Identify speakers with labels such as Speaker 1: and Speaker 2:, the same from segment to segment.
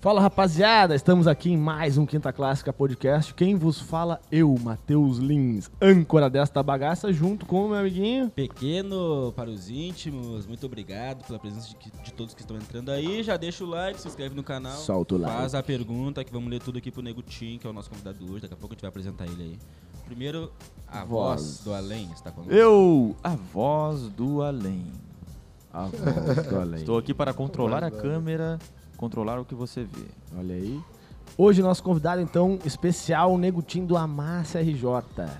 Speaker 1: Fala rapaziada, estamos aqui em mais um Quinta Clássica Podcast. Quem vos fala? Eu, Matheus Lins, âncora desta bagaça, junto com o meu amiguinho.
Speaker 2: Pequeno para os íntimos, muito obrigado pela presença de, que- de todos que estão entrando aí. Já deixa o like, se inscreve no canal.
Speaker 1: Solta o like.
Speaker 2: Faz a pergunta que vamos ler tudo aqui pro Nego Tim, que é o nosso convidado hoje. Daqui a pouco a gente vai apresentar ele aí. Primeiro, a voz,
Speaker 1: Voz.
Speaker 2: do além está conosco.
Speaker 3: Eu, a voz do além.
Speaker 1: Ah, pô, olha aí.
Speaker 3: Estou aqui para controlar
Speaker 1: é.
Speaker 3: a câmera, controlar o que você vê.
Speaker 1: Olha aí. Hoje nosso convidado, então, especial, o Negutinho do Amácia RJ.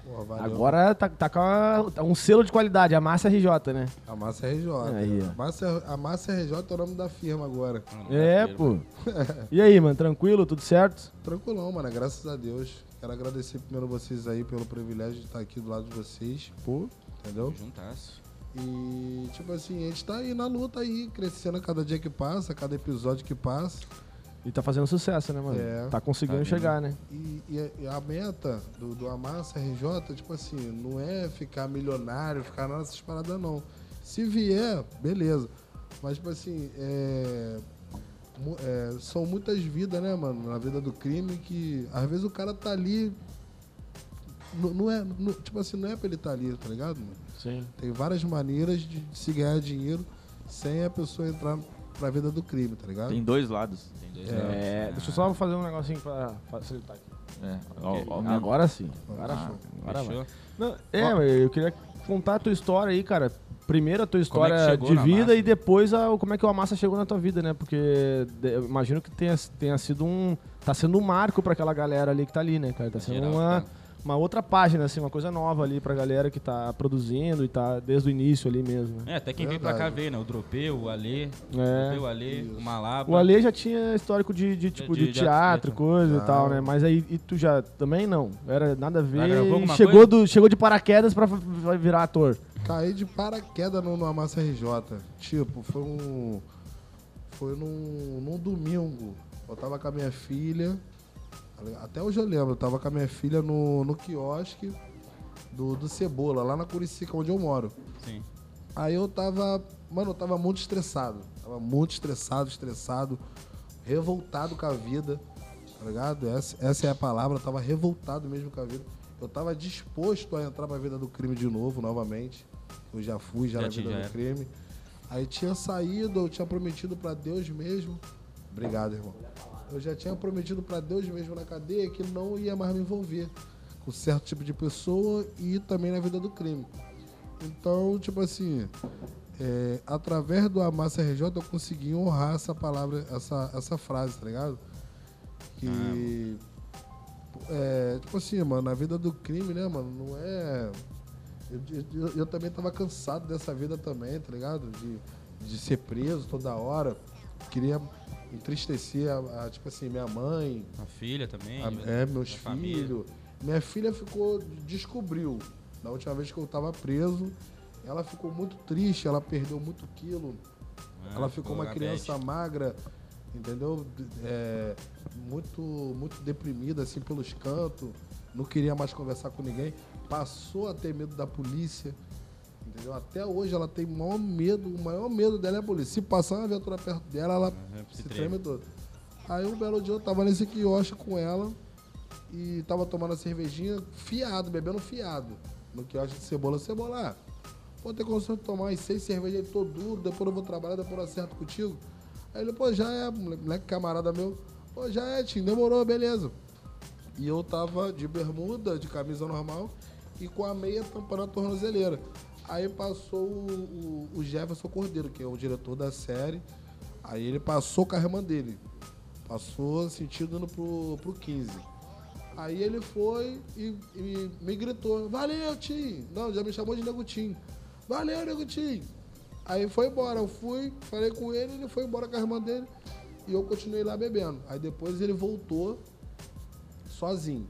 Speaker 4: Pô, valeu.
Speaker 1: Agora tá, tá com a- tá um selo de qualidade, Amácia RJ, né?
Speaker 4: A Massa RJ.
Speaker 1: Aí, ó.
Speaker 4: né? a, Massa, a Massa RJ é o nome da firma agora.
Speaker 2: Ah, não,
Speaker 1: É,
Speaker 2: primeiro,
Speaker 1: pô. E aí, mano, tranquilo? Tudo certo?
Speaker 4: Tranquilão, mano. Graças a Deus. Quero agradecer primeiro vocês aí pelo privilégio de estar aqui do lado de vocês. Pô. Entendeu?
Speaker 2: Juntasso.
Speaker 4: E, tipo assim, a gente tá aí na luta aí, crescendo a cada dia que passa, a cada episódio que passa.
Speaker 1: E tá fazendo sucesso, né, mano?
Speaker 4: É.
Speaker 1: Tá conseguindo
Speaker 2: Tá vindo.
Speaker 1: chegar, né?
Speaker 4: E, e a- e a meta do, do Amassa RJ, tipo assim, não é ficar milionário, ficar nada dessas paradas, não. Se vier, beleza. Mas, tipo assim, é, mu- é, são muitas vidas, né, mano? Na vida do crime que, às vezes, o cara tá ali... Não, não é, não- tipo assim, não é pra ele tá ali, tá ligado, mano?
Speaker 1: Sim.
Speaker 4: Tem várias maneiras de, de se ganhar dinheiro sem a pessoa entrar pra vida do crime, tá ligado?
Speaker 3: Tem dois lados.
Speaker 2: Tem dois lados,
Speaker 1: É,
Speaker 2: né?
Speaker 1: deixa eu só fazer um negocinho pra facilitar aqui.
Speaker 3: É, ó, ó, mesmo.
Speaker 1: Agora sim. Agora,
Speaker 4: Ah,
Speaker 1: show. agora vai.
Speaker 2: Fechou?
Speaker 1: Não, é, mas eu queria contar a tua história aí, cara. Primeiro a tua
Speaker 2: Como é que
Speaker 1: história
Speaker 2: chegou
Speaker 1: de
Speaker 2: na
Speaker 1: vida
Speaker 2: massa?
Speaker 1: e depois a- como é que o Amassa chegou na tua vida, né? Porque de- eu imagino que tenha, tenha sido um. Tá sendo um marco pra aquela galera ali que tá ali, né, cara? Tá sendo
Speaker 2: Geral,
Speaker 1: uma,
Speaker 2: tá.
Speaker 1: uma outra página, assim, uma coisa nova ali pra galera que tá produzindo e tá desde o início ali mesmo. Né?
Speaker 2: É, até quem veio pra cá
Speaker 4: Verdade.
Speaker 2: veio, né? O Dropeu, o Alê.
Speaker 1: É.
Speaker 2: Dropeu, o Alê, o Malaba.
Speaker 1: O Ale já tinha histórico de, de, tipo, de,
Speaker 2: Tá de- de
Speaker 1: teatro,
Speaker 2: atleta.
Speaker 1: coisa e
Speaker 4: Ah.
Speaker 1: tal, né? Mas aí e tu já também não. Era nada a ver.
Speaker 2: Já gravou alguma
Speaker 1: chegou,
Speaker 2: coisa?
Speaker 1: do, chegou de paraquedas pra v- virar ator.
Speaker 4: Caí de paraquedas no, no Amassa RJ. Tipo, foi um. Foi num, num domingo. Eu tava com a minha filha. Até hoje eu lembro, eu tava com a minha filha no, no quiosque do, do Cebola, lá na Curicica, onde eu moro.
Speaker 2: Sim.
Speaker 4: Aí eu tava. Mano, eu tava muito estressado. Tava muito estressado, estressado, revoltado com a vida. Tá ligado? Essa, essa é a palavra, eu tava revoltado mesmo com a vida. Eu tava disposto a entrar pra vida do crime de novo, novamente. Eu já fui, já,
Speaker 2: Já
Speaker 4: na
Speaker 2: tinha,
Speaker 4: vida
Speaker 2: já
Speaker 4: do
Speaker 2: era.
Speaker 4: crime. Aí tinha saído, eu tinha prometido pra Deus mesmo. Obrigado, irmão. Eu já tinha prometido pra Deus mesmo na cadeia que não ia mais me envolver com certo tipo de pessoa e também na vida do crime. Então, tipo assim, é, através do Amassa RJ eu consegui honrar essa palavra, essa, essa frase, tá ligado? Que. é, tipo assim, mano, na vida do crime, né, mano, não é. Eu, eu- eu também tava cansado dessa vida também, tá ligado? De, de ser preso toda hora. Queria entristecer, a- a, tipo assim, minha mãe,
Speaker 2: A filha também.
Speaker 4: a-
Speaker 2: né?
Speaker 4: é, meus
Speaker 2: da família.
Speaker 4: filhos. Minha filha ficou. descobriu. Da última vez que eu tava preso, ela ficou muito triste, ela perdeu muito quilo.
Speaker 2: Ah,
Speaker 4: ela ficou uma
Speaker 2: a
Speaker 4: criança magra, entendeu? D- é, muito, muito deprimida, assim, pelos cantos. Não queria mais conversar com ninguém. Passou a ter medo da polícia. Entendeu? Até hoje ela tem o maior medo, o maior medo dela é a polícia. Se passar uma viatura perto dela, ela
Speaker 2: Aham, se
Speaker 4: se
Speaker 2: treme.
Speaker 4: treme todo. Aí um belo dia eu tava nesse quiosque com ela e tava tomando a cervejinha fiado, bebendo fiado. No quiosque de cebola, cebola. ah, Pô, tem condição de tomar umas seis cervejas aí, tô duro, depois eu vou trabalhar, depois eu acerto contigo. Aí ele, pô, já é, moleque, moleque camarada meu. Pô, já é, Tim, demorou, beleza. E eu tava de bermuda, de camisa normal e com a meia tampando a tornozeleira. Aí passou o, o- o Jefferson Cordeiro, que é o diretor da série. Aí ele passou com a irmã dele. Passou sentido indo pro, pro 15. Aí ele foi e, e me gritou: Valeu, Tim! Não, já me chamou de Nego Tim. Valeu, Nego Tim! Aí foi embora. Eu fui, falei com ele, ele foi embora com a irmã dele. E eu continuei lá bebendo. Aí depois ele voltou sozinho.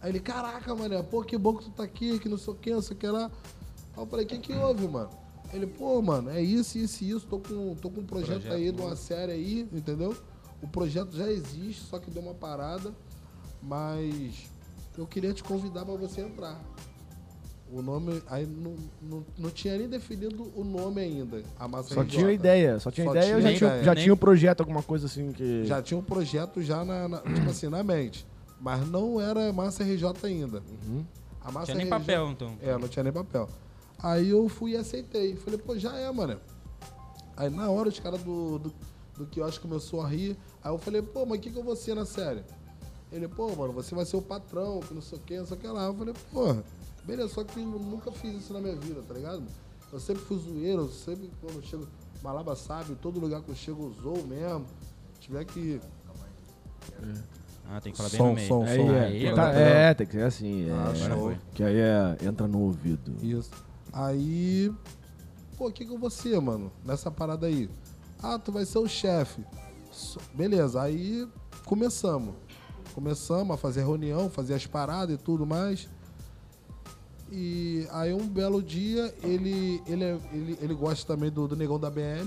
Speaker 4: Aí ele, caraca, mané, pô, que bom que tu tá aqui, que não sei o que, não sei o que lá. Aí eu falei, o que que houve, mano? Ele, pô, mano, é isso, isso e isso, tô com, tô com um projeto,
Speaker 2: Projeto
Speaker 4: aí de uma série aí, entendeu? O projeto já existe, só que deu uma parada, mas eu queria te convidar pra você entrar. O nome. Aí não, não, não tinha nem definido o nome ainda. A massa é
Speaker 1: Só
Speaker 4: RJ.
Speaker 1: tinha ideia, só tinha
Speaker 4: Só
Speaker 1: ideia eu já
Speaker 4: tinha
Speaker 1: tinha,
Speaker 4: ideia.
Speaker 1: já
Speaker 2: Nem-
Speaker 1: tinha um projeto, alguma coisa assim que.
Speaker 4: Já tinha um projeto já na, na- tipo assim, na mente. Mas não era massa RJ ainda. A massa
Speaker 2: Uhum. Tinha nem
Speaker 4: RJ
Speaker 2: papel, então.
Speaker 4: É, não tinha nem papel. Aí eu fui e aceitei. Falei, pô, já é, mano. Aí na hora os caras do, do, do quiosque começou a rir. Aí eu falei, pô, mas o que, que eu vou ser na série? Ele, pô, mano, você vai ser o patrão, que não sei o que, não sei o que lá. Eu falei, pô, beleza, só que eu nunca fiz isso na minha vida, tá ligado? Eu sempre fui zoeiro, eu sempre quando eu chego, Malaba sabe, todo lugar que eu chego eu zoo mesmo. Tiver que.
Speaker 2: Ah, tem que falar bem
Speaker 4: Som,
Speaker 2: no meio.
Speaker 4: som,
Speaker 1: Aí,
Speaker 4: som.
Speaker 1: é,
Speaker 2: Aí,
Speaker 1: tá-
Speaker 2: agora-
Speaker 1: é, tem que ser assim. é.
Speaker 4: Ah, show.
Speaker 1: que aí é, entra no ouvido.
Speaker 4: Isso. Aí, pô, o que que eu vou ser, mano? Nessa parada aí. Ah, tu vai ser o chefe. So- Beleza, aí começamos. Começamos a fazer reunião, fazer as paradas e tudo mais. E aí um belo dia, ele, ele, é- ele, ele gosta também do, do Negão da BL.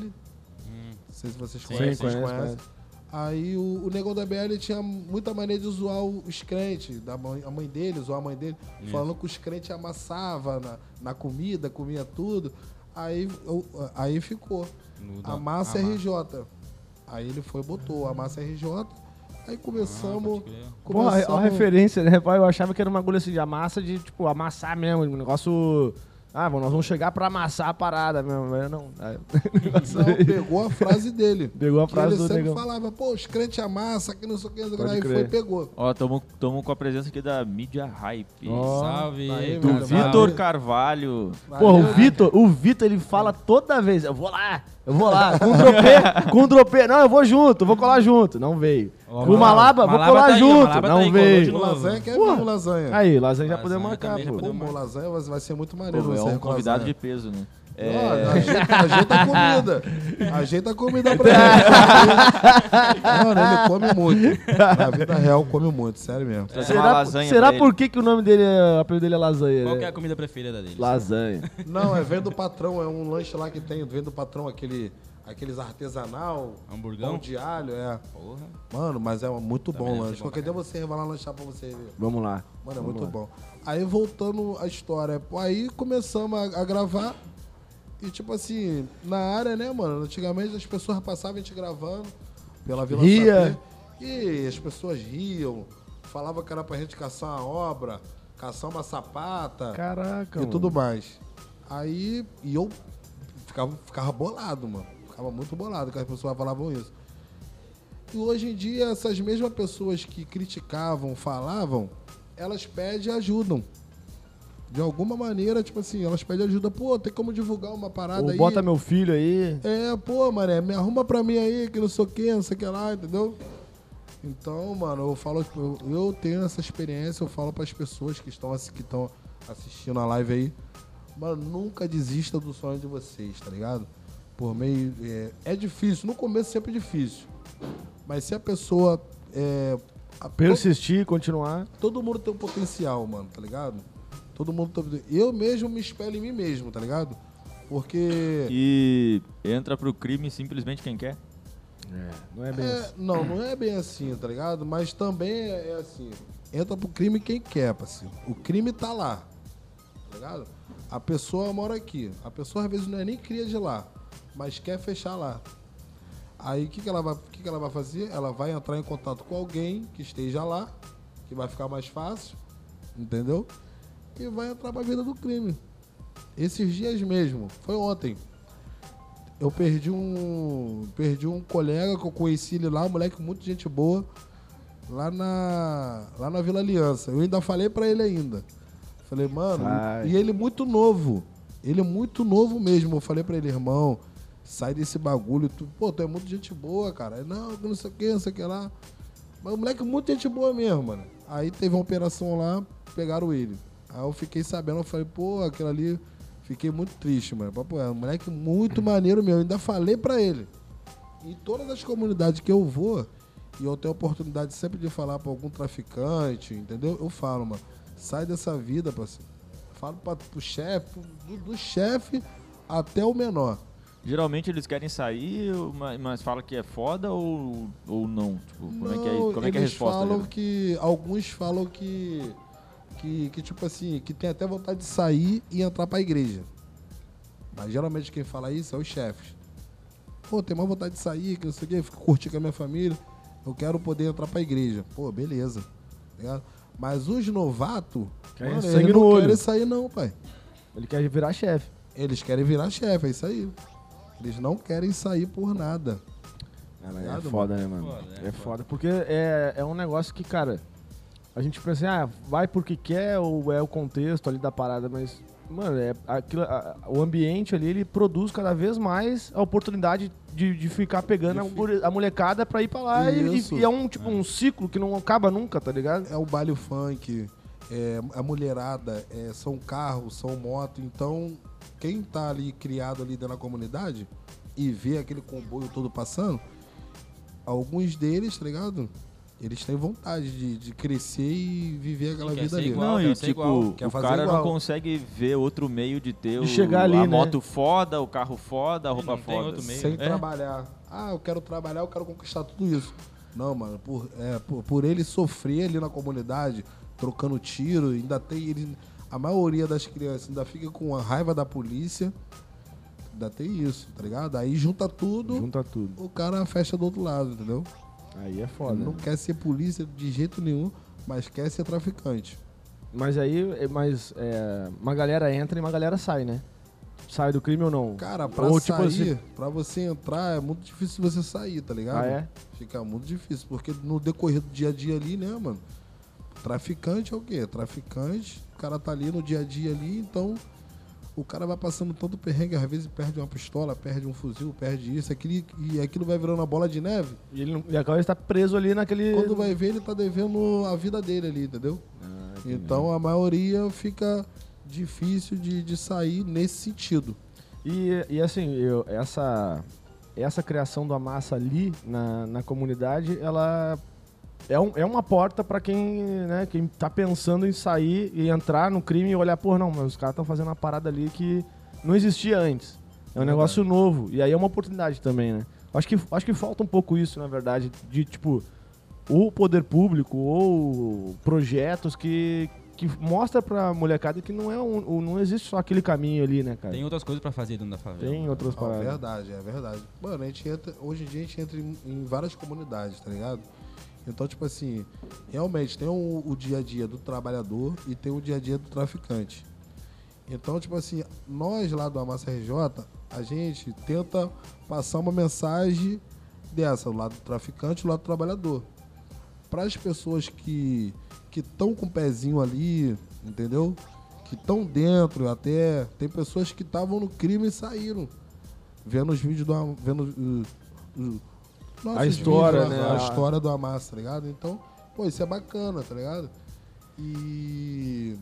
Speaker 4: Não sei se vocês conhecem.
Speaker 1: Hum. conheço,
Speaker 4: vocês conhecem.
Speaker 1: conheço.
Speaker 4: Aí o, o Negão da BL tinha muita mania de zoar o- os crentes, da mãe, a mãe dele, zoar a mãe dele, falando que os crentes amassavam na, na comida, comia tudo. Aí, eu- aí ficou.
Speaker 2: No-
Speaker 4: A
Speaker 2: no-
Speaker 4: massa
Speaker 2: ah,
Speaker 4: RJ. Aí ele foi e botou a massa RJ.
Speaker 1: Ah,
Speaker 4: Aí começamos.
Speaker 2: pode crer.
Speaker 1: Pô, a, a
Speaker 4: começamos-
Speaker 1: referência, né? pai? Eu achava que era uma agulha assim de amassa, de tipo, amassar mesmo, um negócio. Ah, bom, nós vamos chegar pra amassar a parada mesmo, mas não. aí-
Speaker 4: Não, pegou a frase dele.
Speaker 1: Pegou a
Speaker 4: Que
Speaker 1: frase
Speaker 4: ele
Speaker 1: do
Speaker 4: sempre
Speaker 1: negão.
Speaker 4: falava, pô, os crentes amassam, que não sei o que, não sei o que.
Speaker 1: Pode
Speaker 4: Aí
Speaker 1: crer.
Speaker 4: foi e pegou.
Speaker 3: Ó, estamos com a presença aqui da mídia hype.
Speaker 1: Ó.
Speaker 2: Salve,
Speaker 4: Aí,
Speaker 2: cara,
Speaker 4: mano,
Speaker 2: salve.
Speaker 3: Vitor Carvalho.
Speaker 1: Porra, o
Speaker 4: Valeu.
Speaker 1: Vitor, o Vitor, ele fala toda vez, eu vou lá, eu vou lá, com o dropê, com o dropê, não, eu vou junto, vou colar junto, não veio.
Speaker 2: Ó,
Speaker 1: com o Malaba, vou
Speaker 2: Malaba
Speaker 1: colar
Speaker 2: tá aí, ó,
Speaker 1: junto,
Speaker 2: Malaba tá
Speaker 1: não
Speaker 2: aí, colou de
Speaker 1: veio.
Speaker 4: O
Speaker 2: novo.
Speaker 4: lasanha quer
Speaker 1: Porra.
Speaker 4: vir o lasanha.
Speaker 1: Aí, lá já podemos
Speaker 2: Lasanha
Speaker 1: marcar,
Speaker 2: também já
Speaker 1: pô.
Speaker 4: Pô,
Speaker 2: podemos
Speaker 4: o lasanha vai- vai ser muito maneiro.
Speaker 3: Pô, é um
Speaker 4: você com lasanha.
Speaker 3: convidado de peso, né? É,
Speaker 4: Ó, ajeita, ajeita a comida. Ajeita a comida pra
Speaker 1: Então-
Speaker 4: ele. Mano, ele come muito. Na vida real, come muito, sério mesmo.
Speaker 3: trazer uma
Speaker 1: Será,
Speaker 3: lasanha
Speaker 1: será
Speaker 3: pra
Speaker 1: por
Speaker 3: ele.
Speaker 1: que, que o nome dele, é, o apelido dele é lasanha?
Speaker 2: Qual
Speaker 1: né?
Speaker 2: que é a comida preferida dele?
Speaker 1: Lasanha.
Speaker 4: Não, é vem do patrão, é um lanche lá que tem, vem do patrão aquele, aqueles artesanal, pão
Speaker 2: Hamburgão?
Speaker 4: de alho, é.
Speaker 2: Porra.
Speaker 4: Mano, mas é muito bom
Speaker 2: deve
Speaker 4: o
Speaker 2: ser
Speaker 4: lanche.
Speaker 2: bom
Speaker 4: Qualquer dia você vai lá lanchar pra você ver.
Speaker 1: Vamos lá.
Speaker 4: Mano, é
Speaker 1: Vamos
Speaker 4: muito
Speaker 1: lá.
Speaker 4: bom. Aí voltando à história, pô, aí começamos a, a gravar. E tipo assim, na área, né, mano? Antigamente as pessoas passavam a gente gravando pela Vila
Speaker 1: Ria.
Speaker 4: Sapê, E as pessoas riam, falava que era pra gente caçar uma obra, caçar uma sapata
Speaker 1: Caraca,
Speaker 4: e tudo mais. Aí, e eu ficava, ficava bolado, mano. Ficava muito bolado que as pessoas falavam isso. E hoje em dia, essas mesmas pessoas que criticavam, falavam, elas pedem e ajudam. De alguma maneira, tipo assim, elas pedem ajuda. Pô, tem como divulgar uma parada
Speaker 1: Ou
Speaker 4: aí?
Speaker 1: bota meu filho aí.
Speaker 4: É, pô, mané, me arruma pra mim aí, que não sei o que, não sei o que lá, entendeu? Então, mano, eu falo, eu, eu tenho essa experiência, eu falo pras pessoas que estão assi- que estão assistindo a live aí, mano, nunca desista do sonho de vocês, tá ligado? Por meio. É, é difícil, no começo sempre é difícil. Mas se a pessoa. É, a-
Speaker 1: Persistir, continuar.
Speaker 4: todo mundo tem um potencial, mano, tá ligado? Todo mundo tem. um Eu mesmo me espelho em mim mesmo, tá ligado? Porque.
Speaker 3: E entra pro crime simplesmente quem quer.
Speaker 1: Não é bem
Speaker 4: É, não, não é bem assim, tá ligado? Mas também é, é assim. Entra pro crime quem quer, parceiro. O crime tá lá. Tá ligado? A pessoa mora aqui. A pessoa às vezes não é nem cria de lá, mas quer fechar lá. Aí o que, que, ela vai- o que, que ela vai fazer? Ela vai entrar em contato com alguém que esteja lá, que vai ficar mais fácil, entendeu? E vai entrar pra vida do crime. Esses dias mesmo, foi ontem. Eu perdi um. Perdi um colega que eu conheci ele lá, um moleque muito gente boa, lá na. lá na Vila Aliança. Eu ainda falei pra ele ainda. Falei, mano,
Speaker 1: Sai.
Speaker 4: e ele é muito novo. Ele é muito novo mesmo. Eu falei pra ele, irmão, sai desse bagulho. Tu, pô, tu é muito gente boa, cara. Ele, Não, que não sei o que, não sei o que lá. Mas o moleque é muito gente boa mesmo, mano. Aí teve uma operação lá, pegaram ele. Aí eu fiquei sabendo, eu falei, pô, aquilo ali. Fiquei muito triste, mano. Papo reto, um moleque muito maneiro meu. Ainda falei pra ele. Em todas as comunidades que eu vou, e eu tenho a oportunidade sempre de falar pra algum traficante, entendeu? Eu falo, mano, sai dessa vida, parceiro. Falo pra, pro chefe, pro- do, do chefe até o menor.
Speaker 3: Geralmente eles querem sair, ma- mas fala que é foda ou, ou não? Tipo, como é que é,
Speaker 4: Não,
Speaker 3: como é, que é a
Speaker 4: eles
Speaker 3: resposta?
Speaker 4: falam
Speaker 3: né?
Speaker 4: que. Alguns falam que. que, que, tipo assim, que tem até vontade de sair e entrar pra igreja. Mas geralmente quem fala isso é os chefes. Pô, tem mais vontade de sair, que não sei o quê, fico curtindo com a minha família. Eu quero poder entrar pra igreja. Pô, beleza. tá ligado? Mas os novatos,
Speaker 1: Quer
Speaker 4: mano,
Speaker 1: sangue
Speaker 4: eles
Speaker 1: no
Speaker 4: não
Speaker 1: olho.
Speaker 4: querem sair não, pai.
Speaker 1: Ele quer virar chefe.
Speaker 4: Eles querem virar chefe, é isso aí. Eles não querem sair por nada.
Speaker 1: É,
Speaker 4: Obrigado,
Speaker 1: foda, né, mano?
Speaker 2: Foda,
Speaker 1: é,
Speaker 2: é
Speaker 1: foda. Porque é, é um negócio que, cara, a gente pensa assim, ah, vai porque quer ou é o contexto ali da parada, mas, mano, é, aquilo, a- a- o ambiente ali, ele produz cada vez mais a oportunidade de, de ficar pegando a, guri- a molecada pra ir pra lá e,
Speaker 4: Isso.
Speaker 1: e- e é um, tipo, um ciclo que não acaba nunca, tá ligado?
Speaker 4: É o baile funk, é a mulherada, é, são carros, são moto. Então, quem tá ali criado ali dentro da comunidade e vê aquele comboio todo passando, alguns deles, tá ligado? Eles têm vontade de, de crescer e viver aquela
Speaker 2: quer
Speaker 4: vida
Speaker 2: ser
Speaker 4: ali. né?
Speaker 2: igual.
Speaker 3: Não,
Speaker 2: quer
Speaker 3: e
Speaker 2: ser
Speaker 3: tipo,
Speaker 2: igual.
Speaker 4: Quer
Speaker 3: o
Speaker 4: fazer
Speaker 3: cara
Speaker 4: igual.
Speaker 3: não consegue ver outro meio de ter o,
Speaker 1: De chegar ali,
Speaker 3: a
Speaker 1: né?
Speaker 3: moto foda, o carro foda, a roupa
Speaker 2: não tem
Speaker 3: foda.
Speaker 2: outro meio.
Speaker 4: Sem
Speaker 2: É.
Speaker 4: trabalhar. Ah, eu quero trabalhar, eu quero conquistar tudo isso. Não, mano, por, é, por, por ele sofrer ali na comunidade, trocando tiro, ainda tem ele. A maioria das crianças ainda fica com a raiva da polícia. Ainda tem isso, tá ligado? Aí junta tudo,
Speaker 1: Junta tudo.
Speaker 4: o cara fecha do outro lado, entendeu?
Speaker 1: Aí é foda.
Speaker 4: Ele não
Speaker 1: né?
Speaker 4: quer ser polícia de jeito nenhum, mas quer ser traficante.
Speaker 1: Mas aí, é- mas é, uma galera entra e uma galera sai, né? Sai do crime ou não?
Speaker 4: Cara, pra
Speaker 1: Ou, tipo
Speaker 4: sair,
Speaker 1: assim-
Speaker 4: pra você entrar, é muito difícil você sair, tá ligado?
Speaker 1: Ah, é?
Speaker 4: Fica muito difícil, porque no decorrer do dia a dia ali, né, mano? Traficante é o quê? Traficante, o cara tá ali no dia a dia ali, então o cara vai passando todo perrengue, às vezes perde uma pistola, perde um fuzil, perde isso, aquilo, e aquilo vai virando uma bola de neve.
Speaker 1: E ele, não, e acaba está preso ali naquele.
Speaker 4: Quando vai ver, ele tá devendo a vida dele ali, entendeu?
Speaker 1: Ah,
Speaker 4: então a maioria fica difícil de, de sair nesse sentido.
Speaker 1: E, e assim, eu- essa, essa criação da massa ali na, na comunidade, ela é, um- é uma porta pra quem, né, quem tá pensando em sair e entrar no crime e olhar, porra, não, mas os caras estão fazendo uma parada ali que não existia antes. É um negócio novo. E aí é uma oportunidade também, né? Acho que, acho que falta um pouco isso, na verdade, de tipo, ou poder público, ou projetos que, que mostra pra molecada que não, é um, não existe só aquele caminho ali, né, cara?
Speaker 2: Tem outras coisas pra fazer dentro da favela.
Speaker 1: Tem outras
Speaker 4: Ah,
Speaker 1: paradas.
Speaker 4: verdade, é verdade. Mano, a gente entra, hoje em dia a gente entra em, em várias comunidades, tá ligado? Então, tipo assim, realmente tem o, o dia a dia do trabalhador e tem o dia a dia do traficante. Então, tipo assim, nós lá do Amassa RJ, a gente tenta passar uma mensagem dessa, do lado do traficante e do lado do trabalhador. Para as pessoas que que estão com o pezinho ali, entendeu? Que estão dentro, até tem pessoas que estavam no crime e saíram vendo os vídeos do Am- vendo uh, uh, nossos
Speaker 1: A história,
Speaker 4: vídeos,
Speaker 1: né?
Speaker 4: a, a história do Amassa, tá ligado? Então, pô, isso é bacana, tá ligado? E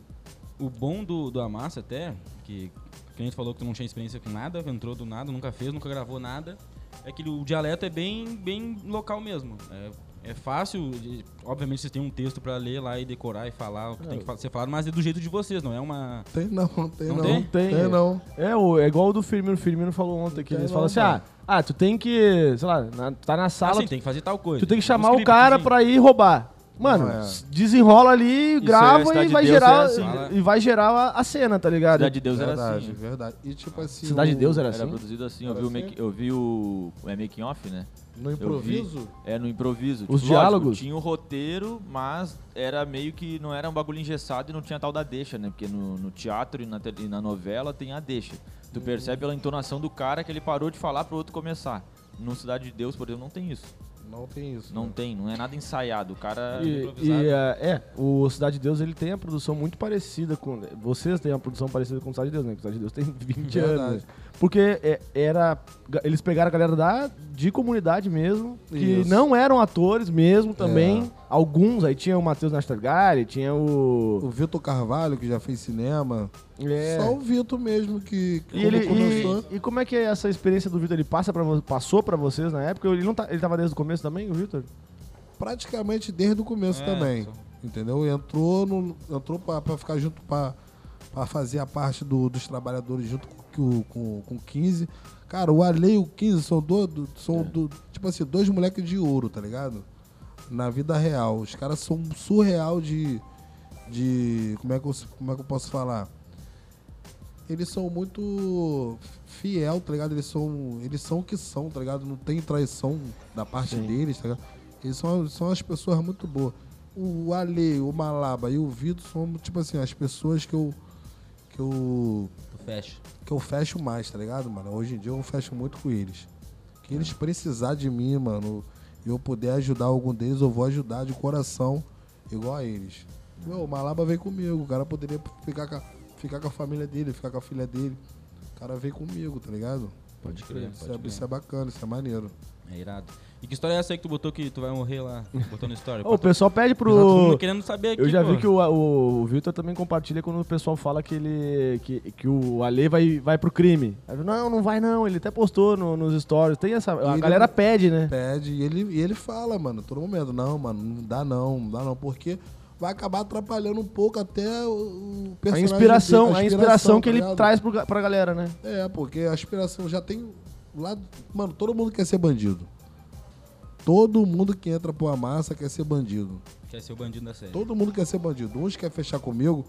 Speaker 2: O bom do, do Amassa até, que o cliente falou que tu não tinha experiência com nada, entrou do nada, nunca fez, nunca gravou nada, é que o dialeto é bem, bem local mesmo. É, é fácil, de- obviamente vocês têm um texto pra ler lá e decorar e falar o que tem que fa- ser falado, mas é do jeito de vocês, não é uma...
Speaker 4: tem não, tem
Speaker 2: Não
Speaker 4: não.
Speaker 2: tem?
Speaker 1: Tem.
Speaker 4: não.
Speaker 1: É, o- é igual o do Firmino. O Firmino falou ontem que
Speaker 3: Tá
Speaker 4: Não
Speaker 1: eles
Speaker 4: tem
Speaker 1: falam assim:
Speaker 4: não,
Speaker 1: ah, ah, tu tem que, sei lá, na- tá na
Speaker 2: Ah,
Speaker 1: sala,
Speaker 3: Assim,
Speaker 2: sim,
Speaker 1: tu,
Speaker 2: tem que fazer tal coisa.
Speaker 3: tipo,
Speaker 1: tu tem que
Speaker 2: Um
Speaker 1: chamar o
Speaker 2: script,
Speaker 1: cara
Speaker 2: sim.
Speaker 1: pra ir roubar. Mano,
Speaker 4: Não, é.
Speaker 1: s- desenrola ali,
Speaker 3: é
Speaker 1: grava
Speaker 3: Cidade
Speaker 1: e
Speaker 3: de
Speaker 1: vai
Speaker 3: Deus,
Speaker 1: gerar
Speaker 3: é assim.
Speaker 1: e- e vai gerar a, a cena, tá ligado?
Speaker 3: Cidade de Deus era
Speaker 4: verdade,
Speaker 3: assim.
Speaker 4: verdade. E tipo assim,
Speaker 1: Cidade de
Speaker 4: o-
Speaker 1: Deus era
Speaker 3: Era
Speaker 1: assim.
Speaker 3: produzido assim, eu
Speaker 4: Era
Speaker 3: vi, o
Speaker 4: assim?
Speaker 3: make, eu vi o. É making off, né?
Speaker 4: no
Speaker 3: Eu vi.
Speaker 4: improviso,
Speaker 3: É no improviso.
Speaker 1: Os
Speaker 3: lógico,
Speaker 1: diálogos?
Speaker 3: tinha o roteiro, mas era meio que não era um bagulho engessado e não tinha tal da deixa, né? Porque no, no teatro e na, tele- e na novela tem a deixa. Tu
Speaker 2: Hum.
Speaker 3: percebe pela entonação do cara que ele parou de falar pro outro começar. No Cidade de Deus, por exemplo, não tem isso.
Speaker 4: não tem isso.
Speaker 3: Não
Speaker 4: né?
Speaker 3: tem, não é nada ensaiado. O
Speaker 4: Ah,
Speaker 3: cara.
Speaker 1: E,
Speaker 2: improvisado.
Speaker 1: e, é, é, o Cidade de Deus ele tem a produção muito parecida com. Vocês têm a produção parecida com o Cidade de Deus, né? Porque o Cidade de Deus tem 20 anos.
Speaker 4: Verdade.
Speaker 1: Porque é, era. Eles pegaram a galera da, de comunidade mesmo, que
Speaker 4: Isso. É.
Speaker 1: não eram atores mesmo também. Alguns, aí tinha o Matheus Nastergalli, tinha o.
Speaker 4: O Vitor Carvalho, que já fez cinema.
Speaker 1: É.
Speaker 4: Só o Vitor mesmo que, que
Speaker 1: E,
Speaker 4: quando
Speaker 1: ele,
Speaker 4: começou.
Speaker 1: e, e como é que é essa experiência do Vitor? Ele passa pra, vo- passou pra vocês na época? Ele, não tá, ele tava desde o começo também, o Vitor?
Speaker 4: praticamente desde o começo
Speaker 2: É,
Speaker 4: também.
Speaker 2: só-
Speaker 4: Entendeu? Entrou, no, entrou pra, pra ficar junto, pra, pra fazer a parte do- dos trabalhadores junto com, o- com, com o 15. Cara, o Ale e o 15 são, do, do-
Speaker 1: É.
Speaker 4: são do- tipo assim, dois moleques de ouro, tá ligado? Na vida real. Os caras são surreal de, de. Como é que eu, como é que eu posso falar? Eles são muito fiel, tá ligado? Eles são, eles são o que são, tá ligado? Não tem traição da parte deles, tá ligado? Eles são, são as pessoas muito boas. O Ale, o Malaba e o Vitor são, tipo assim, as pessoas que eu. que eu
Speaker 2: Tu fecha.
Speaker 4: que eu fecho mais, tá ligado, mano? Hoje em dia eu fecho muito com eles. Que eles precisar de mim, mano, e eu puder ajudar algum deles, eu vou ajudar de coração, igual a eles. Meu, o Malaba veio comigo, o cara poderia ficar com a, ficar com a família dele, ficar com a filha dele. O cara veio comigo, tá ligado?
Speaker 2: Pode crer,
Speaker 4: isso,
Speaker 2: pode
Speaker 4: é, isso
Speaker 2: crer.
Speaker 4: é bacana, isso é maneiro.
Speaker 2: É irado. E que história é essa aí que tu botou que tu vai morrer lá? Botou no story?
Speaker 1: Ô, o pessoal pede
Speaker 2: Tá todo
Speaker 1: pro.
Speaker 2: mundo querendo saber aqui,
Speaker 1: Eu já
Speaker 2: pô.
Speaker 1: vi que o, o, Vitor também compartilha quando o pessoal fala que ele. que, que o Ale vai, vai pro crime. Aí eu, não, não vai não, ele até postou no- nos stories. Tem essa. A
Speaker 4: Ele-
Speaker 1: galera pede, né?
Speaker 4: Pede, e ele, e ele fala, mano, todo momento, não, mano, não dá não, não dá não, porque vai acabar atrapalhando um pouco até o, o
Speaker 1: A
Speaker 4: personagem
Speaker 1: inspiração,
Speaker 4: dele,
Speaker 1: a inspiração que
Speaker 4: tá
Speaker 1: ele
Speaker 4: ligado?
Speaker 1: traz pro, ga- pra galera, né?
Speaker 4: É, porque a aspiração já tem lá, mano, todo mundo quer ser bandido. Todo mundo que entra por a massa quer ser bandido.
Speaker 2: Quer ser o bandido da série.
Speaker 4: Todo mundo quer ser bandido. Uns quer fechar comigo,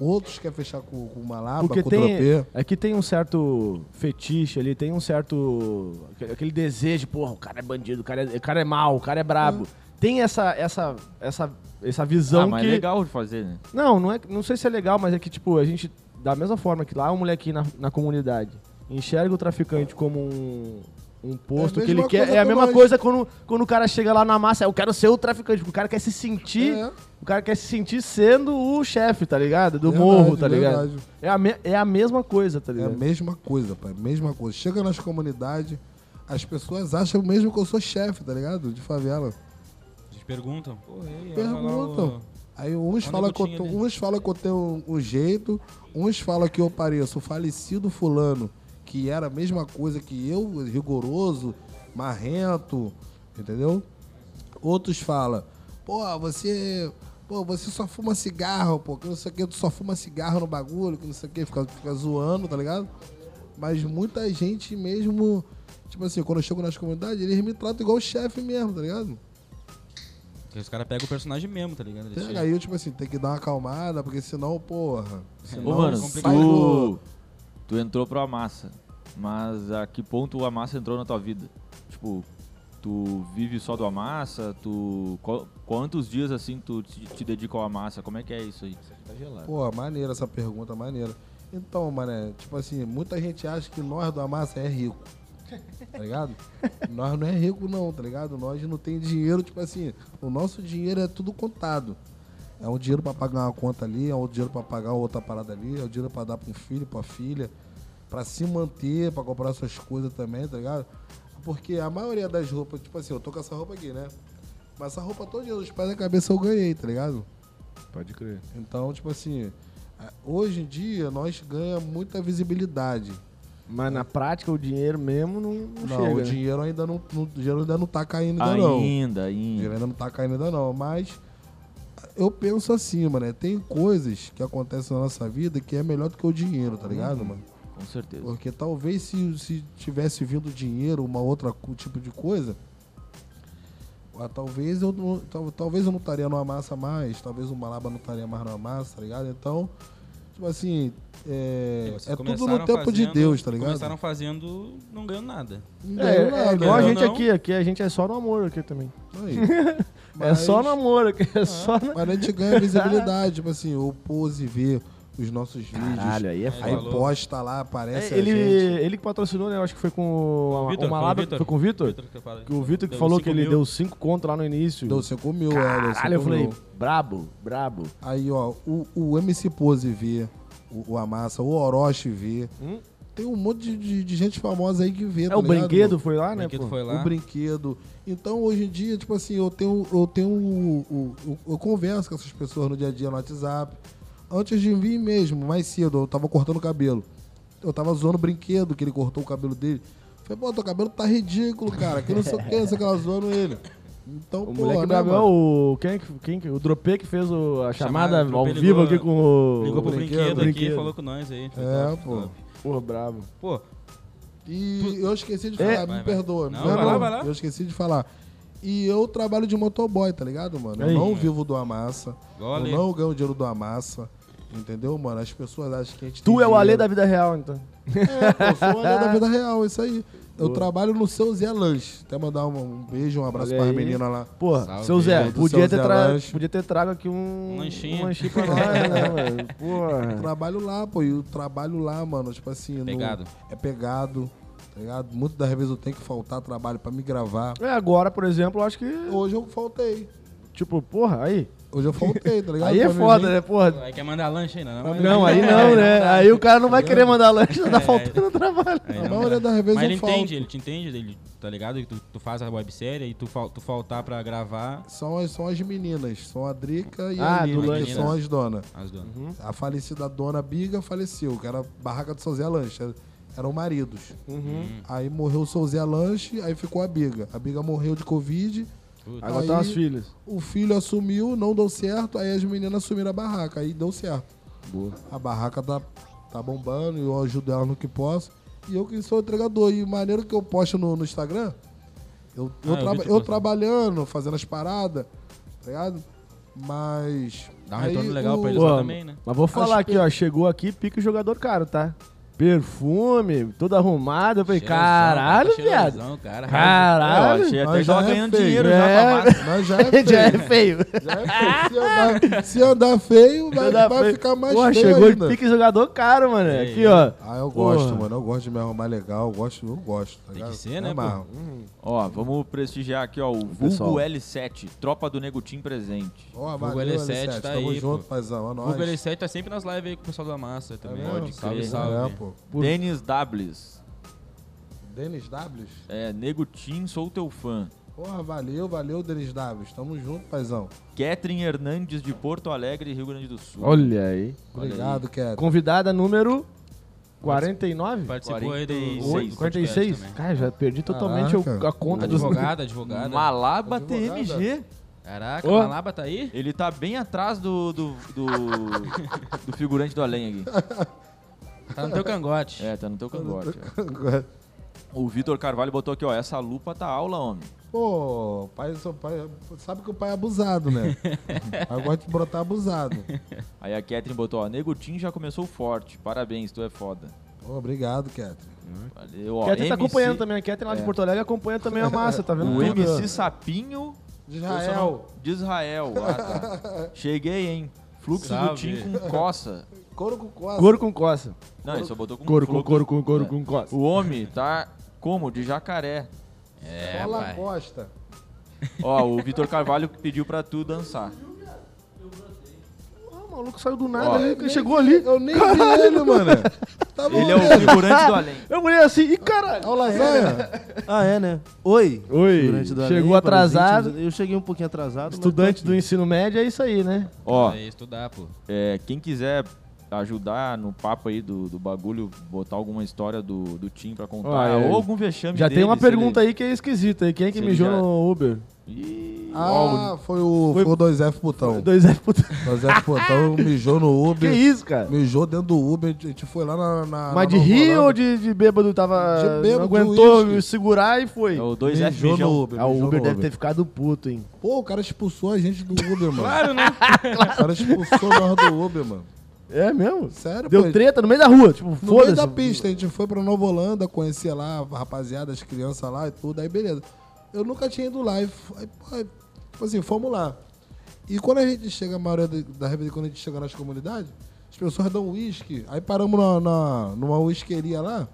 Speaker 4: outros quer fechar com, com o Malaba,
Speaker 1: Porque
Speaker 4: com o
Speaker 1: tem,
Speaker 4: Tropê.
Speaker 1: é que tem um certo fetiche ali, tem um certo. aquele- aquele desejo, porra, o cara é bandido, o cara é, o cara é mal, o cara é brabo.
Speaker 4: Hum.
Speaker 1: Tem essa, essa, essa, essa visão
Speaker 3: ah, mas
Speaker 1: que.
Speaker 3: é legal de fazer, né?
Speaker 1: Não, não, é, não sei se é legal, mas é que, tipo, a gente, da mesma forma que lá um molequinho na, na comunidade enxerga o traficante como um, um posto
Speaker 4: É a
Speaker 1: que ele
Speaker 4: mesma
Speaker 1: quer.
Speaker 4: coisa
Speaker 1: É a
Speaker 4: com
Speaker 1: mesma
Speaker 4: nós.
Speaker 1: coisa quando, quando o cara chega lá na massa, eu quero ser o traficante. porque O cara quer se sentir.
Speaker 4: É.
Speaker 1: O cara quer se sentir sendo o chefe, tá ligado? Do
Speaker 4: Verdade,
Speaker 1: morro, tá ligado?
Speaker 4: verdade.
Speaker 1: É a, me- é a mesma coisa, tá
Speaker 4: É a
Speaker 1: ligado?
Speaker 4: mesma coisa, pai, mesma coisa. Chega nas comunidades, as pessoas acham mesmo que eu sou chefe, tá ligado? De favela.
Speaker 2: Eles perguntam. Pô, e aí, olha lá o-
Speaker 4: Perguntam. Aí uns
Speaker 2: Olha a
Speaker 4: falam que, eu
Speaker 2: gotinha
Speaker 4: tô-
Speaker 2: ali.
Speaker 4: uns fala que eu tenho um jeito, uns falam que eu pareço o falecido fulano, que era a mesma coisa que eu, rigoroso, marrento, entendeu? Outros falam, pô, você. Pô, você só fuma cigarro, pô, que não sei o que, tu só fuma cigarro no bagulho, que não sei o que, fica, fica zoando, tá ligado? Mas muita gente mesmo, tipo assim, quando eu chego nas comunidades, eles me tratam igual chefe mesmo, tá ligado?
Speaker 2: Porque os caras pegam o personagem mesmo, tá ligado? Eles
Speaker 4: Pega aí, tipo assim, tem que dar uma acalmada, porque senão, porra.
Speaker 2: Ô,
Speaker 3: Ô,
Speaker 4: Senão,
Speaker 3: mano,
Speaker 4: sai do-
Speaker 3: tu, tu entrou pro Amassa, mas a que ponto o Amassa entrou na tua vida? Tipo, tu vive só do Amassa? Tu, qual- quantos dias assim tu te, te dedica ao Amassa? Como é que é isso aí?
Speaker 4: Pô, maneira essa pergunta, maneira. Então, mané, tipo assim, muita gente acha que nós do Amassa é rico. Tá ligado? nós não é rico, não, tá ligado? Nós não tem dinheiro, tipo assim, o nosso dinheiro é tudo contado. É um dinheiro pra pagar uma conta ali, é um dinheiro pra pagar outra parada ali, é um dinheiro pra dar pra um filho, pra filha, pra se manter, pra comprar suas coisas também, tá ligado? Porque a maioria das roupas, tipo assim, eu tô com essa roupa aqui, né? Mas essa roupa todo dia dos pés da cabeça eu ganhei, tá ligado?
Speaker 1: Pode crer.
Speaker 4: Então, tipo assim, a- hoje em dia nós ganha muita visibilidade.
Speaker 1: Mas na prática o dinheiro mesmo não, não,
Speaker 4: Não,
Speaker 1: chega.
Speaker 4: o
Speaker 1: né?
Speaker 4: dinheiro ainda não, não- o dinheiro ainda não tá caindo ainda não. O
Speaker 3: Ainda,
Speaker 4: dinheiro
Speaker 3: ainda.
Speaker 4: ainda não tá caindo ainda não, mas eu penso assim, mano, né? tem coisas que acontecem na nossa vida que é melhor do que o dinheiro, tá ligado, mano?
Speaker 3: Com certeza.
Speaker 4: Porque talvez se, se tivesse vindo dinheiro, uma outra co- tipo de coisa, ah, talvez eu não, tal- talvez eu não estaria numa massa mais, talvez o Malaba não estaria mais numa massa, tá ligado? Então, tipo assim, é,
Speaker 2: Vocês
Speaker 4: é tudo no
Speaker 2: começaram
Speaker 4: tempo de
Speaker 2: fazendo-
Speaker 4: Deus, tá ligado?
Speaker 2: Começaram fazendo, não ganhando nada.
Speaker 4: Não
Speaker 1: É,
Speaker 4: deu
Speaker 1: é
Speaker 4: nada,
Speaker 1: igual a
Speaker 4: né?
Speaker 2: Não,
Speaker 1: gente
Speaker 2: não.
Speaker 1: aqui, aqui a gente é só no amor aqui também.
Speaker 4: Aí.
Speaker 1: É
Speaker 4: Mas-
Speaker 1: só no amor aqui, é só no...
Speaker 4: Mas a gente ganha visibilidade, tipo assim, o Pose vê os nossos vídeos,
Speaker 1: aí é
Speaker 4: aí
Speaker 2: Falou.
Speaker 4: posta lá, aparece
Speaker 1: É, ele,
Speaker 4: a gente.
Speaker 1: ele que patrocinou, né? Eu acho que foi com o,
Speaker 2: Vitor,
Speaker 1: o Malabra.
Speaker 2: foi o
Speaker 1: Foi com o Vitor?
Speaker 2: Vitor que eu falei.
Speaker 1: Que O Vitor que
Speaker 2: Deu
Speaker 1: falou
Speaker 2: cinco
Speaker 1: que ele
Speaker 2: mil.
Speaker 1: deu 5 conto lá no início.
Speaker 4: Deu 5 mil, é, deu
Speaker 1: Caralho, eu
Speaker 4: 5
Speaker 1: falei,
Speaker 4: mil.
Speaker 1: brabo, brabo.
Speaker 4: Aí, ó, o, o MC Pose vê, o, o Amassa, o Orochi vê.
Speaker 1: Hum?
Speaker 4: Tem um monte de, de- de gente famosa aí que vê,
Speaker 1: É,
Speaker 4: tá
Speaker 1: o
Speaker 4: ligado,
Speaker 1: brinquedo
Speaker 4: mano?
Speaker 1: foi lá,
Speaker 2: O
Speaker 1: né?
Speaker 2: brinquedo
Speaker 1: pô?
Speaker 2: foi lá.
Speaker 4: O brinquedo. Então, hoje em dia, tipo assim, eu tenho. Eu tenho. o- o- o- eu converso com essas pessoas no dia a dia no WhatsApp. Antes de vir mesmo, mais cedo, eu tava cortando o cabelo. Eu tava zoando o brinquedo, que ele cortou o cabelo dele. Falei, pô, teu cabelo tá ridículo, cara. Que não sei o que, não sei o que lá zoando ele. Então,
Speaker 1: O
Speaker 4: pô,
Speaker 1: moleque
Speaker 4: né,
Speaker 1: brabo é
Speaker 4: mano?
Speaker 1: o. Quem, que- quem, que- o Dropê que fez o- a chamada
Speaker 2: Chamada, o
Speaker 1: ao
Speaker 2: Dropê
Speaker 1: vivo
Speaker 2: ligou-
Speaker 1: aqui com o.
Speaker 2: Ligou pro brinquedo,
Speaker 1: o
Speaker 2: aqui,
Speaker 1: brinquedo.
Speaker 2: falou com nós aí. Foi
Speaker 4: É,
Speaker 2: top,
Speaker 4: pô.
Speaker 2: top.
Speaker 1: Porra, brabo.
Speaker 2: Pô,
Speaker 4: E eu esqueci de
Speaker 1: É.
Speaker 4: falar,
Speaker 2: Vai,
Speaker 4: me
Speaker 2: vai.
Speaker 4: perdoa. me
Speaker 2: Não,
Speaker 4: perdoa.
Speaker 2: vai lá, vai lá.
Speaker 4: Eu esqueci de falar. E eu trabalho de motoboy, tá ligado, mano? Eu
Speaker 1: Aí,
Speaker 4: não
Speaker 2: mano.
Speaker 4: vivo do Amassa.
Speaker 2: Olha.
Speaker 4: Eu não ganho dinheiro do Amassa. Entendeu, mano? As pessoas acham que a gente.
Speaker 1: Tu
Speaker 4: tem
Speaker 1: é o Alê da
Speaker 4: dinheiro.
Speaker 1: vida real, então.
Speaker 4: É, pô, eu sou o Alê da vida real, isso aí. Eu trabalho no seu Zé Lanche. Até mandar um, um beijo, um abraço
Speaker 1: Olha
Speaker 4: para as
Speaker 1: aí.
Speaker 4: meninas lá.
Speaker 1: Porra,
Speaker 2: Salve,
Speaker 1: seu Zé,
Speaker 4: Zé do
Speaker 1: podia
Speaker 4: seu
Speaker 1: ter,
Speaker 4: Zé
Speaker 1: tra-
Speaker 4: Lanche.
Speaker 1: podia ter trago aqui um,
Speaker 2: Um lanchinho.
Speaker 1: um lanchinho pra nós, né, mano? Porra.
Speaker 4: Trabalho lá, pô. E o trabalho lá, mano, tipo assim. não-
Speaker 2: Pegado.
Speaker 4: é pegado, tá ligado? Muitas das vezes eu tenho que faltar trabalho para me gravar.
Speaker 1: É, agora, por exemplo, eu acho que,
Speaker 4: Hoje eu faltei.
Speaker 1: tipo, porra, aí.
Speaker 4: Hoje eu faltei, tá ligado?
Speaker 1: Aí é
Speaker 4: Pra mim
Speaker 1: foda,
Speaker 4: nem-
Speaker 1: né, porra?
Speaker 2: Aí quer mandar lanche ainda, não? mas-
Speaker 1: Não, aí não, né? Aí o cara não vai querer mandar lanche, tá faltando trabalho.
Speaker 2: Aí
Speaker 4: A
Speaker 2: não
Speaker 4: maioria
Speaker 2: dá.
Speaker 4: das vezes
Speaker 2: né? Mas
Speaker 4: eu
Speaker 2: ele
Speaker 4: falto.
Speaker 2: entende, ele te entende, ele, tá ligado? Que tu, tu faz a websérie e tu, fal- tu faltar pra gravar
Speaker 4: São as, são as meninas, são a Drica e
Speaker 1: Ah,
Speaker 4: a
Speaker 1: do
Speaker 4: Lina,
Speaker 1: lanche,
Speaker 4: que são
Speaker 2: né?
Speaker 4: as donas.
Speaker 2: as
Speaker 1: Uhum.
Speaker 2: donas.
Speaker 4: A falecida dona Biga faleceu, que era barraca do São Zé Lanche, era- eram maridos. Aí morreu o São Zé Lanche, aí ficou a Biga. A Biga morreu de Covid,
Speaker 2: Puta.
Speaker 1: Agora
Speaker 4: Aí-
Speaker 1: tá as filhas.
Speaker 4: o filho assumiu, não deu certo, aí as meninas assumiram a barraca, aí deu certo.
Speaker 1: Boa.
Speaker 4: A barraca tá, tá bombando, eu ajudo ela no que posso. E eu que sou entregador. E maneiro que eu posto no, no Instagram, eu, eu,
Speaker 2: eu vi
Speaker 4: traba-
Speaker 2: tu
Speaker 4: eu
Speaker 2: postando.
Speaker 4: trabalhando, fazendo as paradas, tá ligado? Mas.
Speaker 2: Dá um
Speaker 4: aí
Speaker 2: retorno legal pra
Speaker 4: o-
Speaker 2: eles lá também, né?
Speaker 1: Mas vou falar
Speaker 4: Acho
Speaker 1: aqui,
Speaker 4: que-
Speaker 1: ó. Chegou aqui, pica o jogador caro, tá? Perfume, todo arrumado. Eu falei,
Speaker 2: Cheirosão,
Speaker 1: caralho,
Speaker 2: tá
Speaker 1: viado.
Speaker 2: cheirosão, cara.
Speaker 1: Caralho.
Speaker 3: Eu achei até
Speaker 4: Mas
Speaker 3: que tava
Speaker 4: já é
Speaker 3: ganhando
Speaker 4: feio,
Speaker 3: dinheiro
Speaker 1: né?
Speaker 3: já pra massa.
Speaker 4: Mas já é feio.
Speaker 1: Já é feio.
Speaker 4: já é feio. Se, andar, se andar feio, vai,
Speaker 1: Vai dar
Speaker 4: vai
Speaker 1: feio.
Speaker 4: ficar mais
Speaker 1: Porra,
Speaker 4: feio
Speaker 1: chegou
Speaker 4: ainda.
Speaker 1: pique jogador caro, mano. Aqui, ó.
Speaker 4: Ah, eu gosto,
Speaker 1: Porra.
Speaker 4: mano. Eu gosto de me arrumar legal. Eu gosto, eu gosto. Tá ligado?
Speaker 2: ser,
Speaker 4: Me
Speaker 2: né, pô?
Speaker 4: amarro.
Speaker 3: Ó, vamos prestigiar aqui, ó, o
Speaker 1: pessoal.
Speaker 3: Vulgo L7, Tropa do Negutim presente.
Speaker 4: Ó,
Speaker 2: Vulgo
Speaker 4: valeu,
Speaker 2: L7,
Speaker 4: L7.
Speaker 2: tá
Speaker 4: Tamo
Speaker 2: aí,
Speaker 4: junto,
Speaker 2: pô.
Speaker 4: paizão. É
Speaker 2: O
Speaker 4: nóis.
Speaker 2: Google L7 tá sempre nas lives aí com o pessoal da massa também.
Speaker 4: mesmo?
Speaker 2: Pode salve,
Speaker 3: crer.
Speaker 2: salve.
Speaker 4: É, pô.
Speaker 1: Por-
Speaker 3: Denis Dablis,
Speaker 4: Denis Ws?
Speaker 3: é, Negutim, sou teu fã.
Speaker 4: Porra, valeu, valeu, Denis Ws. Tamo junto, paizão.
Speaker 3: Catherine Hernandes de Porto Alegre, Rio Grande do Sul.
Speaker 1: Olha aí.
Speaker 4: Obrigado, Keto.
Speaker 1: Convidada número 49?
Speaker 2: Participou aí do
Speaker 3: 46.
Speaker 2: do podcast
Speaker 1: 46?
Speaker 2: também.
Speaker 1: Cara, já perdi totalmente o-
Speaker 4: é Caraca.
Speaker 1: a conta dos
Speaker 2: Advogada, advogada.
Speaker 3: Malaba
Speaker 4: Advogada.
Speaker 3: TMG.
Speaker 2: Caraca,
Speaker 1: Ô.
Speaker 2: Malaba tá aí?
Speaker 3: Ele tá bem atrás do do, do, do figurante do além aqui.
Speaker 2: Tá no teu cangote.
Speaker 3: É, tá no teu cangote. ó. O Vitor Carvalho botou aqui, ó, essa lupa tá aula, homem.
Speaker 4: Pô, pai, seu pai, sabe que o pai é abusado, né? Aí gosta de brotar abusado.
Speaker 3: Aí a Catherine botou, ó, Negutim já começou forte. Parabéns, tu é foda.
Speaker 4: Pô, obrigado, Keto.
Speaker 3: Valeu, ó.
Speaker 1: Catherine tá
Speaker 3: MC
Speaker 1: acompanhando também. A Catherine lá de
Speaker 3: É.
Speaker 1: Porto Alegre acompanha também a massa, tá vendo?
Speaker 3: O
Speaker 1: tudo,
Speaker 3: MC
Speaker 1: ó.
Speaker 3: Sapinho
Speaker 4: De
Speaker 3: Eu só
Speaker 4: Israel,
Speaker 3: não- De Israel. Ah, tá. Cheguei, hein? Fluxo do
Speaker 2: Salve.
Speaker 3: Tim com coça.
Speaker 4: couro com costa.
Speaker 1: Couro com coça.
Speaker 3: Não, ele só botou com
Speaker 1: Couro com
Speaker 3: fluxo.
Speaker 1: couro com couro com coça.
Speaker 3: O homem tá como? De jacaré.
Speaker 2: É,
Speaker 4: cola
Speaker 2: pai.
Speaker 4: costa.
Speaker 3: Ó, o Vitor Carvalho pediu pra tu dançar.
Speaker 1: Ah, O maluco saiu do nada,
Speaker 3: Ó.
Speaker 1: ali, ele chegou ali.
Speaker 4: Eu nem vi ele, mano. Tá bom,
Speaker 3: Ele é o figurante do além.
Speaker 1: Eu olhei assim, e caralho.
Speaker 4: É o lasanha.
Speaker 5: Ah, é, né? Oi.
Speaker 1: Oi.
Speaker 5: Figurante do
Speaker 1: Chegou
Speaker 5: Além,
Speaker 1: atrasado.
Speaker 5: presente. Eu cheguei um pouquinho atrasado. mas
Speaker 1: Estudante
Speaker 5: tô
Speaker 1: do
Speaker 5: aqui.
Speaker 1: ensino médio é isso aí, né?
Speaker 3: Ó,
Speaker 2: É estudar, pô.
Speaker 3: é, quem quiser ajudar no papo aí do, do bagulho, botar alguma história do, do Tim pra contar,
Speaker 1: Ó, é.
Speaker 3: ou algum vexame
Speaker 1: Já
Speaker 3: dele,
Speaker 1: tem uma
Speaker 3: se ele-
Speaker 1: pergunta aí que é esquisita. aí. Quem é que
Speaker 3: se ele
Speaker 1: mijou
Speaker 3: já-
Speaker 1: no Uber?
Speaker 3: Ih, ó,
Speaker 4: Ah, foi o,
Speaker 1: Foi-
Speaker 4: foi o 2F Putão.
Speaker 1: 2F puta.
Speaker 4: 2F Putão mijou no
Speaker 1: Que
Speaker 4: Uber.
Speaker 1: isso, cara?
Speaker 4: Mijou dentro do Uber, a gente foi lá na. na
Speaker 1: Mas
Speaker 4: na
Speaker 1: de
Speaker 4: Nova
Speaker 1: rir
Speaker 4: Holanda.
Speaker 1: ou de, de bêbado? Tava.
Speaker 4: De
Speaker 1: não
Speaker 4: bêbado, de
Speaker 1: aguentou
Speaker 4: uísque.
Speaker 1: segurar e foi.
Speaker 3: é o
Speaker 4: Mijou
Speaker 3: 2F mijão.
Speaker 4: no Uber.
Speaker 1: Ah, o
Speaker 4: mijou
Speaker 1: Uber
Speaker 4: no
Speaker 1: deve ter ficado puto, hein?
Speaker 4: Pô, o cara expulsou a gente do Uber, mano. Claro, né? O cara expulsou nós do Uber, mano.
Speaker 1: É mesmo?
Speaker 4: Sério,
Speaker 1: Deu
Speaker 4: pô.
Speaker 1: treta no meio da rua, tipo,
Speaker 4: No meio
Speaker 1: foda-se.
Speaker 4: da pista, a gente foi pra Nova Holanda, conhecer lá a rapaziada, as crianças lá e tudo, aí beleza. Eu nunca tinha ido lá, e f- aí, pô, aí, tipo assim, fomos lá. E quando a gente chega, a maioria da- da revista, quando a gente chega nas comunidades, as pessoas dão uísque, aí paramos na, na- numa uísqueria lá,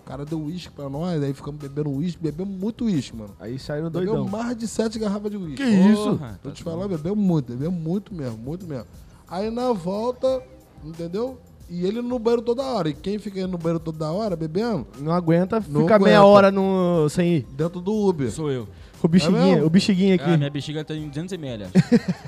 Speaker 4: o cara deu uísque pra nós, aí ficamos bebendo uísque, bebemos muito uísque, mano.
Speaker 1: Aí saíram
Speaker 4: Bebeu
Speaker 1: doidão.
Speaker 4: mais de sete garrafas de uísque.
Speaker 1: Que isso?
Speaker 2: Porra,
Speaker 4: Tô
Speaker 2: tá
Speaker 4: te falando, bebeu muito, bebeu muito mesmo, muito mesmo. Aí na volta, entendeu? E ele no banheiro toda hora. E quem fica no banheiro toda hora bebendo?
Speaker 1: Não aguenta, fica
Speaker 4: Não
Speaker 1: meia
Speaker 4: aguenta.
Speaker 1: hora no... sem ir.
Speaker 4: Dentro do Uber.
Speaker 2: Sou eu.
Speaker 1: O bexiguinha,
Speaker 4: mesmo?
Speaker 1: o bexiguinha aqui.
Speaker 2: Ah, minha bexiga tem 200 ml. acho.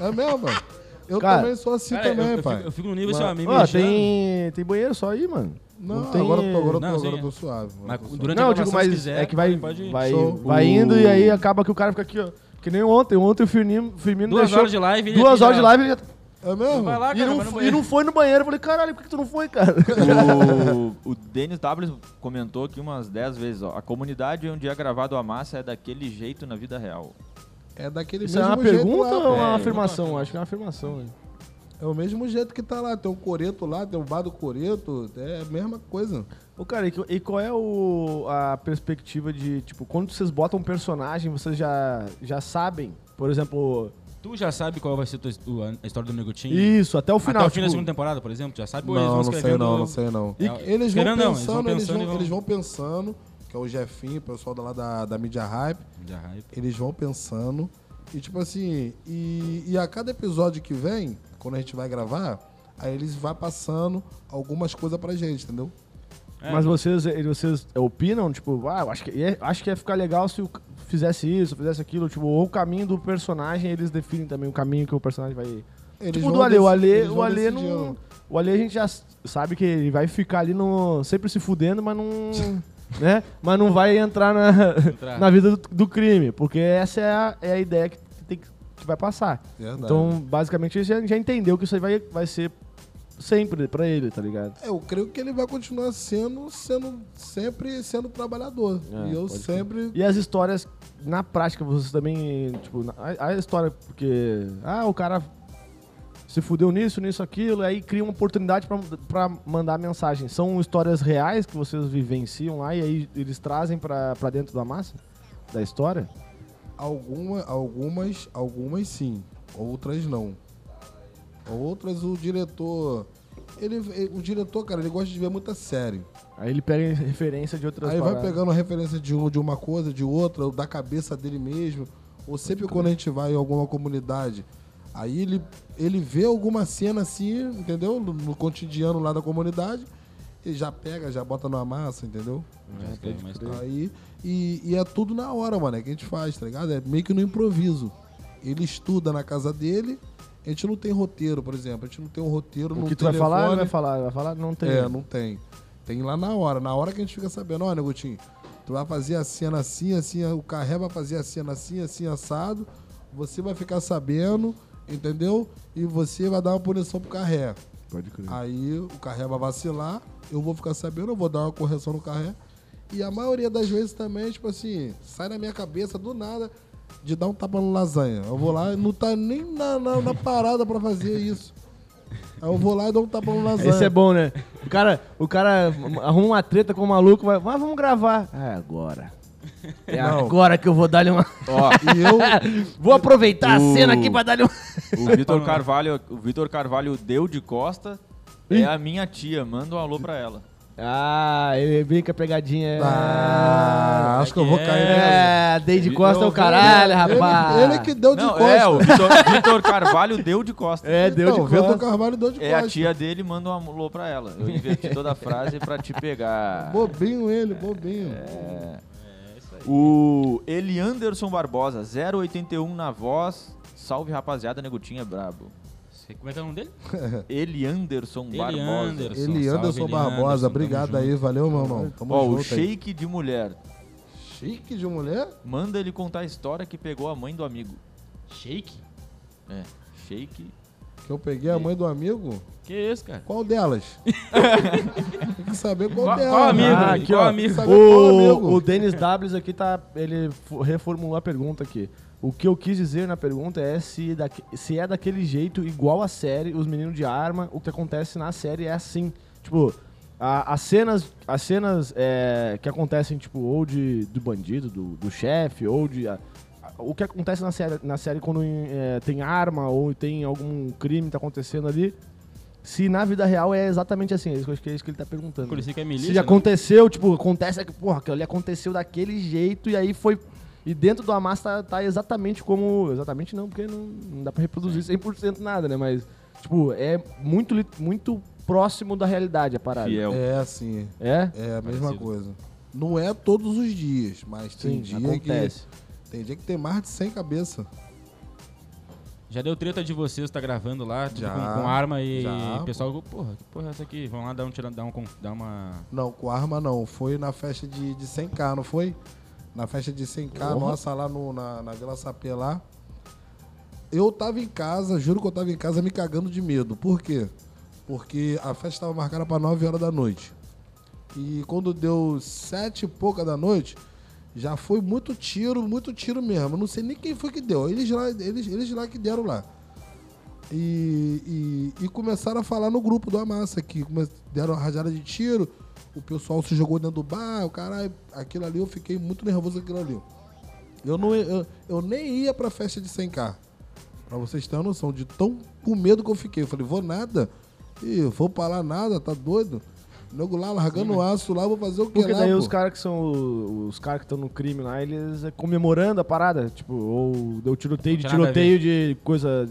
Speaker 4: É mesmo, mano? Eu
Speaker 1: Cara,
Speaker 4: também sou assim
Speaker 2: Cara, eu-
Speaker 4: também,
Speaker 2: eu,
Speaker 4: pai.
Speaker 2: Fico, eu fico no nível assim, ó, me
Speaker 1: Ó,
Speaker 2: mijando.
Speaker 1: tem, tem banheiro só aí, mano.
Speaker 4: Não,
Speaker 1: tem-
Speaker 4: agora eu tô, agora eu tô,
Speaker 2: Não,
Speaker 4: agora
Speaker 2: sim.
Speaker 4: eu tô suave. agora
Speaker 2: Mas
Speaker 4: eu tô suave.
Speaker 2: durante a
Speaker 1: não, eu
Speaker 2: gravação,
Speaker 1: digo, mas
Speaker 2: se quiser,
Speaker 1: é que vai,
Speaker 2: pode-
Speaker 1: vai,
Speaker 4: Show. Uh.
Speaker 1: vai indo e aí acaba que o cara fica aqui, ó. Que nem ontem. Ontem o Firmino, Firmino
Speaker 2: Duas
Speaker 1: deixou...
Speaker 2: horas de live. ele
Speaker 1: duas
Speaker 2: já-
Speaker 1: horas de live ele já...
Speaker 4: É mesmo?
Speaker 2: Vai lá, cara,
Speaker 1: e, não,
Speaker 2: vai no
Speaker 1: f- e
Speaker 2: banheiro.
Speaker 1: não foi no banheiro. Eu falei, caralho, por que, que tu não foi, cara?
Speaker 3: O, o Denis W comentou aqui umas 10 vezes, ó. A comunidade onde é gravado a massa é daquele jeito na vida real.
Speaker 4: É daquele
Speaker 1: Isso é
Speaker 4: mesmo
Speaker 1: uma
Speaker 4: jeito
Speaker 1: pergunta
Speaker 4: lá,
Speaker 1: ou
Speaker 4: pô.
Speaker 1: é uma afirmação? Acho que é uma afirmação. hein?
Speaker 4: É o mesmo jeito que tá lá. Tem o Coreto lá, tem o Bar do Coreto. É a mesma coisa.
Speaker 1: Ô, cara, e qu- e qual é o- a perspectiva de, tipo, quando vocês botam um personagem, vocês já, já sabem? Por exemplo,
Speaker 2: Tu já sabe qual vai ser tua- o- a história do Negotinho?
Speaker 1: isso, até o final.
Speaker 2: Até o fim da
Speaker 1: tipo,
Speaker 2: segunda temporada, por exemplo? Já sabe? ou eles
Speaker 4: não,
Speaker 2: vão um
Speaker 4: não sei
Speaker 2: escrevendo-
Speaker 4: não, não sei não.
Speaker 2: E-
Speaker 4: eles, vão
Speaker 2: Querendo
Speaker 4: pensando,
Speaker 2: ou não, eles vão
Speaker 4: eles,
Speaker 2: pensando
Speaker 4: vão,
Speaker 2: e vão-
Speaker 4: eles vão pensando, que é o Jefinho, o pessoal da lá da, da mídia hype,
Speaker 2: Já hype.
Speaker 4: eles vão pensando. E tipo assim, e, e a cada episódio que vem, quando a gente vai gravar, aí eles vão passando algumas coisas pra gente, entendeu?
Speaker 2: É.
Speaker 1: Mas vocês, eh, vocês opinam, tipo, ah, eu acho que, ia- acho que ia ficar legal se eu c- fizesse isso, fizesse aquilo, tipo, ou o caminho do personagem, eles definem também o caminho que o personagem vai
Speaker 4: Eles
Speaker 1: Tipo
Speaker 4: vão
Speaker 1: do Alê,
Speaker 4: deci-
Speaker 1: o Alê,
Speaker 4: eles
Speaker 1: o
Speaker 4: vão
Speaker 1: Alê
Speaker 4: decidindo.
Speaker 1: não. O Alê a gente já s- sabe que ele vai ficar ali no. sempre se fudendo, mas não. né? Mas não vai entrar na,
Speaker 2: Entrar.
Speaker 1: na vida do, do crime. Porque essa é a, é a ideia que, tem que, que vai passar.
Speaker 4: Verdade.
Speaker 1: Então, basicamente, ele já, já entendeu que isso aí vai, vai ser sempre pra ele, tá ligado?
Speaker 4: É, Eu creio que ele vai continuar sendo, sendo sempre sendo trabalhador.
Speaker 1: É,
Speaker 4: e eu
Speaker 1: pode
Speaker 4: sempre.
Speaker 1: E as histórias, na prática, vocês também. Tipo, na- a, a história, porque. Ah, o cara se fudeu nisso, nisso, aquilo, aí cria uma oportunidade pra- pra mandar mensagem. São histórias reais que vocês vivenciam lá e aí eles trazem pra pra dentro da massa? Da história?
Speaker 4: Alguma, algumas, algumas sim, outras não. Outras o diretor. Ele, ele- o diretor, cara, ele gosta de ver muita série.
Speaker 1: Aí ele pega referência de outras
Speaker 4: Aí vai
Speaker 1: paradas.
Speaker 4: pegando referência de, um, de uma coisa, de outra, ou da cabeça dele mesmo. Ou sempre quando a gente vai em alguma comunidade, aí ele, ele vê alguma cena assim, entendeu? No, no cotidiano lá da comunidade, e já pega, já bota na massa, entendeu?
Speaker 2: Já escreve uma história.
Speaker 4: Aí, e, e é tudo na hora, mano, é que a gente faz, tá ligado? É meio que no improviso. Ele estuda na casa dele, a gente não tem roteiro, por exemplo, a gente não tem um roteiro
Speaker 1: O
Speaker 4: no
Speaker 1: que tu vai falar, ele vai
Speaker 4: telefone.
Speaker 1: falar, vai falar, não tem.
Speaker 4: É, não tem. Tem lá na hora. Na hora que a gente fica sabendo, olha, Negotinho, tu vai fazer a cena assim, assim, o carré vai fazer a cena assim, assim, assado. Você vai ficar sabendo, entendeu? E você vai dar uma punição pro carré.
Speaker 1: Pode crer.
Speaker 4: Aí o carré vai vacilar, eu vou ficar sabendo, eu vou dar uma correção no carré. E a maioria das vezes também, tipo assim, sai na minha cabeça do nada de dar um tapa no lasanha. Eu vou lá e não tá nem na, na- na parada pra fazer isso. Aí eu vou lá e dou um tapa no lasanha.
Speaker 1: Esse é bom, né? O cara, o cara arruma uma treta com o maluco, vai, mas vamos gravar. É agora. É
Speaker 4: Não.
Speaker 1: agora que eu vou dar-lhe uma.
Speaker 3: Ó,
Speaker 4: E eu,
Speaker 1: Vou aproveitar
Speaker 3: O-
Speaker 1: a cena aqui pra dar-lhe uma.
Speaker 3: o Vitor Carvalho, o Vitor Carvalho deu de costa. É a minha tia, manda um alô pra ela.
Speaker 1: Ah, ele brinca pegadinha.
Speaker 4: Ah, acho que eu vou cair nessa.
Speaker 1: é, dei de
Speaker 3: Ele-
Speaker 1: costa é o
Speaker 3: Não,
Speaker 1: caralho, rapaz.
Speaker 4: Ele, ele que deu de
Speaker 3: Não,
Speaker 4: costa.
Speaker 3: é, o Vitor, Vitor Carvalho deu de costa. É.
Speaker 1: É, deu
Speaker 4: então,
Speaker 1: de
Speaker 4: Vitor
Speaker 1: costa.
Speaker 4: Carvalho deu de
Speaker 3: a
Speaker 4: costa.
Speaker 3: tia dele, manda um alô pra ela. Eu inverti toda a frase pra te pegar. É.
Speaker 4: Bobinho ele, bobinho.
Speaker 2: É,
Speaker 3: O Elianderson Barbosa, 081 na voz. Salve rapaziada, Negutinho é brabo.
Speaker 2: Sei- Como é que é o nome dele?
Speaker 3: Elianderson Barbosa.
Speaker 2: Elianderson.
Speaker 4: Ele
Speaker 2: Salve,
Speaker 4: Anderson
Speaker 2: Elianderson,
Speaker 4: Barbosa,
Speaker 2: tamo
Speaker 4: obrigado
Speaker 2: junto.
Speaker 4: aí, valeu, meu irmão. Tamo
Speaker 3: Ó,
Speaker 4: junto
Speaker 3: o
Speaker 4: aí.
Speaker 3: shake de mulher.
Speaker 4: Shake de mulher?
Speaker 3: Manda ele contar a história que pegou a mãe do amigo.
Speaker 2: Shake?
Speaker 3: É, shake.
Speaker 4: Que eu peguei a mãe do amigo.
Speaker 2: Que isso, cara?
Speaker 4: Qual delas? Tem que saber qual,
Speaker 2: Qual,
Speaker 4: delas.
Speaker 2: qual amigo?
Speaker 1: Ah,
Speaker 2: aqui,
Speaker 1: aqui,
Speaker 2: qual
Speaker 1: ó.
Speaker 2: amigo?
Speaker 4: Sabe qual
Speaker 1: O,
Speaker 4: amigo?
Speaker 1: o Denis W aqui tá. Ele fu- reformulou a pergunta aqui. O que eu quis dizer na pergunta é se, daque- se é daquele jeito igual a série, os meninos de arma, o que acontece na série é assim. Tipo, a- as cenas, as cenas é, que acontecem, tipo, ou de, do bandido, do, do chefe, ou de. a- a- o que acontece na série, na série quando é, tem arma ou tem algum crime tá acontecendo ali. Se na vida real é exatamente assim, é isso que eu acho que é isso que ele tá perguntando.
Speaker 2: Por isso que é milícia,
Speaker 1: Se já
Speaker 2: né?
Speaker 1: aconteceu, tipo, acontece, é que, porra, aquilo ali aconteceu daquele jeito e aí foi. E dentro do Hamas tá, tá exatamente como. Exatamente não, porque não, não dá pra reproduzir 100% nada, né? Mas, tipo, é muito, li- muito próximo da realidade a parada.
Speaker 3: Fiel.
Speaker 4: É assim,
Speaker 1: É?
Speaker 4: é a mesma
Speaker 2: Parecido.
Speaker 4: coisa. Não é todos os dias, mas tem
Speaker 1: Sim,
Speaker 4: dia é,
Speaker 1: acontece.
Speaker 4: que. Tem dia que tem mais de 100 cabeça.
Speaker 2: Já deu treta de vocês, tá gravando lá, tudo
Speaker 4: Já,
Speaker 2: com, com arma e
Speaker 4: já.
Speaker 2: o pessoal, porra, que porra é essa aqui? Vão lá dar um tira, dar um con- dar uma
Speaker 4: Não, com arma não. Foi na festa de, de 100k, não foi? Na festa de 100k nossa lá no, na, na Vila Sapê lá. Eu tava em casa, juro que eu tava em casa me cagando de medo. Por quê? Porque a festa tava marcada pra 9 horas da noite. E quando deu sete e pouca da noite, Já foi muito tiro, muito tiro mesmo. Eu não sei nem quem foi que deu. Eles lá, eles, eles lá que deram lá. E, e, e começaram a falar no grupo do Amassa, que come- deram uma rajada de tiro, o pessoal se jogou dentro do bar, o caralho, aquilo ali, eu fiquei muito nervoso com aquilo ali. Eu, não, eu, eu nem ia pra festa de 100k. Pra vocês terem uma noção de tão com medo que eu fiquei. Eu falei, vou nada. Ih, vou pra lá nada, tá doido? Nego lá, largando o aço lá, vou fazer o que
Speaker 1: né?" Porque
Speaker 4: lá,
Speaker 1: daí
Speaker 4: né, pô?
Speaker 1: os caras que são. o- Os caras que estão no crime lá, eles é comemorando a parada. Tipo, ou deu tiroteio
Speaker 2: Não
Speaker 1: de
Speaker 2: tinha nada a
Speaker 1: tiroteio de coisa.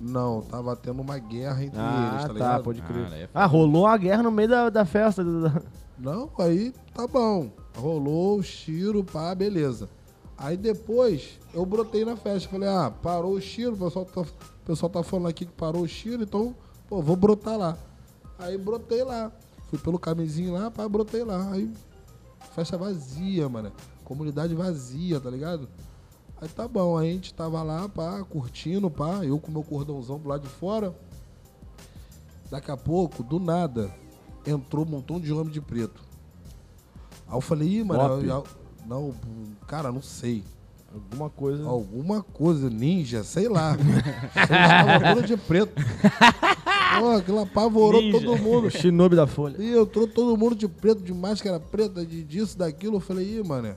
Speaker 4: Não, tava tendo uma guerra entre eles,
Speaker 1: Ah,
Speaker 4: tá
Speaker 1: tá,
Speaker 4: ligado?
Speaker 1: pode crer.
Speaker 2: Ah, é foda.
Speaker 1: Ah, rolou uma guerra no meio da, da festa. da- da-
Speaker 4: Não, aí tá bom. Rolou o tiro, pá, beleza. Aí depois eu brotei na festa. Falei, ah, parou o tiro, o pessoal tá, o pessoal tá falando aqui que parou o tiro, então, pô, vou brotar lá. Aí brotei lá. Fui pelo caminzinho lá, pá, brotei lá. Aí, festa vazia, mano. Comunidade vazia, tá ligado? Aí tá bom, aí a gente tava lá, pá, curtindo, pá, eu com meu cordãozão pro lado de fora. Daqui a pouco, do nada, entrou um montão de homem de preto. Aí eu falei, ih, mano,
Speaker 1: Golpe.
Speaker 4: eu- eu- não, cara, não sei.
Speaker 1: Alguma coisa.
Speaker 4: Alguma coisa, ninja, sei lá. Só estava todo de preto. Pô, aquilo apavorou
Speaker 2: Ninja.
Speaker 4: todo mundo.
Speaker 1: O Shinobi da Folha.
Speaker 4: E entrou todo mundo de preto, de máscara preta, de disso, daquilo. Eu falei, ih, mano.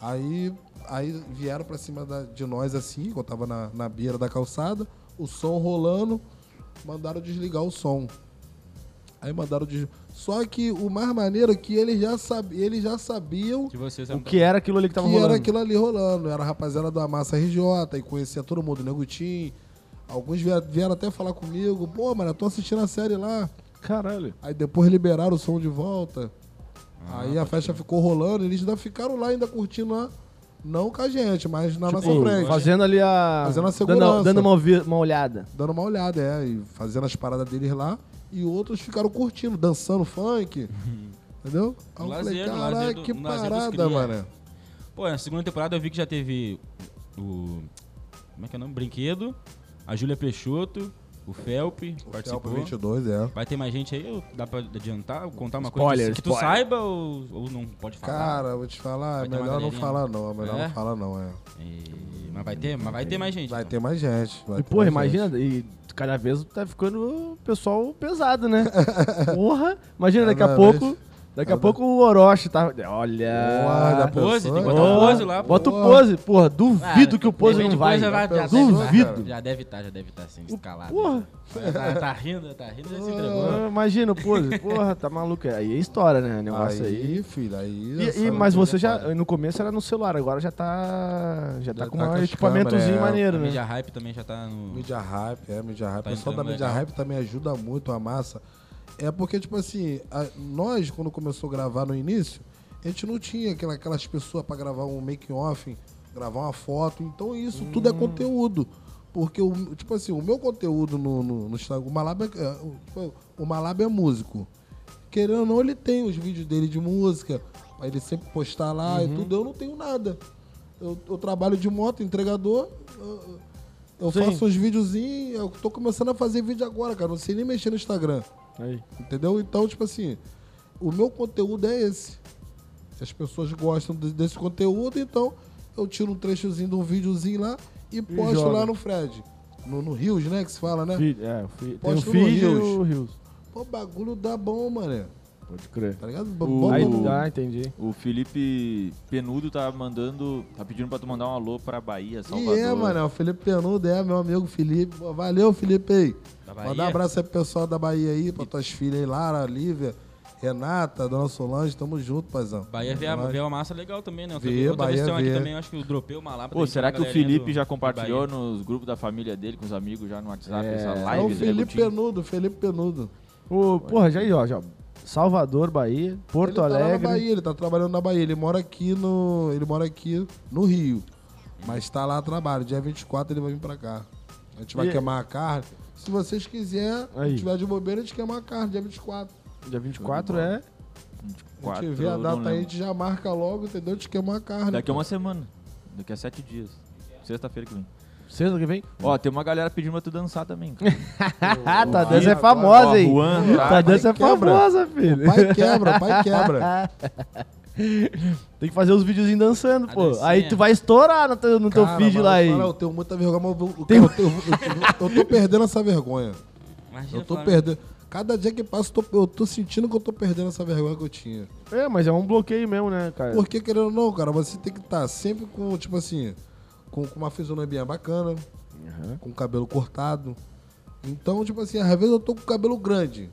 Speaker 4: Aí, aí vieram pra cima da- de nós assim, que eu tava na, na beira da calçada, o som rolando, mandaram desligar o som. Aí mandaram desligar. Só que o mais maneiro é que eles já, sab... eles já sabiam
Speaker 2: Que você
Speaker 1: O que era aquilo ali que tava
Speaker 4: que
Speaker 1: rolando?
Speaker 4: era aquilo ali rolando. Era a rapaziada da Massa RJ e conhecia todo mundo, Nego Tim. Alguns vie- vieram até falar comigo, pô, mano, eu tô assistindo a série lá.
Speaker 1: Caralho.
Speaker 4: Aí depois liberaram o som de volta.
Speaker 2: Ah,
Speaker 4: aí a festa ficou rolando, eles ainda ficaram lá, ainda curtindo lá. Não com a gente, mas na nossa
Speaker 1: Tipo,
Speaker 4: frente.
Speaker 1: Fazendo ali a.
Speaker 4: Fazendo a segurança.
Speaker 1: dando, dando uma, ouvi- uma olhada.
Speaker 4: Dando uma olhada, é, e fazendo as paradas deles lá. E outros ficaram curtindo, dançando funk. entendeu? Aí eu
Speaker 2: Lazer,
Speaker 4: falei,
Speaker 2: no
Speaker 4: caralho,
Speaker 2: lazer do-
Speaker 4: que
Speaker 2: no lazer dos
Speaker 4: parada,
Speaker 2: cria."
Speaker 4: mano.
Speaker 2: Pô, na segunda temporada eu vi que já teve o. Como é que é o nome? Brinquedo, a Júlia Peixoto, o Felpe,
Speaker 4: Celpo
Speaker 2: participou.
Speaker 4: 22, é.
Speaker 2: Vai ter mais gente aí? Ou Dá pra adiantar? Contar uma
Speaker 1: Spoiler,
Speaker 2: coisa que, tu
Speaker 1: spoiler.
Speaker 2: saiba ou, ou não pode falar?
Speaker 4: Cara, vou te falar, é
Speaker 2: Vai ter uma
Speaker 4: melhor não
Speaker 2: galerinha?
Speaker 4: falar não, é melhor
Speaker 2: É?
Speaker 4: não falar não, é.
Speaker 2: E- Mas vai ter, mas vai ter mais gente.
Speaker 4: Vai
Speaker 2: então.
Speaker 4: ter mais gente. Vai
Speaker 1: E,
Speaker 4: ter
Speaker 1: porra,
Speaker 4: mais
Speaker 1: imagina, e cada vez tá ficando o pessoal pesado, né? porra! Imagina, daqui a
Speaker 4: Cada
Speaker 1: pouco.
Speaker 4: vez.
Speaker 1: Daqui a
Speaker 4: Cada-
Speaker 1: pouco o Orochi tá.
Speaker 4: Olha,
Speaker 1: Olha.
Speaker 4: pô,
Speaker 2: Pose, tem que
Speaker 1: Porra,
Speaker 2: botar um pose lá. pô.
Speaker 1: Bota o
Speaker 4: Porra.
Speaker 1: pose, porra. Duvido que o pose
Speaker 2: Depende
Speaker 1: não
Speaker 2: de
Speaker 1: vai.
Speaker 2: coisa, já- já deve-
Speaker 1: Duvido.
Speaker 2: Já deve estar, já deve estar assim, escalado.
Speaker 1: Porra.
Speaker 2: Já Tá, tá rindo, tá rindo, já se entregou.
Speaker 1: Ah, Imagina o pose. Porra, tá maluco. Aí é história, né? O negócio aí.
Speaker 4: Aí, filho, aí...
Speaker 1: E-
Speaker 4: essa
Speaker 1: E, mas
Speaker 4: loucura
Speaker 1: você
Speaker 4: é
Speaker 1: já,
Speaker 4: foda.
Speaker 1: no começo era no celular, agora já tá. Já tá
Speaker 4: Já
Speaker 1: com
Speaker 4: tá com
Speaker 1: um
Speaker 4: as
Speaker 1: equipamentozinho
Speaker 4: câmeras,
Speaker 1: maneiro,
Speaker 2: A
Speaker 1: né?
Speaker 2: mídia hype também já tá no.
Speaker 4: Mídia hype, é, mídia hype.
Speaker 2: Tá
Speaker 4: o pessoal da
Speaker 2: entrando
Speaker 4: mídia
Speaker 2: legal.
Speaker 4: hype também ajuda muito a massa. É porque, tipo assim, a- nós, quando começou a gravar no início, a gente não tinha aquela- aquelas pessoas pra gravar um making-off, gravar uma foto. Então, isso tudo é
Speaker 2: Hum.
Speaker 4: conteúdo. Porque, o, tipo assim, o meu conteúdo no, no, no Instagram, o Malab é, é, o- tipo, o Malab é músico. Querendo ou não, ele tem os vídeos dele de música, pra ele sempre postar lá
Speaker 2: Uhum.
Speaker 4: e tudo. Eu não tenho nada. Eu, eu trabalho de moto, entregador. eu- eu- eu
Speaker 1: Sim.
Speaker 4: faço uns videozinhos, eu tô começando a fazer vídeo agora, cara. Não sei nem mexer no Instagram.
Speaker 1: Aí.
Speaker 4: Entendeu? Então, tipo assim, o meu conteúdo é esse. As pessoas gostam de- desse conteúdo, então eu tiro um trechozinho de um videozinho lá e posto
Speaker 1: joga.
Speaker 4: lá no Fred. No, no Rios, né? Que se fala, né?
Speaker 1: Fi- é, o fi- tem o
Speaker 4: Posto no
Speaker 1: feed e
Speaker 4: Rios.
Speaker 1: o Rios.
Speaker 4: Pô, bagulho dá bom, mano.
Speaker 1: Pode crer.
Speaker 4: Tá ligado? Bom,
Speaker 1: Aí,
Speaker 4: bom, bom.
Speaker 1: ah, entendi.
Speaker 3: O Felipe Penudo tá mandando, tá pedindo pra tu mandar um alô pra Bahia, Salvador.
Speaker 4: E é, mano, o Felipe Penudo é meu amigo Felipe. Pô, Valeu, Felipe aí.
Speaker 2: Da Bahia?
Speaker 4: Mandar um abraço aí pro pessoal da Bahia aí, pra tuas filhas aí, Lara, Lívia, Renata, Dona Solange, tamo junto, paizão.
Speaker 2: Bahia vê a,
Speaker 4: Nós-
Speaker 2: vê a massa legal também, né? Outra,
Speaker 4: Vê,
Speaker 2: outra vez
Speaker 4: Bahia
Speaker 2: tem um aqui
Speaker 4: vê.
Speaker 2: também, eu acho que o Dropei, o Malapa.
Speaker 3: Pô,
Speaker 2: tem
Speaker 3: será
Speaker 2: uma
Speaker 3: que o
Speaker 2: galerinha
Speaker 3: Felipe
Speaker 2: do-
Speaker 3: já
Speaker 2: do
Speaker 3: compartilhou
Speaker 2: Bahia.
Speaker 3: nos grupos da família dele, com os amigos já no WhatsApp,
Speaker 1: É,
Speaker 3: essa
Speaker 4: É
Speaker 3: live né,
Speaker 4: o
Speaker 3: do
Speaker 4: Felipe
Speaker 3: Legutinho?
Speaker 4: Penudo, Felipe Penudo.
Speaker 1: O, porra, já aí, ó. já. Salvador, Bahia, Porto
Speaker 4: ele Tá lá
Speaker 1: Alegre.
Speaker 4: na Bahia, ele tá trabalhando na Bahia. Ele mora aqui no. Ele mora aqui no Rio. Mas tá lá a trabalho. Dia 24 ele vai vir pra cá. A gente vai
Speaker 1: E-
Speaker 4: queimar a carne. Se vocês quiserem,
Speaker 1: Aí.
Speaker 4: se tiver de bobeira, a gente queima a carne, dia 24.
Speaker 1: Dia 24 é.
Speaker 4: A gente
Speaker 3: Quatro,
Speaker 4: vê a
Speaker 3: não
Speaker 4: data aí, tipo, a
Speaker 3: lembro.
Speaker 4: gente já marca logo, entendeu? De queimar a carne.
Speaker 3: Daqui a uma semana. Daqui a sete dias. Sexta-feira que vem.
Speaker 4: É.
Speaker 1: Sexta que vem?
Speaker 3: Ó, tem uma galera pedindo pra tu dançar também, cara.
Speaker 1: Ah, tá
Speaker 4: Bahia,
Speaker 1: dança é
Speaker 4: agora,
Speaker 1: famosa,
Speaker 3: Ó,
Speaker 1: hein?
Speaker 3: Juan,
Speaker 1: Tá
Speaker 3: tá?
Speaker 1: dança é
Speaker 4: quebra.
Speaker 1: famosa, filho.
Speaker 4: Pai quebra, pai quebra.
Speaker 1: Tem que fazer os videozinhos dançando,
Speaker 2: A
Speaker 1: pô.
Speaker 2: dancinha.
Speaker 1: Aí tu vai estourar no teu, no teu
Speaker 4: Cara,
Speaker 1: feed
Speaker 4: mas
Speaker 1: Então lá aí.
Speaker 4: Eu, falo, eu tenho muita vergonha, mas eu, vou-
Speaker 1: Tem- um-
Speaker 4: eu, eu- eu- eu tô perdendo essa vergonha.
Speaker 2: Imagina
Speaker 4: Eu tô
Speaker 2: falar-
Speaker 4: perdendo. Cada dia que passa, eu tô, eu tô sentindo que eu tô perdendo essa vergonha que eu tinha.
Speaker 1: É, mas é um bloqueio mesmo, né, cara?
Speaker 4: Porque, querendo ou não, cara, você tem que estar sempre com, tipo assim, com, com uma fisionomia bacana, com o cabelo cortado. Então, tipo assim, às vezes eu tô com o cabelo grande.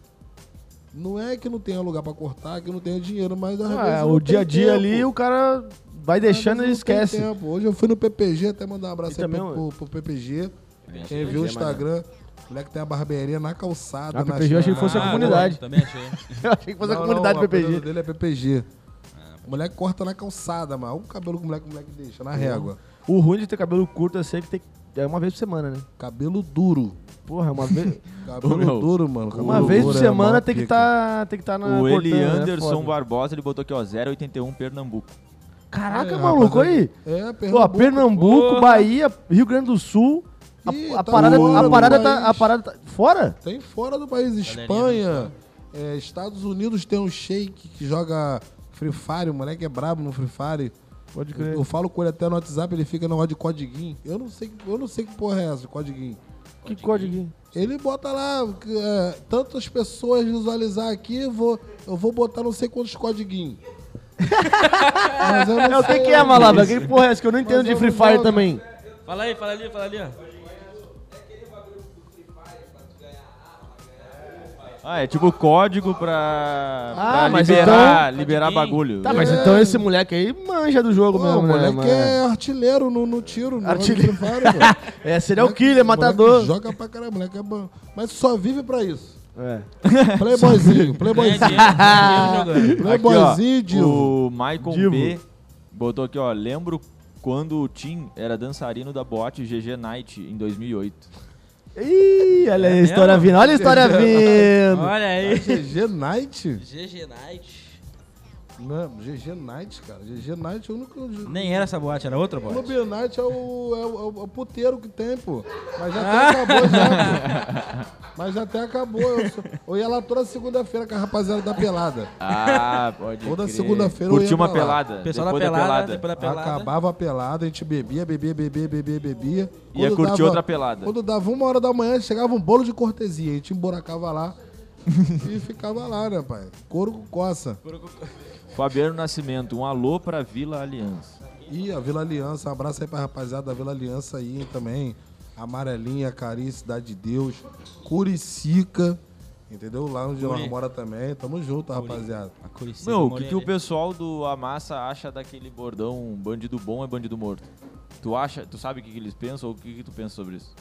Speaker 4: Não é que não tenha lugar pra cortar, que não tenha dinheiro, mas às vezes.
Speaker 1: Ah,
Speaker 4: não
Speaker 1: o
Speaker 4: tem
Speaker 1: dia a dia
Speaker 4: tempo.
Speaker 1: ali, o cara vai deixando
Speaker 4: Às
Speaker 1: e
Speaker 4: vezes não tem
Speaker 1: esquece.
Speaker 4: tempo. Hoje eu fui no PPG, até mandar um abraço
Speaker 1: E
Speaker 4: aí
Speaker 1: também é
Speaker 4: pro, pro- pro PPG.
Speaker 1: PPG
Speaker 4: Quem
Speaker 1: é
Speaker 4: viu o
Speaker 1: maneiro.
Speaker 4: Instagram, o moleque tem a barbearia na calçada.
Speaker 1: Ah,
Speaker 4: na
Speaker 1: PPG eu achei
Speaker 4: chave.
Speaker 1: que fosse a
Speaker 2: Ah,
Speaker 1: comunidade.
Speaker 2: boa, Também achei.
Speaker 1: Eu achei que fosse a
Speaker 4: Não,
Speaker 1: comunidade
Speaker 4: não, o apelido
Speaker 1: PPG.
Speaker 4: dele é PPG. O moleque corta na calçada, mano. Olha o cabelo que o moleque, o moleque
Speaker 1: É.
Speaker 4: deixa, na régua.
Speaker 1: O ruim de ter cabelo curto é ser que tem. É uma vez por semana, né?
Speaker 4: Cabelo duro.
Speaker 1: Porra, é uma vez.
Speaker 4: Cabelo
Speaker 3: meu,
Speaker 4: duro, mano. Cabelo
Speaker 1: uma vez por
Speaker 4: duro é
Speaker 1: semana
Speaker 4: mó
Speaker 1: tem que
Speaker 4: pica.
Speaker 1: estar tem que
Speaker 4: Ah,
Speaker 1: tá na.
Speaker 3: O
Speaker 1: cortando,
Speaker 3: Eli
Speaker 4: é
Speaker 1: né?
Speaker 3: Anderson
Speaker 1: Foda.
Speaker 3: Barbosa, ele botou aqui, ó, 081 Pernambuco.
Speaker 1: Caraca,
Speaker 4: É,
Speaker 1: maluco,
Speaker 4: rapaziada.
Speaker 1: aí.
Speaker 4: É,
Speaker 1: Pernambuco, Ó,
Speaker 4: Pernambuco.
Speaker 1: Pernambuco,
Speaker 2: Porra.
Speaker 1: Bahia, Rio Grande do Sul. A,
Speaker 4: Ih,
Speaker 1: a
Speaker 4: tá
Speaker 1: parada,
Speaker 4: fora
Speaker 1: a
Speaker 4: do
Speaker 1: parada tá, a
Speaker 4: país.
Speaker 1: parada tá. Fora?
Speaker 4: Tem fora do país.
Speaker 2: Galerinha
Speaker 4: Espanha, é, Estados Unidos tem um shake que joga Free Fire. O moleque é brabo no Free Fire.
Speaker 1: Pode
Speaker 4: Eu, eu falo com ele até no WhatsApp, ele fica no de codiguinho. Eu não sei, eu não sei que porra é essa, de codiguinho.
Speaker 1: Que código?
Speaker 4: Ele bota lá, é, tantas pessoas visualizar aqui, vou, eu vou botar não sei quantos codiguinhos. Mas eu não
Speaker 1: É o
Speaker 4: sei
Speaker 1: que, que é, Malabra? Que porra é essa que eu não entendo
Speaker 4: Mas
Speaker 1: de
Speaker 4: eu
Speaker 1: Free
Speaker 4: não
Speaker 1: Fire
Speaker 4: jogo.
Speaker 1: também?
Speaker 2: Fala aí, fala ali, fala ali, ó.
Speaker 3: Ah, é tipo código pra,
Speaker 1: Ah,
Speaker 3: pra
Speaker 1: mas
Speaker 3: liberar,
Speaker 2: então-
Speaker 3: liberar
Speaker 2: Codiguinho.
Speaker 3: bagulho.
Speaker 1: Tá, mas então esse moleque aí manja do jogo
Speaker 4: Pô,
Speaker 1: mesmo,
Speaker 4: o
Speaker 1: né?
Speaker 4: moleque
Speaker 1: mano?
Speaker 4: é artilheiro no, no tiro, no
Speaker 1: Artilheiro.
Speaker 4: Free Fire, mano.
Speaker 1: É, serial
Speaker 4: Moleque-
Speaker 1: killer,
Speaker 4: moleque
Speaker 1: matador.
Speaker 4: Joga pra caramba, moleque é bom. Mas só vive pra isso.
Speaker 1: É.
Speaker 4: Playboyzinho,
Speaker 2: Ganha
Speaker 4: playboyzinho.
Speaker 2: dinheiro, ganha dinheiro jogando.
Speaker 3: Aqui, ó,
Speaker 4: Playboyzinho, Divo.
Speaker 3: o Michael
Speaker 1: Divo.
Speaker 3: B botou aqui, ó, lembro quando o Tim era dançarino da boate GG Night em 2008.
Speaker 1: Ih, olha aí a
Speaker 2: É
Speaker 1: história
Speaker 2: mesmo?
Speaker 1: vindo, olha a história vindo.
Speaker 2: Olha aí.
Speaker 4: GG Knight?
Speaker 2: GG Night.
Speaker 4: Não, GG Knight, cara. GG Knight, eu nunca.
Speaker 2: Nem era essa boate, era outra boate.
Speaker 4: Clube Night é o, é, o, é o- é o puteiro que tem, pô. Mas já até acabou, já, pô. Mas já até acabou. Eu, sou- eu ia lá toda segunda-feira com a rapaziada da pelada.
Speaker 3: Ah, pode
Speaker 4: Toda
Speaker 3: crer.
Speaker 4: segunda-feira eu
Speaker 3: Curtiu
Speaker 4: ia
Speaker 3: uma
Speaker 4: pra lá.
Speaker 3: pelada.
Speaker 2: O pessoal
Speaker 3: depois
Speaker 2: da pelada,
Speaker 3: da
Speaker 2: depois da pelada.
Speaker 4: Acabava a pelada, a gente bebia, bebia, bebia, bebia, bebia.
Speaker 3: Ia
Speaker 4: Quando
Speaker 3: curtir
Speaker 4: dava-
Speaker 3: outra pelada.
Speaker 4: Quando dava uma hora da manhã, chegava um bolo de cortesia. A gente emburacava lá e ficava lá, né, pai? Couro com coça.
Speaker 3: Fabiano Nascimento, um alô pra Vila Aliança.
Speaker 4: E a Vila Aliança, um abraço aí pra rapaziada da Vila Aliança aí hein, também. Amarelinha, Carim, Cidade de Deus, Curicica, entendeu? Lá onde
Speaker 2: Curi.
Speaker 4: nós mora também. Tamo junto, rapaziada.
Speaker 2: A Curicica,
Speaker 3: Meu, o
Speaker 2: Morelli.
Speaker 3: que, que o pessoal do Amassa acha daquele bordão bandido bom é bandido morto? Tu acha, tu sabe o que, que eles pensam ou o que, que tu pensa sobre isso?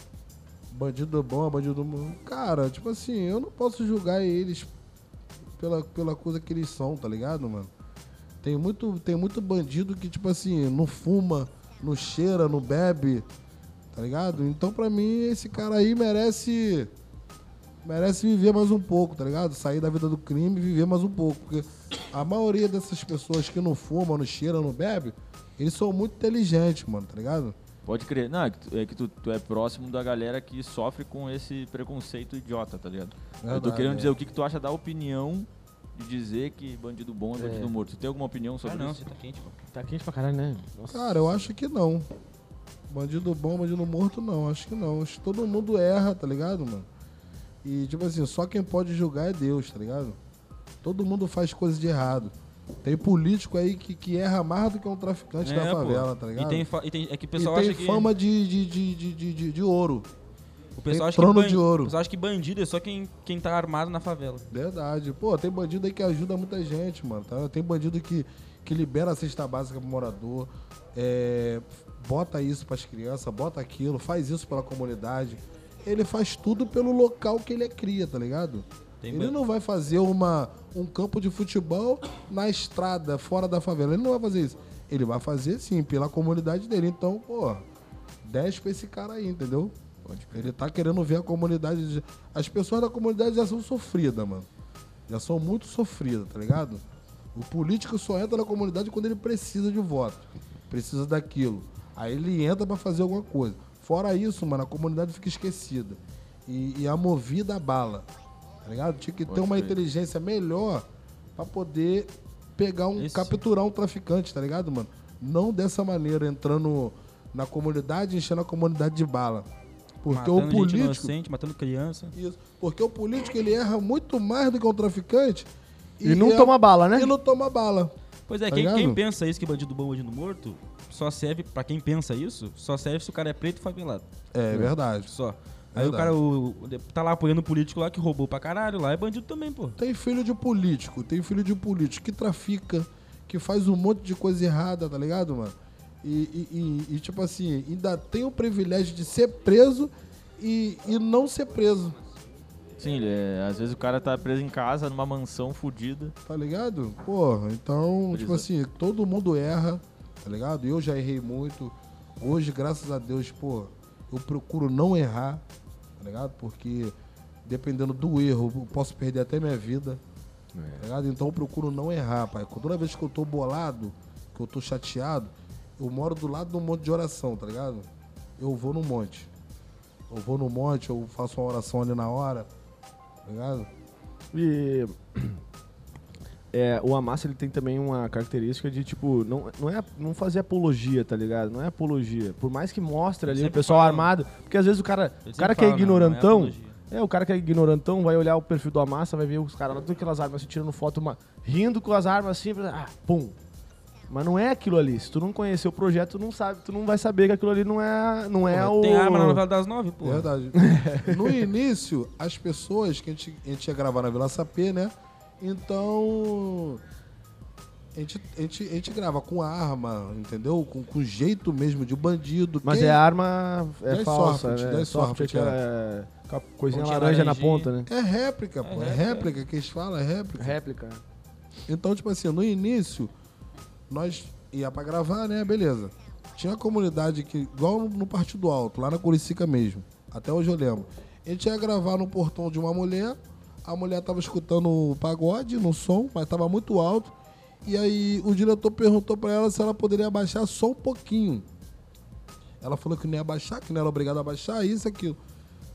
Speaker 4: Bandido bom, é bandido bom. Cara, tipo assim, eu não posso julgar eles pela, pela coisa que eles são, tá ligado, mano? Tem muito, tem muito bandido que, tipo assim, não fuma, não cheira, não bebe, tá ligado? Então, pra mim, esse cara aí merece. Merece viver mais um pouco, tá ligado? Sair da vida do crime e viver mais um pouco. Porque a maioria dessas pessoas que não fumam, não cheiram, não bebe, eles são muito inteligentes, mano, tá ligado?
Speaker 3: Pode crer. Não, é que, tu, é, que tu- tu é próximo da galera que sofre com esse preconceito idiota, tá ligado? Eu tô
Speaker 4: Verdade,
Speaker 3: querendo
Speaker 4: é.
Speaker 3: dizer o que, que tu acha da opinião de dizer que bandido bom é bandido morto. Tu tem alguma opinião
Speaker 2: Ah,
Speaker 3: sobre
Speaker 2: não,
Speaker 3: isso?
Speaker 2: você tá quente, pô.
Speaker 1: Tá quente pra caralho, né?
Speaker 4: Cara, eu acho que não. Bandido bom, bandido morto, não. Acho que não. Acho que todo mundo erra, tá ligado, mano? E, tipo assim, só quem pode julgar é Deus, tá ligado? Todo mundo faz coisas de errado. Tem político aí que, que erra mais do que um traficante
Speaker 2: É,
Speaker 4: da
Speaker 2: pô.
Speaker 4: favela, tá
Speaker 2: E
Speaker 4: ligado?
Speaker 2: tem, fa- e tem- é que o
Speaker 4: E
Speaker 2: pessoal
Speaker 4: tem
Speaker 2: acha que.
Speaker 4: fama de, de, de, de, de, de- de ouro.
Speaker 2: o pessoal
Speaker 4: tem
Speaker 2: acha
Speaker 4: trono
Speaker 2: que ban-
Speaker 4: de ouro.
Speaker 2: O pessoal acha que bandido é só quem, quem tá armado na favela.
Speaker 4: Verdade. Pô, tem bandido aí que ajuda muita gente, mano. Tá? Tem bandido que, que libera a cesta básica pro morador, é, bota isso pras crianças, bota aquilo, faz isso pela comunidade. Ele faz tudo pelo local que ele é cria, tá ligado?
Speaker 2: Tem
Speaker 4: ele
Speaker 2: ban-
Speaker 4: não vai fazer uma, um campo de futebol na estrada, fora da favela. Ele não vai fazer isso. Ele vai fazer, sim, pela comunidade dele. Então, pô, 10 pra esse cara aí, entendeu? Ele tá querendo ver a comunidade. de- As pessoas da comunidade já são sofridas, mano. Já são muito sofridas, tá ligado? O político só entra na comunidade quando ele precisa de voto, precisa daquilo. Aí ele entra pra fazer alguma coisa. Fora isso, mano, a comunidade fica esquecida. E, e a movida a bala, tá ligado? Tinha que ter
Speaker 3: Pode
Speaker 4: uma
Speaker 3: crer.
Speaker 4: inteligência melhor pra poder pegar um,
Speaker 2: Esse-
Speaker 4: capturar um traficante, tá ligado, mano? Não dessa maneira, entrando na comunidade, enchendo a comunidade de bala. Porque
Speaker 2: matando
Speaker 4: o
Speaker 2: gente
Speaker 4: político.
Speaker 2: inocente, matando criança.
Speaker 4: Isso. Porque o político ele erra muito mais do que um traficante. é
Speaker 1: E não toma bala, né?
Speaker 4: E não toma bala.
Speaker 2: Pois é,
Speaker 4: Tá
Speaker 2: quem,
Speaker 4: ligado?
Speaker 2: quem pensa isso que bandido bom, bandido morto, só serve, pra quem pensa isso, só serve se o cara é preto e favelado.
Speaker 4: É verdade.
Speaker 2: Só. Aí o
Speaker 4: Verdade.
Speaker 2: cara o, o- tá lá apoiando o político lá que roubou pra caralho, lá é bandido também, pô.
Speaker 4: Tem filho de político, tem filho de político que trafica, que faz um monte de coisa errada, tá ligado, mano? E, e- e- e, tipo assim, ainda tem o privilégio de ser preso e, e não ser preso,
Speaker 3: Sim, ele é- às vezes o cara tá preso em casa, numa mansão fodida.
Speaker 4: tá ligado? Porra, então,
Speaker 3: Pois
Speaker 4: tipo
Speaker 3: é.
Speaker 4: assim, todo mundo erra, tá ligado? Eu já errei muito. Hoje, graças a Deus, pô, eu procuro não errar, tá ligado? Porque dependendo do erro, eu posso perder até minha vida. tá
Speaker 3: É.
Speaker 4: ligado? Então eu procuro não errar, pai. Toda vez que eu tô bolado, que eu tô chateado, eu moro do lado de um monte de oração, tá ligado? Eu vou no monte. Eu vou no monte, eu faço uma oração ali na hora, tá ligado?
Speaker 1: E é, o Amassa ele tem também uma característica de tipo não não é não fazer apologia, tá ligado? Não é apologia. Por mais que mostre ali o
Speaker 2: sempre
Speaker 1: pessoal
Speaker 2: falam.
Speaker 1: armado, porque às vezes o cara,
Speaker 2: Eles
Speaker 1: o cara
Speaker 2: sempre
Speaker 1: que é
Speaker 2: falam, né? Não é
Speaker 1: ignorantão,
Speaker 2: apologia.
Speaker 1: é, o cara que é ignorantão vai olhar o perfil do Amassa, vai ver os caras lá com aquelas armas se tirando foto, uma, rindo com as armas assim, ah, pum. Mas não é aquilo ali. Se tu não conhecer o projeto, tu não sabe, tu não vai saber que aquilo ali não é, não é o
Speaker 2: Tem arma na novela das nove, pô.
Speaker 4: Verdade. No início, as pessoas que a gente, a gente ia gravar na Vila Sapê, né? Então. A gente, a, gente, a gente grava com arma, entendeu? Com, com jeito mesmo de bandido.
Speaker 1: Mas
Speaker 4: Quem-
Speaker 1: é arma é
Speaker 4: Dez
Speaker 1: falsa,
Speaker 4: soft,
Speaker 1: né?
Speaker 4: dez
Speaker 1: Soft é
Speaker 4: soft,
Speaker 1: aquela é, com a coisinha
Speaker 2: Pontinha
Speaker 1: laranja na
Speaker 2: laranjinha.
Speaker 1: ponta, né?
Speaker 4: É réplica, pô. É réplica que eles falam, é réplica.
Speaker 1: Réplica.
Speaker 4: Então, tipo assim, no início, nós ia pra gravar, né? Beleza. Tinha uma comunidade que, igual no- no Partido Alto, lá na Curicica mesmo. Até hoje eu lembro. A gente ia gravar no portão de uma mulher, a mulher tava escutando o pagode no som, mas tava muito alto. E aí o diretor perguntou pra ela se ela poderia abaixar só um pouquinho. Ela falou que não ia abaixar, que não era obrigada a abaixar, isso, aquilo.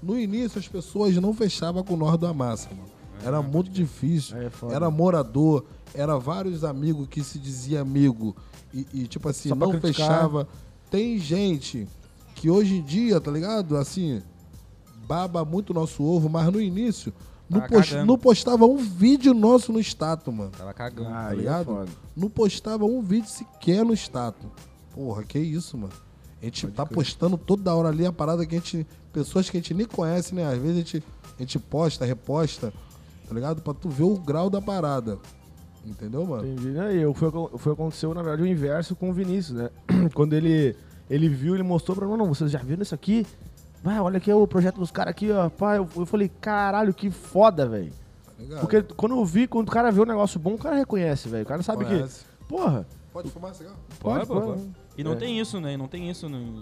Speaker 4: No início as pessoas não fechavam com o nó da massa, mano. Era muito difícil.
Speaker 1: É Aí é foda.
Speaker 4: era morador, era vários amigos que se dizia amigo e, e, tipo assim,
Speaker 1: Só pra
Speaker 4: não
Speaker 1: criticar.
Speaker 4: fechava. Tem gente que hoje em dia, tá ligado? Assim, baba muito nosso ovo, mas no início não,
Speaker 2: Tava
Speaker 4: post-
Speaker 2: cagando.
Speaker 4: não postava um vídeo nosso no status, mano.
Speaker 2: Tava cagando.
Speaker 1: Ah,
Speaker 4: Tá ligado?
Speaker 1: foda.
Speaker 4: Não postava um vídeo sequer no status. Porra, que isso, mano. A gente tá postando toda hora ali a parada que a gente. Pessoas que a gente nem conhece, né? Às vezes a gente, a gente posta, reposta, tá ligado? Pra tu ver o grau da parada. Entendeu, mano?
Speaker 1: Entendi. Não, E eu, foi, o que- foi, o que aconteceu, na verdade, o inverso com o Vinícius, né? Quando ele, ele viu, ele mostrou pra mim, não, vocês já viram isso aqui? Vai, olha aqui é o projeto dos caras aqui, ó. Pá, eu, eu falei, caralho, que foda, velho.
Speaker 4: Tá ligado?
Speaker 1: Porque quando eu vi, quando o cara vê um negócio bom, o cara reconhece, velho. O cara sabe
Speaker 4: Conhece.
Speaker 1: que. Porra,
Speaker 4: Pode fumar cigarro?
Speaker 1: pode, pode. É.
Speaker 2: E não tem isso, né? Não tem isso. Não...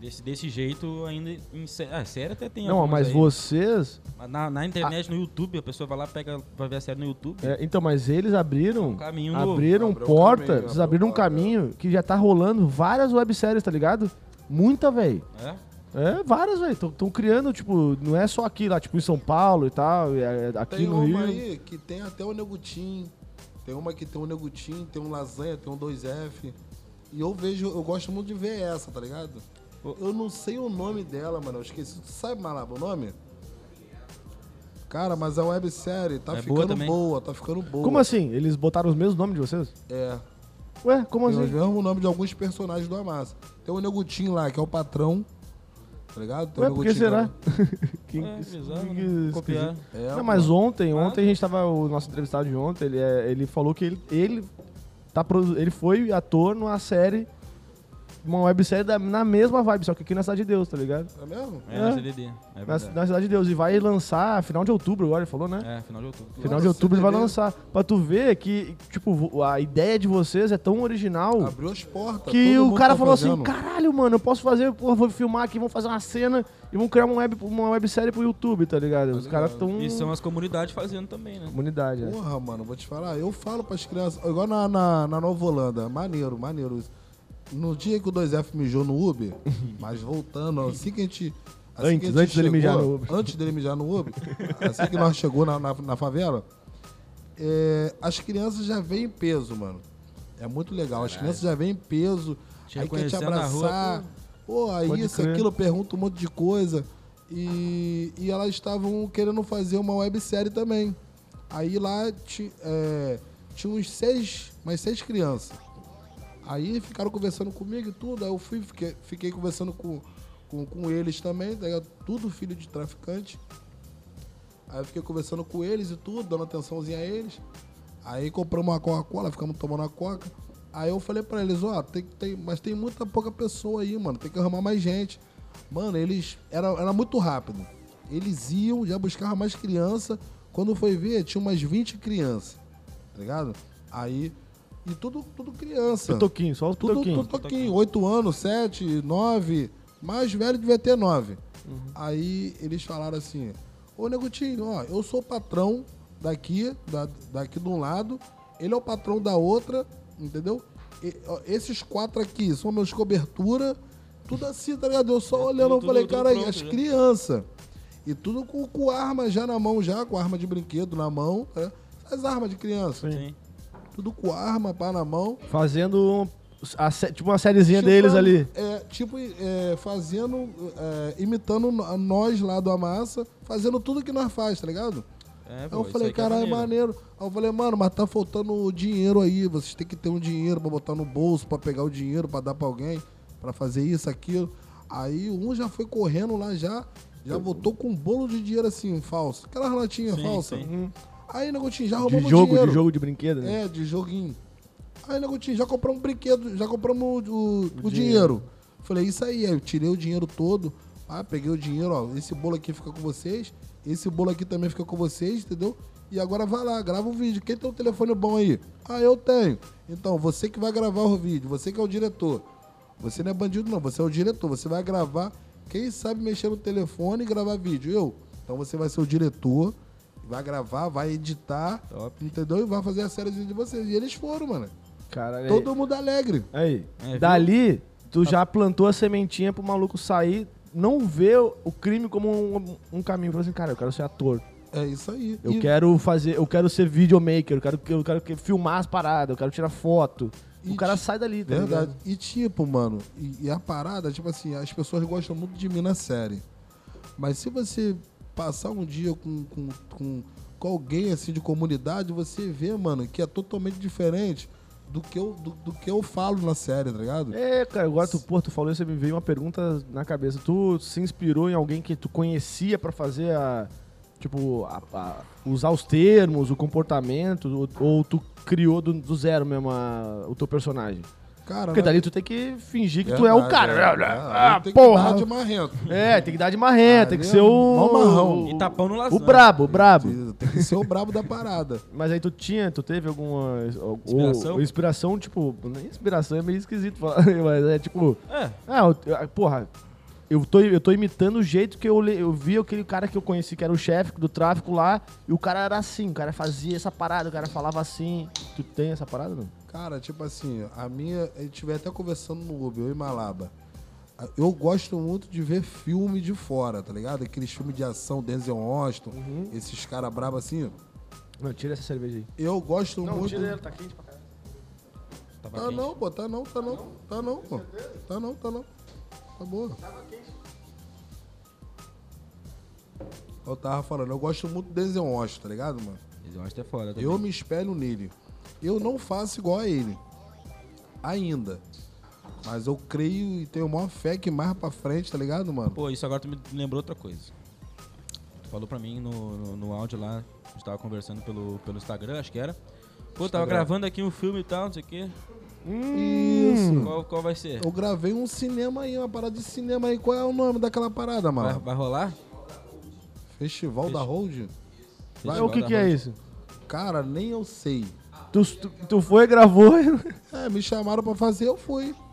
Speaker 2: Desse, desse jeito ainda. Em... sé- Ah, série até tem
Speaker 1: Não,
Speaker 2: algumas
Speaker 1: mas
Speaker 2: aí.
Speaker 1: vocês.
Speaker 2: Mas Na, na internet, no YouTube, a pessoa vai lá, pega, vai ver a série no YouTube.
Speaker 1: É, então, mas eles abriram.
Speaker 2: Um caminho novo.
Speaker 1: abriram
Speaker 4: Abriu um
Speaker 1: porta.
Speaker 4: caminho,
Speaker 1: vocês
Speaker 4: abriu
Speaker 1: abriram um
Speaker 4: porta.
Speaker 1: caminho que já tá rolando várias webséries, tá ligado? Muita, velho.
Speaker 2: É?
Speaker 1: É, várias, velho. Estão criando, tipo, não é só aqui lá, tipo, em São Paulo e tal, e, é, aqui
Speaker 4: Tem
Speaker 1: no Rio.
Speaker 4: uma aí que tem até o Negutim. Tem uma que tem o Negutim, tem um Lasanha, tem um 2F. E eu vejo, eu gosto muito de ver essa, tá ligado? Eu não sei o nome dela, mano. Eu esqueci. Tu sabe, Malaba, o nome? Cara, mas a websérie tá
Speaker 2: É boa
Speaker 4: ficando boa,
Speaker 2: também?
Speaker 4: tá ficando boa.
Speaker 1: Como assim? Eles botaram os mesmos nomes de vocês?
Speaker 4: É.
Speaker 1: Ué, como
Speaker 4: Tem os
Speaker 1: assim?
Speaker 4: mesmos nomes de alguns personagens do Amassa. Tem o Negutim lá, que é o patrão. Tá ligado? Tem
Speaker 1: Ué,
Speaker 4: o
Speaker 1: por que
Speaker 4: Negutim
Speaker 1: será?
Speaker 4: lá.
Speaker 1: que,
Speaker 2: É,
Speaker 1: que-
Speaker 2: bizarro,
Speaker 1: que-
Speaker 2: né? Copiar.
Speaker 1: esquisito.
Speaker 4: É,
Speaker 1: não, mas ontem,
Speaker 2: Claro.
Speaker 1: ontem a gente tava, o nosso entrevistado de ontem, ele, é- ele falou que ele, ele, tá, produ- ele foi ator numa série, uma websérie da, na mesma vibe, só que aqui na Cidade de Deus, tá ligado?
Speaker 4: É mesmo?
Speaker 2: É,
Speaker 1: É.
Speaker 2: na CDD. É
Speaker 1: na,
Speaker 2: verdade.
Speaker 1: na Cidade de Deus, e vai lançar final de outubro agora, ele falou, né?
Speaker 2: É, final de outubro.
Speaker 1: Final
Speaker 4: Nossa,
Speaker 1: de outubro ele vai
Speaker 4: CDD.
Speaker 1: lançar. Pra tu ver que, tipo, vo- a ideia de vocês é tão original
Speaker 4: Abriu as portas.
Speaker 1: que
Speaker 4: todo
Speaker 1: o
Speaker 4: mundo
Speaker 1: cara
Speaker 4: tá
Speaker 1: falou assim:
Speaker 4: fazendo.
Speaker 1: caralho, mano, eu posso fazer, porra, vou filmar aqui, vamos fazer uma cena e vamos criar uma, web, uma websérie pro YouTube, tá ligado? Os caras tão.
Speaker 2: E são as comunidades fazendo também, né?
Speaker 1: Comunidade, né?
Speaker 4: Porra, mano, vou te falar. Eu falo pras crianças, igual na, na, na Nova Holanda, maneiro, maneiro. isso. No dia que o 2F mijou no Uber, mas voltando, assim que a gente. assim
Speaker 1: Antes,
Speaker 4: que a
Speaker 1: antes dele mijar no Uber.
Speaker 4: Antes dele mijar no Uber, assim que nós chegou na, na, na favela, é, as crianças já vêm em peso, mano. É muito legal. As crianças já vêm em peso.
Speaker 2: Te
Speaker 4: aí quer te
Speaker 2: reconhecendo na rua,
Speaker 4: abraçar. Pô, aí
Speaker 1: Pode
Speaker 4: isso,
Speaker 1: crer.
Speaker 4: aquilo, pergunta um monte de coisa. E, e elas estavam querendo fazer uma websérie também. Aí lá ti- é, tinha uns seis, mais seis crianças. Aí ficaram conversando comigo e tudo. Aí eu fui, fiquei, fiquei conversando com, com, com eles também, tá ligado? Tudo filho de traficante. Aí eu fiquei conversando com eles e tudo, dando atençãozinha a eles. Aí compramos uma Coca-Cola, ficamos tomando a Coca. Aí eu falei pra eles, ó, tem, tem, mas tem muita pouca pessoa aí, mano, tem que arrumar mais gente. Mano, eles. Era, era muito rápido. Eles iam, já buscavam mais criança. Quando foi ver, tinha umas 20 crianças. Tá ligado? Aí. E tudo, tudo criança.
Speaker 1: Pitoquinho, só os
Speaker 4: Tudo,
Speaker 1: pitoquinho.
Speaker 4: tudo toquinho. 8 anos, 7, 9. Mais velho devia ter 9. Aí eles falaram assim: Ô Negutinho, ó, eu sou o patrão daqui, da, daqui de um lado, ele é o patrão da outra, entendeu? E, ó, esses quatro aqui são meus cobertura, tudo assim, tá ligado? Eu só olhando, eu
Speaker 3: tudo-
Speaker 4: falei,
Speaker 3: tudo
Speaker 4: cara,
Speaker 3: pronto
Speaker 4: as
Speaker 3: já."
Speaker 4: crianças. E tudo com, com arma já na mão, já, com arma de brinquedo na mão, né? as armas de criança.
Speaker 2: Sim.
Speaker 4: Tudo com arma, pá na mão.
Speaker 1: Fazendo um- a sé- tipo uma sériezinha deles
Speaker 4: Tipo,
Speaker 1: ali.
Speaker 4: É, tipo, é, fazendo, é, imitando no- nós lá do Amassa, fazendo tudo que nós faz, tá ligado?
Speaker 2: É,
Speaker 4: Aí
Speaker 2: pô,
Speaker 4: eu
Speaker 2: isso
Speaker 4: falei,
Speaker 2: aí que é
Speaker 4: caralho, maneiro. Aí eu falei, mano, mas tá faltando dinheiro aí, vocês têm que ter um dinheiro pra botar no bolso, pra pegar o dinheiro, pra dar pra alguém, pra fazer isso, aquilo. Aí um já foi correndo lá já, já voltou com um bolo de dinheiro assim, falso. Aquela latinha
Speaker 2: Sim,
Speaker 4: falsa.
Speaker 2: sim.
Speaker 1: Uhum.
Speaker 4: Aí, Negotinho, já
Speaker 1: De
Speaker 4: roubamos
Speaker 1: jogo,
Speaker 4: dinheiro.
Speaker 1: de jogo de brinquedo, né?
Speaker 4: É, de joguinho. Aí, Negotinho, já compramos um brinquedo, já compramos o, o, o dinheiro. Falei, isso aí, aí eu tirei o dinheiro todo, ah, peguei o dinheiro, ó, esse bolo aqui fica com vocês, esse bolo aqui também fica com vocês, entendeu? E agora vai lá, grava o vídeo. Quem tem um telefone bom aí? Ah, eu tenho. Então, você que vai gravar o vídeo, você que é o diretor. Você não é bandido, não, você é o diretor. Você vai gravar, quem sabe mexer no telefone e gravar vídeo? Eu. Então, você vai ser o diretor, vai gravar, vai editar,
Speaker 2: Top.
Speaker 4: entendeu? E vai fazer a série de vocês. E eles foram, mano.
Speaker 1: Caralho.
Speaker 4: Todo mundo alegre.
Speaker 1: Aí.
Speaker 2: É, viu? Tá.
Speaker 1: Dali, tu já plantou a sementinha pro maluco sair, não ver o crime como um, um caminho. Falou assim, cara, eu quero ser ator.
Speaker 4: É isso aí.
Speaker 1: Eu
Speaker 4: e,
Speaker 1: quero fazer, eu quero ser videomaker, eu quero, eu quero que- filmar as paradas, eu quero tirar foto.
Speaker 4: E
Speaker 1: o cara
Speaker 4: ti-
Speaker 1: sai dali, tá
Speaker 4: Verdade.
Speaker 1: ligado?
Speaker 4: E tipo, mano, e, e a parada, tipo assim, as pessoas gostam muito de mim na série. Mas se você passar um dia com, com, com, com alguém assim de comunidade, você vê, mano, que é totalmente diferente do que eu, do, do que eu falo na série, tá ligado?
Speaker 1: É, cara, agora tu, pô, tu falou isso, me veio uma pergunta na cabeça. Tu se inspirou em alguém que tu conhecia pra fazer a. Tipo, a- a- usar os termos, o comportamento, ou, ou tu criou do, do zero mesmo a- o teu personagem?
Speaker 4: Cara,
Speaker 1: Porque
Speaker 4: né?
Speaker 1: dali tu tem que fingir que tu é o
Speaker 4: Verdade,
Speaker 1: cara.
Speaker 4: é, é,
Speaker 1: ah,
Speaker 4: eu tenho que
Speaker 1: porra!
Speaker 4: dar de marrento.
Speaker 1: É, tem que dar de marreta, tem que
Speaker 4: Ali é
Speaker 1: ser o.
Speaker 4: mó marrão.
Speaker 1: o-
Speaker 2: E tapão no
Speaker 1: O
Speaker 2: lasanha.
Speaker 1: brabo, o brabo.
Speaker 4: Tem que ser o brabo da parada.
Speaker 1: Mas aí tu tinha, tu teve alguma. ou-
Speaker 2: Inspiração?
Speaker 1: ou inspiração, tipo. nem Inspiração é meio esquisito falar, mas é tipo.
Speaker 2: É,
Speaker 1: Ah, eu- eu- porra, eu tô, eu tô imitando o jeito que eu, le- eu vi aquele cara que eu conheci, que era o chefe do tráfico lá, e o cara era assim, o cara fazia essa parada, o cara falava assim. Tu tem essa parada, não?
Speaker 4: Cara, tipo assim, a minha. A gente estiver até conversando no Uber, eu e Malaba. A- Eu gosto muito de ver filme de fora, tá ligado? Aqueles filmes de ação, Denzel Washington, esses caras brabos assim.
Speaker 1: Não, tira essa cerveja aí.
Speaker 4: Eu gosto muito.
Speaker 1: tá quente pra caralho. Ah,
Speaker 2: tava
Speaker 4: Tá
Speaker 2: quente.
Speaker 4: não, pô, tá não, tá não, tá não, pô. Tá não, tá não. Tá boa. Eu tava falando, eu gosto muito do Denzel Washington, tá ligado, mano?
Speaker 2: Mas Eu acho que é foda também.
Speaker 4: Eu me espelho nele. Eu não faço igual a ele. Ainda. Mas eu creio e tenho maior fé que mais pra frente, tá ligado, mano?
Speaker 2: Pô, isso agora tu me lembrou outra coisa. Tu falou pra mim no, no, no áudio lá, a gente tava conversando pelo, pelo Instagram, acho que era. Pô, tava gravando aqui um filme e tal, não sei o quê.
Speaker 1: Hum.
Speaker 4: Isso.
Speaker 2: Qual, qual vai ser?
Speaker 4: Eu gravei um cinema aí, uma parada de cinema aí. Qual é o nome daquela parada, mano?
Speaker 2: Vai, vai rolar? É.
Speaker 4: Festival da Hold?
Speaker 1: É, o que que é isso?
Speaker 4: Cara, nem eu sei.
Speaker 1: Tu, tu, tu foi, gravou.
Speaker 4: É, me chamaram pra fazer, eu fui.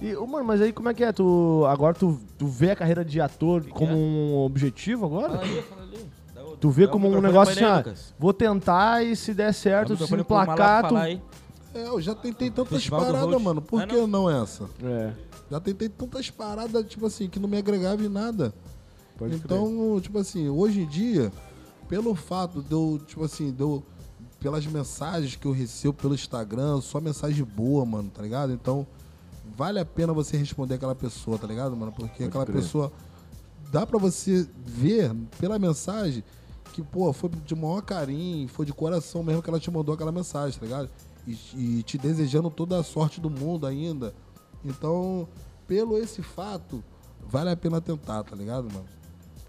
Speaker 1: E, ô, mano, mas aí como é que é? Tu, agora tu, tu vê a carreira de ator como um objetivo agora?
Speaker 2: Fala ali, fala ali. Dá o-
Speaker 1: Tu vê
Speaker 2: dá é? Ah, o
Speaker 1: como um
Speaker 2: microfone
Speaker 1: negócio
Speaker 2: pra ele,
Speaker 1: assim,
Speaker 2: Lucas.
Speaker 1: ah, vou tentar e se der
Speaker 2: Dá o
Speaker 1: certo, se
Speaker 2: microfone pro Malaco
Speaker 1: emplacar, tu...
Speaker 2: falar aí.
Speaker 4: É, eu já tentei tantas
Speaker 2: Festival do
Speaker 4: paradas,
Speaker 2: Hold.
Speaker 4: mano. Por
Speaker 2: Ah,
Speaker 4: que não essa?
Speaker 1: É,
Speaker 4: Já tentei tantas paradas, tipo assim, que não me agregava em nada.
Speaker 1: pode crer.
Speaker 4: então, tipo assim, hoje em dia, pelo fato de eu, tipo assim, de eu pelas mensagens que eu recebo pelo Instagram, só mensagem boa, mano, tá ligado? Então, vale a pena você responder aquela pessoa, tá ligado, mano? Porque aquela
Speaker 6: crer.
Speaker 4: pessoa. Dá pra você ver pela mensagem que, pô, foi de maior carinho, foi de coração mesmo que ela te mandou aquela mensagem, tá ligado? E, e te desejando toda a sorte do mundo ainda. Então, pelo esse fato, vale a pena tentar, tá ligado, mano?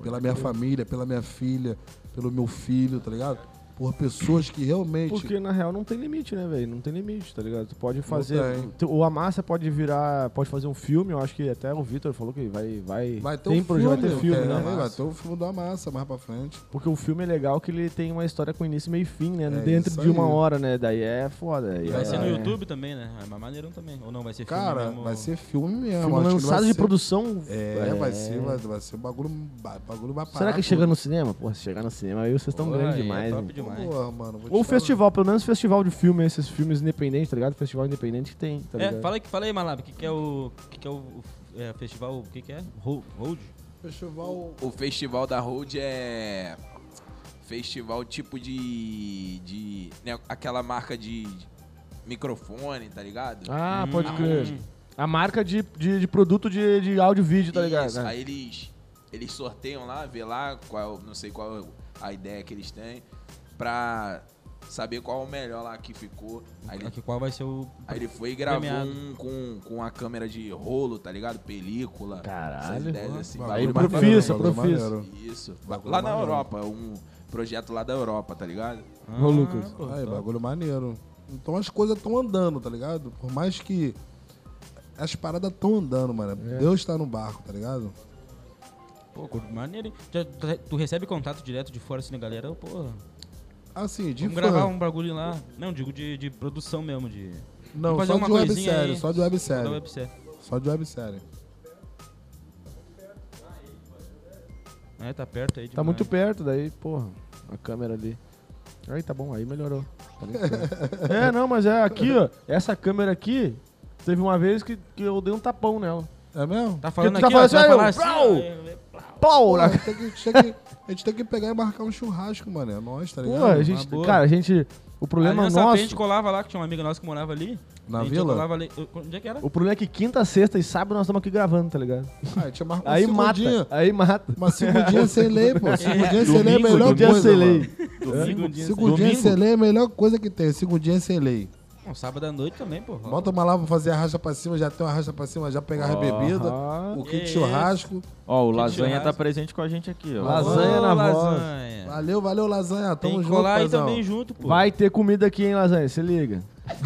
Speaker 4: Pela minha família, pela minha filha, pelo meu filho, tá ligado? Por pessoas que realmente.
Speaker 1: Porque na real não tem limite, né, velho? Não tem limite, tá ligado? Tu pode fazer.
Speaker 4: tem.
Speaker 1: tu- Ou a massa pode virar. Pode fazer um filme, eu acho que até o Vitor falou que vai. vai
Speaker 4: Vai ter
Speaker 1: tem
Speaker 4: um
Speaker 1: projeto,
Speaker 4: filme,
Speaker 1: vai ter filme,
Speaker 4: é,
Speaker 1: né?
Speaker 4: Vai ter um filme da massa mais pra frente.
Speaker 1: Porque o filme é legal que ele tem uma história com início, meio e fim, né?
Speaker 4: É
Speaker 1: Dentro
Speaker 4: isso
Speaker 1: de uma
Speaker 4: aí.
Speaker 1: hora, né? Daí é foda. aí
Speaker 4: Vai
Speaker 2: Vai
Speaker 1: é-
Speaker 2: ser no
Speaker 1: é.
Speaker 2: YouTube também, né? É mais maneirão também. Ou não, vai ser filme
Speaker 4: Cara,
Speaker 2: mesmo?
Speaker 4: vai ser filme mesmo.
Speaker 1: Filme
Speaker 4: acho que ele
Speaker 1: lançado
Speaker 4: vai
Speaker 1: de
Speaker 4: ser-
Speaker 1: produção.
Speaker 4: É, vai ser, vai, vai ser um bagulho, ba- bagulho vai parar.
Speaker 1: Será que
Speaker 4: tudo.
Speaker 1: chega no cinema? Porra, se chegar no cinema, aí vocês estão
Speaker 2: Pô,
Speaker 1: grandes
Speaker 2: aí é
Speaker 1: demais.
Speaker 2: top
Speaker 1: né?
Speaker 2: demais.
Speaker 4: Porra, mano, vou te
Speaker 1: Ou
Speaker 4: falar.
Speaker 1: festival, pelo menos festival de filme, esses filmes independentes, tá ligado? Festival independente que tem, tá ligado?
Speaker 2: É, fala aí, fala aí Malab, o que, que é o. O que, que é o. o- é, festival. O que, que é? Ro- Road?
Speaker 4: Festival.
Speaker 6: O festival da Road é. Festival tipo de. de né, aquela marca de, de microfone, tá ligado?
Speaker 1: Ah, pode
Speaker 2: tá
Speaker 6: Hum.
Speaker 1: crer. A marca de, de, de produto de, de áudio e vídeo, tá ligado?
Speaker 6: Isso,
Speaker 1: É.
Speaker 6: Aí eles, eles sorteiam lá, vê lá qual, não sei qual a ideia que eles têm, pra saber qual o melhor lá que ficou. Aí ele,
Speaker 2: Aqui, Ah, qual vai ser o.
Speaker 6: aí ele foi e gravou
Speaker 2: Premiado.
Speaker 6: um com, com a câmera de rolo, tá ligado? Película.
Speaker 1: Caralho.
Speaker 6: essas ideias assim.
Speaker 1: Aí
Speaker 6: Bagulho
Speaker 1: pro
Speaker 6: bacana,
Speaker 1: profissa,
Speaker 6: né?
Speaker 4: bagulho
Speaker 1: profissa.
Speaker 4: maneiro.
Speaker 6: Isso.
Speaker 4: Bagulho
Speaker 6: lá na
Speaker 4: maneiro.
Speaker 6: Europa, um projeto lá da Europa, tá ligado?
Speaker 2: Ah,
Speaker 1: Ô, Lucas.
Speaker 2: pô,
Speaker 4: Aí,
Speaker 2: top.
Speaker 4: bagulho maneiro. Então as coisas estão andando, tá ligado? Por mais que as paradas estão andando, mano.
Speaker 2: É.
Speaker 4: Deus tá no barco, tá ligado?
Speaker 2: Pô, curto maneiro, hein? Já- tu- tu recebe contato direto de fora assim da galera, porra.
Speaker 4: Assim, de
Speaker 2: Vamos
Speaker 4: fã-
Speaker 2: gravar um bagulho lá. Não, digo de, de produção mesmo, de.
Speaker 4: Não,
Speaker 2: fazer
Speaker 4: só
Speaker 2: uma
Speaker 4: de
Speaker 2: coisinha
Speaker 4: websérie,
Speaker 2: aí.
Speaker 4: só de
Speaker 2: Da
Speaker 4: websérie.
Speaker 2: websérie.
Speaker 4: Só de websérie.
Speaker 2: É, tá perto aí.
Speaker 1: Tá
Speaker 2: demais.
Speaker 1: muito perto, daí, porra, a câmera ali. Aí tá bom, aí melhorou. Tá bem certo. é, não, mas é aqui, ó. Essa câmera aqui, teve uma vez que, que eu dei um tapão nela.
Speaker 4: É mesmo?
Speaker 2: Tá né? falando
Speaker 1: Tu
Speaker 2: aqui,
Speaker 1: tá
Speaker 2: ó,
Speaker 1: falando
Speaker 2: tu vai
Speaker 1: assim,
Speaker 2: falar
Speaker 1: aí,
Speaker 2: assim,
Speaker 1: brau!
Speaker 2: ó,
Speaker 1: Pau!
Speaker 4: Pô,
Speaker 1: na-
Speaker 4: a, gente tem que, tinha que- a gente tem que pegar e marcar um churrasco, mano. É nós, tá ligado?
Speaker 1: Pô, a gente,
Speaker 2: boa.
Speaker 1: cara, a gente. O problema
Speaker 2: ali nessa frente, A gente
Speaker 1: nosso.
Speaker 2: colava lá, que tinha uma amiga nossa que morava ali.
Speaker 4: Na
Speaker 2: a gente
Speaker 4: vila?
Speaker 2: colava ali. Eu- Onde é que era?
Speaker 1: O problema é que quinta, sexta e sábado nós estamos aqui gravando, tá ligado?
Speaker 4: Ah, a gente
Speaker 2: um
Speaker 4: marca uma
Speaker 1: Aí
Speaker 4: segundinha.
Speaker 1: mata. Aí mata.
Speaker 4: Uma segundinha sem lei, pô. Segundinha sem lei é a
Speaker 2: domingo,
Speaker 4: melhor
Speaker 1: Segundinha
Speaker 4: coisa,
Speaker 1: sem
Speaker 4: mano.
Speaker 1: lei.
Speaker 2: Domingo, um dia-
Speaker 4: Segundinha sem
Speaker 2: domingo?
Speaker 4: lei é a melhor coisa que tem. Segundinha é sem lei.
Speaker 2: Não, sábado à noite também, pô.
Speaker 4: Bota uma lá pra fazer a racha pra cima, já tem uma racha pra cima, já pegar as bebidas, o kit
Speaker 2: Que
Speaker 4: churrasco.
Speaker 3: Ó, o
Speaker 2: Que
Speaker 3: Lasanha
Speaker 2: churrasco.
Speaker 3: tá presente com a gente aqui, ó.
Speaker 1: Lasanha. na
Speaker 2: lasanha.
Speaker 4: Valeu, valeu, lasanha.
Speaker 2: Tem
Speaker 4: Tamo
Speaker 2: que
Speaker 4: junto,
Speaker 2: colar aí
Speaker 4: paizão.
Speaker 2: também junto, pô.
Speaker 1: Vai ter comida aqui, hein, Lasanha? Se liga.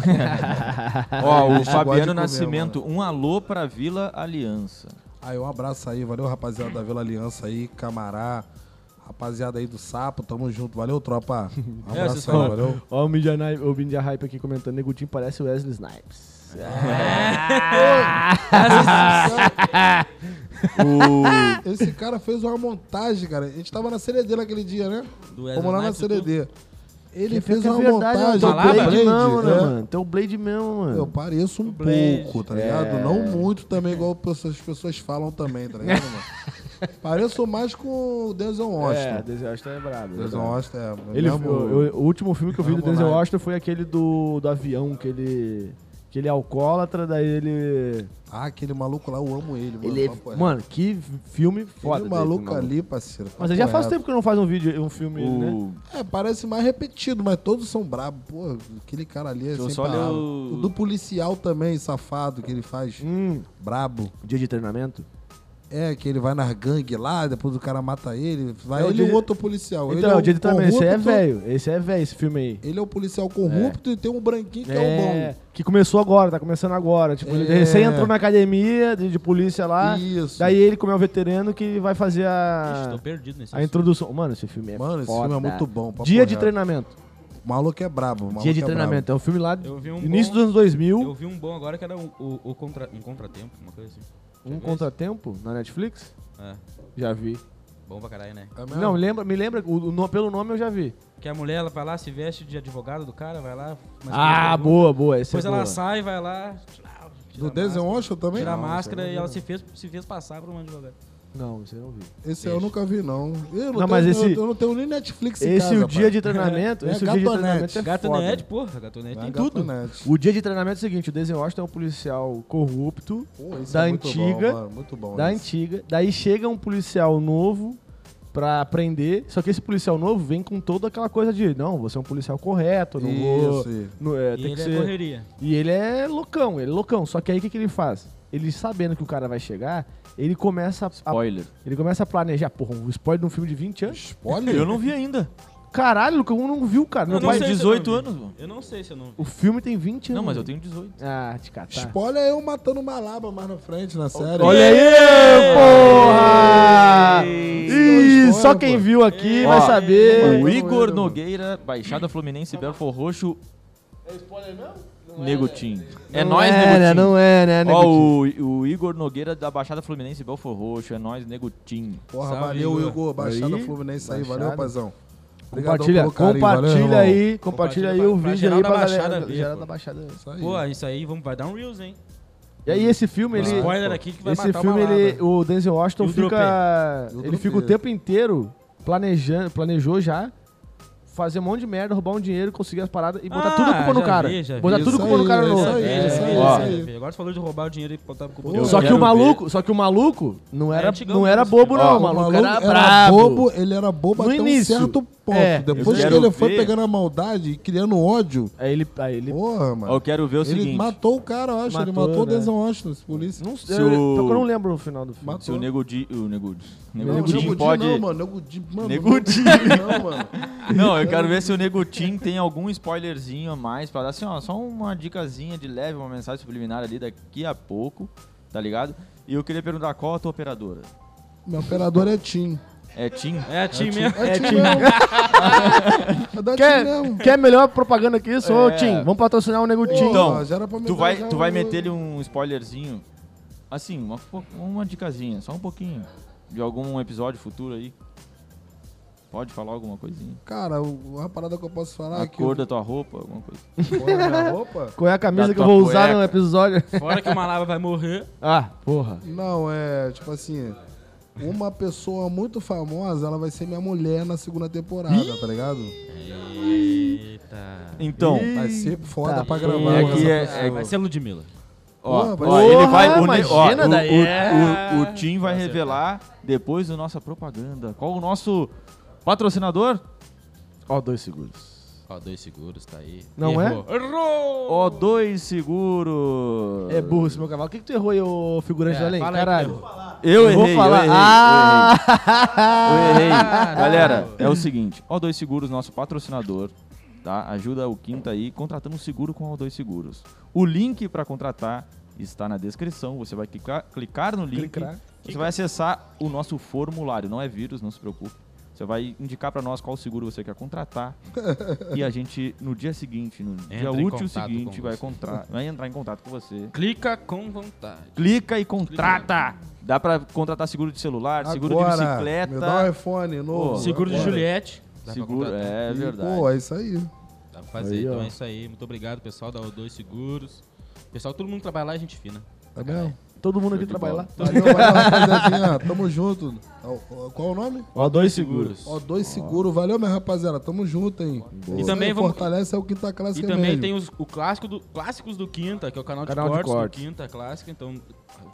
Speaker 3: Ó, o
Speaker 4: gosta de comer,
Speaker 3: Fabiano Nascimento, um alô pra Vila Aliança.
Speaker 4: Aí, um abraço aí. Valeu, rapaziada da Vila Aliança aí, Camará. Rapaziada aí do Sapo, tamo junto. Valeu, tropa. Um
Speaker 2: É, vocês
Speaker 4: abraço aí,
Speaker 2: falam-
Speaker 4: valeu.
Speaker 1: Ó, o Mídia, Ni- o Mídia Hype aqui comentando: Negutinho parece o Wesley Snipes.
Speaker 4: Esse cara fez uma montagem, cara. A gente tava na CDD naquele dia, né?
Speaker 2: Do Wesley
Speaker 4: Vamos lá na
Speaker 2: Snipes e
Speaker 4: CDD. Ele
Speaker 1: Que
Speaker 4: fez
Speaker 1: é
Speaker 4: uma
Speaker 1: verdade,
Speaker 4: montagem. um
Speaker 1: Teu
Speaker 4: do
Speaker 2: Falava?
Speaker 1: Blade
Speaker 4: Blade,
Speaker 1: mesmo, né,
Speaker 4: é.
Speaker 1: mano? Teu Blade mesmo,
Speaker 4: Eu
Speaker 1: mano.
Speaker 4: pareço um
Speaker 2: Blade.
Speaker 4: pouco, tá ligado?
Speaker 1: é.
Speaker 4: Não muito também, igual pessoas- as pessoas falam também, tá ligado, mano? Pareço mais com o Denzel
Speaker 1: É,
Speaker 4: Washington.
Speaker 1: Denzel Washington é brabo. ele é
Speaker 4: Denzel
Speaker 1: brabo.
Speaker 4: Washington é.
Speaker 1: Ele,
Speaker 4: mesmo-
Speaker 1: eu- eu- o último filme que eu vi do
Speaker 4: Vamos
Speaker 1: Denzel
Speaker 4: lá.
Speaker 1: Washington foi aquele do, do avião, que ele, que ele é alcoólatra, daí ele...
Speaker 4: Ah, aquele maluco lá, eu amo ele, mano.
Speaker 1: ele
Speaker 4: papo
Speaker 1: é,
Speaker 4: reto.
Speaker 1: mano, que filme
Speaker 4: Aquele
Speaker 1: foda. dele,
Speaker 4: maluco
Speaker 1: mano.
Speaker 4: ali, parceiro.
Speaker 1: Mas ele já
Speaker 4: papo
Speaker 1: faz
Speaker 4: reto.
Speaker 1: tempo que não faz um vídeo, um filme, né?
Speaker 3: O...
Speaker 4: É, parece mais repetido, mas todos são brabos. Pô, aquele cara ali é
Speaker 3: Deixa eu
Speaker 4: sem
Speaker 3: só olhar
Speaker 4: palavra.
Speaker 3: o-
Speaker 4: O do policial também, safado, que ele faz
Speaker 1: Hum,
Speaker 4: brabo.
Speaker 1: dia de treinamento?
Speaker 4: É, que ele vai nas gangue lá, depois o cara mata ele. Vai
Speaker 1: É, o
Speaker 4: ele e
Speaker 1: dia-
Speaker 4: o outro policial. ele
Speaker 1: então,
Speaker 4: é
Speaker 1: o dia de treinamento, esse é
Speaker 4: corrupto,
Speaker 1: velho, esse é velho, esse filme aí.
Speaker 4: Ele é o policial corrupto e tem um branquinho que é, o bom.
Speaker 1: que começou agora, tá começando agora. Tipo, ele
Speaker 4: É.
Speaker 1: recém entrou na academia de, de polícia lá.
Speaker 4: Isso.
Speaker 1: Ah, Daí ele, como é o veterano, que vai fazer a...
Speaker 2: Ixi, tô perdido nesse
Speaker 1: A introdução. Mano, esse filme é
Speaker 4: Mano, esse
Speaker 1: foda.
Speaker 4: filme é muito bom, papo
Speaker 1: Dia de
Speaker 4: reto.
Speaker 1: treinamento.
Speaker 4: O maluco é brabo. o maluco
Speaker 1: Dia de
Speaker 4: é
Speaker 1: treinamento. É um filme lá
Speaker 2: Eu vi um
Speaker 1: início
Speaker 2: bom-
Speaker 1: dos anos 2000.
Speaker 2: Eu vi um bom agora que era o, o, o contra... um contratempo, uma coisa assim.
Speaker 1: Um contratempo na Netflix.
Speaker 2: É,
Speaker 1: Já vi.
Speaker 2: bom pra caralho, né?
Speaker 4: brabo. É mesmo?
Speaker 1: Não, me lembra, me lembra o- o no- pelo nome eu já vi.
Speaker 2: Que a mulher, ela vai lá, se veste de advogado do cara, vai lá... mas- é
Speaker 1: ah, boa, boa. Esse
Speaker 2: Depois
Speaker 1: é
Speaker 2: ela
Speaker 1: boa.
Speaker 2: sai, vai lá... tira- tira a
Speaker 4: Do Denzel
Speaker 2: máscara,
Speaker 4: Washington também?
Speaker 2: Tira a
Speaker 4: Não, é
Speaker 2: máscara e ela se fez, se fez passar por um advogado.
Speaker 1: Não, isso eu não vi.
Speaker 4: Esse eu nunca vi, não. Eu não,
Speaker 1: Não,
Speaker 4: tenho,
Speaker 1: mas esse-
Speaker 4: eu, eu não tenho nem Netflix em
Speaker 1: Esse
Speaker 4: casa,
Speaker 1: o dia
Speaker 4: pai.
Speaker 1: de treinamento,
Speaker 4: É
Speaker 1: esse o dia de
Speaker 4: Gatonete.
Speaker 1: treinamento é foda.
Speaker 2: Gatonete, porra, Gatonete tem
Speaker 4: Vai,
Speaker 2: tudo.
Speaker 4: Gatonete.
Speaker 1: O dia de treinamento é o seguinte, o Denzel Washington é um policial corrupto,
Speaker 4: Pô, esse
Speaker 1: Da
Speaker 4: é muito
Speaker 1: antiga-
Speaker 4: Bom, mano, muito bom.
Speaker 1: da
Speaker 4: esse.
Speaker 1: antiga, daí chega um policial novo pra prender, só que esse policial novo vem com toda aquela coisa de, não, você é um policial correto, não vou...
Speaker 4: Isso, isso.
Speaker 1: não, é,
Speaker 2: E
Speaker 1: tem que
Speaker 2: ele é
Speaker 1: ser-
Speaker 2: correria.
Speaker 1: E ele é loucão, ele é loucão. Só que aí o que, que ele faz? Ele sabendo que o cara vai chegar, ele começa a, a-
Speaker 3: Spoiler.
Speaker 1: ele começa a planejar. Porra, um spoiler de um filme de 20 anos?
Speaker 4: Spoiler?
Speaker 3: Eu não vi ainda.
Speaker 1: Caralho, Lucão, não viu, cara. Meu
Speaker 2: Eu não
Speaker 1: pai, é
Speaker 2: sei se eu
Speaker 3: 18
Speaker 2: não vi.
Speaker 3: anos, mano.
Speaker 2: Eu não sei se eu não vi.
Speaker 1: O filme tem 20 anos.
Speaker 3: Não, mas eu tenho 18.
Speaker 1: Ah, te catar.
Speaker 4: Spoiler é eu matando Malaba mais na frente, na série.
Speaker 1: Olha aí, porra!
Speaker 4: Ih,
Speaker 1: Ih, só
Speaker 4: spoiler,
Speaker 1: quem
Speaker 4: pô.
Speaker 1: viu aqui
Speaker 3: Ó,
Speaker 1: vai saber.
Speaker 3: O
Speaker 4: Não,
Speaker 3: Igor
Speaker 4: não.
Speaker 3: Nogueira, Baixada Fluminense, Belfor Roxo,
Speaker 1: É spoiler mesmo?
Speaker 3: Negotinho. É
Speaker 1: Não
Speaker 3: nós,
Speaker 1: é, né?
Speaker 3: Negotinho.
Speaker 1: Não é, né?
Speaker 3: Ó,
Speaker 1: Negotinho?
Speaker 3: o, o Igor Nogueira da Baixada Fluminense, Belfor Roxo, é nós, Negotinho.
Speaker 4: Porra,
Speaker 2: Salve,
Speaker 4: valeu,
Speaker 2: Igor.
Speaker 4: Igor. Baixada
Speaker 1: Aí,
Speaker 4: Fluminense aí.
Speaker 1: Baixada.
Speaker 4: Valeu, paizão. Obrigadão
Speaker 1: Compartilha,
Speaker 4: pelo carinho, valeu,
Speaker 1: compartilha
Speaker 4: irmão.
Speaker 1: aí, compartilha aí o
Speaker 2: pra- pra
Speaker 1: vídeo
Speaker 2: geral
Speaker 1: aí
Speaker 2: da
Speaker 1: pra
Speaker 2: Baixada
Speaker 1: galera,
Speaker 2: ver,
Speaker 1: geral
Speaker 2: pô.
Speaker 1: da Baixada.
Speaker 4: Isso aí.
Speaker 2: Pô, isso aí vamos, vai dar um Reels, hein?
Speaker 1: E aí esse filme, ele,
Speaker 2: Spoiler aqui que vai
Speaker 1: Esse
Speaker 2: matar
Speaker 1: filme,
Speaker 2: uma
Speaker 1: ele,
Speaker 2: lava.
Speaker 1: o Denzel
Speaker 2: E
Speaker 1: Washington
Speaker 2: o
Speaker 1: fica.
Speaker 4: Eu
Speaker 1: Ele fica o
Speaker 4: dropei.
Speaker 1: tempo inteiro planejando, planejou já fazer um monte de merda, roubar um dinheiro, conseguir as paradas e botar
Speaker 2: Ah,
Speaker 1: tudo a culpa no
Speaker 2: já
Speaker 1: cara.
Speaker 2: vi, já vi.
Speaker 1: botar tudo a
Speaker 4: Isso
Speaker 1: culpa no cara
Speaker 4: aí,
Speaker 1: novo.
Speaker 4: isso
Speaker 2: É,
Speaker 4: aí, isso aí,
Speaker 2: é,
Speaker 4: isso
Speaker 2: é,
Speaker 4: aí.
Speaker 2: é. Agora você falou de roubar o dinheiro e botar a culpa
Speaker 4: Eu
Speaker 2: no
Speaker 1: Só que
Speaker 3: quero
Speaker 1: o maluco, só que o maluco não era,
Speaker 2: É antigão
Speaker 1: não era
Speaker 2: mesmo,
Speaker 1: bobo,
Speaker 3: filho.
Speaker 1: não.
Speaker 3: Ó,
Speaker 1: o maluco, era,
Speaker 4: era
Speaker 1: brabo.
Speaker 4: bobo, ele era bobo
Speaker 1: No
Speaker 4: até
Speaker 1: início.
Speaker 4: um certo ponto.
Speaker 1: É,
Speaker 3: eu
Speaker 4: Depois que
Speaker 3: quero
Speaker 4: ele foi
Speaker 3: ver.
Speaker 4: pegando a maldade e criando ódio,
Speaker 1: Aí ele. Aí ele
Speaker 4: porra, mano.
Speaker 3: Ó, Eu quero ver o
Speaker 4: ele
Speaker 3: seguinte.
Speaker 4: matou o cara, eu acho. ele
Speaker 1: Matou,
Speaker 4: matou
Speaker 1: né?
Speaker 4: o Denzel Washington, esse polícia.
Speaker 1: não,
Speaker 3: se
Speaker 1: eu,
Speaker 3: o-
Speaker 1: eu não lembro o final do filme.
Speaker 4: Matou.
Speaker 3: Se o Nego Di- O Nego Di-
Speaker 4: Não,
Speaker 3: Nego Di
Speaker 4: Nego Di
Speaker 3: pode.
Speaker 4: não, mano. Nego Di, mano.
Speaker 3: Nego Di.
Speaker 4: Não, mano.
Speaker 3: Não, eu quero ver se o Negotim tem algum spoilerzinho a mais pra dar assim, ó, só uma dicasinha de leve, uma mensagem subliminar ali daqui a pouco, tá ligado? E eu queria perguntar qual a tua operadora?
Speaker 4: Meu operador é Tim.
Speaker 3: É Tim?
Speaker 2: É a time mesmo.
Speaker 4: É, Tim mesmo. É da Tim
Speaker 1: Quer,
Speaker 4: mesmo.
Speaker 1: quer melhor propaganda que isso? Ô,
Speaker 3: É.
Speaker 1: Tim, vamos patrocinar o Nego
Speaker 4: Pô,
Speaker 1: Tim.
Speaker 3: Então,
Speaker 4: já era pra me
Speaker 3: Tu
Speaker 4: dar já
Speaker 3: vai, tu vai
Speaker 4: o-
Speaker 3: meter ali um spoilerzinho, assim, uma, fo- uma dicasinha, só um pouquinho, de algum episódio futuro aí. Pode falar alguma coisinha?
Speaker 4: Cara, o- uma parada que eu posso falar
Speaker 3: a
Speaker 4: é que
Speaker 3: cor da tua roupa, alguma coisa.
Speaker 4: eu- Porra, minha roupa?
Speaker 1: Qual é a camisa
Speaker 3: Da
Speaker 1: que eu
Speaker 3: tua
Speaker 1: vou usar
Speaker 3: cueca.
Speaker 1: no episódio?
Speaker 2: é. Fora que o Malava vai morrer.
Speaker 1: Ah, porra.
Speaker 4: Não, é tipo assim. Uma pessoa muito famosa, ela vai ser minha mulher na segunda temporada, tá ligado?
Speaker 1: Ah.
Speaker 2: Eita.
Speaker 3: Então,
Speaker 4: Vai ser foda
Speaker 1: Tá,
Speaker 4: pra
Speaker 1: pô.
Speaker 4: gravar.
Speaker 3: É
Speaker 4: com
Speaker 3: que
Speaker 4: essa
Speaker 3: é-
Speaker 4: pessoa.
Speaker 3: é-
Speaker 2: Vai ser a Ludmilla.
Speaker 3: ó,
Speaker 4: Porra,
Speaker 3: ó, ele vai, o, ne- ó,
Speaker 1: imagina
Speaker 3: o-
Speaker 1: daí,
Speaker 3: o-
Speaker 1: é.
Speaker 3: o- o Tim vai revelar depois da nossa propaganda. Qual o nosso patrocinador?
Speaker 1: Ó, dois segundos.
Speaker 2: Ó, dois seguros, tá aí.
Speaker 1: Não é?
Speaker 2: é? Errou!
Speaker 3: O2 Seguro.
Speaker 1: É burro esse meu cavalo. O que, que tu errou aí, ô figurante
Speaker 2: É,
Speaker 1: do além?
Speaker 2: fala aí,
Speaker 1: Caralho.
Speaker 2: cara.
Speaker 3: Eu
Speaker 1: vou
Speaker 3: errei,
Speaker 1: falar.
Speaker 3: eu errei.
Speaker 1: ah!
Speaker 3: Eu errei. Eu errei.
Speaker 2: Ah,
Speaker 3: Galera, é o seguinte, O2 Seguros, nosso patrocinador, tá? Ajuda o Quinta aí contratando um seguro com o O2 Seguros. O link para contratar está na descrição, você vai clicar, clicar no link,
Speaker 1: Clicar.
Speaker 3: você vai acessar o nosso formulário, não é vírus, não se preocupe. Você vai indicar para nós qual seguro você quer contratar e a gente no dia seguinte, no dia
Speaker 2: em
Speaker 3: útil
Speaker 2: contato
Speaker 3: seguinte,
Speaker 2: com
Speaker 3: vai,
Speaker 2: você.
Speaker 3: contra- vai entrar em contato com você
Speaker 2: Clica com vontade.
Speaker 3: Clica e contrata. Dá pra contratar seguro de celular, seguro de
Speaker 4: Agora,
Speaker 3: bicicleta.
Speaker 4: Me dá um iPhone novo.
Speaker 3: Pô,
Speaker 2: Seguro de
Speaker 4: agora.
Speaker 2: Juliette. Dá pra
Speaker 3: Seguro,
Speaker 2: contratar.
Speaker 3: é
Speaker 4: E,
Speaker 3: verdade.
Speaker 4: Pô, é isso aí.
Speaker 2: Dá pra fazer.
Speaker 1: Aí,
Speaker 2: então
Speaker 1: ó.
Speaker 2: é isso aí. Muito obrigado, pessoal da O2 Seguros. Pessoal, todo mundo que trabalha lá é gente fina.
Speaker 4: Tá mesmo?
Speaker 1: Todo mundo aqui trabalha lá.
Speaker 4: Valeu, valeu, rapaziadinha. Tamo junto. Ó, ó, Qual é o nome?
Speaker 1: Ó, dois seguros.
Speaker 4: O2 Seguro. Valeu, minha rapaziada. Tamo junto, hein?
Speaker 2: E também vamos-
Speaker 4: Fortalece é o Quinta Classe
Speaker 2: E também tem um os, o clássico do, clássicos do Quinta, que é o canal,
Speaker 1: Canal de
Speaker 2: de, cortes
Speaker 1: cortes.
Speaker 2: do Quinta Clássica. Então,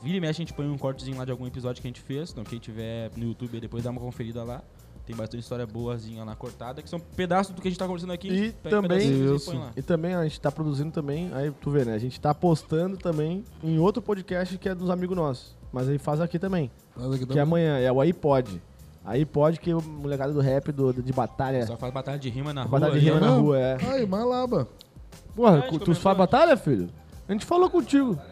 Speaker 2: vira e mexe, a gente põe um cortezinho lá de algum episódio que a gente fez. Então, quem tiver no YouTube, aí depois dá uma conferida lá. Tem bastante história boazinha lá cortada, que são pedaços do que a gente tá conversando aqui.
Speaker 1: E
Speaker 2: Pega
Speaker 1: também-
Speaker 2: pedacinhos
Speaker 4: Isso.
Speaker 2: E põe lá.
Speaker 1: E também a gente tá produzindo também, aí tu vê, né? A gente tá postando também em outro podcast que é dos amigos nossos. Mas aí faz aqui também. Que é amanhã, é o iPod. iPod que é o molecada do rap do, de batalha.
Speaker 2: Só faz batalha de rima na rua.
Speaker 1: É. Batalha de
Speaker 2: ali,
Speaker 1: rima
Speaker 2: ó.
Speaker 1: na rua, é.
Speaker 4: Aí, malaba.
Speaker 1: Porra,
Speaker 2: Ah,
Speaker 1: cu-
Speaker 2: a gente
Speaker 1: tu
Speaker 2: comentou
Speaker 1: faz
Speaker 2: antes.
Speaker 1: batalha, filho? A gente falou contigo.
Speaker 2: né?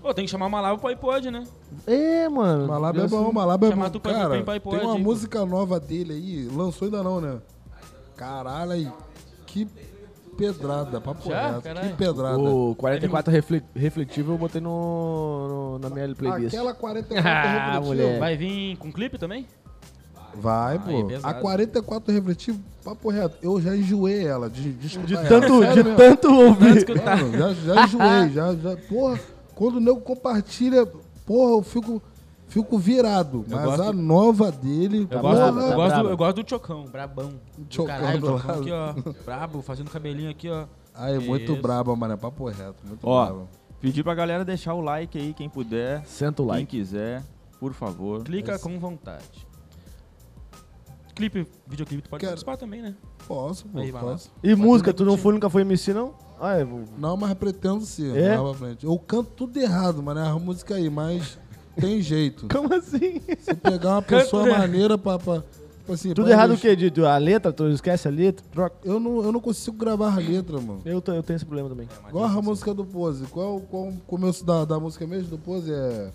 Speaker 2: Pô, tem que chamar uma lava pro iPod, né?
Speaker 1: É, mano.
Speaker 4: Malaba é
Speaker 1: Assim,
Speaker 4: bom, Malaba é
Speaker 2: Chamar
Speaker 4: bom.
Speaker 2: tu pra-
Speaker 4: Cara,
Speaker 2: pra- pra- pra-
Speaker 4: tem uma
Speaker 2: pra-
Speaker 4: música nova dele aí, lançou ainda não, né? Caralho, aí, que pedrada, papo
Speaker 2: Já?
Speaker 4: reto,
Speaker 2: Caralho.
Speaker 4: que pedrada.
Speaker 1: O 44 refle- refletivo eu botei no, no- na minha playlist.
Speaker 4: Aquela 44
Speaker 1: Ah,
Speaker 4: refletiva.
Speaker 1: moleque. É.
Speaker 2: Vai vir com clipe também? Aí,
Speaker 4: Vai, pô.
Speaker 2: pesado.
Speaker 4: a 44 refletivo, papo reto, eu já enjoei ela de, de escutar
Speaker 1: De
Speaker 4: ela,
Speaker 1: tanto,
Speaker 4: sério
Speaker 1: de
Speaker 4: mesmo.
Speaker 1: tanto ouvir.
Speaker 4: Mano, já, já enjoei, já, já. Porra, quando o nego compartilha, porra, eu fico. Fico virado.
Speaker 2: Eu
Speaker 4: mas
Speaker 2: gosto-
Speaker 4: a nova dele.
Speaker 2: Eu gosto,
Speaker 4: porra,
Speaker 1: tá
Speaker 2: eu, gosto,
Speaker 5: brabo.
Speaker 2: eu gosto do Chocão, brabão.
Speaker 4: Chocão,
Speaker 2: Caralho,
Speaker 4: brabo.
Speaker 2: Chocão aqui, ó. Brabo, fazendo cabelinho aqui, ó.
Speaker 4: Aí, muito
Speaker 2: Isso.
Speaker 4: braba, mano. É papo reto. Muito
Speaker 3: Ó.
Speaker 4: braba.
Speaker 3: Pedir pra galera deixar o like aí, quem puder,
Speaker 1: Senta o
Speaker 3: quem
Speaker 1: like.
Speaker 3: quiser, por favor.
Speaker 2: Clica com vontade. Clipe, videoclipe, tu pode
Speaker 4: Quero.
Speaker 2: participar também, né?
Speaker 4: Posso, pô,
Speaker 2: Aí, vai lá.
Speaker 4: posso.
Speaker 1: E música, tu não foi, nunca foi MC, não? Ah, é, vou-
Speaker 4: Não, mas pretendo ser.
Speaker 1: É?
Speaker 4: mais pra frente. Eu canto tudo errado, mano. É a música aí, mas tem jeito.
Speaker 1: como assim?
Speaker 4: Se pegar uma
Speaker 2: Canto
Speaker 4: pessoa
Speaker 2: errado.
Speaker 4: maneira pra. pra tipo assim,
Speaker 1: né? Tudo
Speaker 4: pra
Speaker 1: errado o
Speaker 4: eles-
Speaker 1: quê? De, de- a letra, tu esquece a letra, troca.
Speaker 4: Eu não, eu não consigo gravar a letra, mano.
Speaker 1: Eu, tô- eu tenho esse problema também.
Speaker 4: Igual a música do Pose. Qual, qual o começo da, da música mesmo? Do Pose é.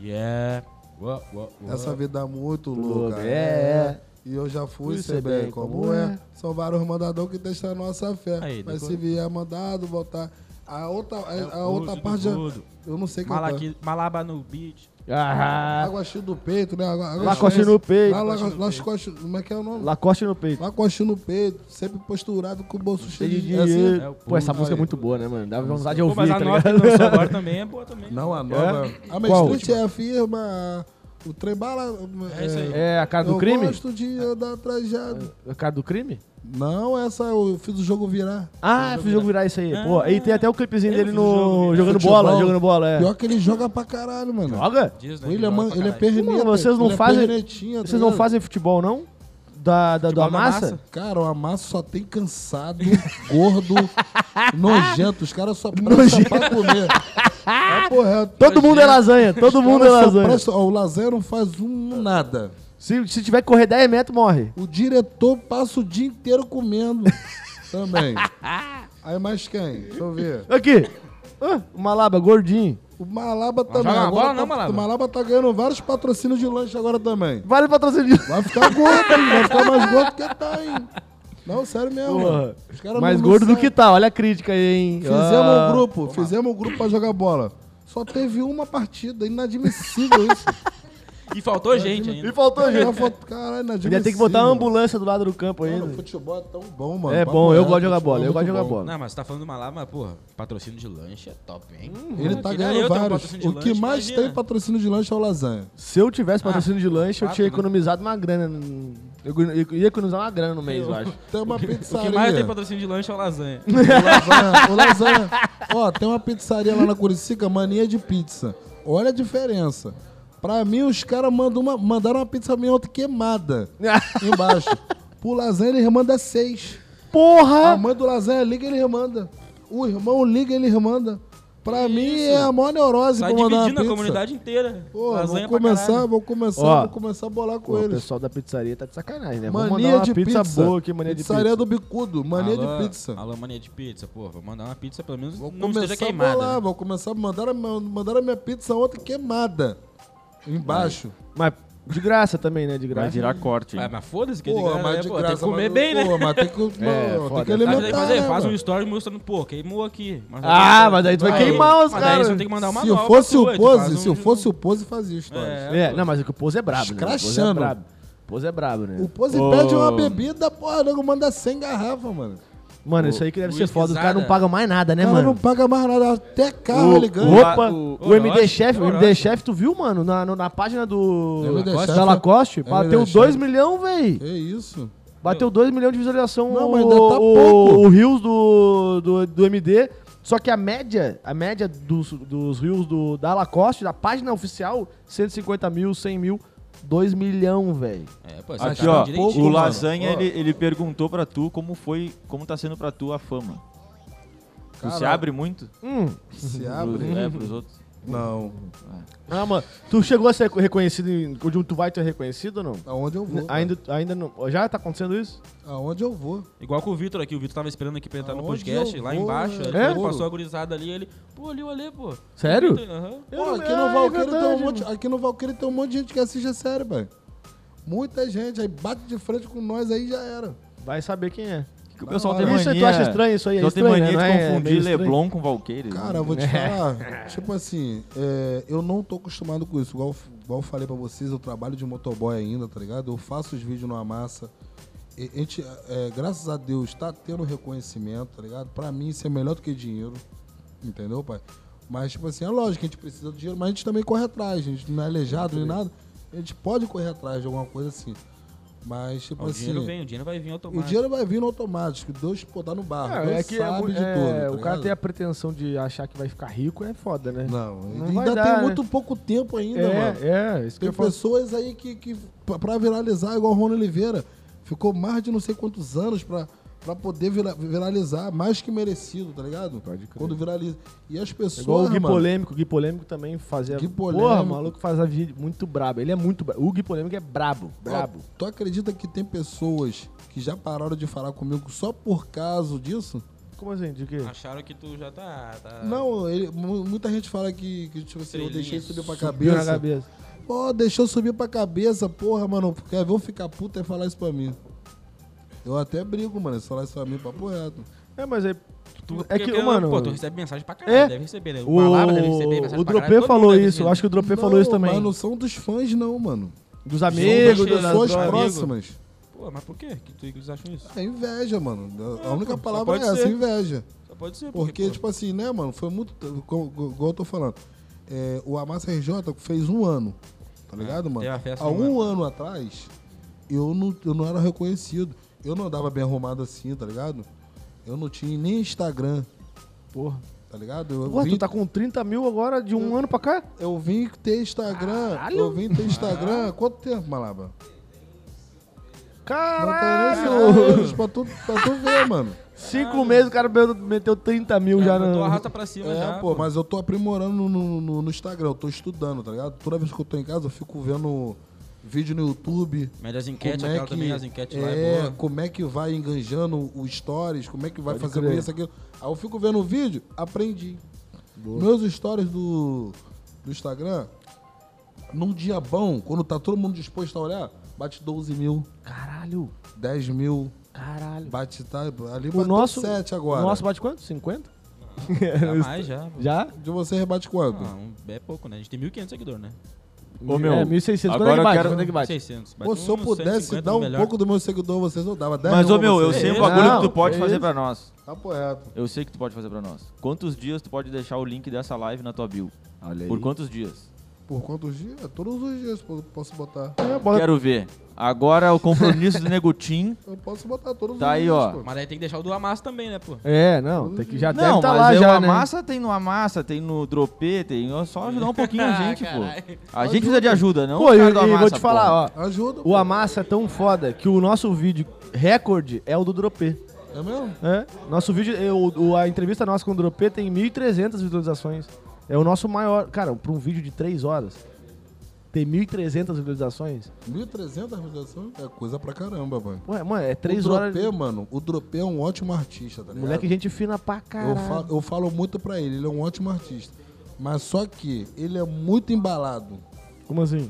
Speaker 2: Yeah. Uou, uou, uou.
Speaker 4: Essa vida é muito louca.
Speaker 1: louca, é, é.
Speaker 4: E eu já fui,
Speaker 1: Fui
Speaker 4: sei bem, como é.
Speaker 1: né?
Speaker 4: São vários mandadão que testam a nossa fé.
Speaker 2: Aí,
Speaker 4: Mas
Speaker 2: decorou.
Speaker 4: se vier mandado, voltar. A outra,
Speaker 2: É
Speaker 4: a, a
Speaker 2: o
Speaker 4: outra
Speaker 2: uso
Speaker 4: parte
Speaker 2: do
Speaker 4: já.
Speaker 2: rodo.
Speaker 4: Eu não sei cantar.
Speaker 2: Malaqui, malaba no beat.
Speaker 1: Ah,
Speaker 4: Aguaxi do peito, né? Agua- aguaxi-
Speaker 1: Lacoste no peito.
Speaker 4: Lá- lá- Lacoste- como é que é o nome?
Speaker 1: Lacoste no peito.
Speaker 4: Lacoste no peito, sempre posturado com o bolso cheio de
Speaker 1: É
Speaker 4: dinheiro.
Speaker 1: assim,
Speaker 2: é o-
Speaker 1: Pô, essa
Speaker 4: Aí.
Speaker 1: música é muito boa, né, mano? Dá vontade de
Speaker 2: Pô,
Speaker 1: ouvir,
Speaker 2: mas a
Speaker 1: tá
Speaker 2: nota que
Speaker 1: ligado?
Speaker 2: ele lançou agora também é boa também.
Speaker 4: Não, a nova.
Speaker 1: nova-
Speaker 4: A
Speaker 1: Qual?
Speaker 4: mestrite afirma. O trem bala.
Speaker 2: É isso aí.
Speaker 1: É a cara do
Speaker 4: eu
Speaker 1: crime?
Speaker 4: gosto de andar trajado.
Speaker 1: A cara do crime?
Speaker 4: Não, essa eu fiz o jogo virar.
Speaker 1: Ah, eu fiz o jogo virar isso aí. Pô,
Speaker 2: Ah,
Speaker 1: aí tem até o clipezinho
Speaker 2: eu
Speaker 1: dele
Speaker 2: fiz o jogo
Speaker 1: no.
Speaker 2: virar.
Speaker 1: Jogando
Speaker 4: Futebol.
Speaker 1: bola, jogando bola, é.
Speaker 4: Pior que ele joga pra caralho, mano.
Speaker 1: Joga?
Speaker 2: Diz, né,
Speaker 4: O
Speaker 2: que
Speaker 4: William,
Speaker 2: joga
Speaker 4: man-
Speaker 2: pra
Speaker 4: ele é
Speaker 2: caralho.
Speaker 4: perneta.
Speaker 1: Mano, vocês não
Speaker 4: ele é
Speaker 1: fazem-
Speaker 4: pernetinha, tá
Speaker 1: Vocês não
Speaker 4: ligado?
Speaker 1: fazem futebol, não? Da, da, da
Speaker 2: Futebol da
Speaker 1: massa?
Speaker 2: massa.
Speaker 4: Cara, o Amasso só tem cansado, gordo, nojento. Os caras só prestam
Speaker 1: Nojento.
Speaker 4: pra comer. É porra,
Speaker 1: Todo mundo é lasanha, todo mundo é lasanha.
Speaker 4: o lasanha não faz um nada.
Speaker 1: Se, se tiver que correr 10 metros, morre.
Speaker 4: O diretor passa o dia inteiro comendo também. Aí mais quem? Deixa eu ver.
Speaker 1: Aqui. Ah, o Malaba, gordinho.
Speaker 4: O Malaba também.
Speaker 2: joga uma
Speaker 4: agora
Speaker 2: bola,
Speaker 4: tá-
Speaker 2: não, Malaba?
Speaker 4: O Malaba tá ganhando vários patrocínios de lanche agora também.
Speaker 1: Vale patrocínio.
Speaker 4: Vai ficar gordo, hein? vai ficar mais gordo que tá, hein? Não, sério mesmo.
Speaker 1: Porra.
Speaker 4: Os caras
Speaker 1: Mais
Speaker 4: não- não
Speaker 1: gordo do
Speaker 4: sabem.
Speaker 1: que tá, olha a crítica aí, hein?
Speaker 4: Fizemos
Speaker 1: Ah.
Speaker 4: um grupo, fizemos um grupo pra jogar bola. Só teve uma partida, inadmissível isso.
Speaker 2: E faltou
Speaker 4: é
Speaker 2: gente
Speaker 1: E
Speaker 2: ainda.
Speaker 1: faltou
Speaker 4: Já
Speaker 1: gente.
Speaker 4: fo- Caralho, inadmissível.
Speaker 1: Podia ter que botar uma ambulância do lado do campo
Speaker 4: Mano,
Speaker 1: ainda.
Speaker 4: futebol é tão bom, mano.
Speaker 1: É
Speaker 4: Papo
Speaker 1: bom, eu
Speaker 4: reto,
Speaker 1: gosto de jogar bola,
Speaker 4: futebol é
Speaker 1: eu
Speaker 4: muito
Speaker 1: gosto de jogar
Speaker 4: bom.
Speaker 1: bola.
Speaker 2: Não, mas você tá falando do Malaba, mas, porra, patrocínio de lanche é top, hein?
Speaker 1: Hum.
Speaker 4: Ele tá
Speaker 2: Queria eu
Speaker 4: ganhando
Speaker 2: ter um
Speaker 4: vários.
Speaker 2: patrocínio de
Speaker 4: O que
Speaker 2: lanche,
Speaker 4: mais
Speaker 2: imagina.
Speaker 4: tem patrocínio de lanche é o lasanha.
Speaker 1: Se eu tivesse patrocínio de lanche, eu
Speaker 2: fato,
Speaker 1: tinha
Speaker 2: né?
Speaker 1: economizado uma grana. no- Eu gu- eu ia economizar uma grana no mês, eu acho.
Speaker 4: Tem uma
Speaker 2: O
Speaker 4: pizzaria.
Speaker 2: que mais tem patrocínio de lanche é o lasanha.
Speaker 4: O lasanha, o lasanha. Ó, tem uma pizzaria lá na Curicica, mania de pizza. Olha a diferença. Pra mim, os caras mandam uma- mandaram uma pizza minha ontem queimada. embaixo. Pro lasanha, ele remanda seis. A
Speaker 2: Ah.
Speaker 1: Porra!
Speaker 4: mãe do lasanha liga, ele remanda. O irmão liga, ele remanda. Pra mim, é a maior neurose
Speaker 2: Tá
Speaker 4: pra mandar uma
Speaker 2: dividindo
Speaker 4: pizza.
Speaker 2: a comunidade inteira.
Speaker 4: Pô,
Speaker 2: lasanha
Speaker 4: vou
Speaker 2: pra
Speaker 4: começar,
Speaker 2: caralho.
Speaker 4: vou começar,
Speaker 1: Ó.
Speaker 4: vou começar a bolar
Speaker 1: Pô,
Speaker 4: com
Speaker 1: o
Speaker 4: eles.
Speaker 1: pessoal da pizzaria tá de sacanagem, né? Vamos mandar
Speaker 4: Mania
Speaker 1: uma
Speaker 4: de
Speaker 1: pizza,
Speaker 4: pizza.
Speaker 1: boa aqui, mania de pizza.
Speaker 4: Pizzaria do Bicudo, mania
Speaker 2: Alô,
Speaker 4: de pizza.
Speaker 2: Alô, mania de pizza, pô. Vou mandar uma pizza, pelo menos
Speaker 4: Vou
Speaker 2: não esteja
Speaker 4: começar a
Speaker 2: queimada.
Speaker 4: bolar,
Speaker 2: né?
Speaker 4: vou começar a mandar a, mandar a minha pizza ontem queimada. Embaixo.
Speaker 1: Mas de graça também, né? De graça.
Speaker 3: Vai virar corte. hein?
Speaker 2: Ah, mas foda-se que é de
Speaker 4: Pô,
Speaker 2: graça, né,
Speaker 4: mas de
Speaker 2: pô,
Speaker 4: graça.
Speaker 2: Tem que comer
Speaker 4: mas-
Speaker 2: bem, né?
Speaker 4: Pô, mas tem
Speaker 1: É,
Speaker 4: que, não, tem
Speaker 1: foda.
Speaker 4: que
Speaker 1: Tá,
Speaker 2: Tá, mas aí
Speaker 4: alimentar,
Speaker 2: faz, aí,
Speaker 4: né,
Speaker 2: faz um
Speaker 4: mano?
Speaker 2: story mostrando, pô, queimou aqui. Mas não
Speaker 1: Ah,
Speaker 2: tem-
Speaker 1: mas aí tu vai
Speaker 2: Aí-
Speaker 1: queimar os
Speaker 2: mas aí
Speaker 1: caras.
Speaker 2: você tem que mandar uma
Speaker 4: Se
Speaker 2: nova
Speaker 4: fosse
Speaker 2: tua,
Speaker 4: o
Speaker 2: tu faz
Speaker 4: Pose,
Speaker 2: um-
Speaker 4: se fosse o Pose, fazia história.
Speaker 1: É, não, mas é que o Pose é brabo, né? O Pose é
Speaker 4: Escrachando.
Speaker 1: brabo. O Pose é brabo, né?
Speaker 4: O Pose pede uma bebida, porra, o nego manda 100 garrafas, mano.
Speaker 1: Mano, isso aí que deve
Speaker 2: o
Speaker 1: ser foda. Os caras não
Speaker 2: Isquizada.
Speaker 1: pagam mais nada, né,
Speaker 4: o cara
Speaker 1: mano?
Speaker 4: não paga mais nada, até carro
Speaker 1: O,
Speaker 4: ele ganha.
Speaker 1: roupa,
Speaker 3: O-
Speaker 1: o,
Speaker 2: o
Speaker 1: MD
Speaker 2: Orochi,
Speaker 1: Chef, o
Speaker 2: Orochi.
Speaker 1: MD Chef, tu viu, mano, na, no- na página do
Speaker 4: MD Chef,
Speaker 1: da Lacoste,
Speaker 4: MD
Speaker 1: bateu
Speaker 4: Chef.
Speaker 1: 2 milhões, véi.
Speaker 4: Que isso?
Speaker 1: Bateu 2 milhões de visualização
Speaker 4: Não,
Speaker 1: o-
Speaker 4: mas ainda tá
Speaker 1: o,
Speaker 4: pouco.
Speaker 1: o Reels do, do, do MD. Só que a média, a média dos, dos Reels do, da Lacoste, da página oficial, 150 mil, 100 mil, 2 milhão, velho.
Speaker 2: É, pô, você
Speaker 3: Aqui,
Speaker 2: tá
Speaker 3: ó,
Speaker 2: direitinho,
Speaker 3: o
Speaker 2: mano.
Speaker 3: Lasanha, ele, ele perguntou pra tu como foi, como tá sendo pra tu a fama. Tu se
Speaker 4: Caralho.
Speaker 3: abre muito?
Speaker 1: Hum.
Speaker 4: Se abre?
Speaker 3: Pro- é, pros outros.
Speaker 4: Não.
Speaker 1: Ah, mano, tu chegou a ser reconhecido, em, onde tu vai ter reconhecido ou não?
Speaker 4: Aonde eu vou? cara.
Speaker 1: Ainda, ainda não. Já tá acontecendo isso?
Speaker 4: Aonde eu vou?
Speaker 2: Igual com o Vitor aqui, o Vitor tava esperando aqui pra entrar no
Speaker 4: Aonde
Speaker 2: podcast,
Speaker 4: eu
Speaker 2: lá
Speaker 4: vou,
Speaker 2: embaixo.
Speaker 4: né?
Speaker 2: Ele
Speaker 1: É?
Speaker 2: passou a gurizada ali, ele, pô, ali, olha, pô.
Speaker 1: Sério?
Speaker 2: Aham.
Speaker 4: Pô,
Speaker 1: Eu-
Speaker 4: aqui
Speaker 1: Ah,
Speaker 4: no,
Speaker 1: é
Speaker 4: Valqueiro tem um
Speaker 1: verdade,
Speaker 4: monte, aqui no Valqueiro tem um monte de gente que assiste a série, velho. Muita gente. Aí bate de frente com nós aí já era.
Speaker 1: Vai saber quem é.
Speaker 3: Que o pessoal
Speaker 4: Ah,
Speaker 3: tem
Speaker 1: isso aí,
Speaker 3: mania.
Speaker 1: tu acha estranho isso aí? É
Speaker 3: O pessoal tem
Speaker 1: estranho,
Speaker 3: mania de
Speaker 1: né? Não é- é
Speaker 3: confundir
Speaker 1: meio estranho.
Speaker 3: Leblon com né? Valqueire.
Speaker 4: Cara, eu vou
Speaker 1: É.
Speaker 4: te falar. tipo assim, é, eu não tô acostumado com isso. Igual, igual eu falei pra vocês, eu trabalho de motoboy ainda, tá ligado? Eu faço os vídeos numa massa. E- a gente, é, graças a Deus, tá tendo reconhecimento, tá ligado? Pra mim, isso é melhor do que dinheiro. Entendeu, pai? Mas, tipo assim, é lógico que a gente precisa do dinheiro, mas a gente também corre atrás, a gente não é aleijado nem nada. A gente pode correr atrás de alguma coisa assim. Mas, tipo
Speaker 2: o
Speaker 4: assim.
Speaker 2: dinheiro vem, o dinheiro vai vir
Speaker 4: O
Speaker 2: automático.
Speaker 4: dinheiro vai vir no automático, Deus pô, tá no barro.
Speaker 1: Ah,
Speaker 4: Deus
Speaker 1: é que é
Speaker 4: sabe
Speaker 1: mu-
Speaker 4: de
Speaker 1: é,
Speaker 4: tudo. tá
Speaker 1: o cara
Speaker 4: ligado?
Speaker 1: tem a pretensão de achar que vai ficar rico, é foda, né?
Speaker 4: Não,
Speaker 1: Não vai
Speaker 4: ainda
Speaker 1: dar,
Speaker 4: tem
Speaker 1: né?
Speaker 4: muito pouco tempo ainda, mano.
Speaker 1: é, é, isso que
Speaker 4: Tem
Speaker 1: eu falo.
Speaker 4: pessoas aí que, que pra- pra viralizar, igual o Rony Oliveira, ficou mais de não sei quantos anos pra, pra poder vira- viralizar, mais que merecido, tá ligado?
Speaker 1: Pode crer.
Speaker 4: Quando viraliza. E as pessoas.
Speaker 1: É Igual o Gui
Speaker 4: mano,
Speaker 1: Polêmico, o Gui Polêmico também fazia.
Speaker 4: Gui
Speaker 1: Porra,
Speaker 4: Polêmico.
Speaker 1: o maluco faz a vida muito brabo. Ele é muito brabo. O Gui Polêmico é brabo,
Speaker 4: ó,
Speaker 1: brabo.
Speaker 4: Tu acredita que tem pessoas que já pararam de falar comigo só por causa disso?
Speaker 1: Como assim? De quê?
Speaker 2: Acharam que tu já tá.
Speaker 1: É.
Speaker 2: tá-
Speaker 4: Não, ele- mu- muita gente fala que, que tipo assim, eu
Speaker 2: Estrelinha.
Speaker 4: deixei subir pra
Speaker 1: Subiu na
Speaker 4: cabeça.
Speaker 1: cabeça.
Speaker 4: Pô, deixou subir pra cabeça, porra, mano. Quer ver eu ficar puta e falar isso pra mim? Eu até brigo, mano, se falar isso pra mim, papo reto.
Speaker 1: É, mas é.
Speaker 2: Tu,
Speaker 1: é que,
Speaker 2: porque, um-
Speaker 1: mano.
Speaker 2: Pô, tu recebe mensagem pra caralho.
Speaker 1: É.
Speaker 2: Deve receber, né?
Speaker 1: o
Speaker 2: Palavra deve receber. mensagem
Speaker 1: o
Speaker 2: pra caralho,
Speaker 1: Dropê
Speaker 2: todo
Speaker 1: falou
Speaker 2: mundo deve
Speaker 1: isso. Eu
Speaker 2: receber.
Speaker 1: acho que o Dropê
Speaker 4: Não,
Speaker 1: falou isso também.
Speaker 4: Mas não são dos fãs, não, mano.
Speaker 1: Dos
Speaker 4: São
Speaker 1: amigos,
Speaker 4: das
Speaker 2: dos-
Speaker 1: das
Speaker 4: pessoas
Speaker 1: drogas.
Speaker 2: amigos.
Speaker 4: próximas.
Speaker 2: Pô, mas por quê que tu, que eles acham isso?
Speaker 4: É inveja, mano. A única
Speaker 2: pô, só
Speaker 4: palavra é
Speaker 2: pode
Speaker 4: essa,
Speaker 2: ser.
Speaker 4: inveja.
Speaker 2: Só pode ser.
Speaker 4: Porque,
Speaker 2: pô,
Speaker 4: tipo assim, né, mano? Foi muito. co- co- Igual eu tô falando. É, o Amassa RJ fez um ano. Tá ligado, mano?
Speaker 2: Ah, teve a festa
Speaker 4: Há
Speaker 2: um
Speaker 4: um ano atrás, eu não, eu não era reconhecido. Eu não andava bem arrumado assim, tá ligado? Eu não tinha nem Instagram,
Speaker 1: Porra.
Speaker 4: tá ligado? Eu,
Speaker 1: Porra,
Speaker 4: vim,
Speaker 1: tu tá com 30 mil agora de um ano pra cá?
Speaker 4: eu vim ter Instagram.
Speaker 1: Caralho!
Speaker 4: Eu vim ter Instagram. Quanto tempo, Malaba? Não
Speaker 1: Caralho!
Speaker 4: tem nem anos pra tu, pra tu ver, mano.
Speaker 1: Cinco meses o cara meteu- meteu 30 mil já
Speaker 2: Tu
Speaker 1: na.
Speaker 2: arrasta pra cima
Speaker 4: É,
Speaker 2: já.
Speaker 4: pô, mas eu tô aprimorando no, no- no- no Instagram, eu tô estudando, tá ligado? Toda vez que eu tô em casa, eu fico vendo vídeo no YouTube.
Speaker 2: Mas as enquetes,
Speaker 4: Como é,
Speaker 2: aquela
Speaker 4: que,
Speaker 2: também, as enquetes lá é
Speaker 4: é,
Speaker 2: boa.
Speaker 4: como é que vai enganjando o stories, como é que vai
Speaker 1: Pode
Speaker 4: fazendo
Speaker 1: crer.
Speaker 4: isso, aquilo. Aí eu fico vendo o vídeo, aprendi. Meus stories do, do Instagram, num dia bom, quando tá todo mundo disposto a olhar, bate 12 mil,
Speaker 1: Caralho!
Speaker 4: 10 mil,
Speaker 1: Caralho!
Speaker 4: bate, tá, ali
Speaker 1: O
Speaker 4: bateu
Speaker 1: nosso.
Speaker 4: 7 agora.
Speaker 1: O nosso bate quanto? 50?
Speaker 2: Já mais já. pô.
Speaker 1: Já?
Speaker 4: De você rebate quanto?
Speaker 2: Ah, um- é pouco, né? A gente tem 1.500 seguidores, né?
Speaker 1: Ô, meu. É, 1.600. Quando é
Speaker 5: agora
Speaker 1: que
Speaker 5: eu
Speaker 1: bate?
Speaker 5: quero-
Speaker 1: Quando é que bate?
Speaker 2: 600. Bate
Speaker 4: Pô, se eu
Speaker 2: uns
Speaker 4: pudesse
Speaker 2: 150
Speaker 4: dar um
Speaker 2: melhor.
Speaker 4: pouco do meu seguidor, vocês eu dava 10
Speaker 5: Mas,
Speaker 4: mil
Speaker 5: ô
Speaker 4: pra Tá
Speaker 5: meu, eu
Speaker 4: vocês.
Speaker 5: sei
Speaker 1: é,
Speaker 5: um
Speaker 1: Não,
Speaker 5: bagulho que tu pode
Speaker 1: que
Speaker 5: fazer
Speaker 1: isso.
Speaker 5: pra nós.
Speaker 4: Papo reto.
Speaker 3: Eu sei que tu pode fazer pra nós. Quantos dias tu pode deixar o link dessa live na tua bio?
Speaker 5: Olha
Speaker 3: Por quantos dias?
Speaker 4: Por quantos dias? Todos os dias eu posso botar.
Speaker 1: É, bora-
Speaker 3: Quero ver. Agora o compromisso do Negutim.
Speaker 4: Eu posso botar todos
Speaker 3: Tá
Speaker 4: os
Speaker 3: aí,
Speaker 4: dias.
Speaker 3: ó.
Speaker 4: pô.
Speaker 2: Mas aí tem que deixar o do Amasso também, né, pô?
Speaker 1: É, não, tem que já deve
Speaker 3: Não,
Speaker 1: tá
Speaker 3: mas
Speaker 1: lá
Speaker 3: é
Speaker 1: já,
Speaker 3: o
Speaker 1: né?
Speaker 3: Amassa tem no Amassa, tem no Dropê, tem... é Só ajudar um pouquinho a gente, pô. A gente precisa de ajuda, não?
Speaker 1: Pô,
Speaker 3: o
Speaker 1: e,
Speaker 3: cara do
Speaker 1: e vou
Speaker 3: Amassa,
Speaker 1: te falar,
Speaker 3: pô.
Speaker 1: ó.
Speaker 4: Ajuda.
Speaker 1: O
Speaker 4: pô.
Speaker 1: Amassa é tão foda que o nosso vídeo recorde é o do Dropê.
Speaker 4: É mesmo?
Speaker 1: É? Nosso vídeo, é o- o- a entrevista nossa com o Dropê tem 1.300 visualizações. É o nosso maior. Cara, pra um vídeo de 3 horas, tem 1.300 visualizações.
Speaker 4: 1.300 visualizações é coisa pra caramba, mano.
Speaker 1: Ué, mano, é
Speaker 4: O
Speaker 1: 3 horas.
Speaker 4: Dropê, mano, o Dropê é um ótimo artista, tá ligado?
Speaker 1: Moleque, gente fina pra caralho.
Speaker 4: eu, falo, eu falo muito pra ele, ele é um ótimo artista. Mas só que ele é muito embalado.
Speaker 1: Como assim?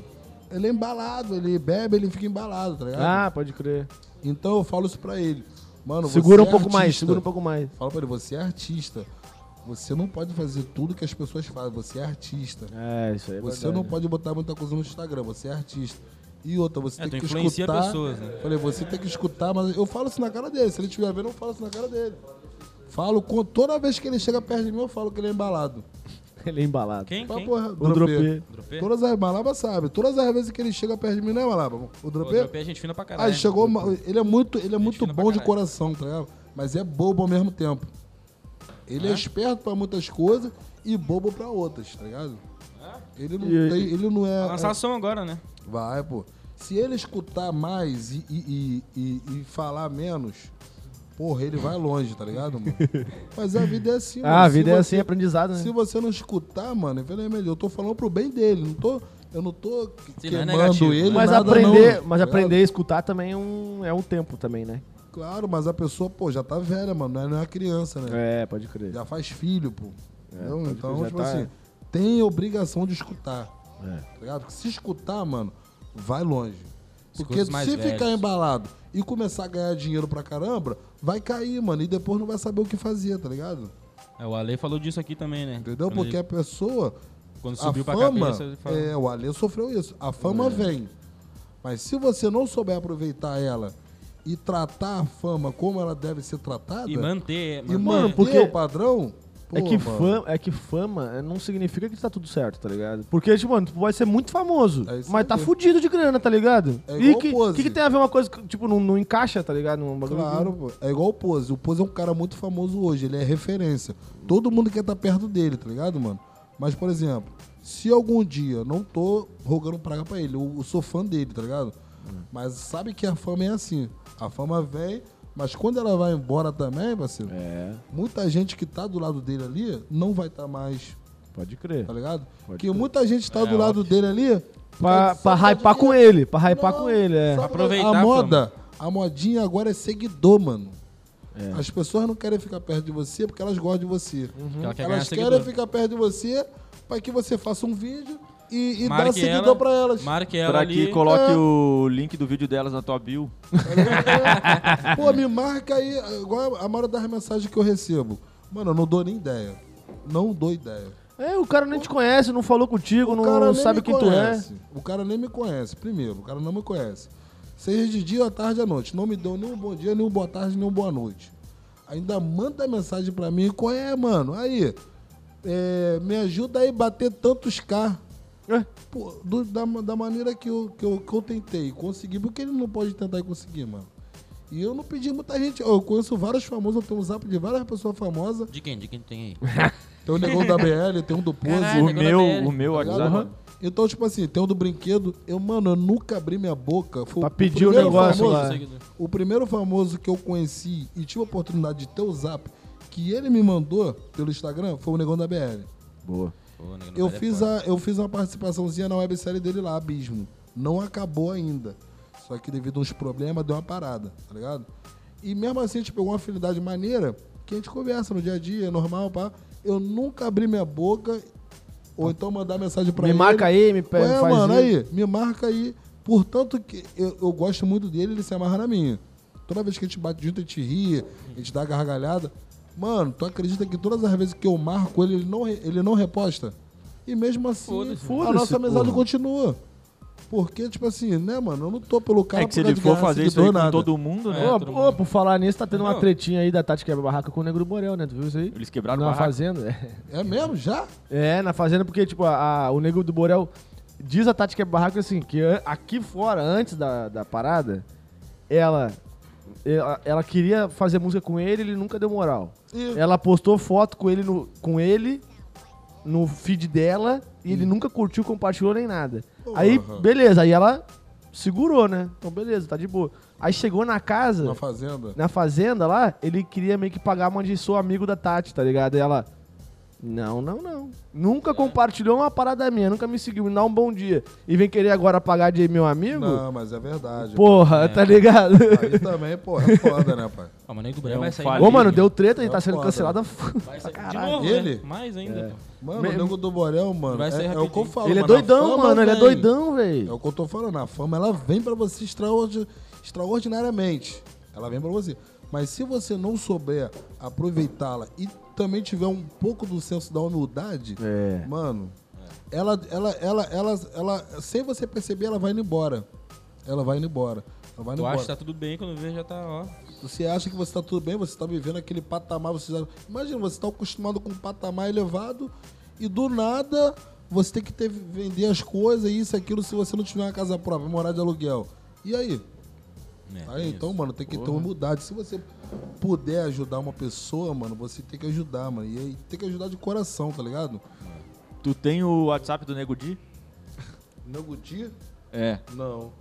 Speaker 4: Ele é embalado, ele bebe, ele fica embalado, tá ligado?
Speaker 1: Ah, pode crer.
Speaker 4: Então eu falo isso pra ele. Mano,
Speaker 1: Segura um
Speaker 4: você é
Speaker 1: pouco mais,
Speaker 4: artista.
Speaker 1: segura um pouco mais.
Speaker 4: Fala pra ele, você é artista. Você não pode fazer tudo que as pessoas fazem, você é artista.
Speaker 1: É, isso aí. É
Speaker 4: você
Speaker 1: verdade.
Speaker 4: não pode botar muita coisa no Instagram, você é artista. E outra, você
Speaker 2: É,
Speaker 4: tem
Speaker 2: tu
Speaker 4: que
Speaker 2: influencia
Speaker 4: escutar.
Speaker 2: pessoas, né?
Speaker 4: Falei, você tem que escutar, mas eu falo isso na cara dele. Se ele estiver vendo, eu falo isso na cara dele. Falo com toda vez que ele chega perto de mim, eu falo que ele é embalado.
Speaker 1: Ele é embalado.
Speaker 2: Quem?
Speaker 4: Pra
Speaker 2: Quem?
Speaker 4: porra,
Speaker 1: O Dropê.
Speaker 2: Dropê?
Speaker 4: Todas as Malaba sabe. Todas as vezes que ele chega perto de mim, né, Malaba? O
Speaker 2: Pô, O
Speaker 4: Dropê?
Speaker 2: Dropê é gente fina pra caralho.
Speaker 4: Aí chegou,
Speaker 2: hein?
Speaker 4: uma- ele é muito, ele é muito
Speaker 2: fina pra
Speaker 4: bom de
Speaker 2: caralho.
Speaker 4: coração, tá ligado? Mas é bobo ao mesmo tempo. Ele é, esperto pra muitas coisas e bobo pra outras, tá ligado? Ele não
Speaker 1: E-
Speaker 4: tem, ele não é,
Speaker 2: Vai Lançar
Speaker 4: é-
Speaker 2: som agora, né?
Speaker 4: vai, pô. Se ele escutar mais e, e- e- e- e falar menos, porra, ele vai longe, tá ligado, mano? Mas a vida é assim, mano.
Speaker 1: Ah, a
Speaker 4: Se
Speaker 1: vida é
Speaker 4: você-
Speaker 1: assim, aprendizado, né?
Speaker 4: Se você não escutar, mano, infelizmente, eu tô falando pro bem dele, não tô, eu não tô
Speaker 2: Sim, não é
Speaker 4: queimando
Speaker 2: negativo,
Speaker 4: ele,
Speaker 1: Mas
Speaker 4: nada
Speaker 1: aprender,
Speaker 4: não,
Speaker 1: mas
Speaker 4: tá ligado?
Speaker 1: aprender a escutar também é um, é um tempo também, né?
Speaker 4: Claro, mas a pessoa, pô, já tá velha, mano. Não é, não é criança, né?
Speaker 1: É, pode crer.
Speaker 4: Já faz filho, pô. Entendeu?
Speaker 1: pode
Speaker 4: então,
Speaker 1: já
Speaker 4: tipo
Speaker 1: tá-
Speaker 4: assim, tem obrigação de escutar.
Speaker 1: É.
Speaker 4: Tá ligado? Porque se escutar, mano, vai longe. Porque
Speaker 2: Escuta os
Speaker 4: se
Speaker 2: mais
Speaker 4: ficar
Speaker 2: velhos.
Speaker 4: embalado e começar a ganhar dinheiro pra caramba, vai cair, mano. E depois não vai saber o que fazer, tá ligado?
Speaker 2: É, o Ale falou disso aqui também, né?
Speaker 4: Entendeu?
Speaker 2: Quando
Speaker 4: Porque a
Speaker 2: ele-
Speaker 4: pessoa.
Speaker 2: Quando
Speaker 4: A
Speaker 2: subiu pra
Speaker 4: fama.
Speaker 2: cabeça, ele É. falou...
Speaker 4: é, o Alê sofreu isso. A fama vem. Mas se você não souber aproveitar ela e tratar a fama como ela deve ser tratada.
Speaker 2: E manter...
Speaker 4: E,
Speaker 2: manter.
Speaker 4: mano,
Speaker 1: porque-
Speaker 4: porque É o padrão,
Speaker 1: é, que
Speaker 4: mano,
Speaker 1: fama, é que fama é, não significa que tá tudo certo, tá ligado? Porque, tipo, mano, tu pode ser muito famoso,
Speaker 4: É isso
Speaker 1: mas
Speaker 4: aí.
Speaker 1: tá fudido de grana, tá ligado?
Speaker 4: É
Speaker 1: e
Speaker 4: igual
Speaker 1: que,
Speaker 4: Pose.
Speaker 1: que, que tem a ver uma coisa que, tipo, não, não encaixa, tá ligado? Num bagulho que-
Speaker 4: Claro, pô. É igual o Pose. O Pose é um cara muito famoso hoje, ele é referência. Todo mundo quer estar perto dele, tá ligado, mano? Mas, por exemplo, se algum dia, não tô rogando praga pra ele, eu, eu sou fã dele, tá ligado?
Speaker 1: Hum.
Speaker 4: Mas sabe que a fama é assim. A fama vem, mas quando ela vai embora também, parceiro,
Speaker 7: É,
Speaker 4: muita gente que tá do lado dele ali não vai estar mais,
Speaker 1: Pode crer. É,
Speaker 4: tá ligado? Porque muita gente tá do lado dele ali.
Speaker 1: Pra, pra
Speaker 4: só por causa
Speaker 1: hypar
Speaker 4: de
Speaker 1: com
Speaker 4: dinheiro.
Speaker 1: ele, pra hypar
Speaker 4: Não,
Speaker 1: com ele, é.
Speaker 4: só por-
Speaker 2: Aproveitar a
Speaker 4: A
Speaker 2: fama.
Speaker 4: moda, a modinha agora é seguidor, mano.
Speaker 2: É.
Speaker 4: As pessoas não querem ficar perto de você porque elas gostam de você.
Speaker 2: Ela Uhum. quer ganhar
Speaker 4: Elas querem
Speaker 2: seguidor.
Speaker 4: ficar perto de você para que você faça um vídeo e, e dá
Speaker 2: Marque
Speaker 4: seguidor
Speaker 2: ela,
Speaker 4: pra elas.
Speaker 2: Marque ela
Speaker 3: Pra
Speaker 2: ali.
Speaker 3: que coloque
Speaker 1: Ah.
Speaker 3: o link do vídeo delas na tua bio.
Speaker 4: Pô, me marca aí, igual a maioria das mensagens que eu recebo. Mano, eu não dou nem ideia. Não dou ideia.
Speaker 1: É, o cara nem te conhece, não falou contigo, não
Speaker 4: nem
Speaker 1: sabe
Speaker 4: me
Speaker 1: quem tu é.
Speaker 4: conhece. O cara nem me conhece, primeiro. O cara não me conhece. Seja de dia, à tarde, à noite. Não me deu nem um bom dia, nem um boa tarde, nem um boa noite. Ainda manda mensagem pra mim. Qual é, mano? Aí, é, me ajuda aí a bater tantos K.
Speaker 1: é. É.
Speaker 4: Pô, do- da, da maneira que eu, que, eu, que eu tentei conseguir. Por que ele não pode tentar e conseguir, mano? E eu não pedi muita gente. Eu conheço vários famosos, eu tenho um zap de várias pessoas famosas.
Speaker 2: De quem? De quem tem aí?
Speaker 4: Tem o Negão da BL, tem um do Pose.
Speaker 2: Caralho,
Speaker 3: o
Speaker 2: negócio
Speaker 3: meu,
Speaker 2: da BL.
Speaker 3: o meu
Speaker 4: Tá ligado?
Speaker 3: WhatsApp. É mano.
Speaker 4: Então, tipo assim, tem um do brinquedo. Eu, mano, eu nunca abri minha boca. Foi
Speaker 1: Pra pedir o
Speaker 4: primeiro
Speaker 1: Tá um negócio
Speaker 4: famoso-
Speaker 1: lá.
Speaker 4: O primeiro famoso que eu conheci e tive a oportunidade de ter o zap, que ele me mandou pelo Instagram, foi o Negão da BL.
Speaker 3: Boa.
Speaker 2: Pô, nego, não
Speaker 4: Eu
Speaker 2: vai
Speaker 4: fiz,
Speaker 2: dar
Speaker 4: a, eu fiz uma participaçãozinha na websérie dele lá, Abismo. Não acabou ainda. Só que devido a uns problemas, deu uma parada, tá ligado? E mesmo assim, a gente pegou uma afinidade maneira que a gente conversa no dia a dia, é normal, pá. Eu nunca abri minha boca ou então mandar mensagem pra
Speaker 1: Me
Speaker 4: ele.
Speaker 1: marca aí, me pega,
Speaker 4: É,
Speaker 1: faz
Speaker 4: mano,
Speaker 1: isso.
Speaker 4: aí, me marca aí. Portanto, que eu, eu gosto muito dele, ele se amarra na minha. Toda vez que a gente bate junto, a gente ri, a gente dá gargalhada. Mano, tu acredita que todas as vezes que eu marco ele, ele não, re- ele não reposta? E mesmo assim, a
Speaker 1: Foda-se,
Speaker 4: nossa amizade
Speaker 1: porra.
Speaker 4: continua. Porque, tipo assim, né, mano, eu não tô pelo cara
Speaker 3: É que
Speaker 4: por
Speaker 3: se ele
Speaker 4: causa de
Speaker 3: for
Speaker 4: ganhar
Speaker 3: fazer isso aí
Speaker 4: seguidor,
Speaker 3: com
Speaker 4: nada.
Speaker 3: todo mundo, né?
Speaker 2: É,
Speaker 1: Ô,
Speaker 2: todo
Speaker 1: ô,
Speaker 2: mundo.
Speaker 1: por falar nisso, tá tendo uma
Speaker 2: Não. tá
Speaker 1: tretinha aí da Tati Quebra Barraca com o Negro Borel, né? Tu viu isso aí?
Speaker 3: Eles quebraram
Speaker 1: Na
Speaker 3: o barraco.
Speaker 1: fazenda. é.
Speaker 4: É mesmo? Já?
Speaker 1: É, na fazenda, porque, tipo, a- a- o Nego do Borel diz a Tati que é barraco assim, que an- aqui fora, antes da, da parada, ela, ela ela queria fazer música com ele, ele nunca deu moral.
Speaker 3: É.
Speaker 4: E-
Speaker 1: Ela postou foto com ele no, com ele no feed dela e ele nunca curtiu, compartilhou nem nada. Aí,
Speaker 4: Hum. Porra.
Speaker 1: beleza, aí ela segurou, né? Então, beleza, tá de boa. Aí chegou na casa
Speaker 4: Na fazenda.
Speaker 1: na fazenda lá, ele queria meio que pagar uma de sou amigo da Tati, tá ligado? E ela. Não, não, não. Nunca compartilhou uma parada minha, nunca me seguiu, me dá um bom dia. E vem querer agora pagar de meu amigo?
Speaker 4: Não, mas é verdade.
Speaker 1: Porra, tá ligado?
Speaker 4: Aí também, pô, é foda, né, pai?
Speaker 2: Ah, mas o Nego Borel
Speaker 3: É um
Speaker 2: vai sair.
Speaker 3: falha.
Speaker 1: Ô, mano, deu treta, ele
Speaker 4: É
Speaker 1: tá sendo
Speaker 4: foda,
Speaker 1: cancelado.
Speaker 2: Vai sair. De
Speaker 1: Caralho.
Speaker 2: novo,
Speaker 4: Ele?
Speaker 2: né? Mais ainda.
Speaker 3: É.
Speaker 2: pô.
Speaker 4: Mano,
Speaker 1: Me-
Speaker 4: o Nego do Borel, mano,
Speaker 2: Vai
Speaker 4: é,
Speaker 2: sair
Speaker 4: é o que eu
Speaker 2: rapidinho.
Speaker 4: falo.
Speaker 1: Ele é
Speaker 4: mano, a
Speaker 1: doidão,
Speaker 4: fama
Speaker 1: mano, ele é
Speaker 4: vem.
Speaker 1: doidão,
Speaker 4: É
Speaker 1: velho.
Speaker 4: o que eu tô falando, a fama ela vem pra você extraordi- extraordinariamente. Ela vem pra você. Mas se você não souber aproveitá-la e também tiver um pouco do senso da humildade,
Speaker 1: É.
Speaker 4: mano,
Speaker 2: É.
Speaker 4: ela, ela, ela, ela, ela, sem você perceber, ela vai indo embora. Ela vai indo embora. Ela vai indo
Speaker 2: Tu
Speaker 4: embora.
Speaker 2: acha que tá tudo bem, quando vê já tá, ó.
Speaker 4: Você acha que você tá tudo bem, você tá vivendo aquele patamar, você já... Imagina, você tá acostumado com um patamar elevado e do nada você tem que ter, vender as coisas, isso, aquilo, se você não tiver uma casa própria, morar de aluguel. E aí?
Speaker 2: É,
Speaker 4: Aí, então, mano, tem que ter humildade. Se você puder ajudar uma pessoa, mano, você tem que ajudar, mano. E aí tem que ajudar de coração, tá ligado?
Speaker 3: Tu tem o WhatsApp do Nego Di?
Speaker 4: Nego Di?
Speaker 3: É.
Speaker 4: Não.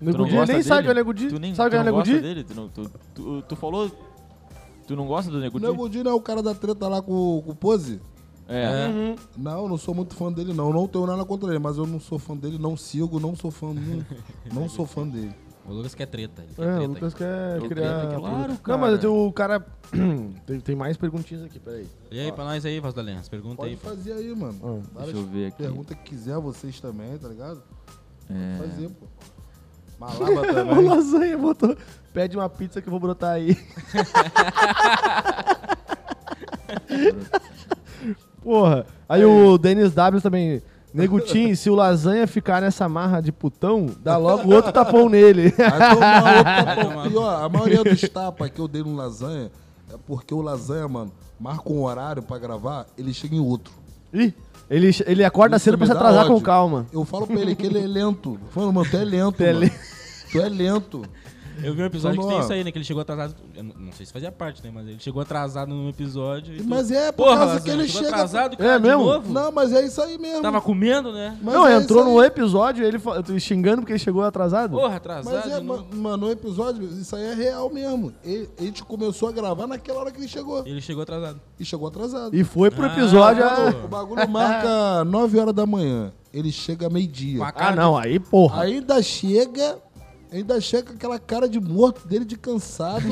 Speaker 3: Tu não
Speaker 1: Nego Di
Speaker 3: gosta
Speaker 1: nem sabe
Speaker 3: dele?
Speaker 1: quem é o Nego Di.
Speaker 3: Tu nem
Speaker 1: Sabe
Speaker 3: tu
Speaker 1: quem é o
Speaker 3: não
Speaker 1: Nego
Speaker 3: gosta
Speaker 1: Di?
Speaker 3: dele? Tu, não- tu- tu- tu falou... Tu não gosta do Nego Di?
Speaker 4: Nego Di não é o cara da treta lá com, com o Pose?
Speaker 3: É.
Speaker 4: Não, não sou muito fã dele, não. Não tenho nada contra ele, mas eu não sou fã dele, não sigo, não sou fã. Não, não sou fã dele.
Speaker 2: O Lucas quer treta. Ele quer
Speaker 1: É, o
Speaker 2: treta.
Speaker 1: Lucas quer
Speaker 3: Eu
Speaker 1: criar.
Speaker 3: creio que- claro,
Speaker 1: Não, mas
Speaker 3: cara.
Speaker 1: tem o cara. tem, tem mais perguntinhas aqui, peraí.
Speaker 2: E aí, pra nós aí, Vasco da Lenha, as perguntas
Speaker 4: Pode
Speaker 2: aí. pô.
Speaker 4: fazer aí, mano.
Speaker 1: Ah,
Speaker 4: Várias
Speaker 3: Deixa eu ver aqui.
Speaker 4: perguntas que quiser, vocês também, tá ligado?
Speaker 3: É.
Speaker 4: Pode fazer, pô. Malaba
Speaker 1: o
Speaker 4: também.
Speaker 1: Lasanha botou. Pede uma pizza que eu vou brotar aí. Porra.
Speaker 3: É
Speaker 1: Aí o Denis W também. Negutinho, se o Lasanha ficar nessa marra de putão, dá logo outro tapão nele.
Speaker 4: Vai tomar outro tapão. E ó, a maioria dos tapas que eu dei no lasanha É porque o Lasanha, mano, marca um horário pra gravar, ele chega em outro.
Speaker 1: Ih, ele, ele acorda
Speaker 4: Isso
Speaker 1: cedo pra
Speaker 4: me
Speaker 1: se
Speaker 4: dá
Speaker 1: atrasar
Speaker 4: ódio.
Speaker 1: com calma.
Speaker 4: Eu falo pra ele que ele é lento. Eu Falo, mano, tu é lento,
Speaker 1: Tu é
Speaker 4: mano.
Speaker 1: lento.
Speaker 4: Tu é lento.
Speaker 2: Eu vi um episódio
Speaker 4: Então,
Speaker 2: que tem
Speaker 4: ó.
Speaker 2: isso aí, né? Que ele chegou atrasado. eu não não sei se fazia parte, né? Mas ele chegou atrasado num episódio. e tu-
Speaker 4: Mas é por
Speaker 2: Porra,
Speaker 4: causa
Speaker 2: Lazan,
Speaker 4: que ele
Speaker 2: chegou
Speaker 4: chega... É
Speaker 2: atrasado, cara, de
Speaker 1: mesmo?
Speaker 2: novo.
Speaker 4: Não, mas é isso aí mesmo.
Speaker 2: Tava comendo, né?
Speaker 4: Mas
Speaker 1: não,
Speaker 4: é
Speaker 1: entrou
Speaker 4: isso
Speaker 1: num
Speaker 4: aí.
Speaker 1: episódio, ele fa- tu xingando porque ele chegou atrasado.
Speaker 2: Porra, atrasado. né?
Speaker 4: Mas é,
Speaker 2: de
Speaker 4: ma-
Speaker 2: novo.
Speaker 4: mano, o episódio, isso aí é real mesmo. Ele, a gente começou a gravar naquela hora que ele chegou.
Speaker 2: Ele chegou atrasado.
Speaker 4: E chegou atrasado. Então,
Speaker 1: E foi pro
Speaker 2: Ah,
Speaker 1: episódio.
Speaker 2: mano.
Speaker 1: Ah,
Speaker 4: O bagulho marca 9 horas da manhã. Ele chega
Speaker 2: Com a
Speaker 4: meio-dia.
Speaker 1: ah,
Speaker 2: cara
Speaker 1: não, aí, porra.
Speaker 4: Ainda chega. Ainda chega com aquela cara de morto dele, de cansado.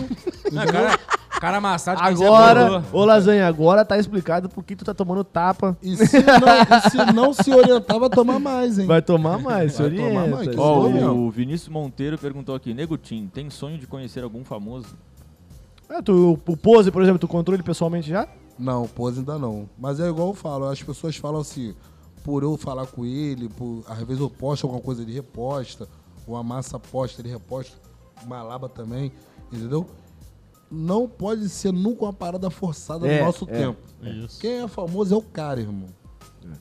Speaker 2: Não, cara, cara amassado é de quem se
Speaker 1: Agora,
Speaker 2: aborou.
Speaker 1: ô Lasanha, agora tá explicado por que tu tá tomando tapa.
Speaker 4: e, se não, e se não se orientar, vai tomar mais, hein?
Speaker 1: Vai tomar mais, se
Speaker 4: Vai tomar
Speaker 1: orienta.
Speaker 4: mais, que
Speaker 1: se
Speaker 3: Ó,
Speaker 4: Estou
Speaker 1: orienta.
Speaker 3: o Vinícius Monteiro perguntou aqui, Nego Tim, tem sonho de conhecer algum famoso?
Speaker 1: Ah, tu, o Pose, por exemplo, tu encontrou ele pessoalmente já?
Speaker 4: Não, pose ainda não. Mas é igual eu falo, as pessoas falam assim, por eu falar com ele, por, às vezes eu posto alguma coisa, ele reposta, ou a massa posta, ele reposta, Malaba também, entendeu? Não pode ser nunca uma parada forçada
Speaker 1: É,
Speaker 4: no nosso
Speaker 1: é,
Speaker 4: tempo. Quem é famoso é o cara, irmão.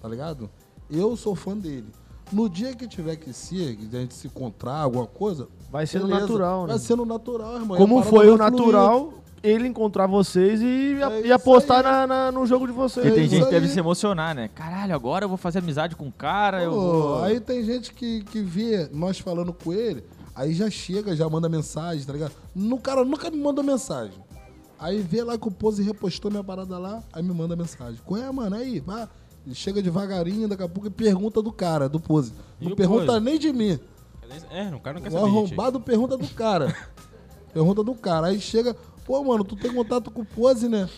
Speaker 4: Tá ligado? Eu sou fã dele. No dia que tiver que ser, que a gente se encontrar, alguma coisa.
Speaker 1: Vai ser no
Speaker 4: beleza.
Speaker 1: natural, né?
Speaker 4: Vai ser no natural, irmão. E
Speaker 1: Como
Speaker 4: a parada
Speaker 1: foi o
Speaker 4: vai fluir.
Speaker 1: natural ele encontrar vocês e,
Speaker 4: É
Speaker 1: e
Speaker 4: isso
Speaker 1: apostar
Speaker 4: aí.
Speaker 1: na- na- no jogo de vocês?
Speaker 4: É
Speaker 3: E tem
Speaker 4: isso
Speaker 3: gente que
Speaker 4: aí.
Speaker 3: deve se emocionar, né? Caralho, agora eu vou fazer amizade com o
Speaker 2: Ah,
Speaker 3: cara, eu
Speaker 4: Pô,
Speaker 3: vou...
Speaker 4: Aí tem gente que, que vê nós falando com ele, aí já chega, já manda mensagem, tá ligado? O cara nunca me mandou mensagem. Aí vê lá que o Pose repostou minha parada lá, aí me manda mensagem. Qual é, mano? Aí, vá. Ele Chega devagarinho, daqui a pouco e pergunta do cara, do Pose.
Speaker 2: E
Speaker 4: Não
Speaker 2: o
Speaker 4: pergunta
Speaker 2: Pose?
Speaker 4: nem de mim.
Speaker 2: É, o cara não quer saber.
Speaker 4: O
Speaker 2: gente.
Speaker 4: arrombado pergunta do cara. pergunta do cara. Aí chega, pô, mano, tu tem contato com o Pose, né?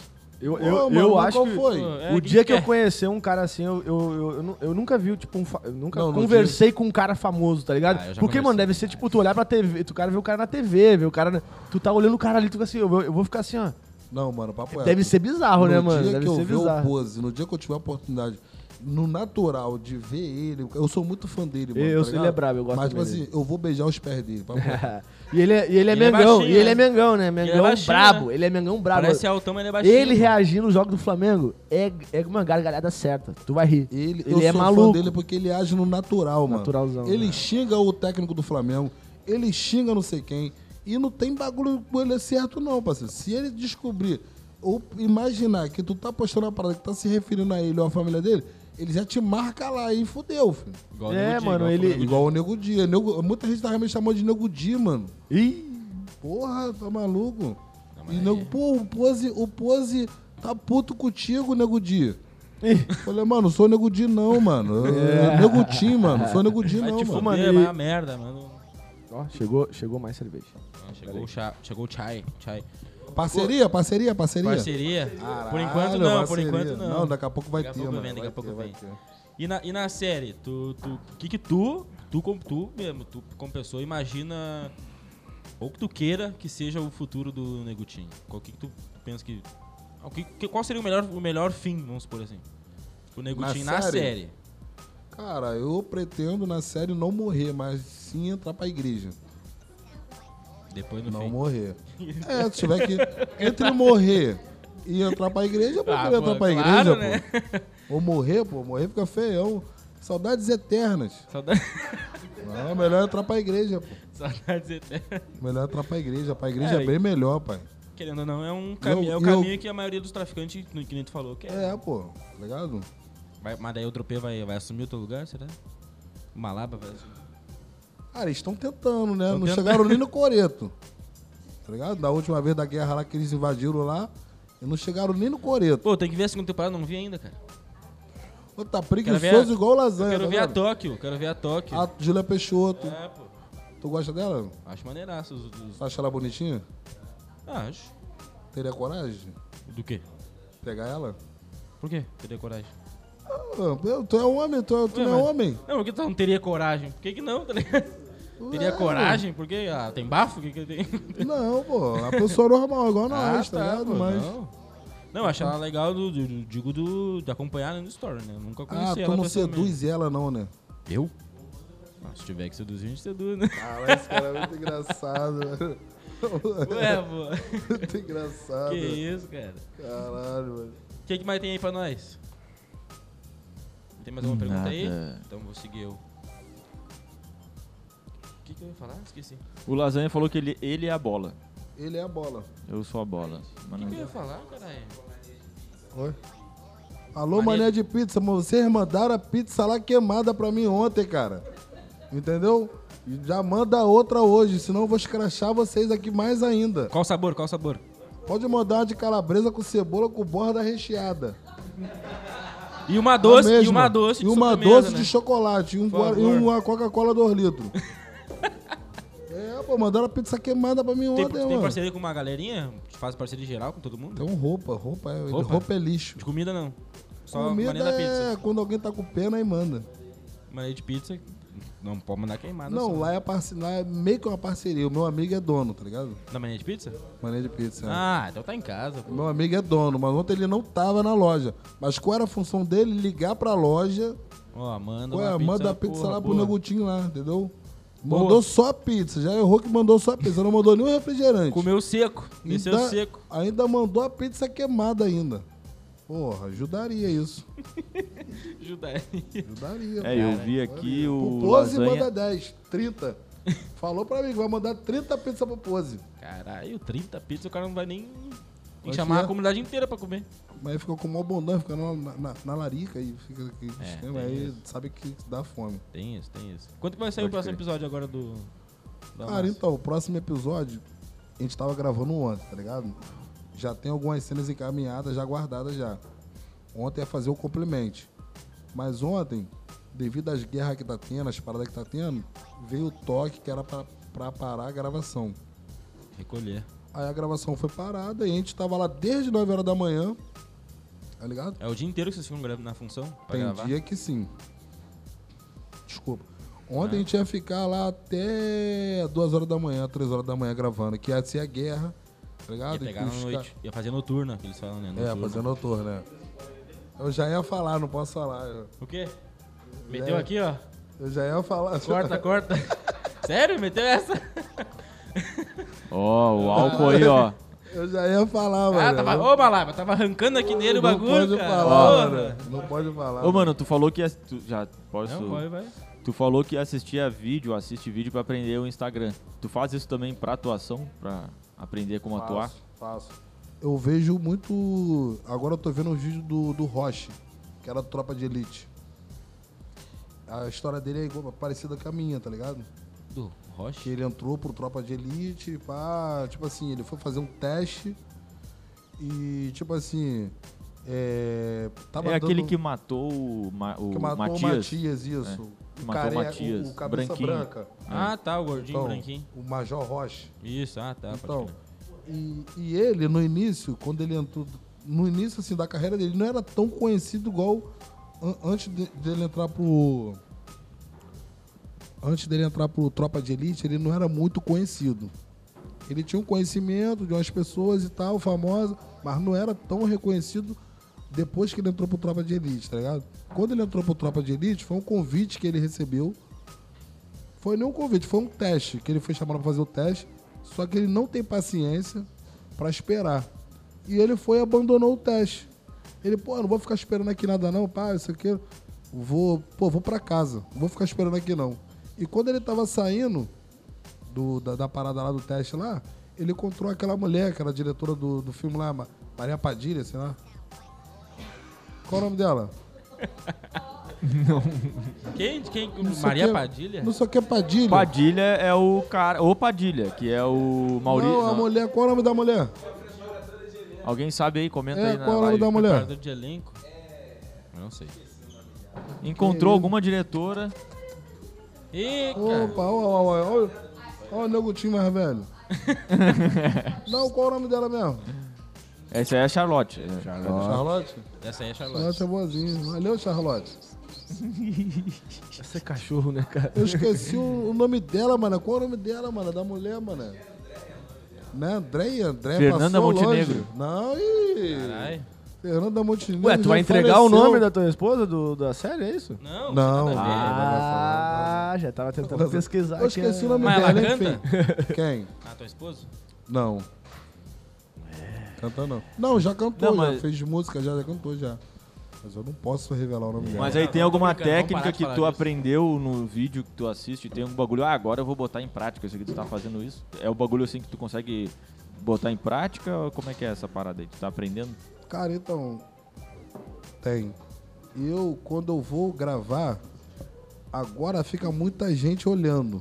Speaker 1: Eu,
Speaker 4: Pô,
Speaker 1: eu,
Speaker 4: mano,
Speaker 1: eu
Speaker 4: mas
Speaker 1: acho
Speaker 4: qual
Speaker 1: que
Speaker 4: foi?
Speaker 2: É,
Speaker 1: o
Speaker 2: quem
Speaker 1: dia que eu
Speaker 2: quer?
Speaker 1: conhecer um cara assim, eu, eu, eu, eu nu- eu nunca vi, tipo, um fa- eu nunca
Speaker 4: Não, no
Speaker 1: conversei com um cara famoso, tá ligado?
Speaker 2: Ah, eu já
Speaker 1: Porque, mano,
Speaker 2: conversei.
Speaker 1: deve ser, tipo, tu olhar pra TV, tu cara vê o cara na TV, vê o cara... na- Tu tá olhando o cara ali, tu fica assim, eu, vou- eu vou ficar assim, ó.
Speaker 4: Não, mano, papo é.
Speaker 1: Deve ser bizarro, né, mano?
Speaker 4: No dia
Speaker 1: Deve
Speaker 4: que eu
Speaker 1: ser
Speaker 4: ver o
Speaker 1: bizarro.
Speaker 4: Pose, no dia que eu tiver a oportunidade, no natural de ver ele, eu sou muito fã dele, mano.
Speaker 1: Eu-
Speaker 4: tá
Speaker 1: ele
Speaker 4: ligado?
Speaker 1: é brabo, eu gosto
Speaker 4: Mas, tipo
Speaker 1: também
Speaker 4: assim, eu vou beijar os pés dele. papo reto.
Speaker 1: e ele é, e ele é
Speaker 2: Ele é
Speaker 1: Mengão,
Speaker 2: baixinho,
Speaker 1: e ele
Speaker 2: né?
Speaker 1: é Mengão, né? Mengão
Speaker 2: baixinho,
Speaker 1: brabo,
Speaker 2: né?
Speaker 1: ele é Mengão brabo.
Speaker 2: Parece altão, mas ele é baixinho.
Speaker 1: ele reagir no jogo do Flamengo é, é uma gargalhada certa, tu vai rir.
Speaker 4: Ele, eu
Speaker 1: ele é
Speaker 4: sou
Speaker 1: maluco.
Speaker 4: fã dele porque ele age no natural, mano.
Speaker 1: Naturalzão,
Speaker 4: Ele
Speaker 1: né?
Speaker 4: xinga o técnico do Flamengo, ele xinga não sei quem. E não tem bagulho com ele certo, não, parceiro. Se ele descobrir ou imaginar que tu tá postando uma parada que tá se referindo a ele ou à família dele, ele já te marca lá e fudeu, filho.
Speaker 2: Igual
Speaker 1: É,
Speaker 2: o Nego Di,
Speaker 1: mano,
Speaker 2: igual o
Speaker 1: ele-
Speaker 2: Nego Di.
Speaker 4: Igual o Nego Dia. Nego- muita gente tava me chamando de Nego Dia, mano.
Speaker 1: Ih,
Speaker 4: Porra, tá maluco? E nego, pô, o Pose, o Pose tá puto contigo, Nego Dia. Falei, mano, sou Nego Di não, mano. Eu- eu- Nego Tim, mano. Sou Nego Di
Speaker 2: Vai
Speaker 4: não,
Speaker 2: te
Speaker 4: mano.
Speaker 1: mano,
Speaker 2: fuder,
Speaker 1: ele-
Speaker 2: vai a merda, mano.
Speaker 1: ó, chegou, chegou mais cerveja.
Speaker 2: Ah, Chegou o, chá, chegou o chai, chai.
Speaker 4: Parceria, parceria, parceria.
Speaker 2: Parceria? por enquanto
Speaker 4: Caralho,
Speaker 2: não, por
Speaker 4: parceria.
Speaker 2: enquanto não.
Speaker 4: Não, é daqui a pouco vai
Speaker 2: Daqui a
Speaker 4: ter,
Speaker 2: pouco
Speaker 4: mano.
Speaker 2: vem, daqui a
Speaker 4: Vai
Speaker 2: pouco
Speaker 4: ter, vai
Speaker 2: vem.
Speaker 4: ter.
Speaker 2: E na, e na série, tu, tu, que que tu, tu como tu mesmo, tu como pessoa, imagina ou que tu queira que seja o futuro do Negutinho? Qual que, que tu pensa que, o que, que- qual seria o melhor, o melhor fim, vamos supor assim, pro Negutinho na,
Speaker 4: série?
Speaker 2: série?
Speaker 4: Cara, eu pretendo na série não morrer, mas sim entrar pra igreja.
Speaker 2: Depois no
Speaker 4: Não
Speaker 2: fim.
Speaker 4: morrer. É, se tiver que. Entre morrer e entrar pra igreja, eu
Speaker 2: Ah,
Speaker 4: prefiro entrar
Speaker 2: pô,
Speaker 4: pra
Speaker 2: claro, né?
Speaker 4: igreja, pô. Ou morrer, pô. Morrer fica feião. Saudades eternas.
Speaker 2: Saudade-
Speaker 4: Não, melhor entrar pra igreja, pô.
Speaker 2: Saudades eternas.
Speaker 4: Melhor entrar pra igreja. Pra igreja
Speaker 2: É,
Speaker 4: é, bem melhor, pai.
Speaker 2: Querendo ou não, é um caminho,
Speaker 4: Eu-
Speaker 2: é o
Speaker 4: eu-
Speaker 2: caminho que a maioria dos traficantes, no que nem tu falou, quer.
Speaker 4: É, pô. Tá ligado?
Speaker 2: Vai- mas daí o Tropê vai, vai assumir o teu lugar, será? O Malaba vai assumir.
Speaker 4: Cara, eles estão tentando, né?
Speaker 2: Tão
Speaker 4: Não
Speaker 2: tentando.
Speaker 4: chegaram nem no Coreto. Tá ligado? Da última vez da guerra lá que eles invadiram lá. E não chegaram nem no Coreto.
Speaker 2: Pô, tem que ver a segunda temporada, não vi ainda, cara.
Speaker 4: Pô, Tá
Speaker 2: Quero ver a-
Speaker 4: preguiçoso igual
Speaker 2: Eu
Speaker 4: lasanha.
Speaker 2: quero
Speaker 4: tá
Speaker 2: ver a
Speaker 4: vendo? Ah,
Speaker 2: Tóquio, quero ver a Tóquio.
Speaker 4: A Júlia Peixoto.
Speaker 2: É, pô.
Speaker 4: Tu gosta dela?
Speaker 2: Acho maneiraço. Os, os-
Speaker 4: Tu acha ela bonitinha?
Speaker 2: Ah, acho.
Speaker 4: Teria coragem
Speaker 2: Do quê?
Speaker 4: de pegar ela?
Speaker 2: Por quê? Teria coragem.
Speaker 4: Ah, meu, tu é homem, tu, é- tu
Speaker 2: Ué,
Speaker 4: não é
Speaker 2: mas-
Speaker 4: homem.
Speaker 2: Não, por que tu não teria coragem? Por que, que não, tá ligado? Teria
Speaker 4: Ué,
Speaker 2: coragem? Por quê? Ah, tem bafo? O que que tem? Ah,
Speaker 4: Não, pô. A pessoa normal, igual nós, tá, ligado?
Speaker 2: pô,
Speaker 4: Mas.
Speaker 2: Não, não acho ela legal, do, do- do- digo, do, de acompanhar ela no story, né? Eu nunca
Speaker 4: Ah,
Speaker 2: conheci
Speaker 4: tu
Speaker 2: ela
Speaker 4: não
Speaker 2: pessoalmente.
Speaker 4: seduz ela, não, né?
Speaker 2: Eu? Ah, se tiver que seduzir, a gente seduz, né?
Speaker 4: Caralho, esse cara é muito engraçado.
Speaker 2: Ué, pô.
Speaker 4: Muito engraçado.
Speaker 2: Que isso, cara.
Speaker 4: Caralho, mano.
Speaker 2: O que, que mais tem aí pra nós? Tem mais alguma pergunta aí?
Speaker 3: Nada.
Speaker 2: Então vou seguir eu. O que, que eu ia falar? Esqueci. O
Speaker 3: O Lasanha falou que ele, ele é a bola.
Speaker 4: Ele é a bola.
Speaker 3: Eu sou a bola. Mas
Speaker 2: que, que eu ia
Speaker 3: não-
Speaker 2: falar, caralho?
Speaker 4: Oi? Alô, mané de pizza, mano. Vocês mandaram a pizza lá queimada pra mim ontem, cara. Entendeu? E Já manda outra hoje, senão eu vou escrachar vocês aqui mais ainda.
Speaker 2: Qual o sabor? Qual o sabor?
Speaker 4: Pode mandar uma de calabresa com cebola com borda recheada.
Speaker 2: E uma doce,
Speaker 4: A
Speaker 2: e uma
Speaker 4: mesma.
Speaker 2: doce
Speaker 4: É E
Speaker 2: de
Speaker 4: uma
Speaker 2: sobremesa,
Speaker 4: doce
Speaker 2: né?
Speaker 4: de chocolate. E, um
Speaker 2: Por
Speaker 4: gua- e
Speaker 2: favor.
Speaker 4: uma Coca-Cola 2 litros. é, pô, mandaram a pizza queimada pra mim
Speaker 2: Tem,
Speaker 4: ontem,
Speaker 2: tem
Speaker 4: mano.
Speaker 2: parceria com uma galerinha? Faz parceria geral com todo mundo?
Speaker 4: Então roupa, roupa é,
Speaker 2: Roupa?
Speaker 4: roupa? é lixo.
Speaker 2: De comida não. Só
Speaker 4: Comida
Speaker 2: maneira da
Speaker 4: é
Speaker 2: pizza.
Speaker 4: quando alguém tá com pena aí manda.
Speaker 2: Maneira de pizza. Não pode mandar queimada.
Speaker 4: Não,
Speaker 2: só.
Speaker 4: lá é, parce- lá é meio que uma parceria. O meu amigo é dono, tá ligado?
Speaker 2: Na maneira de pizza?
Speaker 4: Mania de pizza. né?
Speaker 2: Ah, então tá em casa.
Speaker 4: O
Speaker 2: pô.
Speaker 4: Meu amigo é dono, mas ontem ele não tava na loja. Mas qual era a função dele? Ligar pra loja,
Speaker 2: Ó, manda
Speaker 4: ué,
Speaker 2: uma pizza.
Speaker 4: manda a pizza
Speaker 2: porra,
Speaker 4: lá pro
Speaker 2: boa.
Speaker 4: negotinho lá, entendeu?
Speaker 2: Boa.
Speaker 4: Mandou só a pizza, já errou que mandou só a pizza, não mandou nenhum refrigerante.
Speaker 2: Comeu seco. Desceu
Speaker 4: Ainda-
Speaker 2: seco.
Speaker 4: Ainda mandou a pizza queimada ainda. Porra, ajudaria isso.
Speaker 2: Ajuda aí.
Speaker 4: Ajudaria.
Speaker 3: É, eu vi aqui
Speaker 4: O
Speaker 3: o
Speaker 4: Pose manda
Speaker 3: Lasanha...
Speaker 4: 10, 30. Falou pra mim que vai mandar 30 pizzas pro Pose.
Speaker 2: Caralho, 30 pizzas, o cara não vai nem, nem
Speaker 4: Pode
Speaker 2: chamar
Speaker 4: ser.
Speaker 2: a comunidade inteira pra comer.
Speaker 4: Mas aí ficou com o maior bondão, fica na, na- na- na larica e fica aqui.
Speaker 2: É,
Speaker 4: esquema,
Speaker 2: tem
Speaker 4: aí
Speaker 2: isso.
Speaker 4: sabe que dá fome.
Speaker 2: Tem isso, tem isso. Quanto que vai sair o
Speaker 3: Pode
Speaker 2: próximo
Speaker 3: crer.
Speaker 2: episódio agora do... da
Speaker 4: Cara,
Speaker 2: massa?
Speaker 4: então, o próximo episódio, a gente tava gravando ontem, tá ligado? Já tem algumas cenas encaminhadas, já guardadas já. Ontem ia fazer o complemento. Mas ontem, devido às guerras que tá tendo, às paradas que tá tendo, veio o toque que era pra, pra parar a gravação.
Speaker 2: Recolher.
Speaker 4: Aí a gravação foi parada e a gente tava lá desde 9 horas da manhã, tá ligado?
Speaker 2: É o dia inteiro que vocês ficam gravando na função pra
Speaker 4: Tem
Speaker 2: gravar?
Speaker 4: dia que sim. Desculpa. Ontem
Speaker 2: É.
Speaker 4: a gente ia ficar lá até 2 horas da manhã, 3 horas da manhã gravando, que ia ser a guerra, tá ligado?
Speaker 2: Ia
Speaker 4: E
Speaker 2: pegar na
Speaker 4: os ca-
Speaker 2: noite. Ia fazer noturna, que eles falam, né?
Speaker 4: É,
Speaker 2: Noturna.
Speaker 4: fazendo autor, né? Eu já ia falar, não posso falar. Eu-
Speaker 2: O quê? Meteu
Speaker 4: É.
Speaker 2: aqui, ó.
Speaker 4: Eu já ia falar.
Speaker 2: Corta, corta. Sério? Meteu essa?
Speaker 3: Ó, o álcool aí, ó.
Speaker 4: Eu já ia falar,
Speaker 2: Ah,
Speaker 4: mano.
Speaker 2: tava.
Speaker 4: Não-
Speaker 2: Ô, Malaba, tava arrancando aqui nele o
Speaker 4: não
Speaker 2: bagulho,
Speaker 4: pode
Speaker 2: cara.
Speaker 4: falar,
Speaker 2: Porra.
Speaker 4: mano. Não pode falar.
Speaker 3: Ô, mano, tu falou que... ass- Tu, já, posso...
Speaker 2: Não, vai, vai.
Speaker 3: Tu falou que assistia vídeo, assiste vídeo pra aprender o Instagram. Tu faz isso também pra atuação? Pra aprender como atuar?
Speaker 4: Faço. Eu vejo muito. Agora eu tô vendo um vídeo do, do Roche, que era do Tropa de Elite. A história dele é igual, parecida com a minha, tá ligado?
Speaker 2: Do Rocha.
Speaker 4: Que ele entrou pro Tropa de Elite, pá, tipo assim, ele foi fazer um teste e, tipo assim. É, tava
Speaker 3: é aquele
Speaker 4: dando-
Speaker 3: que matou o, Ma- o
Speaker 4: que matou
Speaker 3: Matias. né?
Speaker 4: o Matias, isso.
Speaker 3: que
Speaker 4: O
Speaker 3: matou o
Speaker 4: care-
Speaker 3: Matias,
Speaker 4: o, o cabeça
Speaker 3: branquinho.
Speaker 4: branca.
Speaker 2: Ah, tá, o gordinho
Speaker 4: Então,
Speaker 2: branquinho.
Speaker 4: o Major Roche.
Speaker 2: Isso, ah, tá. pode
Speaker 4: Então,
Speaker 2: crer.
Speaker 4: e, e ele, no início, quando ele entrou, no início assim, da carreira dele, não era tão conhecido igual an- antes de- dele entrar pro. Antes dele entrar pro Tropa de Elite, ele não era muito conhecido. Ele tinha um conhecimento de umas pessoas e tal, famosa, mas não era tão reconhecido depois que ele entrou pro Tropa de Elite, tá ligado? Quando ele entrou pro Tropa de Elite, foi um convite que ele recebeu foi nem um convite, foi um teste, que ele foi chamado pra fazer o teste, só que ele não tem paciência pra esperar. E ele foi e abandonou o teste. Ele, pô, eu não vou ficar esperando aqui nada não, pá, isso aqui, vou, pô, vou pra casa, não vou ficar esperando aqui não. E quando ele tava saindo do- da, da parada lá do teste lá, ele encontrou aquela mulher, que era a diretora do, do filme lá, Ma- Maria Padilha, sei lá. Qual o nome dela?
Speaker 2: Quem? quem
Speaker 4: Não sei o
Speaker 2: Maria
Speaker 4: que-
Speaker 2: Padilha?
Speaker 4: Não sei o que é Padilha.
Speaker 3: Padilha é o cara. O Padilha, que é o Maurício.
Speaker 4: Não, a mulher, qual o nome da mulher?
Speaker 3: Alguém sabe aí, comenta
Speaker 4: É,
Speaker 3: aí na
Speaker 4: qual é o nome
Speaker 3: live.
Speaker 4: da mulher?
Speaker 2: Preparador de elenco? Eu não sei.
Speaker 3: Encontrou alguma diretora.
Speaker 2: Ih, cara.
Speaker 4: Opa, ó, ó, ó, ó, ó o negotinho mais velho. Não, qual é o nome dela mesmo?
Speaker 3: Essa aí é a Charlotte.
Speaker 4: Charlotte?
Speaker 2: Essa aí é a Charlotte.
Speaker 4: Charlotte é boazinha. Valeu, Charlotte.
Speaker 1: Esse é cachorro, né, cara?
Speaker 4: Eu esqueci o, o nome dela, mano. Qual é o nome dela, mano? Da mulher, mano. Né, Andréia? Andréia
Speaker 3: Fernanda
Speaker 4: passou
Speaker 3: Montenegro.
Speaker 4: longe. Não, e...
Speaker 2: Caralho.
Speaker 4: Fernanda Montenegro.
Speaker 5: Ué, tu
Speaker 4: já
Speaker 5: vai entregar
Speaker 4: faleceu.
Speaker 5: o nome
Speaker 1: da tua esposa do, da série, é isso?
Speaker 2: Não,
Speaker 4: Não.
Speaker 2: nada a ver.
Speaker 4: Ah.
Speaker 1: Ah, já tava tentando pesquisar né?
Speaker 4: Eu esqueci o nome
Speaker 2: Mas ela
Speaker 4: dela,
Speaker 2: canta?
Speaker 4: enfim. Quem?
Speaker 2: Ah, tua esposa?
Speaker 7: Não.
Speaker 1: É.
Speaker 7: Canta não.
Speaker 4: Não, já cantou,
Speaker 3: Não,
Speaker 4: já
Speaker 3: mas-
Speaker 4: fez música, já, já cantou já. Mas eu não posso revelar o nome dela.
Speaker 3: Mas
Speaker 2: É,
Speaker 3: aí tem
Speaker 2: vamos
Speaker 3: alguma
Speaker 2: brincar, vamos parar
Speaker 3: técnica
Speaker 2: de
Speaker 3: que
Speaker 2: falar
Speaker 3: tu
Speaker 2: disso.
Speaker 3: aprendeu no vídeo que tu assiste, tem algum bagulho, ah, agora eu vou botar em prática isso aqui, tu tá fazendo isso? É o bagulho assim que tu consegue botar em prática ou como é que é essa parada aí? Tu tá aprendendo?
Speaker 4: Cara, então. Tem. Eu, quando eu vou gravar, agora fica muita gente olhando.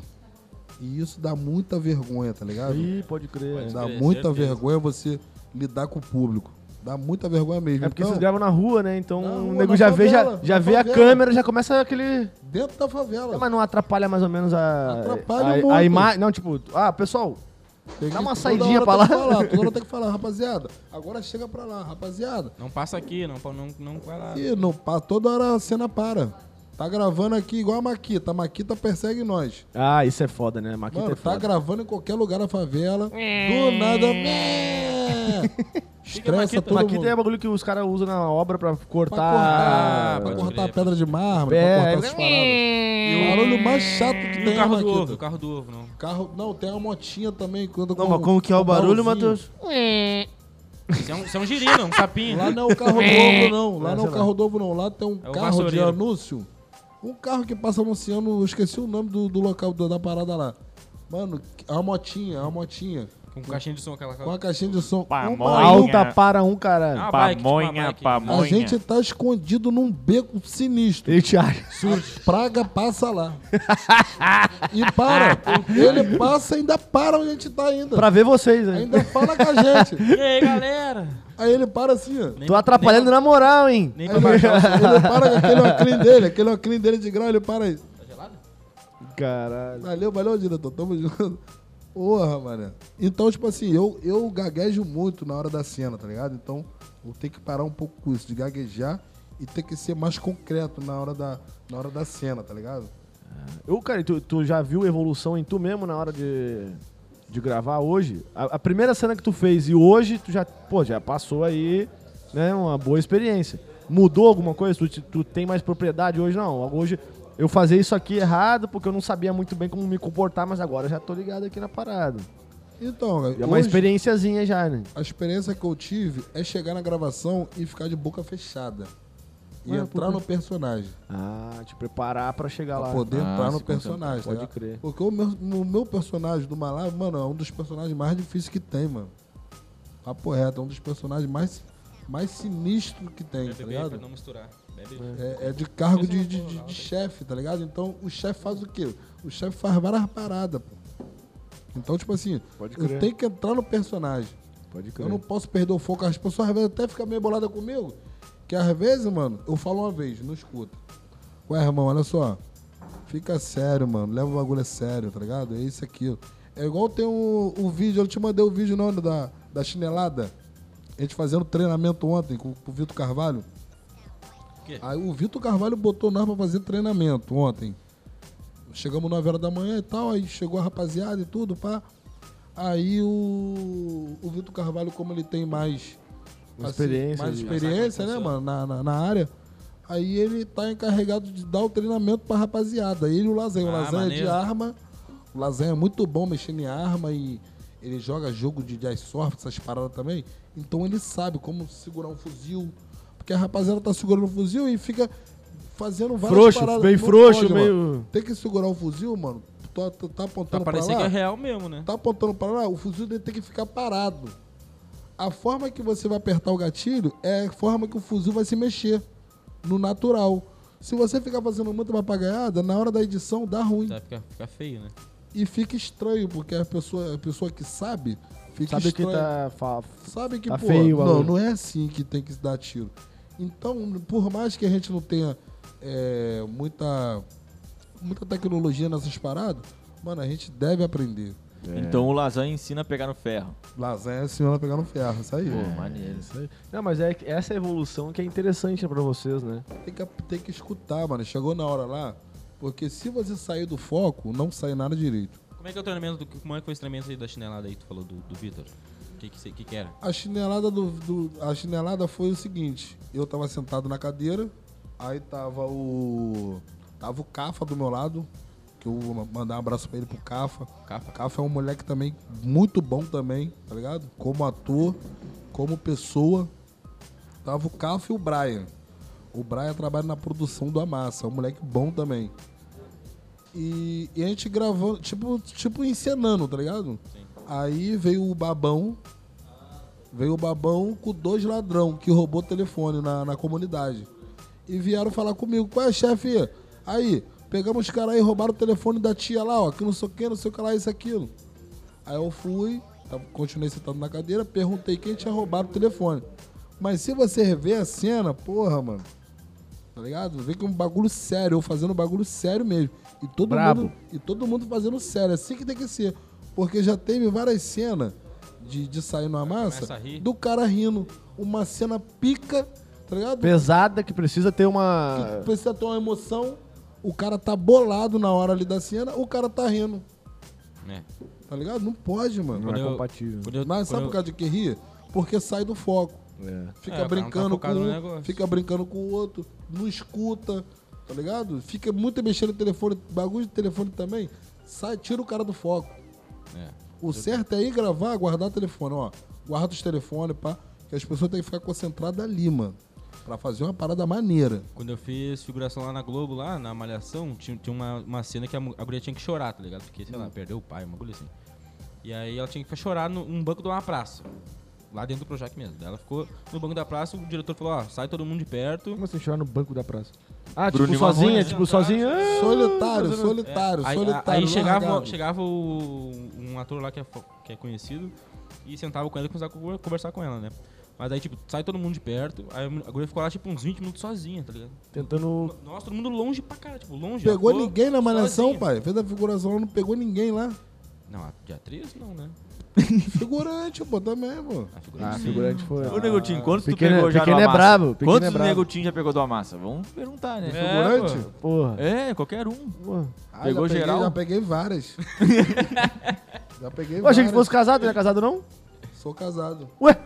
Speaker 4: E isso dá muita vergonha, tá ligado?
Speaker 1: Ih, pode crer.
Speaker 4: dá
Speaker 2: crer,
Speaker 4: muita
Speaker 2: certeza.
Speaker 4: vergonha você lidar com o público. Dá muita vergonha mesmo.
Speaker 1: É porque
Speaker 4: então,
Speaker 1: vocês gravam na rua, né? Então
Speaker 4: Na
Speaker 1: o
Speaker 4: rua,
Speaker 1: nego
Speaker 4: na
Speaker 1: já vê, já,
Speaker 4: favela,
Speaker 1: já
Speaker 4: na
Speaker 1: vê a
Speaker 4: favela.
Speaker 1: câmera, já começa aquele.
Speaker 4: dentro da favela.
Speaker 1: É, Mas não atrapalha mais ou menos a.
Speaker 4: Atrapalha
Speaker 1: a,
Speaker 4: muito.
Speaker 1: a imagem. Não, tipo, ah, pessoal,
Speaker 4: Tem que-
Speaker 1: dá uma
Speaker 4: toda
Speaker 1: saidinha
Speaker 4: hora
Speaker 1: pra
Speaker 4: tem
Speaker 1: lá.
Speaker 4: que falar, toda hora tem que falar, rapaziada. Agora chega pra lá, rapaziada.
Speaker 2: Não passa aqui, não, pa- não, não vai lá.
Speaker 4: E não, pa- toda hora a cena para. Tá gravando aqui igual a Maquita. A Maquita persegue nós.
Speaker 1: Ah, isso é foda, né? Maquita
Speaker 4: Mano,
Speaker 1: é
Speaker 4: tá
Speaker 1: foda.
Speaker 4: gravando em qualquer lugar da favela. Do nada. Estressa todo
Speaker 1: Maquita
Speaker 4: mundo.
Speaker 1: é o bagulho que os caras usam na obra pra cortar.
Speaker 4: Pra cortar, pra
Speaker 2: pode
Speaker 4: cortar
Speaker 2: crer,
Speaker 4: pedra de mármore,
Speaker 1: É,
Speaker 4: pra cortar essas
Speaker 2: E
Speaker 3: É.
Speaker 2: É.
Speaker 4: paradas. O barulho mais chato que
Speaker 2: E
Speaker 4: tem
Speaker 2: o
Speaker 4: é
Speaker 2: carro
Speaker 4: a
Speaker 2: do
Speaker 4: Maquita.
Speaker 2: ovo, o carro do ovo, não.
Speaker 4: Carro- não, tem uma motinha também. que anda
Speaker 5: Não,
Speaker 4: com-
Speaker 5: mas como que é
Speaker 4: com
Speaker 5: o barulho,
Speaker 4: balãozinho.
Speaker 5: Matheus?
Speaker 2: Isso é um, isso é um girino, um sapinho.
Speaker 4: Lá não é o carro novo, não.
Speaker 5: É,
Speaker 4: Lá não é
Speaker 5: sei
Speaker 4: o
Speaker 5: lá.
Speaker 4: carro novo, não. Lá tem um
Speaker 2: É o
Speaker 4: carro de
Speaker 2: vassoureiro.
Speaker 4: anúncio. Um carro que passa anunciando. Eu esqueci o nome do, do local do- da parada lá. Mano, é uma motinha, é uma motinha.
Speaker 2: Com caixinha de som, aquela...
Speaker 4: Com a caixinha de som.
Speaker 3: Pamonha.
Speaker 4: Uma
Speaker 1: Alta para um caralho.
Speaker 2: Ah, bike, tipo uma
Speaker 3: Pamonha,
Speaker 2: bike.
Speaker 4: A
Speaker 3: pamonha.
Speaker 4: gente tá escondido num beco sinistro.
Speaker 1: Ele te acha.
Speaker 4: A praga passa lá. e para. Ele passa e ainda para onde a gente tá ainda.
Speaker 1: Pra ver vocês, né?
Speaker 4: Ainda fala com a gente.
Speaker 2: E aí, galera?
Speaker 4: Aí ele para assim, ó.
Speaker 1: Tô atrapalhando na moral, hein?
Speaker 2: Nem
Speaker 4: Aí
Speaker 2: pra
Speaker 4: ele,
Speaker 2: baixar
Speaker 4: ele para com aquele óculos dele, aquele óculos dele de grau, ele para aí.
Speaker 1: Caralho.
Speaker 4: Valeu, valeu, diretor. Tamo junto. Porra, mano. Então, tipo assim, eu, eu gaguejo muito na hora da cena, tá ligado? Então, vou ter que parar um pouco com isso, de gaguejar e ter que ser mais concreto na hora da, na hora da cena, tá ligado?
Speaker 1: Eu, cara, tu, tu já viu evolução em tu mesmo na hora de, de gravar hoje? A, a primeira cena que tu fez e hoje tu já, pô, já passou aí, né, uma boa experiência. Mudou alguma coisa? Tu, te- tu tem mais propriedade hoje? Não, hoje eu fazia isso aqui errado porque eu não sabia muito bem como me comportar, mas agora eu já tô ligado aqui na parada.
Speaker 4: Então,
Speaker 1: É uma
Speaker 4: hoje,
Speaker 1: experiênciazinha já, né?
Speaker 4: a experiência que eu tive é chegar na gravação e ficar de boca fechada. E
Speaker 1: Ué, por
Speaker 4: entrar
Speaker 1: quê?
Speaker 4: no personagem.
Speaker 1: Ah, te preparar pra chegar
Speaker 4: Pra
Speaker 1: lá.
Speaker 4: poder
Speaker 3: Ah,
Speaker 4: entrar
Speaker 3: se
Speaker 4: no
Speaker 3: concentrar.
Speaker 4: personagem. tá
Speaker 1: Pode
Speaker 4: ligado?
Speaker 1: crer.
Speaker 4: Porque o meu, o meu personagem do Malá, mano, é um dos personagens mais difíceis que tem, mano. Papo reto, é um dos personagens mais, mais sinistro que tem, tá
Speaker 2: Bebe aí pra
Speaker 4: ligado?
Speaker 2: não misturar. Bebe aí.
Speaker 4: É, é de cargo de, de, de- de chefe, tá ligado? Então o chefe faz o quê? O chefe faz várias paradas, pô. Então, tipo assim,
Speaker 1: Pode
Speaker 4: eu
Speaker 1: crer.
Speaker 4: tenho que entrar no personagem.
Speaker 1: Pode
Speaker 4: Eu não posso perder o foco. As pessoas às vezes até ficam meio boladas comigo. Que às vezes, mano, eu falo uma vez, não escuta. Ué, irmão, olha só. Fica sério, mano. Leva o bagulho a sério, tá ligado? É isso aqui. É igual tem o, o vídeo, eu te mandei o vídeo não, da, da chinelada. A gente fazendo treinamento ontem com, com o Vitor Carvalho.
Speaker 2: Quê?
Speaker 4: Aí o Vitor Carvalho botou nós pra fazer treinamento ontem. Chegamos 9 horas da manhã e tal, aí chegou a rapaziada e tudo, pá. Aí o, o Vitor Carvalho, como ele tem mais assim,
Speaker 1: Uma experiência
Speaker 4: mais
Speaker 1: de-
Speaker 4: experiência né, mano, na, na, na área, aí ele tá encarregado de dar o treinamento pra rapaziada. Ele e o Lazen. O
Speaker 2: Ah,
Speaker 4: Lazen é de
Speaker 2: maneiro.
Speaker 4: arma. O Lazen é muito bom mexendo em arma e ele joga jogo de jazz surf, essas paradas também. Então ele sabe como segurar um fuzil. Porque a rapaziada tá segurando o fuzil e fica fazendo várias
Speaker 1: Frouxo,
Speaker 4: paradas.
Speaker 1: bem
Speaker 4: Não
Speaker 1: frouxo,
Speaker 4: pode, mano.
Speaker 1: meio-
Speaker 4: Tem que segurar o fuzil, mano. Tá, tá, tá
Speaker 2: Tá
Speaker 4: apontando pra
Speaker 2: parecendo que
Speaker 4: lá.
Speaker 2: é real mesmo, né?
Speaker 4: Tá apontando pra lá, o fuzil dele tem que ficar parado. A forma que você vai apertar o gatilho é a forma que o fuzil vai se mexer. No natural. Se você ficar fazendo muita papagaiada, na hora da edição dá ruim.
Speaker 2: Tá, fica, fica feio, né?
Speaker 4: E fica estranho, porque a pessoa, a pessoa que sabe, fica
Speaker 1: Sabe que
Speaker 4: estranho.
Speaker 1: tá. fa-
Speaker 4: Sabe que,
Speaker 1: tá
Speaker 4: pô,
Speaker 1: feio o
Speaker 4: não,
Speaker 1: bagulho.
Speaker 4: não é assim que tem que se dar tiro. Então, por mais que a gente não tenha é, muita, muita tecnologia nessas paradas, mano, a gente deve aprender.
Speaker 1: É.
Speaker 3: Então o lasanha ensina a pegar no ferro.
Speaker 4: Lasanha é a senhora pegando ferro, isso aí.
Speaker 3: Pô, maneiro.
Speaker 1: Não, mas é que essa evolução que é interessante pra vocês, né?
Speaker 4: Tem, que, tem que escutar, mano. Chegou na hora lá, porque se você sair do foco, não sai nada direito.
Speaker 2: Como é que é o treinamento, do, como é que foi esse treinamento aí da chinelada aí que tu falou do, do Vitor? O que que, cê- que que era?
Speaker 4: A chinelada, do, do- a chinelada foi o seguinte: eu tava sentado na cadeira, aí tava o. Tava o Cafa do meu lado, que eu vou mandar um abraço pra ele, pro Cafa.
Speaker 2: Cafa.
Speaker 4: Cafa é um moleque também muito bom também, tá ligado? Como ator, como pessoa. Tava o Cafa e o Brian. O Brian trabalha na produção do Amassa, é um moleque bom também. E, e a gente gravou, tipo, tipo encenando, tá ligado? Aí veio o Babão, Veio o babão com dois ladrão que roubou telefone na, na comunidade. E vieram falar comigo, qual é, chefe? Aí, pegamos os caras aí, roubaram o telefone da tia lá, ó, que não sei o que, não sei o que lá, isso, aquilo. Aí eu fui, tava- continuei sentado na cadeira, perguntei quem tinha roubado o telefone. Mas se você rever a cena, porra, mano, tá ligado? Vê que é um bagulho sério, eu fazendo um bagulho sério mesmo. E todo
Speaker 1: Brabo.
Speaker 4: mundo e todo mundo fazendo sério, assim que tem que ser. Porque já teve várias cenas de, de sair numa
Speaker 2: começa a
Speaker 4: massa
Speaker 2: rir.
Speaker 4: do cara rindo. Uma cena pica, tá ligado?
Speaker 1: Pesada que precisa ter
Speaker 4: que
Speaker 1: uma.
Speaker 4: precisa ter uma emoção. O cara tá bolado na hora ali da cena, o cara tá rindo.
Speaker 2: né?
Speaker 4: Tá ligado? Não pode, mano.
Speaker 1: Não é
Speaker 2: Quando eu-
Speaker 1: compatível.
Speaker 2: Quando eu-
Speaker 4: Mas sabe
Speaker 2: quando
Speaker 4: por causa de que rir? Porque sai do foco.
Speaker 1: É.
Speaker 4: Fica
Speaker 2: É, o cara não tá
Speaker 4: brincando
Speaker 2: focado
Speaker 4: com
Speaker 2: no
Speaker 4: um,
Speaker 2: negócio.
Speaker 4: fica brincando com o outro, não escuta, tá ligado? Fica muito mexendo no telefone, bagulho de telefone também, sai, tira o cara do foco.
Speaker 2: eu- é.
Speaker 4: O certo é ir gravar, guardar o telefone, ó. Guarda os telefones, pá. Que as pessoas têm que ficar concentradas ali, mano. Pra fazer uma parada maneira.
Speaker 2: Quando eu fiz figuração lá na Globo, lá na Malhação, tinha, tinha uma, uma cena que a, mu- a guria tinha que chorar, tá ligado? Porque, sei
Speaker 4: Hum.
Speaker 2: lá, perdeu o pai, uma coisa assim. E aí ela tinha que ficar chorar no- num banco de uma praça. Lá dentro do Projac mesmo. Daí Ela ficou no banco da praça, o diretor falou, ó, sai todo mundo de perto.
Speaker 1: Como assim chorar no banco da praça? Ah,
Speaker 3: Bruno e
Speaker 1: tipo,
Speaker 3: Marrone,
Speaker 1: sozinha,
Speaker 2: né?
Speaker 1: tipo, sozinha. ah,
Speaker 4: Solitário,
Speaker 1: fazendo-
Speaker 4: solitário,
Speaker 2: É, aí,
Speaker 4: solitário.
Speaker 2: aí chegava,
Speaker 4: largado.
Speaker 2: chegava o- um ator lá que é, fo- que é conhecido e sentava com ela e começava a co- conversar com ela, né? Mas aí, tipo, sai todo mundo de perto. Aí a mu- a guria ficou lá, tipo, uns 20 minutos sozinha, tá ligado?
Speaker 1: Tentando.
Speaker 2: Nossa, todo mundo longe pra cara, tipo, longe. ela
Speaker 4: Pegou
Speaker 2: ficou
Speaker 4: ninguém na malhação,
Speaker 2: sozinha.
Speaker 4: pai. Fez a figuração lá, não pegou ninguém lá.
Speaker 2: Não, a de atriz não, né?
Speaker 4: Figurante, pô, tá também, pô.
Speaker 2: A figurante.
Speaker 1: Ah, figurante foi.
Speaker 3: Ô, Negotinho, quantos
Speaker 1: Pequeno-
Speaker 3: tu pegou já
Speaker 1: pequeno
Speaker 3: do
Speaker 1: é
Speaker 3: Amassa?
Speaker 1: brabo, pequeno
Speaker 3: Quantos
Speaker 1: é brabo.
Speaker 3: Negotinho já pegou do Amassa? Vamos perguntar,
Speaker 2: É,
Speaker 1: É
Speaker 3: né?
Speaker 4: Figurante?
Speaker 2: pô.
Speaker 1: Porra.
Speaker 3: É, qualquer um.
Speaker 1: Porra.
Speaker 4: Ah,
Speaker 3: Pegou
Speaker 4: já peguei,
Speaker 3: geral?
Speaker 4: Já peguei várias. já peguei
Speaker 1: Eu achei que
Speaker 4: várias.
Speaker 1: fosse casado, não é casado não?
Speaker 4: Sou casado.
Speaker 1: Ué?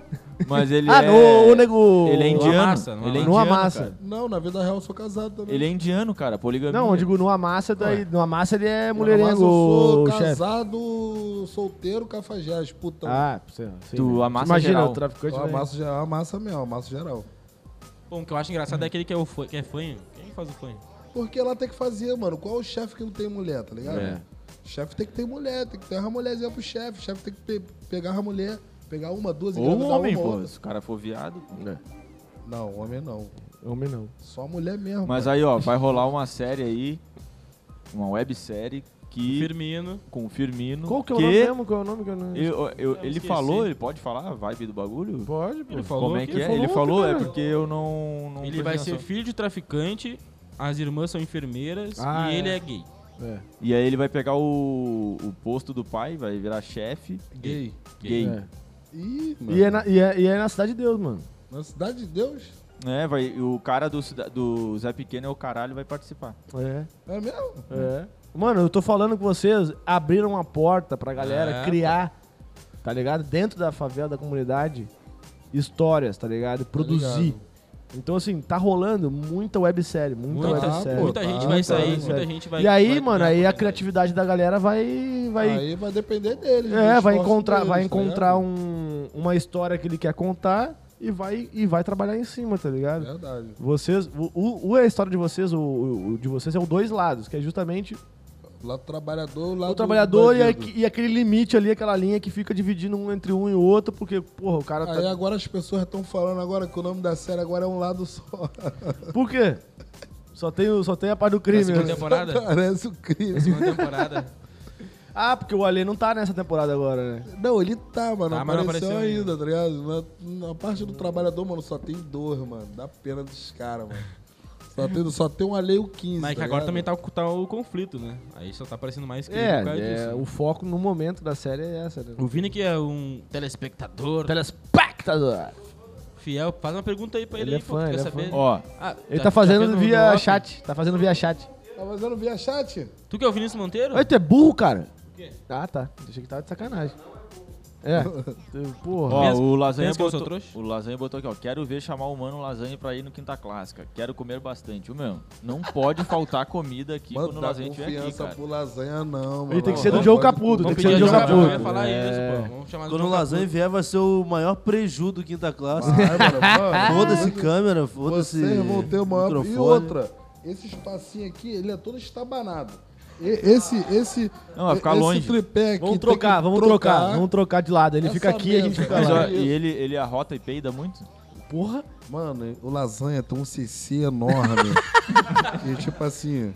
Speaker 3: Mas ele
Speaker 1: ah,
Speaker 3: é...
Speaker 1: no, o nego.
Speaker 3: Ele é indiano.
Speaker 2: Amassa, não
Speaker 3: ele é
Speaker 2: Amassa.
Speaker 1: No
Speaker 3: indiano,
Speaker 1: Amassa.
Speaker 3: cara.
Speaker 4: Não, na vida real eu sou casado também.
Speaker 3: Ele é indiano, cara. Poligamia.
Speaker 1: Não, eu digo no Amassa, daí, no Amassa ele é
Speaker 4: Mas eu sou
Speaker 1: mulherengo, chefe.
Speaker 4: casado, solteiro, cafajeste, putão.
Speaker 1: Ah, sei lá. sei
Speaker 3: Tu
Speaker 1: mesmo.
Speaker 3: amassa
Speaker 1: Imagina,
Speaker 3: geral.
Speaker 1: o traficante.
Speaker 4: Eu
Speaker 1: vai-
Speaker 4: amasso geral, amassa mesmo, amasso geral.
Speaker 2: Bom, o que eu acho engraçado é aquele que é, o fã, que é fanho. Quem faz o fanho?
Speaker 4: Porque ela tem que fazer, mano. Qual é o chefe que não tem mulher, tá ligado?
Speaker 3: É.
Speaker 4: Chefe tem que ter mulher, tem que ter uma mulherzinha pro chefe. Chefe tem que pe- pegar a mulher, pegar uma, duas
Speaker 3: Ou um
Speaker 4: engravidar
Speaker 3: homem,
Speaker 4: uma,
Speaker 3: pô.
Speaker 4: outra.
Speaker 3: Se o cara for viado. pô.
Speaker 1: É.
Speaker 4: Não, homem não.
Speaker 1: Homem não.
Speaker 4: Só mulher mesmo.
Speaker 3: Mas aí, ó, vai rolar uma série aí, uma websérie que
Speaker 2: Firmino. Ah,
Speaker 3: com o Firmino.
Speaker 1: Qual que é o nome mesmo? Qual é o nome que eu não.
Speaker 3: eu- eu- ele
Speaker 2: esqueci.
Speaker 3: falou, ele pode falar a vibe do bagulho?
Speaker 1: Pode, pô.
Speaker 2: Ele falou
Speaker 3: Como é
Speaker 2: que
Speaker 3: que é?
Speaker 1: falou
Speaker 3: Ele
Speaker 1: ontem,
Speaker 3: falou, é
Speaker 1: cara.
Speaker 3: porque eu não. não
Speaker 2: Ele
Speaker 3: prestei
Speaker 2: vai ser
Speaker 3: atenção.
Speaker 2: filho de traficante, as irmãs são enfermeiras
Speaker 1: Ah,
Speaker 2: e
Speaker 1: é.
Speaker 2: ele é gay.
Speaker 1: É.
Speaker 3: E aí ele vai pegar o, o posto do pai, vai virar chefe
Speaker 4: Gay.
Speaker 3: gay.
Speaker 1: É.
Speaker 4: Ih, mano.
Speaker 1: E, é na, e, é, e é na Cidade de Deus, mano.
Speaker 4: Na cidade de Deus?
Speaker 3: É, vai, o cara do, cida- do Zé Pequeno é o caralho, vai participar.
Speaker 1: É.
Speaker 4: É mesmo?
Speaker 1: É. Mano, eu tô falando com vocês, abriram uma porta pra galera
Speaker 2: É,
Speaker 1: criar, tá ligado? Dentro da favela, da comunidade, histórias, tá ligado? Produzir. Então, assim, tá rolando muita websérie, muita,
Speaker 2: Muita,
Speaker 1: websérie.
Speaker 2: Então, muita
Speaker 4: pô,
Speaker 2: gente
Speaker 4: tá,
Speaker 2: vai
Speaker 4: tá,
Speaker 2: sair,
Speaker 4: tá,
Speaker 2: muita
Speaker 1: é sério.
Speaker 2: gente vai.
Speaker 1: e aí,
Speaker 2: vai
Speaker 1: mano, aí
Speaker 2: criar
Speaker 1: a
Speaker 2: oportunidade.
Speaker 1: criatividade da galera vai. vai
Speaker 4: Aí vai depender
Speaker 1: é,
Speaker 4: deles. do
Speaker 1: vai
Speaker 4: esforço
Speaker 1: encontrar,
Speaker 4: deles,
Speaker 1: vai
Speaker 4: tá
Speaker 1: encontrar
Speaker 4: ligado?
Speaker 1: um, uma história que ele quer contar e vai, e vai trabalhar em cima, tá ligado?
Speaker 2: É.
Speaker 4: Verdade.
Speaker 1: Vocês, o, o- o- a história de vocês, o, o- o de vocês é o dois lados, que é justamente
Speaker 4: Lá do trabalhador, lá
Speaker 1: o
Speaker 4: Tá do
Speaker 1: trabalhador e,
Speaker 4: bandido.
Speaker 1: aque- e aquele limite ali, aquela linha que fica dividindo um entre um e o outro, porque, porra, o cara
Speaker 4: Aí é
Speaker 1: tá.
Speaker 4: agora as pessoas estão falando agora que o nome da série agora é um lado só.
Speaker 1: Por quê? Só tem, o- só tem a parte do crime.
Speaker 2: segunda
Speaker 1: né?
Speaker 2: temporada?
Speaker 4: Parece o crime.
Speaker 2: Segunda temporada.
Speaker 1: Ah, porque o Alê não tá nessa temporada agora, né?
Speaker 4: Não, ele tá, mano.
Speaker 2: Tá,
Speaker 4: não
Speaker 2: mas não
Speaker 4: apareceu,
Speaker 2: apareceu
Speaker 4: ainda, tá ligado? Na, na parte do trabalhador, mano, só tem dor, mano. Dá pena dos caras, mano. Só tem, só tem um alheio 15.
Speaker 2: Mas que
Speaker 4: tá
Speaker 2: agora
Speaker 4: ligado?
Speaker 2: também tá, o- tá o conflito, né? Aí só tá aparecendo mais crime por causa
Speaker 1: né? É, é,
Speaker 2: disso.
Speaker 1: o foco no momento da série é essa, né?
Speaker 2: O Vini, que é um telespectador
Speaker 1: Telespectador!
Speaker 2: fiel, faz uma pergunta aí pra ele,
Speaker 1: Ele é
Speaker 2: aí, pô,
Speaker 1: fã,
Speaker 2: tu quer
Speaker 1: ele é
Speaker 2: saber?
Speaker 1: fã.
Speaker 3: Ó,
Speaker 2: Ah,
Speaker 1: Ele
Speaker 2: já-
Speaker 1: tá
Speaker 2: já
Speaker 1: fazendo
Speaker 2: fez um
Speaker 1: via
Speaker 2: bloco.
Speaker 1: chat, tá fazendo via chat.
Speaker 4: Tá fazendo via chat?
Speaker 2: Tu que é o Vinícius Monteiro?
Speaker 1: Oi, tu é burro, cara?
Speaker 2: quê?
Speaker 1: Ah, tá. Deixa que tava de sacanagem. É. Porra.
Speaker 3: Ó,
Speaker 2: Pensa-
Speaker 3: o lasanha
Speaker 2: pensa que eu sou
Speaker 3: botou,
Speaker 2: trouxa?
Speaker 3: o lasanha botou aqui, ó. Quero ver chamar o mano lasanha pra ir no quinta clássica. Quero comer bastante. O meu, não pode faltar comida aqui
Speaker 4: Mano,
Speaker 3: Tipo, quando o
Speaker 4: dá
Speaker 3: lasanha estiver aqui,
Speaker 4: confiança
Speaker 3: cara.
Speaker 4: pro lasanha, não, mano.
Speaker 1: Ele tem que ser do
Speaker 4: Não
Speaker 1: Diogo
Speaker 4: pode-
Speaker 1: Capudo, tem
Speaker 2: Vamos
Speaker 1: que
Speaker 2: pedir
Speaker 1: ser do
Speaker 2: a
Speaker 1: Diogo
Speaker 2: Diogo Capudo. Eu ia
Speaker 1: Capudo.
Speaker 2: falar isso, pô. Vamos chamar do
Speaker 5: Quando
Speaker 2: Diogo
Speaker 5: o
Speaker 2: Capudo.
Speaker 5: lasanha vier, vai ser o maior preju do Quinta Classe.
Speaker 4: Vai, mano, mano.
Speaker 5: Foda-se câmera, foda-se
Speaker 4: Ah. Vocês vão ter uma ampla-
Speaker 5: microfone.
Speaker 4: E outra, esse espacinho aqui, ele é todo estabanado. E- esse, esse,
Speaker 3: Não, vai ficar
Speaker 4: esse
Speaker 3: longe.
Speaker 4: tripé aqui.
Speaker 1: Vamos
Speaker 4: tem que
Speaker 1: trocar, vamos trocar. Vamos trocar de lado. Ele
Speaker 4: Essa
Speaker 1: fica aqui e a gente
Speaker 4: mesa.
Speaker 1: fica
Speaker 3: Mas, ó,
Speaker 1: lá.
Speaker 3: e ele, ele arrota e peida muito?
Speaker 1: Porra.
Speaker 4: Mano, o lasanha tem um CC enorme. e tipo assim.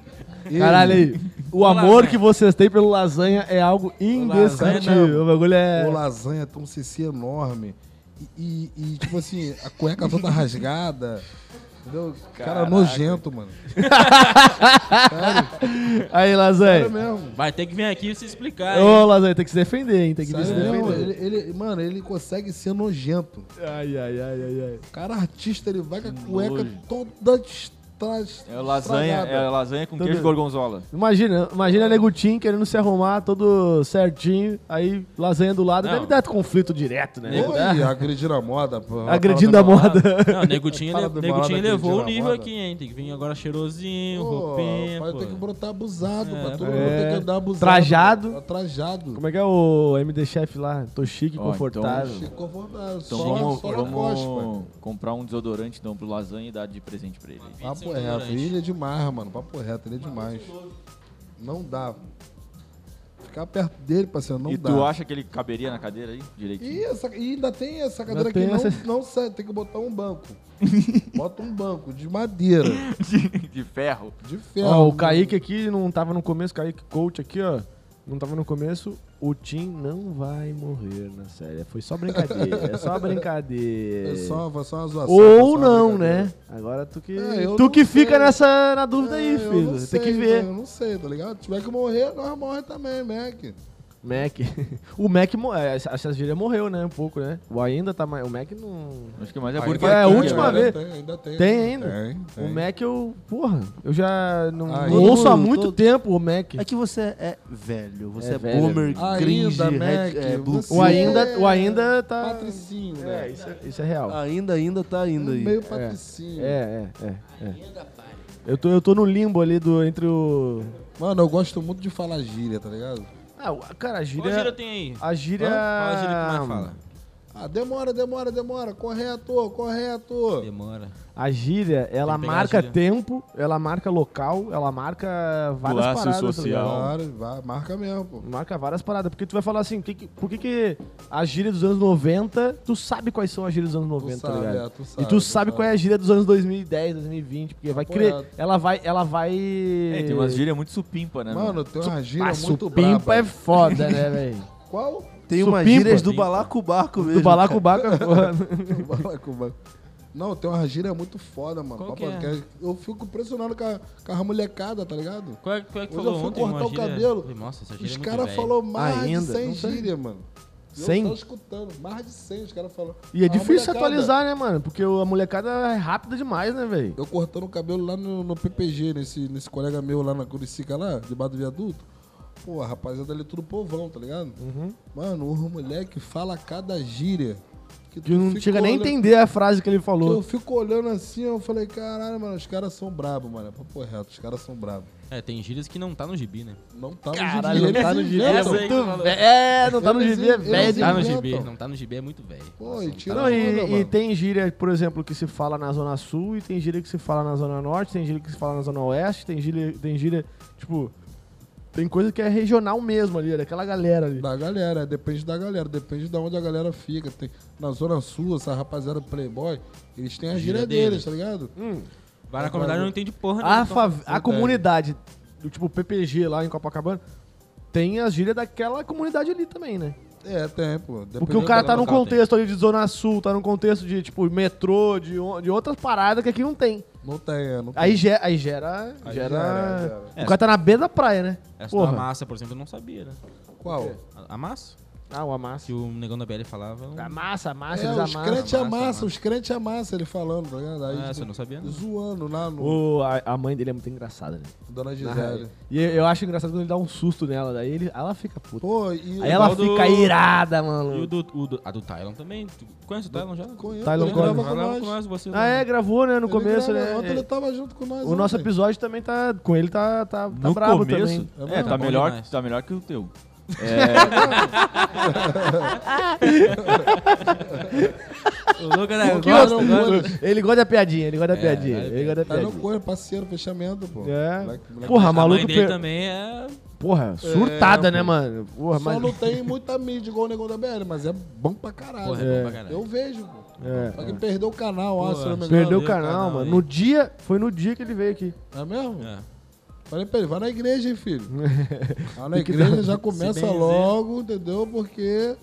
Speaker 4: ele-
Speaker 1: Caralho aí. O amor que vocês têm pelo lasanha é algo indescritível. O bagulho é.
Speaker 4: O lasanha tem um CC enorme. E, e- e, tipo assim, a cueca toda rasgada. Entendeu? Cara é nojento, mano.
Speaker 1: Aí,
Speaker 4: Sério
Speaker 1: lasanha.
Speaker 4: É mesmo.
Speaker 2: Vai ter que vir aqui se explicar, hein?
Speaker 1: Ô, lasanha, tem que se defender, hein? Tem que se
Speaker 4: Sério
Speaker 1: defender.
Speaker 4: mesmo. Ele, ele- mano, ele consegue ser nojento.
Speaker 1: Ai, ai, ai, ai, ai.
Speaker 4: O cara é artista, ele vai com a cueca toda estra...
Speaker 3: É lasanha, é lasanha
Speaker 4: Tá
Speaker 3: com queijo gorgonzola.
Speaker 1: Imagina, imagina Negutinho querendo se arrumar todo certinho, aí lasanha do lado,
Speaker 2: Não.
Speaker 1: deve dar conflito direto, né?
Speaker 4: Oi, agredindo a moda. pô.
Speaker 1: Agredindo a moda.
Speaker 2: Não, Negutinho,
Speaker 4: Fala
Speaker 2: le-
Speaker 4: do
Speaker 2: Negutinho
Speaker 4: Balada que
Speaker 2: levou
Speaker 4: tira
Speaker 2: o
Speaker 4: a
Speaker 2: nível
Speaker 4: moda.
Speaker 2: aqui, hein? Tem que vir agora cheirosinho,
Speaker 4: Pô,
Speaker 2: roupinha,
Speaker 4: Vai
Speaker 2: um pô.
Speaker 4: ter que brotar abusado, pra todo
Speaker 1: É.
Speaker 4: mundo ter que andar abusado.
Speaker 1: Trajado.
Speaker 4: Tá Trajado.
Speaker 1: Como é que é o MD Chef lá? Tô chique,
Speaker 3: Ó,
Speaker 1: confortável.
Speaker 4: Chico confortável.
Speaker 3: Então
Speaker 4: só,
Speaker 3: vamos,
Speaker 4: só na
Speaker 3: vamos
Speaker 4: costa.
Speaker 3: comprar um desodorante então pro lasanha e dar de presente pra ele.
Speaker 4: Papo reto, ele é demais, mano. Papo reto, ele é demais. Não dá. Ficar perto dele, parceiro, não
Speaker 3: e
Speaker 4: dá.
Speaker 3: tu acha que ele caberia na cadeira aí, direitinho?
Speaker 4: E, essa- e ainda tem essa cadeira que
Speaker 1: tem
Speaker 4: não,
Speaker 1: essa-
Speaker 4: não sai, tem que botar um banco. Bota um banco de madeira,
Speaker 3: de ferro.
Speaker 4: de ferro.
Speaker 1: Ó, o Kaique aqui não tava no começo, Kaique Coach aqui, ó. Não tava no começo. O Tim não vai morrer na série. Foi só brincadeira. é só brincadeira.
Speaker 4: É só, foi só uma zoação. foi só
Speaker 1: Ou
Speaker 4: uma
Speaker 1: não,
Speaker 4: brincadeira.
Speaker 1: né? Agora tu que.
Speaker 4: É, eu
Speaker 1: tu
Speaker 4: não
Speaker 1: que fica
Speaker 4: sei.
Speaker 1: nessa na dúvida aí,
Speaker 4: É, eu não
Speaker 1: filho.
Speaker 4: sei,
Speaker 1: Tem que ver.
Speaker 4: Eu não sei, tá ligado? Se tiver que morrer, nós morre também, Mac.
Speaker 1: Mac. O Mac. mo- é, A Sasgíria morreu, né? Um pouco, né? O ainda tá mais. O Mac não.
Speaker 3: Acho que mais é
Speaker 6: Aí
Speaker 3: porque
Speaker 1: Foi a
Speaker 6: King,
Speaker 1: última
Speaker 6: cara.
Speaker 1: vez.
Speaker 4: Tem, ainda tem.
Speaker 1: Tem ainda?
Speaker 4: Tem, tem.
Speaker 1: O Mac eu. Porra, eu já não,
Speaker 4: Ah,
Speaker 1: não
Speaker 4: todo
Speaker 1: ouço há
Speaker 5: mundo,
Speaker 1: muito
Speaker 5: todo-
Speaker 1: tempo o Mac.
Speaker 5: É que você é velho, você
Speaker 1: É
Speaker 5: é,
Speaker 1: velho.
Speaker 5: boomer,
Speaker 4: Ainda,
Speaker 5: cringe,
Speaker 4: Mac,
Speaker 5: red, é, blue
Speaker 4: você-
Speaker 1: O ainda, o ainda tá.
Speaker 4: Patricinho,
Speaker 1: É,
Speaker 4: né?
Speaker 1: isso é, isso é real.
Speaker 5: Ainda, ainda tá indo aí.
Speaker 4: Meio patricinho.
Speaker 1: É, é, é. é. Eu, tô, eu tô no limbo ali do, entre o.
Speaker 4: Mano, eu gosto muito de falar gíria, tá ligado?
Speaker 1: Ah, o- cara, a
Speaker 2: Qual gíria
Speaker 1: gíria.
Speaker 2: tem aí?
Speaker 1: A gíria.
Speaker 2: Fala a gíria que mais fala.
Speaker 4: Ah, demora, demora, demora. Correto, correto.
Speaker 2: Demora.
Speaker 1: A gíria, ela
Speaker 2: Tem que pegar
Speaker 1: marca
Speaker 2: a gíria.
Speaker 1: tempo, ela marca local, ela marca várias
Speaker 3: Laço
Speaker 1: paradas. tá
Speaker 3: social.
Speaker 1: ligado?
Speaker 4: Claro, vai, marca mesmo, pô.
Speaker 1: Marca várias paradas. Porque tu vai falar assim, que que- por que, que a gíria dos anos 90, tu sabe quais são as gírias dos anos 90,
Speaker 4: sabe,
Speaker 1: tá ligado?
Speaker 4: é, tu sabe,
Speaker 1: e tu
Speaker 4: tu
Speaker 1: sabe
Speaker 4: sabe.
Speaker 1: qual é a gíria dos anos 2010, 2020, porque vai crer.
Speaker 2: é
Speaker 4: Apoiado.
Speaker 1: Ela vai. Ela vai.
Speaker 3: É, tem umas gírias muito supimpa, né?
Speaker 4: Mano, tem uma gíria
Speaker 1: Ah,
Speaker 4: muito
Speaker 1: supimpa
Speaker 4: braba.
Speaker 1: é foda, né, velho?
Speaker 4: Qual?
Speaker 5: Tem umas
Speaker 1: Supimpa.
Speaker 5: gírias do balacobaco mesmo.
Speaker 1: Do balacobaco é foda.
Speaker 4: Fala com o banco. Não, tem uma gíria muito foda, mano.
Speaker 2: Qual que é?
Speaker 4: Papo- Eu fico impressionado com a, com a molecada, tá ligado?
Speaker 2: Qual é, qual é que
Speaker 4: Hoje
Speaker 2: falou
Speaker 4: eu fui
Speaker 2: ontem? uma
Speaker 4: cortar o
Speaker 2: gíria?
Speaker 4: cabelo,
Speaker 2: Falei, Nossa, essa gíria
Speaker 4: Os
Speaker 2: é muito
Speaker 4: caras
Speaker 2: velha.
Speaker 4: falaram mais
Speaker 1: Ainda?
Speaker 4: de 100
Speaker 1: Não sei.
Speaker 4: gíria, mano. Eu
Speaker 1: 100?
Speaker 4: tava escutando, mais de 100, os caras falaram.
Speaker 1: E é
Speaker 4: "Ah,
Speaker 1: difícil
Speaker 4: molecada,
Speaker 1: atualizar, né, mano? Porque o- a molecada é rápida demais, né, velho?
Speaker 4: Eu cortando o cabelo lá no, no PPG, nesse, nesse colega meu lá na Curicica, lá, debaixo do viaduto. Pô, a rapaziada ali é tudo povão, tá ligado?
Speaker 1: Uhum.
Speaker 4: Mano, o moleque fala cada gíria.
Speaker 1: Que
Speaker 4: tu
Speaker 1: não
Speaker 4: fica
Speaker 1: chega nem a
Speaker 4: olhando-
Speaker 1: entender a frase que ele
Speaker 4: né? que
Speaker 1: falou.
Speaker 4: eu fico olhando assim, eu falei, caralho, mano, os caras são brabos, mano. É papo reto, os caras são brabos.
Speaker 2: É, tem gírias que não tá no gibi, né?
Speaker 4: Não tá no
Speaker 1: Caralho,
Speaker 4: gibi,
Speaker 1: não tá
Speaker 4: eles
Speaker 1: no gibi.
Speaker 4: inventam.
Speaker 2: Essa aí que tu falou.
Speaker 1: É, não tá no
Speaker 4: Eles
Speaker 1: gibi, é
Speaker 4: in-
Speaker 1: velho.
Speaker 4: eles
Speaker 2: Tá no
Speaker 4: inventam.
Speaker 2: gibi. Não tá no gibi, é muito velho.
Speaker 4: Pô, e tira
Speaker 1: Não,
Speaker 4: a
Speaker 1: e,
Speaker 4: onda,
Speaker 1: e
Speaker 4: mano.
Speaker 1: tem gíria, por exemplo, que se fala na Zona Sul, e tem gíria que se fala na Zona Norte, tem gíria que se fala na Zona Oeste, tem gíria, tem gíria tipo, tem coisa que é regional mesmo ali, daquela galera ali.
Speaker 4: Da galera, é, depende da galera, depende de onde a galera fica. Tem, na Zona Sul, essa rapaziada do Playboy, eles têm a
Speaker 2: Gíria
Speaker 4: gíria
Speaker 2: deles.
Speaker 4: deles, tá ligado?
Speaker 2: Vai na comunidade não entende porra
Speaker 4: Ah,
Speaker 1: A,
Speaker 2: nenhuma.
Speaker 1: fa- a comunidade, do tipo PPG lá em Copacabana, tem as gírias daquela comunidade ali também, né?
Speaker 4: É, tem, pô.
Speaker 1: Porque o cara tá
Speaker 2: cada
Speaker 1: num
Speaker 2: local
Speaker 1: contexto ali de Zona Sul, tá num contexto de, tipo, metrô, de, on- de outras paradas que aqui não tem.
Speaker 4: Não tem, é, não tem.
Speaker 1: Aí, ge- aí gera.
Speaker 4: Aí
Speaker 1: gera,
Speaker 4: gera, gera.
Speaker 1: O cara tá na beira da praia, né?
Speaker 2: Essa da
Speaker 1: Porra.
Speaker 2: massa, por exemplo, eu não sabia, né?
Speaker 4: Qual? É,
Speaker 2: A, a massa?
Speaker 1: Ah, o Amassa.
Speaker 2: Que o negão da BL falava. um-
Speaker 1: Amassa, amassa,
Speaker 4: É,
Speaker 1: Tá eles
Speaker 4: os
Speaker 1: amassam.
Speaker 4: crente amassa,
Speaker 2: amassa.
Speaker 4: os crente amassa ele falando, tá ligado? Aí,
Speaker 2: Ah,
Speaker 4: tipo,
Speaker 2: você não sabia? não.
Speaker 4: zoando lá no
Speaker 1: O, a, a mãe dele é muito engraçada, né?
Speaker 4: Dona
Speaker 1: Na
Speaker 4: Gisele.
Speaker 1: real. E eu, eu acho engraçado quando ele dá um susto nela, daí ele, ela fica puta.
Speaker 4: Pô, e
Speaker 1: Aí ela
Speaker 2: igual do-
Speaker 1: fica irada,
Speaker 2: E o
Speaker 1: mano.
Speaker 2: do, o do- a do Tylon também. Tu conhece o Tylon já?
Speaker 4: conheço,
Speaker 1: Tylon
Speaker 4: ele
Speaker 1: Collins.
Speaker 4: grava
Speaker 2: Vai
Speaker 4: com
Speaker 2: lá
Speaker 4: nós.
Speaker 2: com nós, você
Speaker 1: Ah, é, gravou, né, no
Speaker 4: Ele
Speaker 1: começo,
Speaker 4: grava,
Speaker 1: né?
Speaker 4: Ontem ele tava junto com nós.
Speaker 1: O nosso
Speaker 4: ontem.
Speaker 1: episódio também tá. Com ele tá, tá, tá
Speaker 3: No
Speaker 1: brabo
Speaker 3: começo,
Speaker 1: também.
Speaker 3: É, tá,
Speaker 2: Tá bom
Speaker 3: melhor,
Speaker 2: demais.
Speaker 3: tá melhor que o teu.
Speaker 2: O Lucas, né?
Speaker 4: Que
Speaker 2: gosta,
Speaker 4: outro?
Speaker 2: gosta.
Speaker 1: Ele gosta da piadinha, ele gosta da
Speaker 2: É,
Speaker 1: piadinha.
Speaker 2: vai
Speaker 1: Ele gosta da
Speaker 4: Tá no
Speaker 1: piadinha.
Speaker 4: corre, parceiro, fechamento, pô.
Speaker 1: É.
Speaker 4: Moleque- moleque-
Speaker 1: Porra,
Speaker 2: A mãe
Speaker 1: maluco.
Speaker 2: dele
Speaker 1: per-
Speaker 2: também é.
Speaker 1: Porra, surtada,
Speaker 4: É,
Speaker 1: né,
Speaker 4: pô.
Speaker 1: mano? Porra,
Speaker 4: Só
Speaker 1: mas.
Speaker 4: não tem muita mídia igual o Negão da BL, mas é bom pra caralho.
Speaker 2: Porra, é bom pra caralho.
Speaker 4: Eu vejo, pô.
Speaker 1: É,
Speaker 4: Só
Speaker 1: é.
Speaker 4: que perdeu o canal, ó,
Speaker 2: Pô,
Speaker 4: se não me engano.
Speaker 1: Perdeu o
Speaker 2: Perdeu o
Speaker 1: canal,
Speaker 2: canal,
Speaker 1: mano.
Speaker 2: hein?
Speaker 1: No dia, foi no dia que ele veio aqui.
Speaker 4: É mesmo?
Speaker 2: é.
Speaker 4: Falei pra ele, vai na igreja, hein, filho. Vai na
Speaker 1: Tem que
Speaker 4: igreja,
Speaker 1: dar- um
Speaker 4: já começa
Speaker 2: benzer.
Speaker 4: logo, entendeu? Porque...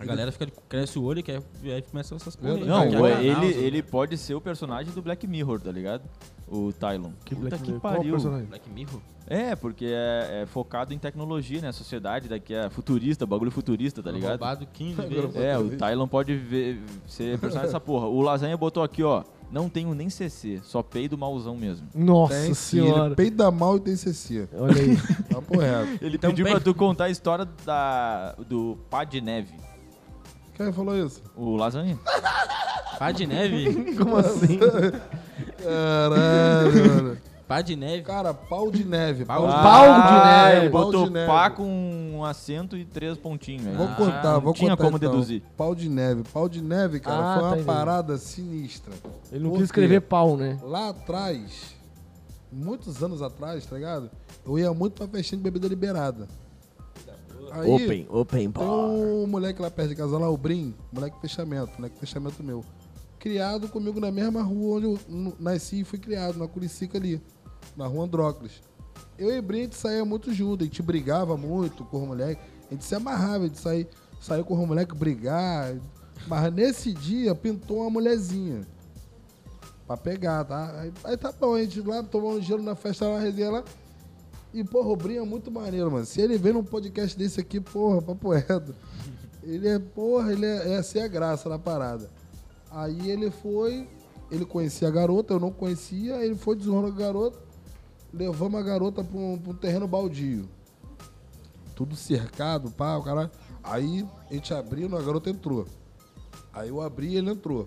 Speaker 2: A galera fica, de- cresce o olho e quer, e aí é começa essas coisas.
Speaker 3: Não,
Speaker 4: Vai,
Speaker 3: o-
Speaker 4: vai,
Speaker 3: ele, ele pode ser o personagem do Black Mirror, tá ligado? O Tylon.
Speaker 1: Que
Speaker 3: Puta
Speaker 1: Black
Speaker 3: que
Speaker 1: Mirror? Qual
Speaker 3: pariu.
Speaker 1: personagem?
Speaker 2: Black Mirror?
Speaker 3: É, porque é, é focado em tecnologia, né? A sociedade daqui é futurista, bagulho futurista, tá ligado?
Speaker 2: Roubado 15 vezes.
Speaker 3: É, o Tylon pode ver- ser personagem dessa porra. O Lasanha botou aqui, ó. Não tenho nem CC, só peido malzão mesmo.
Speaker 1: Nossa
Speaker 4: tem
Speaker 1: senhora.
Speaker 4: Ele peida mal e tem CC.
Speaker 1: Olha aí.
Speaker 4: Papo reto.
Speaker 3: Ele
Speaker 2: Então
Speaker 3: pediu
Speaker 2: pe-
Speaker 3: pra tu contar a história da, do Pá de Neve.
Speaker 4: Quem falou isso?
Speaker 3: O Lasanha.
Speaker 2: Pá de neve?
Speaker 1: Como assim?
Speaker 4: Caralho, mano.
Speaker 2: Pá de neve?
Speaker 4: Cara, pau de neve.
Speaker 2: Pau de-
Speaker 1: Pau de
Speaker 3: Ah,
Speaker 1: neve.
Speaker 3: Ele
Speaker 4: Pau
Speaker 3: botou
Speaker 4: de neve.
Speaker 3: pá com um acento e três pontinhos. aí.
Speaker 4: Vou
Speaker 3: Ah,
Speaker 4: contar,
Speaker 3: não
Speaker 4: vou
Speaker 3: tinha
Speaker 4: contar.
Speaker 3: como
Speaker 4: então.
Speaker 3: deduzir.
Speaker 4: Pau de neve. Pau de neve, cara,
Speaker 1: Ah,
Speaker 4: foi
Speaker 1: tá
Speaker 4: uma
Speaker 1: entendendo.
Speaker 4: parada sinistra.
Speaker 1: Ele não
Speaker 4: Por
Speaker 1: quis
Speaker 4: quê?
Speaker 1: escrever pau, né?
Speaker 4: Lá atrás, muitos anos atrás, tá ligado? Eu ia muito pra festinha de bebida liberada. Aí,
Speaker 1: open
Speaker 4: Tem um moleque lá perto de casa, lá, o Brim, moleque fechamento, moleque fechamento meu. Criado comigo na mesma rua onde eu n- nasci e fui criado, na Curicica ali, na rua Andrócles. Eu e Brim, a gente saía muito junto, a gente brigava muito com o moleque, a gente se amarrava, a gente saía, saía com o moleque brigar. Mas nesse dia pintou uma mulherzinha. Pra pegar, tá? Aí, aí tá bom, a gente lá tomou um gelo na festa lá, resenha lá. E, porra, o Brinho é muito maneiro, mano. Se ele vem num podcast desse aqui, porra, papo reto. Ele é, porra, ele é, essa é a graça da parada. Aí ele foi, ele conhecia a garota, eu não conhecia, ele foi, desonrou com a garota, levamos a garota pra um, pra um terreno baldio. Tudo cercado, pá, o cara. Aí a gente abriu, a garota entrou. Aí eu abri ele entrou.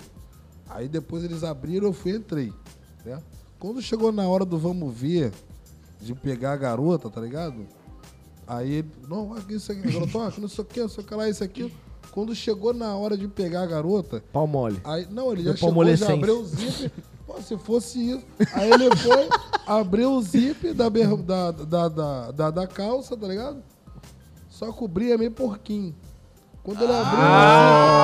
Speaker 4: Aí depois eles abriram, eu fui e entrei. Né? Quando chegou na hora do vamos ver, de pegar a garota, tá ligado? Aí ele, não, aqui, isso aqui, garota, ó, não sei o que, não sei o que lá, isso aqui. Quando chegou na hora de pegar a garota,
Speaker 1: Pau mole.
Speaker 4: aí, não, ele já
Speaker 1: Do
Speaker 4: chegou, já
Speaker 1: palmolescência.
Speaker 4: abriu o zip. Pô, se fosse isso. Aí ele foi, abriu o zip da, berru- da, da, da, da, da calça, tá ligado? Só cobria meio porquinho. Quando ele abriu.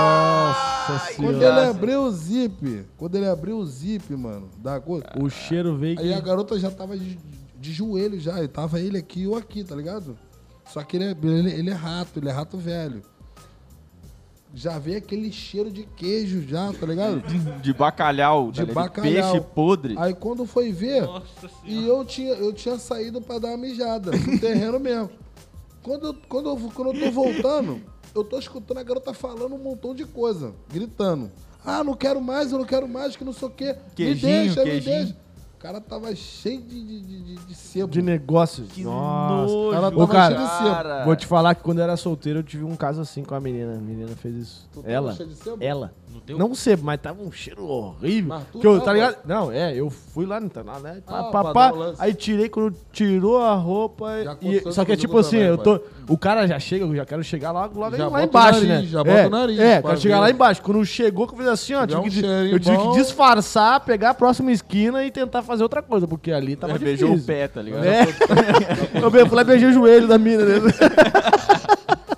Speaker 1: Nossa
Speaker 4: Quando
Speaker 1: senhora.
Speaker 4: ele abriu o zip, quando ele abriu o zip, mano, da gota,
Speaker 1: O cheiro veio
Speaker 4: aí a
Speaker 1: que...
Speaker 4: garota já tava de, de joelho já, e tava ele aqui ou aqui, tá ligado? Só que ele é, ele, ele é rato, ele é rato velho. Já veio aquele cheiro de queijo já, tá ligado?
Speaker 3: De bacalhau,
Speaker 4: De
Speaker 3: tá ligado?
Speaker 4: bacalhau. Ah,
Speaker 3: peixe podre.
Speaker 4: Aí quando foi ver, e eu tinha, eu tinha saído pra dar uma mijada, no terreno mesmo. Quando, eu- quando, eu, quando eu tô voltando, eu tô escutando a garota falando um montão de coisa, gritando. Ah, não quero mais, eu não quero mais, que não sei o quê.
Speaker 3: Queijinho,
Speaker 4: me deixa,
Speaker 3: queijinho.
Speaker 4: me deixa. O cara tava cheio de, de, de, de- de sebo.
Speaker 1: de negócio. Nossa.
Speaker 4: O cara
Speaker 1: Ô,
Speaker 4: tava cheio
Speaker 1: cara,
Speaker 4: de sebo.
Speaker 3: cara.
Speaker 1: vou te falar que quando eu era solteiro eu tive um caso assim com a menina. A menina fez isso.
Speaker 4: Tu um tava
Speaker 1: Ela.
Speaker 4: cheio de sebo?
Speaker 1: Ela.
Speaker 2: No teu?
Speaker 1: Não sebo, mas tava um cheiro horrível.
Speaker 4: Mas tu
Speaker 1: Que eu,
Speaker 4: tava?
Speaker 1: tá ligado? Não, é, eu fui lá, não tá nada, né? Pá,
Speaker 4: Ah,
Speaker 1: pá,
Speaker 4: pra
Speaker 1: pá.
Speaker 4: dar o lance.
Speaker 1: aí tirei, quando tirou a roupa.
Speaker 4: Já
Speaker 1: e-
Speaker 4: aconteceu
Speaker 1: só que é
Speaker 4: comigo
Speaker 1: tipo assim,
Speaker 4: também,
Speaker 1: eu tô. O cara já chega, eu já quero chegar logo, logo
Speaker 4: Já
Speaker 1: aí lá
Speaker 4: bota o
Speaker 1: embaixo,
Speaker 4: nariz,
Speaker 1: né?
Speaker 4: já
Speaker 1: é,
Speaker 4: bota o nariz,
Speaker 1: É,
Speaker 4: pra
Speaker 1: quero chegar
Speaker 4: ver.
Speaker 1: lá embaixo. Quando chegou, que eu fiz assim, ó.
Speaker 4: Tiver
Speaker 1: Tive que,
Speaker 4: um cheirinho
Speaker 1: eu tive
Speaker 4: bom.
Speaker 1: que disfarçar, pegar a próxima esquina e tentar fazer outra coisa, porque ali tava.
Speaker 3: É, beijou o
Speaker 1: difícil.
Speaker 3: pé, né? tá ligado?
Speaker 1: É. eu be- fui lá e beijei o joelho da mina, né?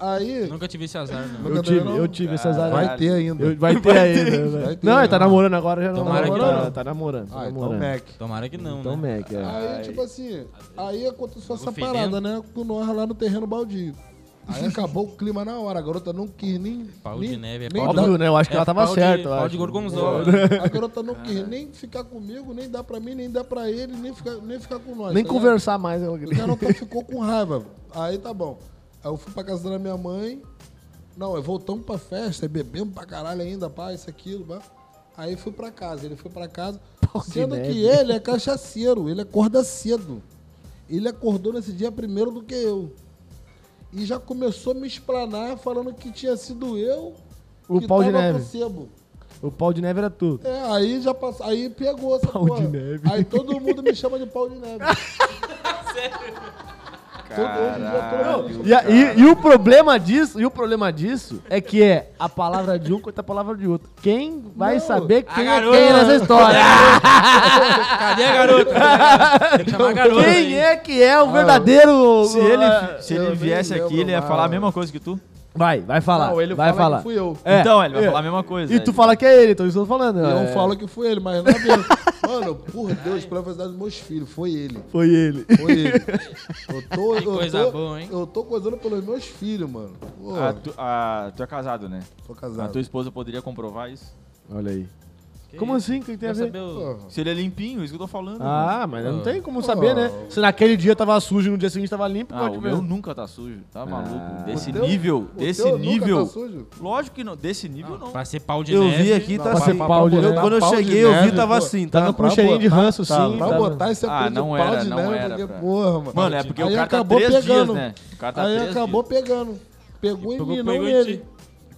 Speaker 4: Aí,
Speaker 2: Nunca tive esse azar, não.
Speaker 4: Nunca
Speaker 1: Eu
Speaker 4: deu,
Speaker 1: tive,
Speaker 4: não?
Speaker 1: eu tive essas
Speaker 3: Caralho.
Speaker 1: áreas.
Speaker 4: vai ter ainda.
Speaker 1: Eu- vai ter ainda. né?
Speaker 4: Vai ter
Speaker 1: não, ele
Speaker 4: ainda.
Speaker 1: tá namorando agora, já não.
Speaker 2: Tomara
Speaker 1: tá,
Speaker 2: que não.
Speaker 1: tá namorando, tá
Speaker 4: Ah, então
Speaker 1: namorando.
Speaker 4: Mac.
Speaker 2: Tomara que não,
Speaker 1: Então,
Speaker 2: né?
Speaker 1: Mac, é.
Speaker 4: Aí, tipo assim, aí aconteceu essa
Speaker 2: fedendo.
Speaker 4: parada, né? Com nós lá no terreno baldio. Aí acabou o clima na hora, a garota não quis nem.
Speaker 2: Pau
Speaker 4: nem,
Speaker 2: de neve é
Speaker 4: nem
Speaker 2: pau.
Speaker 4: dar-
Speaker 1: Óbvio, né? Eu acho que
Speaker 2: É
Speaker 1: ela tava
Speaker 2: pau de-
Speaker 1: certa. eu
Speaker 2: pau
Speaker 1: acho.
Speaker 2: de gorgonzola.
Speaker 4: A garota não quis nem ficar comigo, nem dar pra mim, nem dar pra ele, nem ficar, nem ficar com nós.
Speaker 1: Nem
Speaker 4: tá ligado?
Speaker 1: conversar mais.
Speaker 4: O garota ficou com raiva. Aí tá bom. Aí eu fui pra casa da minha mãe. Não, aí voltamos pra festa, aí bebemos pra caralho ainda, pá, isso, aquilo, pá. Aí fui pra casa, ele foi pra casa.
Speaker 1: de
Speaker 4: sendo
Speaker 1: neve.
Speaker 4: que ele é cachaceiro, ele acorda cedo. Ele acordou nesse dia primeiro do que eu. E já começou a me explanar falando que tinha sido eu
Speaker 1: O
Speaker 4: que
Speaker 1: pau de
Speaker 4: tava
Speaker 1: neve.
Speaker 4: com sebo.
Speaker 1: O pau de neve era tu.
Speaker 4: É, aí já passou. Aí pegou essa
Speaker 1: Pau de
Speaker 4: porra.
Speaker 1: neve.
Speaker 4: Aí todo mundo me chama de pau de neve. Todo, hoje em dia, todo mundo.
Speaker 1: E, a- e- e o problema disso, e o problema disso é que é a palavra de um contra a palavra de outro. Quem vai
Speaker 4: Não. Ah.
Speaker 1: saber quem é
Speaker 2: garota.
Speaker 1: quem nessa história?
Speaker 2: Cadê a garota? Tem que chamar a garota.
Speaker 1: quem
Speaker 2: hein?
Speaker 1: é que é
Speaker 4: Ah.
Speaker 1: o verdadeiro?
Speaker 3: Se ele,
Speaker 1: Ah,
Speaker 3: se
Speaker 4: é, eu
Speaker 3: ele
Speaker 4: nem
Speaker 3: viesse
Speaker 4: lembro
Speaker 3: aqui, ele ia
Speaker 4: mais.
Speaker 3: falar a mesma coisa que tu.
Speaker 1: Vai, vai falar.
Speaker 4: Não, ele
Speaker 1: vai
Speaker 4: fala
Speaker 1: falar.
Speaker 4: que fui eu.
Speaker 1: É.
Speaker 3: Então, ele vai
Speaker 1: É.
Speaker 3: falar a mesma coisa.
Speaker 1: E tu fala que é ele, então isso eu tô falando.
Speaker 4: Eu
Speaker 1: é.
Speaker 4: não falo que foi ele, mas não é mesmo. Mano, por Deus, pela felicidade dos meus filhos, foi ele.
Speaker 1: Foi ele.
Speaker 4: Foi ele. Eu tô,
Speaker 2: Que
Speaker 4: eu
Speaker 2: coisa
Speaker 4: tô,
Speaker 2: boa, hein?
Speaker 4: Eu tô coisando pelos meus filhos, mano. Pô,
Speaker 3: Ah, tu, ah, tu é casado, né?
Speaker 4: tô
Speaker 3: A
Speaker 4: casado.
Speaker 3: tua esposa poderia comprovar isso?
Speaker 1: Olha aí.
Speaker 2: Que
Speaker 4: é
Speaker 1: Como
Speaker 2: isso?
Speaker 1: assim? O que tem a
Speaker 2: Quer
Speaker 1: ver?
Speaker 2: saber o-
Speaker 4: Pô,
Speaker 3: Se ele é limpinho, isso que eu tô falando. mano.
Speaker 1: Ah, mas não
Speaker 2: Ah.
Speaker 1: tem como saber, né? Se naquele dia tava sujo e no dia seguinte tava limpo,
Speaker 3: Ah,
Speaker 1: pode
Speaker 3: o
Speaker 1: ver.
Speaker 3: meu nunca tá sujo. Tá maluco? Desse
Speaker 4: Ah, O teu-
Speaker 3: nível,
Speaker 4: o
Speaker 3: desse
Speaker 4: teu
Speaker 3: nível.
Speaker 4: Nunca tá sujo? Ah.
Speaker 3: Lógico que não, desse nível não.
Speaker 2: Pra ser pau de
Speaker 5: Eu
Speaker 2: neve.
Speaker 5: vi aqui,
Speaker 4: Não,
Speaker 5: tá
Speaker 4: pra
Speaker 5: assim.
Speaker 1: ser pau de
Speaker 5: Eu-
Speaker 1: neve.
Speaker 5: Quando eu
Speaker 4: Pau de
Speaker 5: cheguei, eu vi,
Speaker 4: neve,
Speaker 5: tava
Speaker 4: pô.
Speaker 5: assim.
Speaker 1: Tava
Speaker 5: Tava
Speaker 1: com um cheirinho de ranço,
Speaker 5: tava.
Speaker 1: sim.
Speaker 4: Pra
Speaker 1: tava.
Speaker 4: botar esse apelido
Speaker 3: Ah, não
Speaker 4: de pau
Speaker 3: era,
Speaker 4: de
Speaker 3: não
Speaker 4: neve,
Speaker 3: era
Speaker 4: porque,
Speaker 3: pra-
Speaker 4: porra, mano.
Speaker 3: Mano, é porque
Speaker 4: Aí
Speaker 3: o cara tá
Speaker 4: acabou
Speaker 3: três
Speaker 4: pegando.
Speaker 3: dias, né? O cara tá
Speaker 4: Aí
Speaker 3: três
Speaker 4: acabou
Speaker 3: dias.
Speaker 4: pegando. Pegou em
Speaker 2: Pegou-
Speaker 4: mim, não
Speaker 2: pegou
Speaker 4: em
Speaker 2: em
Speaker 4: ele.
Speaker 2: ti.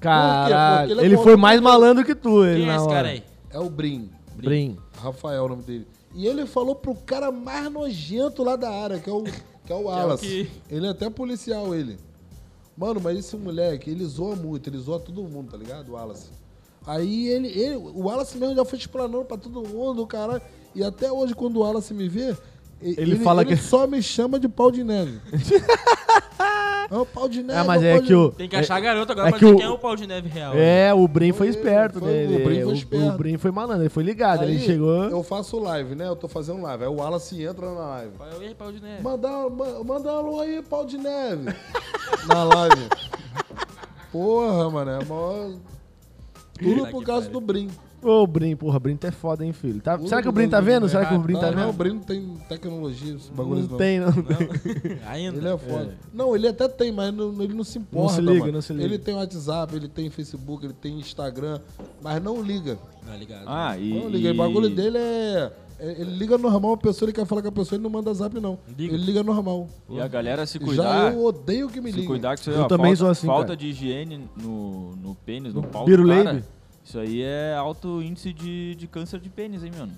Speaker 1: Caralho,
Speaker 4: Porque ele
Speaker 1: ele,
Speaker 4: é bom-
Speaker 1: foi mais malandro que tu, ele
Speaker 2: Quem é
Speaker 1: na
Speaker 2: esse
Speaker 1: hora.
Speaker 2: cara aí?
Speaker 4: É o Brim.
Speaker 1: Brim.
Speaker 4: Rafael, o nome dele. E ele falou pro cara mais nojento lá da área, que é o, que é o Wallace.
Speaker 2: que-
Speaker 4: Ele é até policial, ele. Mano, mas esse moleque, ele zoa muito, ele zoa todo mundo, tá ligado? O Wallace. Aí ele, ele- o Wallace mesmo já foi explanando pra todo mundo, cara. E até hoje, quando o Wallace me vê, e-
Speaker 1: Ele fala que-
Speaker 4: só me chama de pau de neve. é o pau de neve.
Speaker 1: Ah, mas
Speaker 4: o
Speaker 1: é
Speaker 4: pau
Speaker 1: que
Speaker 4: de-
Speaker 1: o.
Speaker 2: Tem que achar a garota agora
Speaker 1: é
Speaker 2: pra
Speaker 1: que
Speaker 2: dizer
Speaker 1: o-
Speaker 2: quem é o pau de neve real.
Speaker 1: É, o Brim foi
Speaker 4: Foi ele,
Speaker 1: esperto,
Speaker 4: foi-
Speaker 1: né?
Speaker 4: o Brim foi
Speaker 1: Ele-
Speaker 4: esperto.
Speaker 1: O Brim foi malandro, ele foi ligado,
Speaker 4: Aí
Speaker 1: ele chegou.
Speaker 4: Eu faço live, né? Eu tô fazendo live. Aí o Wallace entra na live.
Speaker 2: Fala, "Ei, pau é de neve.
Speaker 4: Mandar, ma- mandar um alô aí, pau de neve. Na live. Porra, mano. É maior... Tudo
Speaker 2: Puta
Speaker 4: por
Speaker 2: que
Speaker 4: causa
Speaker 2: pariu.
Speaker 4: do Brim.
Speaker 1: Ô, Brim, porra, Brim tu é foda, hein, filho. Tá-
Speaker 4: Tudo
Speaker 1: será que o
Speaker 4: por
Speaker 1: Brim tá
Speaker 4: causa do
Speaker 1: vendo? Será que o Brim
Speaker 4: não,
Speaker 1: tá
Speaker 4: não, o
Speaker 1: vendo?
Speaker 4: Brim não tem tecnologia, esse bagulho não.
Speaker 1: Não tem, não.
Speaker 2: Ainda.
Speaker 4: Ele é foda. Não, ele até tem, mas não- ele não se importa.
Speaker 1: Não se liga,
Speaker 4: mano.
Speaker 1: não se liga.
Speaker 4: Ele tem WhatsApp, ele tem Facebook, ele tem Instagram, mas não liga.
Speaker 2: Tá ligado.
Speaker 3: Ah, e.
Speaker 4: Não liga. O bagulho dele é. é- Ele liga normal, a pessoa ele quer falar com a pessoa, ele não manda zap, não.
Speaker 2: Liga.
Speaker 4: Ele liga normal.
Speaker 3: E a galera se
Speaker 4: Já
Speaker 3: cuidar.
Speaker 4: eu odeio que me
Speaker 3: Se
Speaker 4: liga.
Speaker 3: cuidar que isso aí,
Speaker 1: Eu
Speaker 3: ó,
Speaker 1: também
Speaker 3: falta,
Speaker 1: sou assim,
Speaker 3: falta
Speaker 1: cara.
Speaker 3: de higiene no, no pênis, no pau do
Speaker 1: biruleibe?
Speaker 3: cara. Isso aí é alto índice de, de câncer de pênis, hein, mano?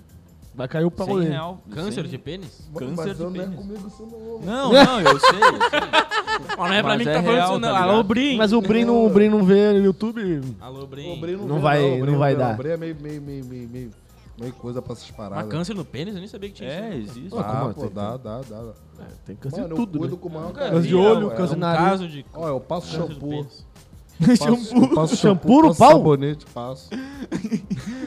Speaker 1: Vai cair o pau
Speaker 3: Sem
Speaker 1: dele.
Speaker 3: real.
Speaker 2: Câncer
Speaker 3: sem-
Speaker 2: de pênis?
Speaker 4: Mano,
Speaker 3: Câncer
Speaker 4: mas
Speaker 3: de
Speaker 4: eu não é
Speaker 3: pênis.
Speaker 4: comigo isso não.
Speaker 3: Não, não, eu sei. eu sei.
Speaker 2: Ó, não é pra
Speaker 3: Mas
Speaker 2: mim que
Speaker 3: é
Speaker 2: tá falando
Speaker 3: real,
Speaker 2: isso, não.
Speaker 3: tá ligado?
Speaker 2: Alô, Brim.
Speaker 1: Mas o Brim não, o Brim não vê YouTube.
Speaker 2: Alô,
Speaker 4: O
Speaker 2: Brim.
Speaker 4: Breno
Speaker 1: Não
Speaker 4: vê,
Speaker 1: vai-
Speaker 4: o
Speaker 1: não
Speaker 4: Breno
Speaker 1: vai
Speaker 4: vê,
Speaker 1: dar.
Speaker 4: O Breno é meio, meio, meio, meio, meio, meio coisa pra essas
Speaker 2: Mas
Speaker 4: paradas.
Speaker 2: câncer no pênis? Eu nem sabia que tinha
Speaker 3: É,
Speaker 2: isso.
Speaker 3: existe.
Speaker 1: Ah,
Speaker 4: Dá,
Speaker 1: como
Speaker 4: pô,
Speaker 1: assim?
Speaker 4: dá, dá, dá.
Speaker 1: Tem
Speaker 5: é
Speaker 1: que ser
Speaker 4: Mano,
Speaker 1: tudo,
Speaker 4: eu cuido
Speaker 1: né?
Speaker 4: com o maior
Speaker 2: Nunca
Speaker 4: carinho,
Speaker 1: de olho,
Speaker 4: cara.
Speaker 2: É
Speaker 1: câncer
Speaker 2: um
Speaker 1: de nariz.
Speaker 2: caso de...
Speaker 4: Ó, eu passo
Speaker 2: Câncer do
Speaker 4: shampoo.
Speaker 2: pênis.
Speaker 1: Shampoo.
Speaker 4: Passo
Speaker 1: Shampoo no
Speaker 4: passo
Speaker 1: pau?
Speaker 4: sabonete, passo.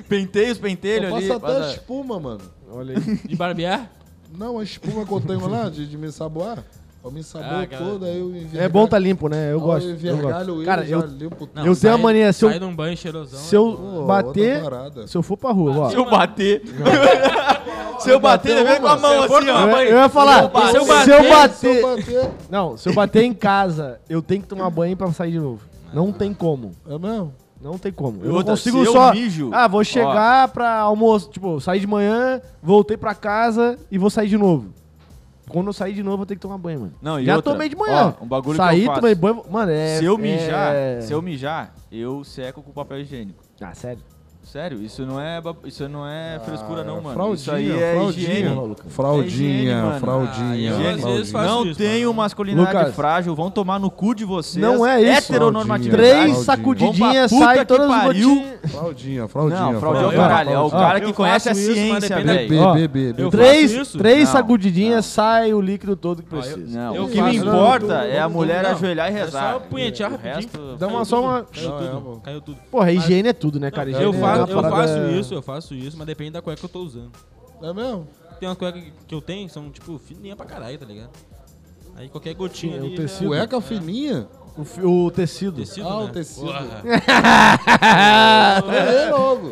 Speaker 3: Pentei os pentelhos
Speaker 4: Eu
Speaker 3: ali.
Speaker 4: passo até
Speaker 3: passa-
Speaker 4: espuma, mano.
Speaker 1: Olha aí.
Speaker 2: De barbear?
Speaker 4: Não, a espuma que eu tenho lá de, de me ensaboar. Eu me ensaboo
Speaker 2: Ah, cara.
Speaker 4: toda, aí eu envergalho.
Speaker 1: É bom tá limpo, né? Eu
Speaker 4: Aí
Speaker 1: gosto.
Speaker 4: Eu
Speaker 1: Eu
Speaker 4: envergalho
Speaker 1: gosto.
Speaker 4: ele,
Speaker 1: Cara,
Speaker 4: já
Speaker 1: eu
Speaker 4: limpo.
Speaker 1: Eu tenho a
Speaker 2: sai-
Speaker 1: mania, se eu-
Speaker 2: Sai num banho cheirosão. né?
Speaker 1: Se eu
Speaker 4: Pô,
Speaker 1: bater.
Speaker 4: outra parada.
Speaker 1: Se eu for pra rua, ó.
Speaker 3: Se eu bater. Se eu bater, ele vem com a mão assim,
Speaker 1: é Eu,
Speaker 3: ó.
Speaker 1: ia- eu ia falar,
Speaker 2: Se eu
Speaker 1: se eu bater,
Speaker 4: Se eu bater...
Speaker 1: Não, se eu bater em casa, eu tenho que tomar banho pra sair de novo. Não tem como.
Speaker 4: É mesmo?
Speaker 1: Não tem como. Eu
Speaker 3: Outra,
Speaker 1: não consigo
Speaker 3: se eu
Speaker 1: só.
Speaker 3: mijo,
Speaker 1: ah, vou chegar pra almoço. Tipo, eu saí de manhã, voltei pra casa e vou sair de novo. Quando eu sair de novo, eu tenho que tomar banho, mano.
Speaker 3: Não, e
Speaker 1: Já
Speaker 3: outra,
Speaker 1: tomei de manhã.
Speaker 3: ó, um bagulho que
Speaker 1: Saí,
Speaker 3: eu faço.
Speaker 1: tomei banho. Mano, é.
Speaker 3: Se eu mijar,
Speaker 1: é-
Speaker 3: se eu mijar, eu seco com papel higiênico.
Speaker 1: Ah, sério.
Speaker 3: Sério, isso não é, ba- isso não é frescura não, mano. isso aí
Speaker 4: fraldinha,
Speaker 3: é
Speaker 4: fraldinha.
Speaker 3: higiene. É higiene,
Speaker 4: Fraldinha,
Speaker 3: mano.
Speaker 4: fraldinha.
Speaker 2: Ah, eu às vezes
Speaker 4: fraldinha.
Speaker 2: faço-
Speaker 3: Não
Speaker 2: isso,
Speaker 3: tenham
Speaker 2: mano.
Speaker 3: masculinidade
Speaker 1: Lucas.
Speaker 3: frágil, vão tomar no cu de vocês.
Speaker 1: Não é isso.
Speaker 3: Heteronormatividade.
Speaker 1: Três
Speaker 4: Fraldinha.
Speaker 1: sacudidinhas,
Speaker 3: Vamos pra
Speaker 1: sai
Speaker 3: puta que
Speaker 1: todas as
Speaker 3: pariu.
Speaker 1: gotinhas.
Speaker 4: Fraldinha, fraldinha,
Speaker 3: Não,
Speaker 4: fraldinha.
Speaker 3: fraude é o
Speaker 2: Não,
Speaker 3: caralho. É o
Speaker 1: fraldinha.
Speaker 3: cara que
Speaker 2: Eu
Speaker 3: conhece a
Speaker 2: faço isso, mas
Speaker 3: ciência,
Speaker 2: depende da
Speaker 3: velho.
Speaker 1: Ó,
Speaker 4: Bebê, bebê.
Speaker 2: eu- faço
Speaker 1: Três,
Speaker 2: isso?
Speaker 1: três
Speaker 3: Não,
Speaker 1: sacudidinhas, sai o líquido todo que
Speaker 2: eu-
Speaker 1: precisa.
Speaker 3: Não,
Speaker 2: Eu
Speaker 3: o que me
Speaker 2: faço-
Speaker 3: importa
Speaker 4: Não,
Speaker 3: é a
Speaker 4: não,
Speaker 3: mulher
Speaker 2: não.
Speaker 3: ajoelhar e
Speaker 2: É
Speaker 3: rezar.
Speaker 2: só punhetear
Speaker 3: O
Speaker 2: rapidinho.
Speaker 3: resto-
Speaker 1: Dá uma
Speaker 2: Caiu
Speaker 1: só
Speaker 2: tudo.
Speaker 1: uma-
Speaker 2: Caiu
Speaker 4: Não, é,
Speaker 2: tudo.
Speaker 4: mano.
Speaker 2: Caiu tudo.
Speaker 1: Porra, higiene é tudo, né, cara?
Speaker 2: Não,
Speaker 1: Higiene
Speaker 2: eu,
Speaker 1: é
Speaker 2: faço,
Speaker 1: uma
Speaker 2: eu
Speaker 1: parada-
Speaker 2: faço isso, eu faço isso, mas depende da cueca que eu tô usando.
Speaker 4: É mesmo?
Speaker 2: Tem umas cuecas que eu tenho que são, tipo, fininha pra caralho, tá ligado? Aí qualquer gotinha
Speaker 1: É, o
Speaker 2: ali.
Speaker 1: tecido.
Speaker 2: Já...
Speaker 4: Cueca fininha?
Speaker 1: O, fi- o tecido.
Speaker 2: Tecido,
Speaker 4: Ah, o
Speaker 2: né?
Speaker 4: tecido.
Speaker 2: Porra.
Speaker 4: É logo.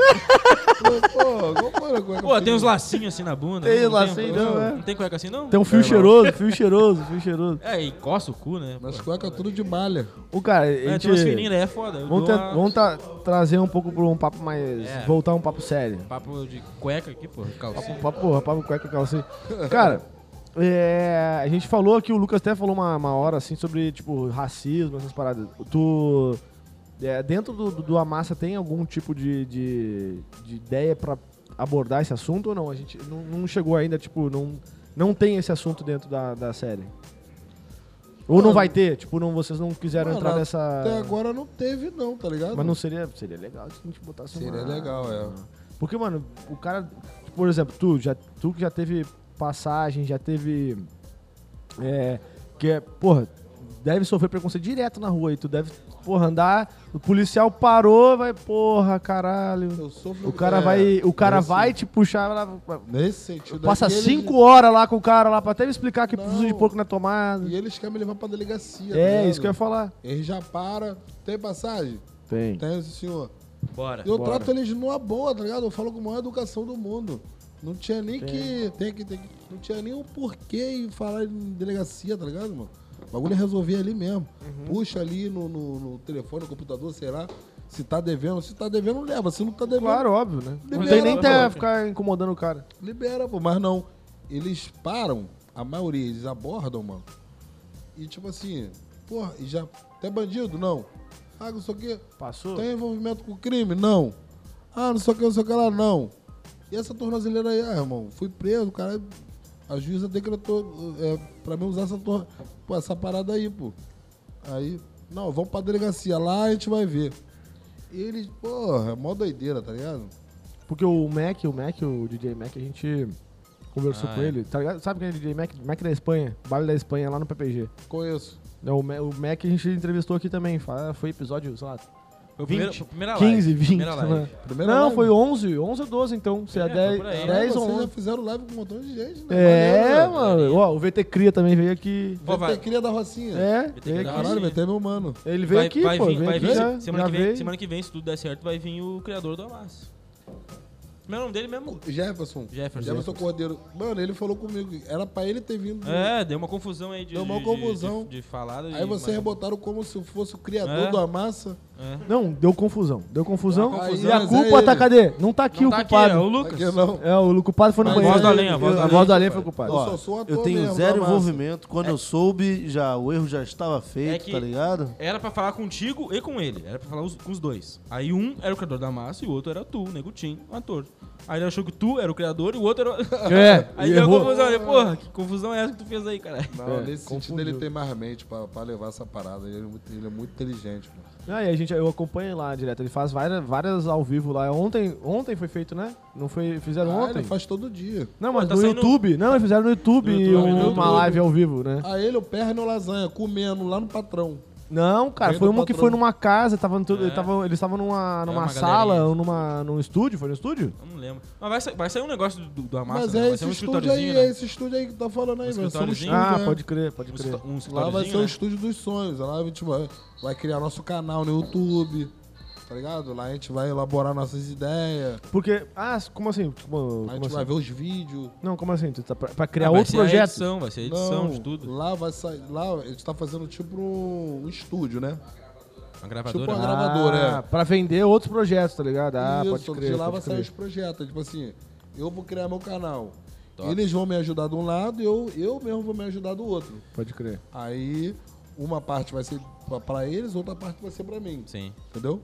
Speaker 4: Pô, como é que eu
Speaker 2: Pô, tem
Speaker 4: fiz?
Speaker 2: uns lacinhos assim na bunda.
Speaker 1: Tem
Speaker 2: né? Não
Speaker 1: lacinho, não, é.
Speaker 2: Não tem cueca assim, não?
Speaker 1: Tem um fio cheiroso, fio cheiroso, fio cheiroso.
Speaker 2: É, e coça o cu, né?
Speaker 4: Nas
Speaker 2: Pô.
Speaker 4: cuecas é tudo de malha.
Speaker 1: O cara,
Speaker 2: É,
Speaker 1: a gente...
Speaker 2: tem umas fininhas, né? É foda. Eu
Speaker 1: Vamos,
Speaker 2: dou
Speaker 1: tra-
Speaker 2: uma-
Speaker 1: vamos tra- trazer um pouco pra um papo mais...
Speaker 2: É.
Speaker 1: Voltar um papo sério.
Speaker 2: Papo de cueca aqui, pô. Calcinha.
Speaker 1: Papo, porra, papo cueca calcinha. Cara, é, a gente falou aqui, o Lucas até falou uma, uma hora, assim, sobre, tipo, racismo, essas paradas. Tu... é, dentro do, do, do Amassa tem algum tipo de, de, de ideia pra abordar esse assunto ou não? A gente não, não chegou ainda, tipo, não, não tem esse assunto dentro da, da série. Ou não
Speaker 4: Mano,
Speaker 1: vai ter? Tipo, não, vocês não quiseram
Speaker 4: Mano,
Speaker 1: entrar nessa...
Speaker 4: Até agora não teve, não, tá ligado?
Speaker 1: Mas não seria, seria legal se a gente botasse uma-
Speaker 4: Seria legal, é.
Speaker 1: Porque, mano, o cara. Por exemplo, tu, já, tu que já teve passagem, já teve. É. Que é. Porra, deve sofrer preconceito direto na rua aí. Tu deve, porra, andar. O policial parou, vai, porra, caralho.
Speaker 4: Eu sofro.
Speaker 1: O cara
Speaker 4: é,
Speaker 1: vai. O cara
Speaker 4: nesse-
Speaker 1: vai te puxar. lá,
Speaker 4: Nesse sentido.
Speaker 1: Passa
Speaker 4: é que eles-
Speaker 1: cinco horas lá com o cara lá pra até me explicar que
Speaker 4: Não.
Speaker 1: uso de porco não é tomado.
Speaker 4: E eles querem me levar pra delegacia. tá
Speaker 1: É,
Speaker 4: ligado?
Speaker 1: isso que eu ia falar.
Speaker 4: Eles já param. Tem passagem?
Speaker 1: Tem.
Speaker 4: Tem, senhor.
Speaker 2: Bora.
Speaker 4: Eu
Speaker 1: É, Bora.
Speaker 4: trato eles numa boa, tá ligado? Eu falo com a maior educação do mundo. Não tinha nem que. Tem que, tem que. Não tinha nem o porquê em falar em delegacia, tá ligado, mano? O bagulho é resolver ali mesmo.
Speaker 1: Uhum.
Speaker 4: Puxa ali no, no- no telefone, no computador, sei lá. Se tá devendo, se tá devendo, leva. Se não tá devendo,
Speaker 1: Claro, óbvio, né? Não
Speaker 4: Libera,
Speaker 1: tem nem
Speaker 4: pô.
Speaker 1: até ficar incomodando o cara.
Speaker 4: libera, pô. Mas não. Eles param, a maioria, eles abordam, mano. E tipo assim, porra, e já. Até bandido? Não. Ah, não sei o quê.
Speaker 1: Passou?
Speaker 4: Tem envolvimento com crime? Não. Ah, não sei o que, não sei o que lá, não. E essa tornozeleira aí, ah, irmão, fui preso, o cara. A juíza decretou é, pra mim usar essa, tor- pô, essa parada aí, pô. Aí, não, vamos pra delegacia, lá a gente vai ver. E eles, porra, é mó doideira, tá ligado?
Speaker 1: Porque o Mac, o Mac, o DJ Mac, a gente conversou
Speaker 2: Ah,
Speaker 1: com
Speaker 2: é.
Speaker 1: ele. tá ligado? Sabe quem é o DJ Mac? Mac da Espanha, baile da Espanha lá no PPG.
Speaker 4: Conheço.
Speaker 1: Não, Né, O Ma- o Mac a gente entrevistou aqui também. fa- Foi episódio, sei lá,
Speaker 2: Foi o primeiro-
Speaker 1: 20,
Speaker 2: a primeira live.
Speaker 1: 15, 20.
Speaker 2: Primeira
Speaker 1: sei lá.
Speaker 2: live.
Speaker 4: Primeira
Speaker 1: não,
Speaker 4: live.
Speaker 1: foi 11, 11 ou 12 então. Se é,
Speaker 2: É, foi
Speaker 1: 10,
Speaker 2: por aí.
Speaker 1: 10 ou
Speaker 4: vocês já
Speaker 1: 11.
Speaker 4: fizeram live com um montão de gente, né?
Speaker 1: É,
Speaker 4: Maneiro, né?
Speaker 1: mano. Ó, o VT Cria também veio aqui.
Speaker 2: Pô, vai.
Speaker 4: VT cria da Rocinha.
Speaker 1: É,
Speaker 2: VT
Speaker 1: veio
Speaker 2: Cria.
Speaker 1: aqui.
Speaker 4: Caralho, VT é meu mano.
Speaker 1: Ele veio
Speaker 2: Vai-
Speaker 1: aqui,
Speaker 2: vai
Speaker 1: pô.
Speaker 2: vir-
Speaker 1: veio
Speaker 2: vai
Speaker 1: aqui
Speaker 2: vir
Speaker 1: já,
Speaker 2: semana,
Speaker 1: já
Speaker 2: que vem,
Speaker 1: veio.
Speaker 2: semana que vem, se tudo der certo, vai vir o criador do Amassa. Meu nome dele mesmo. é
Speaker 4: Jefferson.
Speaker 2: Jefferson.
Speaker 4: Jefferson Cordeiro. Mano, ele falou comigo. Era pra ele ter vindo.
Speaker 2: É, deu uma confusão aí de.
Speaker 4: Deu uma
Speaker 2: de-
Speaker 4: confusão.
Speaker 2: De, de, falada.
Speaker 4: Aí
Speaker 2: e-
Speaker 4: vocês rebotaram como se fosse o criador
Speaker 2: É.
Speaker 4: da massa.
Speaker 2: É.
Speaker 1: Não, deu confusão. Deu confusão.
Speaker 4: Deu uma
Speaker 1: e a
Speaker 4: confusão,
Speaker 1: culpa
Speaker 4: mas é
Speaker 1: tá
Speaker 4: ele.
Speaker 1: cadê? Não tá aqui
Speaker 2: Não
Speaker 1: o
Speaker 2: tá aqui,
Speaker 1: culpado.
Speaker 2: é o
Speaker 4: Aqui
Speaker 2: Lucas.
Speaker 4: não.
Speaker 1: É, o culpado foi no
Speaker 4: Mas
Speaker 1: banheiro.
Speaker 4: voz da lenha,
Speaker 1: Eu-
Speaker 2: voz da
Speaker 1: a
Speaker 2: lenha.
Speaker 1: voz da lenha foi culpada.
Speaker 4: Eu só sou ator
Speaker 5: eu tenho
Speaker 4: mesmo,
Speaker 5: zero
Speaker 4: da massa.
Speaker 5: envolvimento. Quando eu soube, já o erro já estava feito,
Speaker 2: É que-
Speaker 5: tá ligado?
Speaker 2: Era pra falar contigo e com ele. Era pra falar os- com os dois. Aí um era o criador da massa e o outro era tu, o Negutinho, o ator. Aí ele achou que tu era o criador e o outro era.
Speaker 1: É,
Speaker 2: aí deu uma confusão. Ele, porra, que confusão é essa que tu fez aí, cara?
Speaker 4: Não,
Speaker 1: É,
Speaker 4: nesse sentido
Speaker 1: confundiu.
Speaker 4: ele tem mais mente pra, pra levar essa parada. Ele é muito, ele é muito inteligente, mano.
Speaker 1: Ah, e a gente, eu acompanho lá direto. Ele faz várias, várias ao vivo lá. Ontem, ontem foi feito, né? Não foi, fizeram
Speaker 4: Ah,
Speaker 1: ontem?
Speaker 4: ele faz todo dia.
Speaker 1: Não, mas
Speaker 2: Pô, tá
Speaker 1: no
Speaker 2: saindo-
Speaker 1: YouTube. Não, eles fizeram no YouTube,
Speaker 2: No YouTube,
Speaker 1: um-
Speaker 2: no
Speaker 1: uma
Speaker 2: YouTube.
Speaker 1: live ao vivo, né?
Speaker 4: A ele o perna e o lasanha, comendo lá no patrão.
Speaker 1: Não, cara,
Speaker 4: Vem
Speaker 1: foi
Speaker 4: do
Speaker 1: uma que
Speaker 4: patrão.
Speaker 1: foi numa casa, tava no,
Speaker 2: É.
Speaker 1: ele tava, eles estavam numa, numa
Speaker 2: uma
Speaker 1: sala,
Speaker 2: galerinha.
Speaker 1: ou numa, num estúdio, foi no estúdio?
Speaker 2: Eu não lembro. Mas vai, sa- vai sair um negócio do, do, do Amassa,
Speaker 4: Mas
Speaker 2: né?
Speaker 4: é
Speaker 2: vai
Speaker 4: esse
Speaker 2: sair um
Speaker 4: estúdio aí,
Speaker 2: escritóriozinho,
Speaker 4: é
Speaker 2: né?
Speaker 4: esse estúdio aí que tá falando aí,
Speaker 2: Um
Speaker 4: velho. Somos
Speaker 2: escritóriozinho.
Speaker 4: tudo,
Speaker 1: ah,
Speaker 4: né?
Speaker 1: pode crer, pode crer.
Speaker 2: Um, um
Speaker 4: Lá vai ser o
Speaker 2: né?
Speaker 4: estúdio dos sonhos. Lá a gente vai, vai criar nosso canal no YouTube. Tá ligado? Lá a gente vai elaborar nossas ideias.
Speaker 1: Porque, ah, como assim? Como,
Speaker 4: Lá a
Speaker 1: como
Speaker 4: gente vai
Speaker 1: assim?
Speaker 4: ver os vídeos.
Speaker 1: Não, como assim? Tu tá pra, pra criar
Speaker 2: Ah,
Speaker 1: outro
Speaker 2: Vai ser a
Speaker 1: projeto?
Speaker 2: edição, vai ser a edição
Speaker 4: Não,
Speaker 2: de tudo.
Speaker 4: Lá vai sair. Lá a gente tá fazendo tipo um, um estúdio, né?
Speaker 2: A gravadora. né?
Speaker 4: Tipo, a gravadora,
Speaker 1: ah,
Speaker 4: é.
Speaker 1: Pra vender outros projetos, tá ligado? Ah,
Speaker 4: Isso,
Speaker 1: pode crer.
Speaker 4: de lá
Speaker 1: pode
Speaker 4: vai sair
Speaker 1: crer.
Speaker 4: os projetos. Tipo assim, eu vou criar meu canal.
Speaker 2: Top.
Speaker 4: Eles vão me ajudar de um lado e eu, eu mesmo vou me ajudar do outro.
Speaker 1: Pode crer.
Speaker 4: Aí uma parte vai ser pra, pra eles, outra parte vai ser pra mim.
Speaker 2: Sim.
Speaker 4: Entendeu?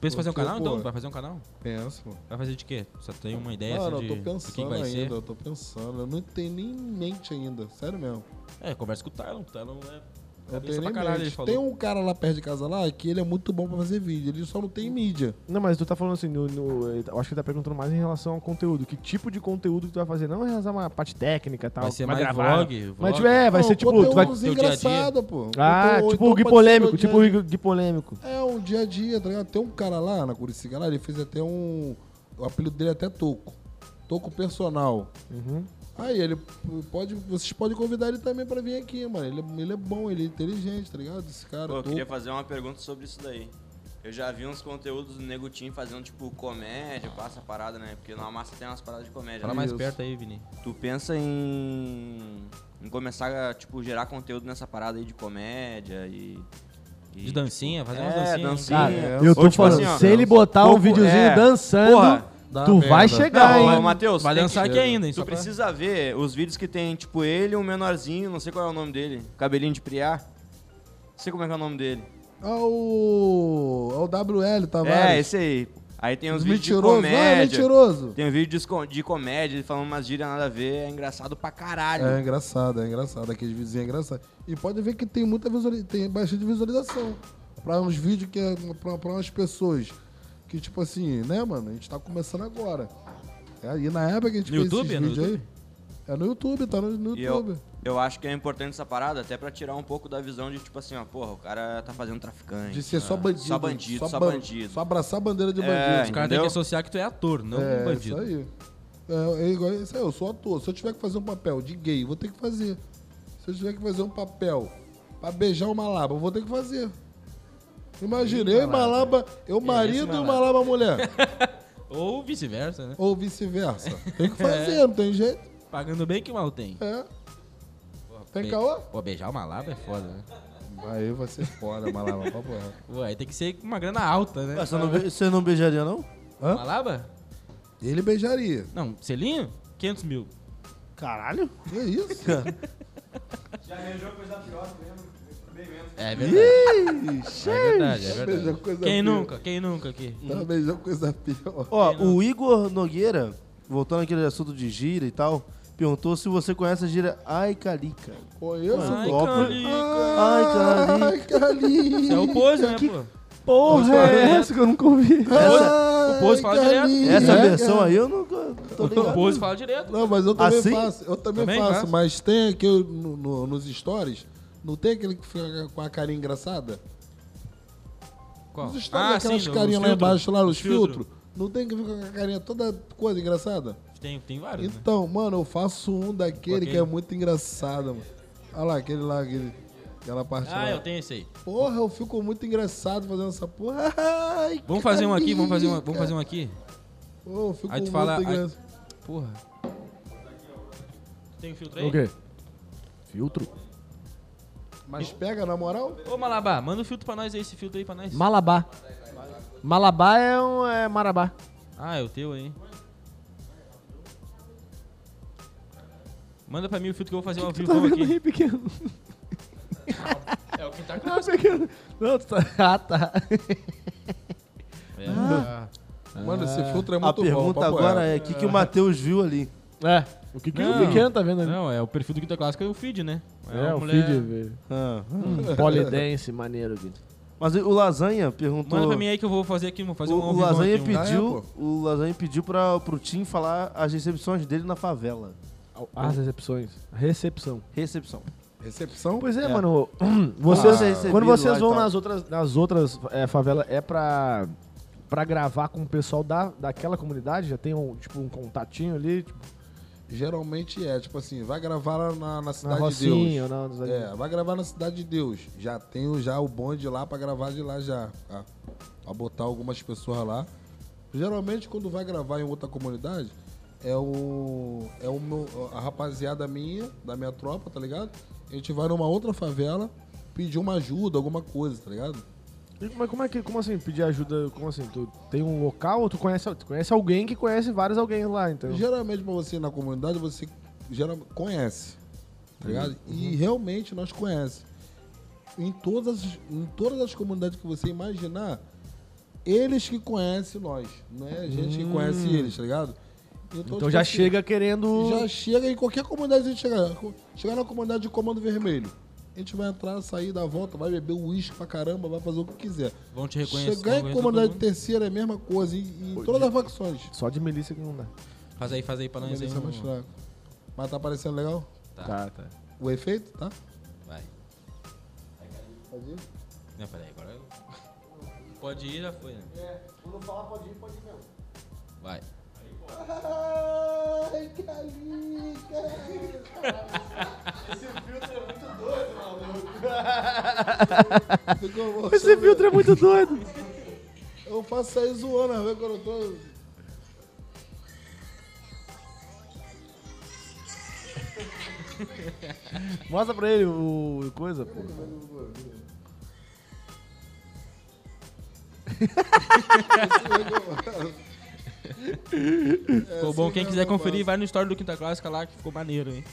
Speaker 2: Pensa em fazer um
Speaker 4: Porque,
Speaker 2: canal
Speaker 4: pô,
Speaker 2: então? Vai fazer um canal?
Speaker 4: Penso, mano.
Speaker 2: Vai fazer de quê? Só tem uma ideia
Speaker 4: Mano,
Speaker 2: assim,
Speaker 4: eu
Speaker 2: de,
Speaker 4: tô
Speaker 2: do que, que
Speaker 4: pensando
Speaker 2: vai
Speaker 4: ainda,
Speaker 2: ser?
Speaker 4: eu tô pensando. Eu não tenho nem em mente ainda, sério mesmo.
Speaker 2: É, conversa com o Tylon. O Tylon é.
Speaker 4: Eu
Speaker 2: cabeça
Speaker 4: tenho
Speaker 2: pra
Speaker 4: nem
Speaker 2: caralho, ele
Speaker 4: mente.
Speaker 2: falou.
Speaker 4: Tem um cara lá perto de casa lá que ele é muito bom pra fazer vídeo, ele só não tem mídia.
Speaker 1: Não, mas tu tá falando assim, no, no- eu acho que ele tá perguntando mais em relação ao conteúdo. Que tipo de conteúdo que tu vai fazer? Não em relação a uma parte técnica e tal.
Speaker 2: Vai ser
Speaker 1: tu
Speaker 2: mais
Speaker 1: gravar.
Speaker 2: vlog, vlog.
Speaker 1: Mas tipo, é, vai
Speaker 4: Não,
Speaker 1: ser tipo. Tu vai...
Speaker 4: conteúdos
Speaker 2: teu dia a dia.
Speaker 4: engraçado, pô.
Speaker 1: Ah,
Speaker 4: Ou
Speaker 1: tipo
Speaker 4: então
Speaker 1: o Gui
Speaker 4: pode ser meu
Speaker 1: polêmico,
Speaker 4: dia
Speaker 1: tipo
Speaker 4: a
Speaker 1: o
Speaker 4: dia.
Speaker 1: Gui- Gui polêmico.
Speaker 4: É um dia a dia, tá ligado? Tem um cara lá na Curicica, lá, ele fez até um. O apelido dele é até Toco. Toco Personal.
Speaker 1: Uhum.
Speaker 4: Aí ele p- pode. Vocês podem convidar ele também pra vir aqui, mano. Ele, é- ele é bom, ele é inteligente, tá ligado? Esse cara.
Speaker 7: Pô, eu
Speaker 4: tô-
Speaker 7: queria fazer uma pergunta sobre isso daí. Eu já vi uns conteúdos do Nego Tim fazendo, tipo, comédia, passa a parada, né? Porque na massa tem umas paradas de comédia.
Speaker 2: Fala
Speaker 7: né?
Speaker 2: mais
Speaker 4: Isso.
Speaker 2: perto aí, Vini.
Speaker 7: Tu pensa em, em começar a, tipo, gerar conteúdo nessa parada aí de comédia e... e,
Speaker 2: De dancinha, fazer umas
Speaker 7: é,
Speaker 2: dancinhas.
Speaker 7: dancinha.
Speaker 2: Cara,
Speaker 1: Eu
Speaker 7: Ou,
Speaker 1: tô
Speaker 7: tipo
Speaker 1: falando,
Speaker 7: assim, ó,
Speaker 1: se ele botar um
Speaker 7: pouco-
Speaker 1: videozinho
Speaker 7: é.
Speaker 1: dançando,
Speaker 7: Porra,
Speaker 5: dá
Speaker 1: tu vai
Speaker 5: merda.
Speaker 1: chegar,
Speaker 7: Não,
Speaker 3: é
Speaker 1: hein?
Speaker 7: ô, Matheus,
Speaker 2: Vai
Speaker 7: tem
Speaker 2: dançar
Speaker 7: que-
Speaker 2: aqui ainda, hein?
Speaker 7: Tu
Speaker 2: só pra-
Speaker 7: precisa ver os vídeos que tem, tipo, ele, um menorzinho, não sei qual é o nome dele, cabelinho de priá. Não sei como é que é o nome dele.
Speaker 4: Ah, o. É o WL, Tavares.
Speaker 7: É, esse aí. Aí tem uns vídeos de
Speaker 4: mentiroso. Ah, é
Speaker 7: comédia.
Speaker 4: mentiroso.
Speaker 7: Tem um vídeo de, esco- de comédia, ele falando umas gírias nada a ver, é engraçado pra caralho.
Speaker 4: É engraçado, é engraçado. Aqueles vizinhos é engraçado. E pode ver que tem muita visualização, tem bastante visualização. Pra uns vídeos que é pra, pra umas pessoas que, tipo assim, né, mano? A gente tá começando agora. É, e na época que a gente
Speaker 2: No
Speaker 4: fez
Speaker 2: YouTube?
Speaker 4: esses
Speaker 2: É no
Speaker 4: vídeos aí. É no YouTube, tá no, no
Speaker 7: E eu,
Speaker 4: YouTube.
Speaker 7: eu acho que é importante essa parada, até pra tirar um pouco da visão de, tipo assim, ó, porra, o cara tá fazendo traficante.
Speaker 4: De ser só
Speaker 7: né?
Speaker 4: bandido.
Speaker 7: Só bandido, só,
Speaker 4: ban-
Speaker 7: bandido.
Speaker 4: Só abraçar a bandeira de
Speaker 7: É,
Speaker 4: bandido.
Speaker 2: Os caras têm
Speaker 7: Entendeu?
Speaker 2: que associar que tu é ator, não um
Speaker 4: É, isso
Speaker 2: bandido.
Speaker 4: aí. É, é igual isso aí, eu sou ator. Se eu tiver que fazer um papel de gay, vou ter que fazer. Se eu tiver que fazer um papel pra beijar uma laba, eu vou ter que fazer. Imagina, eu e Malaba, eu marido e
Speaker 2: Malaba.
Speaker 4: Malaba mulher.
Speaker 2: Ou vice-versa, né?
Speaker 4: Ou vice-versa. Tem que fazer, não tem jeito.
Speaker 2: Pagando bem que mal tem.
Speaker 4: É. Tem
Speaker 2: Be-
Speaker 4: caô?
Speaker 2: Pô, beijar uma laba é foda, né?
Speaker 4: Aí vai ser fora, Malaba, papo reto.
Speaker 2: Pô, aí tem que ser uma grana alta, né?
Speaker 5: Ah, Você não, be- você não beijaria, não?
Speaker 4: Hã?
Speaker 2: Uma laba?
Speaker 4: Ele beijaria.
Speaker 2: Não, selinho? 500 mil.
Speaker 5: Caralho.
Speaker 4: Que isso?
Speaker 2: É verdade. é verdade, é
Speaker 4: Beijou
Speaker 2: verdade.
Speaker 4: coisa
Speaker 2: Quem
Speaker 4: pior.
Speaker 2: nunca? Quem nunca aqui?
Speaker 4: Tá beijando coisa pior.
Speaker 5: Ó, o Igor Nogueira, voltando àquele assunto de gira e tal, perguntou se você conhece a gira Ai Calica.
Speaker 4: Conheço,
Speaker 2: Ai,
Speaker 4: pô.
Speaker 5: top.
Speaker 2: calica.
Speaker 5: Ai Calica.
Speaker 4: Ai, Carlinhos.
Speaker 2: É o pose, né,
Speaker 5: Que-
Speaker 2: pô?
Speaker 1: Porra, é essa que eu nunca ouvi.
Speaker 4: Essa,
Speaker 2: o Bozo fala direto.
Speaker 5: Essa
Speaker 4: é?
Speaker 5: versão aí eu não tô
Speaker 2: O
Speaker 5: ligado.
Speaker 2: pose fala direto.
Speaker 4: Não, mas eu também
Speaker 5: Assim?
Speaker 4: faço. Eu também,
Speaker 2: Também
Speaker 4: faço,
Speaker 2: faz?
Speaker 4: mas tem aqui no- no- nos stories. Não tem aquele que fica com a carinha engraçada?
Speaker 2: Qual?
Speaker 4: Nos stories, aquelas
Speaker 2: Ah, sim, os
Speaker 4: carinhas lá
Speaker 2: filtros.
Speaker 4: embaixo, lá nos
Speaker 2: Os filtros.
Speaker 4: filtros. Não tem que ficar com a carinha toda coisa engraçada?
Speaker 2: Tem, tem vários, né?
Speaker 4: Então, mano, eu faço um daquele
Speaker 2: Ok.
Speaker 4: que é muito engraçado, mano. Olha lá, aquele lá, aquele, aquela parte
Speaker 2: Ah,
Speaker 4: lá.
Speaker 2: eu tenho esse aí.
Speaker 4: Porra, eu fico muito engraçado fazendo essa porra. Ai,
Speaker 2: Vamos fazer um aqui, vamos fazer um,
Speaker 4: carica.
Speaker 2: vamos fazer um aqui.
Speaker 4: Pô, eu fico
Speaker 2: Aí tu
Speaker 4: muito
Speaker 2: fala- aí-
Speaker 4: engraçado.
Speaker 2: Porra. Tem um filtro aí?
Speaker 1: O quê? Filtro?
Speaker 4: Mas pega, na moral?
Speaker 2: Ô, Malabá, manda o filtro pra nós aí, esse filtro aí pra nós.
Speaker 1: Malabá. Malabá é um é marabá.
Speaker 2: Ah, é o teu aí. Manda pra mim o filtro que eu vou fazer uma ao
Speaker 1: Tu
Speaker 2: vivo
Speaker 1: tá vendo
Speaker 2: aqui.
Speaker 1: aí, pequeno?
Speaker 2: É o que tá
Speaker 1: Não, pequeno. Não, tu tá... Ah, tá.
Speaker 4: Mano, esse filtro é
Speaker 5: Ah. A
Speaker 4: muito bom.
Speaker 5: pergunta
Speaker 4: papo
Speaker 5: agora
Speaker 4: reto.
Speaker 5: é o que, que o Matheus viu ali.
Speaker 1: É. O que, que o
Speaker 2: Não.
Speaker 1: pequeno tá vendo ali?
Speaker 2: Não, é o perfil do Guita Clássico é o feed, né?
Speaker 1: É,
Speaker 2: uma
Speaker 1: o
Speaker 2: mulher-
Speaker 1: feed, velho.
Speaker 5: Ah,
Speaker 1: Um polidense maneiro, Gui.
Speaker 5: Mas o Lasanha perguntou.
Speaker 2: Manda pra mim aí que eu vou fazer aqui, vou fazer
Speaker 5: o,
Speaker 2: um
Speaker 5: o
Speaker 2: ao vivo
Speaker 5: Lasanha
Speaker 2: aqui, um-
Speaker 5: pediu,
Speaker 4: Ah, é,
Speaker 5: o Lasanha pediu pra, pro Tim falar as recepções dele na favela.
Speaker 1: As recepções. Recepção.
Speaker 5: Recepção.
Speaker 4: Recepção?
Speaker 1: Pois é,
Speaker 5: É.
Speaker 1: mano.
Speaker 5: Você
Speaker 1: Vocês,
Speaker 5: ser recebido
Speaker 1: quando vocês
Speaker 5: lá e
Speaker 1: vão
Speaker 5: tal.
Speaker 1: nas outras, nas outras é, favelas, é pra, pra gravar com o pessoal da, daquela comunidade? Já tem um, tipo, um contatinho ali? Tipo,
Speaker 4: Geralmente é, tipo assim, vai gravar lá na, na
Speaker 1: na
Speaker 4: Cidade de
Speaker 1: Rocinha?
Speaker 4: Deus.
Speaker 1: ou na- nos-
Speaker 4: É, vai gravar na Cidade de Deus. Já tenho já o bonde lá pra gravar de lá já. Pra, pra botar algumas pessoas lá. Geralmente quando vai gravar em outra comunidade, é o. É o meu, a rapaziada minha, da minha tropa, tá ligado? A gente vai numa outra favela pedir uma ajuda, alguma coisa, tá ligado?
Speaker 1: E como é- como é que, como assim, pedir ajuda? Como assim? Tu tem um local ou tu conhece, tu conhece alguém que conhece vários alguém lá, então?
Speaker 4: Geralmente, pra você ir na comunidade, você geral, conhece. Tá ligado?
Speaker 1: Uhum.
Speaker 4: E realmente nós conhece. Em todas, as- em todas as comunidades que você imaginar, eles que conhecem nós. Não é a gente que conhece eles, tá ligado?
Speaker 1: Hum. Então
Speaker 4: tipo
Speaker 1: já
Speaker 4: assim,
Speaker 1: chega querendo.
Speaker 4: Já chega em qualquer comunidade a gente chegar. Chegar na comunidade de Comando Vermelho. A gente vai entrar, sair, dar a volta, vai beber uísque pra caramba, vai fazer o que quiser.
Speaker 2: Vão te reconhecer.
Speaker 4: Chegar
Speaker 2: vão
Speaker 4: em
Speaker 2: ver
Speaker 4: comunidade
Speaker 2: todo mundo.
Speaker 4: terceira é a mesma coisa, em, em todas as facções.
Speaker 1: Só de milícia que não dá.
Speaker 2: Faz aí, faz aí pra nós aí.
Speaker 4: Melissa
Speaker 2: um-
Speaker 4: é mais fraco. Mas tá parecendo legal?
Speaker 1: Tá, tá.
Speaker 4: O efeito, tá?
Speaker 2: Vai. Não, peraí, agora. eu- Pode ir, já foi, né? É, quando falar pode ir, pode ir mesmo. Vai.
Speaker 4: Ai, calica!
Speaker 1: é
Speaker 4: Ficou bom.
Speaker 1: Esse filtro é muito doido.
Speaker 4: Eu faço sair zoando, às vezes quando eu tô.
Speaker 1: Mostra pra ele o coisa, pô.
Speaker 4: é,
Speaker 2: Ficou bom. Quem
Speaker 4: mesmo,
Speaker 2: quiser
Speaker 4: eu
Speaker 2: conferir,
Speaker 4: faço.
Speaker 2: vai no Story do Quinta Clássica lá, que ficou maneiro, hein?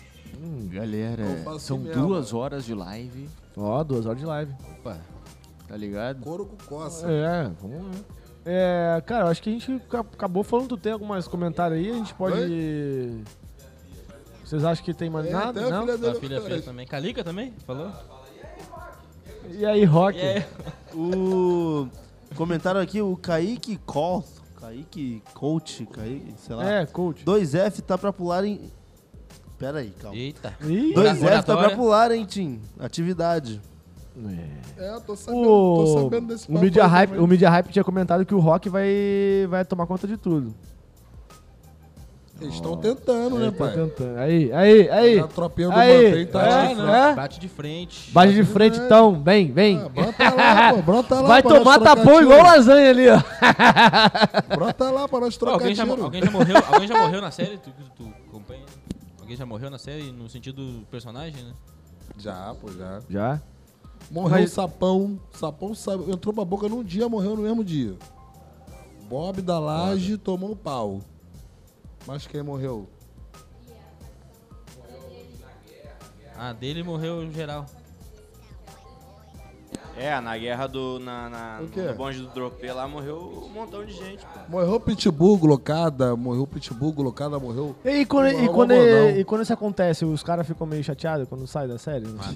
Speaker 3: Galera,
Speaker 2: é,
Speaker 4: Eu faço
Speaker 7: assim,
Speaker 3: são
Speaker 4: mesmo.
Speaker 3: duas horas de live,
Speaker 1: Ó, duas horas de live.
Speaker 3: tá ligado?
Speaker 4: Couro com coça.
Speaker 1: É, vamos lá. É, cara, eu acho que a gente ca- acabou falando. Tu tem alguns comentários aí? A gente pode. Vocês acham que tem mais
Speaker 4: É, até
Speaker 1: nada?
Speaker 4: a
Speaker 1: Não?
Speaker 4: filha dele
Speaker 2: A filha
Speaker 4: faz.
Speaker 2: fez também. Calica também? Falou?
Speaker 4: Tá
Speaker 2: É.
Speaker 1: E aí, Rock?
Speaker 2: E aí?
Speaker 5: O. Comentaram aqui o Kaique Colt. Kaique Coach, Kaique, sei lá.
Speaker 1: É, coach.
Speaker 5: 2F tá pra pular em. Pera aí, calma.
Speaker 2: Eita.
Speaker 1: Ih,
Speaker 2: Dois-
Speaker 5: 2F tá pra
Speaker 2: Oratória.
Speaker 5: pular, hein, Tim? Atividade.
Speaker 4: É, eu tô sabendo, tô
Speaker 1: o,
Speaker 4: sabendo desse
Speaker 1: o,
Speaker 4: papo
Speaker 1: Media
Speaker 4: aí
Speaker 1: Hype,
Speaker 4: também.
Speaker 1: o Media Hype tinha comentado que o Rock vai, vai tomar conta de tudo.
Speaker 4: Eles estão tentando, né,
Speaker 1: Ele tá
Speaker 4: pai?
Speaker 1: tentando. Aí, aí, aí.
Speaker 4: A tropinha do
Speaker 1: Aí,
Speaker 4: Mantém tá
Speaker 1: é,
Speaker 4: lá, né?
Speaker 1: é.
Speaker 2: Bate de frente.
Speaker 1: Bate de frente, então. Vem, vem.
Speaker 4: Ah, brota lá, pô, brota lá.
Speaker 1: vai
Speaker 4: pra nós
Speaker 1: tomar
Speaker 4: trocar
Speaker 1: tapão
Speaker 4: tiro.
Speaker 1: igual lasanha ali, ó.
Speaker 4: Brota lá pra nós
Speaker 2: Pô,
Speaker 4: trocar
Speaker 2: alguém, já,
Speaker 4: tiro.
Speaker 2: mo- alguém já morreu, alguém já morreu na série? Tu, tu acompanha? Alguém já morreu na série no sentido do personagem, né?
Speaker 4: Já, pô, já.
Speaker 1: Já?
Speaker 4: Morreu
Speaker 1: Mas-
Speaker 4: o Sapão. Sapão saiu- entrou pra boca num dia, morreu no mesmo dia. Bob da Laje tomou um pau. Mas quem morreu?
Speaker 2: Ah, dele morreu em geral.
Speaker 7: É, na guerra do. Na, na,
Speaker 4: O quê?
Speaker 7: Ah, no bonde do Dropê lá morreu um montão de gente, pô.
Speaker 4: Morreu Pitbull, Glocada. Morreu Pitbull, Glocada, morreu.
Speaker 1: E, e quando,
Speaker 4: Não,
Speaker 1: e,
Speaker 4: não
Speaker 1: quando,
Speaker 4: vou, não.
Speaker 1: e quando isso acontece, os caras ficam meio chateados quando sai da série?
Speaker 7: Ah,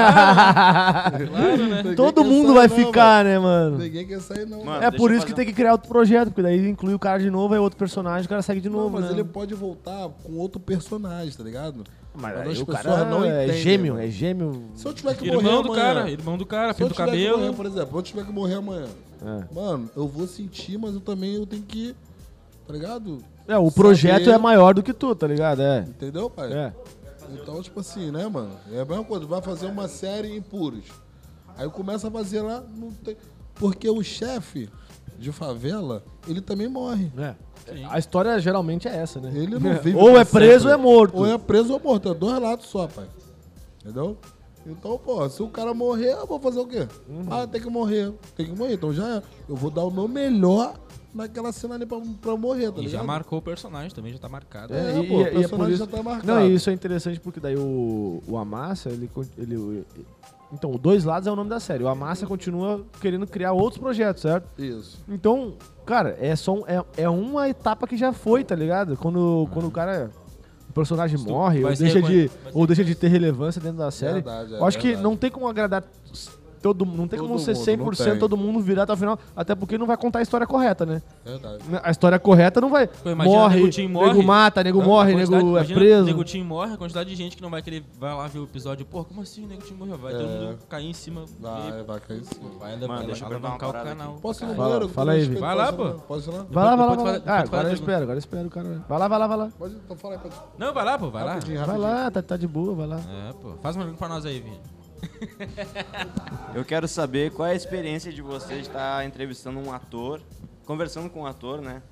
Speaker 7: tá.
Speaker 2: Claro, né?
Speaker 1: Todo
Speaker 4: Ninguém quer
Speaker 1: mundo vai
Speaker 4: sair não,
Speaker 1: ficar, né, mano?
Speaker 4: velho. Ninguém quer sair, não. né?
Speaker 7: Mano,
Speaker 1: É
Speaker 7: deixa
Speaker 1: por
Speaker 7: eu
Speaker 1: isso que
Speaker 7: fazer um-
Speaker 1: tem que criar outro projeto, porque daí inclui o cara de novo, aí outro personagem, o cara segue de
Speaker 4: Não,
Speaker 1: novo,
Speaker 4: mas
Speaker 1: né?
Speaker 4: ele é pode voltar com outro personagem, tá ligado?
Speaker 1: Mas
Speaker 4: as
Speaker 1: aí o
Speaker 4: pessoas
Speaker 1: cara
Speaker 4: não
Speaker 1: é
Speaker 4: entendem, né?
Speaker 1: gêmeo,
Speaker 4: mano.
Speaker 1: é gêmeo.
Speaker 4: Se eu tiver que morrer
Speaker 2: Irmão do
Speaker 4: amanhã,
Speaker 2: cara, irmão do cara,
Speaker 4: Se
Speaker 2: filho
Speaker 4: eu
Speaker 2: do
Speaker 4: tiver que morrer,
Speaker 2: cabelo.
Speaker 4: por exemplo, eu tiver que morrer amanhã.
Speaker 1: É.
Speaker 4: Mano, eu vou sentir, mas eu também eu tenho que. Tá ligado?
Speaker 1: É, o projeto
Speaker 4: Saber.
Speaker 1: é maior do que tu, tá ligado? É.
Speaker 4: Entendeu, pai?
Speaker 1: É.
Speaker 4: Então, tipo assim, né, mano? É a mesma coisa, vai fazer uma série em puros. Aí começa a fazer lá, não tem. Porque o chefe de favela, ele também morre.
Speaker 1: É. A história geralmente é essa, né?
Speaker 4: né? Ele não vive
Speaker 1: ou
Speaker 4: pra
Speaker 1: é preso
Speaker 4: sempre.
Speaker 1: ou é morto.
Speaker 4: Ou é preso ou morto, é dois relatos só, pai. Entendeu? Então, pô, se o cara morrer, eu vou fazer o quê?
Speaker 1: Uhum.
Speaker 4: Ah, tem que morrer, tem que morrer. Então já é. Eu vou dar o meu melhor naquela cena ali pra, pra eu morrer, tá
Speaker 2: E já
Speaker 4: ligado?
Speaker 2: marcou o personagem também, já tá marcado.
Speaker 1: É,
Speaker 4: É,
Speaker 1: e,
Speaker 4: pô,
Speaker 1: e-
Speaker 4: o
Speaker 1: e é por
Speaker 4: personagem
Speaker 1: isso...
Speaker 4: já tá marcado.
Speaker 1: Não, e isso é interessante porque daí o, o Amassa, ele, con- ele, o- Então, o Dois Lados é o nome da série. O Amassa continua querendo criar outros projetos, certo?
Speaker 4: Isso.
Speaker 1: Então, cara, é só um- é, é uma etapa que já foi, tá ligado? Quando, quando o cara. O personagem
Speaker 2: tu
Speaker 1: morre,
Speaker 2: vai
Speaker 1: ou
Speaker 2: ser
Speaker 1: deixa,
Speaker 2: reconhe-
Speaker 1: de, ou deixa de ter relevância dentro da série.
Speaker 4: Verdade, é
Speaker 1: eu acho que
Speaker 4: verdade.
Speaker 1: não tem como agradar s- todo mundo. Não tem como
Speaker 4: Todo
Speaker 1: ser
Speaker 4: mundo,
Speaker 1: 100%
Speaker 4: não tem.
Speaker 1: todo mundo virar até o final. Até porque não vai contar a história correta, né?
Speaker 4: É Verdade.
Speaker 1: A história correta não vai.
Speaker 2: imagina,
Speaker 1: morre,
Speaker 2: Nego Tim
Speaker 1: nego,
Speaker 2: morre.
Speaker 1: mata, nego morre, nego é preso.
Speaker 2: Negotinho morre, a quantidade de gente que não vai querer vai lá ver o episódio. Pô, como assim o Negotinho morreu? Vai todo mundo cair em cima.
Speaker 4: É. Vai,
Speaker 2: e-
Speaker 4: vai cair em cima.
Speaker 2: vai andar-
Speaker 7: Mano,
Speaker 2: vai
Speaker 7: deixa eu
Speaker 2: alavancar
Speaker 7: contar uma
Speaker 2: o
Speaker 7: parada
Speaker 2: canal.
Speaker 4: Posso ir no
Speaker 1: Fala-
Speaker 4: banheiro? Com
Speaker 1: fala
Speaker 4: todo
Speaker 1: aí,
Speaker 4: respeito,
Speaker 1: Vi.
Speaker 2: Vai lá,
Speaker 4: posso ir no-
Speaker 2: pô.
Speaker 4: Posso ir lá?
Speaker 1: Vai lá, vai lá,
Speaker 2: Depois
Speaker 1: vai
Speaker 2: fala-
Speaker 1: lá. Ah,
Speaker 2: depois fala
Speaker 1: agora eu
Speaker 2: tudo.
Speaker 1: espero, agora eu espero o cara. Vai lá, vai lá, vai lá.
Speaker 4: Pode, então fala aí, pode. Rapidinho,
Speaker 2: Não, vai lá, pô, vai lá.
Speaker 4: rapidinho.
Speaker 1: Vai lá, tá, tá de boa, vai lá.
Speaker 2: É, pô. Faz um barulho pra nós aí, Vini.
Speaker 7: Eu quero saber qual é a experiência de você estar entrevistando um ator, conversando com um ator, né?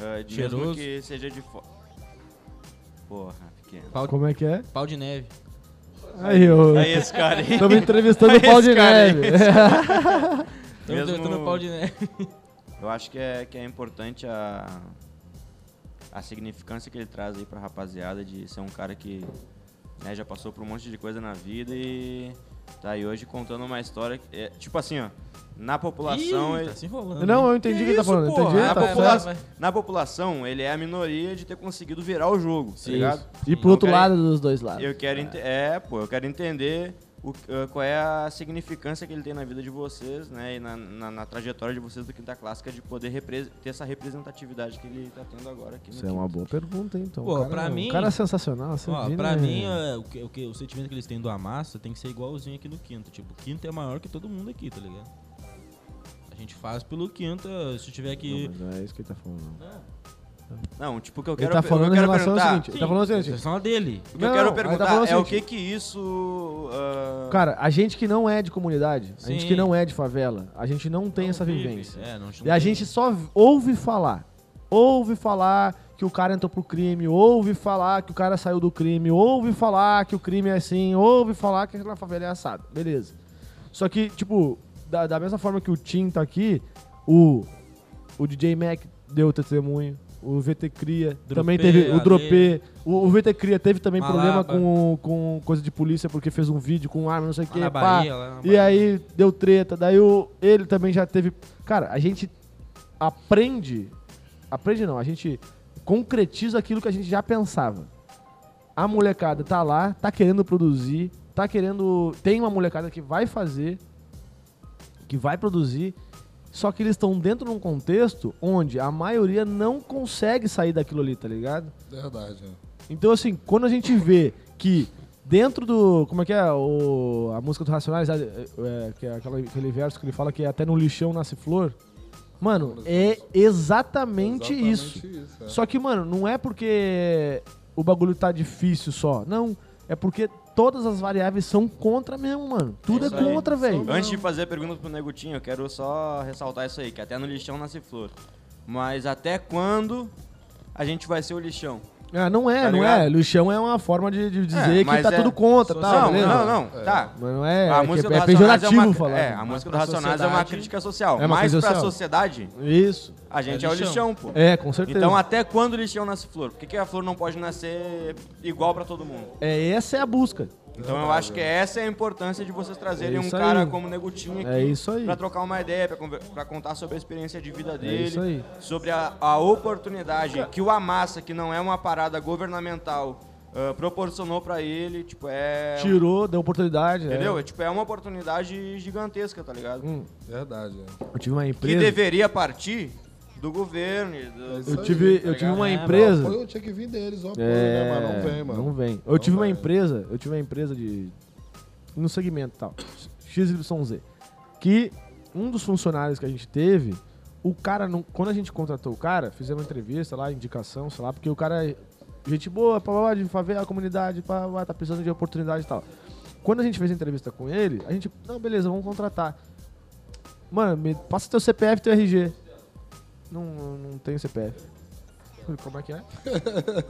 Speaker 7: Ah, de mesmo
Speaker 2: Cheiroso.
Speaker 7: que seja de fora. Porra, pequeno.
Speaker 1: Como é que é?
Speaker 2: Pau de neve.
Speaker 1: Aí, ô.
Speaker 7: É esse cara aí.
Speaker 1: Estamos entrevistando o É. Pau de
Speaker 7: Esse cara aí.
Speaker 1: Neve.
Speaker 2: Tamo
Speaker 7: Mesmo-
Speaker 2: tentando pau de neve.
Speaker 7: Eu acho que é, que é importante a, a significância que ele traz aí pra rapaziada de ser um cara que né, já passou por um monte de coisa na vida e tá aí hoje contando uma história. que é- tipo assim, ó, na população.
Speaker 2: Ih,
Speaker 7: ele-
Speaker 2: tá se enrolando.
Speaker 1: Não,
Speaker 2: hein?
Speaker 1: eu entendi o que ele tá
Speaker 7: isso,
Speaker 1: falando.
Speaker 7: porra?
Speaker 1: entendi,
Speaker 7: Na,
Speaker 1: tá
Speaker 7: popula-
Speaker 1: certo.
Speaker 2: vai, vai.
Speaker 7: na população, ele é a minoria de ter conseguido virar o jogo, tá ligado?
Speaker 1: E pro outro
Speaker 7: Não, cara,
Speaker 1: lado dos dois lados.
Speaker 7: Eu quero ente- é, pô, eu quero entender o- eh, qual é a significância que ele tem na vida de vocês, né? E na, na- na trajetória de vocês do Quinta Clássica de poder repre- ter essa representatividade que ele tá tendo agora aqui. no
Speaker 1: Isso é uma
Speaker 7: Quinta.
Speaker 1: boa pergunta, hein, então.
Speaker 2: Pô,
Speaker 1: o cara,
Speaker 2: pra mim-
Speaker 1: O cara é sensacional, assim.
Speaker 2: Ó,
Speaker 1: Vini,
Speaker 2: pra
Speaker 1: né?
Speaker 2: mim, é, o, que, o, que- o sentimento que eles têm do Amassa tem que ser igualzinho aqui no Quinta. Tipo, o Quinta é maior que todo mundo aqui, tá ligado? A gente faz pelo Quinta, se tiver que...
Speaker 1: Não, mas não é isso que ele tá falando. não.
Speaker 7: Não, tipo, o que eu
Speaker 1: Ele
Speaker 7: quero,
Speaker 1: tá
Speaker 7: pe- o que
Speaker 1: falando
Speaker 7: eu
Speaker 1: em
Speaker 7: quero
Speaker 1: relação ao
Speaker 7: perguntar...
Speaker 1: seguinte, ele tá falando o seguinte,
Speaker 2: é Só dele.
Speaker 7: O que eu
Speaker 1: Não,
Speaker 7: quero
Speaker 1: aí tá
Speaker 7: perguntar
Speaker 1: falando o
Speaker 7: é o que
Speaker 1: seguinte.
Speaker 7: que isso... ah,
Speaker 1: Cara, a gente que não é de comunidade, a gente
Speaker 2: Sim.
Speaker 1: que não é de favela, a gente não tem
Speaker 2: Não
Speaker 1: essa
Speaker 2: vive.
Speaker 1: vivência.
Speaker 2: É, não- não
Speaker 1: E a
Speaker 2: tem.
Speaker 1: gente só v- ouve falar. Ouve falar que o cara entrou pro crime, ouve falar que o cara saiu do crime, ouve falar que o crime é assim, ouve falar que na favela é assado. Beleza. Só que, tipo, da, da mesma forma que o Tim tá aqui, o, o DJ Mac deu testemunho, o VT Cria também
Speaker 2: Dropê,
Speaker 1: teve, o
Speaker 2: Ale.
Speaker 1: Dropê, o, o VT Cria teve também
Speaker 2: Malaba.
Speaker 1: problema com, com coisa de polícia porque fez um vídeo com arma, não sei o que,
Speaker 2: Lá na
Speaker 1: pá.
Speaker 2: Bahia, lá na
Speaker 1: E
Speaker 2: Bahia.
Speaker 1: aí deu treta, daí o, ele também já teve. Cara, a gente aprende. Aprende não, a gente concretiza aquilo que a gente já pensava. A molecada tá lá, tá querendo produzir, tá querendo. Tem uma molecada que vai fazer, que vai produzir, só que eles estão dentro de um contexto onde a maioria não consegue sair daquilo ali, tá ligado?
Speaker 4: Verdade, né?
Speaker 1: Então, assim, quando a gente vê que dentro do. Como é que é o, a música do Racionais? É, é, que é aquela- aquele verso que ele fala que até no lixão nasce flor. Mano, é exatamente,
Speaker 4: Exatamente
Speaker 1: isso.
Speaker 4: é.
Speaker 1: Só que, mano, não é porque o bagulho tá difícil só. Não. É porque todas as variáveis são contra mesmo, mano. Tudo é,
Speaker 7: isso aí.
Speaker 1: contra, velho.
Speaker 7: Antes de fazer a pergunta pro Negutinho, eu quero só ressaltar isso aí, que até no lixão nasce flor. Mas até quando a gente vai ser o lixão?
Speaker 1: Ah, não é,
Speaker 7: Tá
Speaker 1: não
Speaker 7: ligado?
Speaker 1: é. Lixão é uma forma de, de dizer que
Speaker 7: mas
Speaker 1: tá
Speaker 7: é-
Speaker 1: tudo contra, tá?
Speaker 7: não,
Speaker 1: beleza?
Speaker 7: não, não, tá.
Speaker 1: Mas não é.
Speaker 7: a
Speaker 1: é,
Speaker 7: música
Speaker 1: que
Speaker 7: do
Speaker 1: é
Speaker 7: Racionais é
Speaker 1: pejorativo
Speaker 7: uma,
Speaker 1: falar.
Speaker 7: é, a música do
Speaker 2: pra
Speaker 7: Racionais é uma
Speaker 2: sociedade-
Speaker 7: crítica social.
Speaker 1: É uma
Speaker 7: mas
Speaker 1: crítica
Speaker 7: pra
Speaker 1: social.
Speaker 7: sociedade,
Speaker 1: Isso.
Speaker 7: a gente é,
Speaker 2: É
Speaker 7: o
Speaker 2: lixão.
Speaker 7: lixão, pô.
Speaker 1: É, com certeza.
Speaker 7: Então até quando o lixão nasce flor? Por que, que a flor não pode nascer igual pra todo mundo?
Speaker 1: É, essa é a busca.
Speaker 7: Então eu acho que essa é a importância de vocês trazerem
Speaker 1: É
Speaker 7: um
Speaker 1: isso aí.
Speaker 7: cara como o Negutinho aqui
Speaker 1: É isso aí. É
Speaker 7: pra trocar uma ideia, pra, conver- pra contar sobre a experiência de vida dele,
Speaker 1: isso aí.
Speaker 7: sobre a, a oportunidade que o Amassa, que não é uma parada governamental, ah, proporcionou pra ele, tipo, é...
Speaker 1: Tirou, deu oportunidade. né?
Speaker 7: Entendeu? É, tipo, é uma oportunidade gigantesca, tá ligado?
Speaker 1: Hum,
Speaker 4: Verdade, é.
Speaker 1: eu tive uma
Speaker 7: que
Speaker 1: empresa.
Speaker 7: deveria partir do governo e do-
Speaker 4: isso
Speaker 1: Eu
Speaker 4: aí, né?
Speaker 1: tive,
Speaker 7: tá
Speaker 1: eu tive
Speaker 7: ligado?
Speaker 1: uma
Speaker 7: É,
Speaker 1: empresa.
Speaker 4: Foi, eu tinha que vir deles, ó.
Speaker 1: É,
Speaker 4: né? Mas não vem, mano.
Speaker 1: Não vem. Eu
Speaker 4: Não
Speaker 1: tive uma
Speaker 4: vem.
Speaker 1: empresa, eu tive uma empresa de. no segmento e tal. XYZ. Que um dos funcionários que a gente teve, o cara, não, quando a gente contratou o cara, fizemos uma entrevista lá, indicação, sei lá, porque o cara. é Gente boa, pá, pá, pá, de favela, comunidade, pá, pá, tá precisando de oportunidade e tal. Quando a gente fez a entrevista com ele, a gente, não, beleza, vamos contratar. Mano, me passa teu CPF e teu RG. Não, não tenho CPF. Falei, como é que é?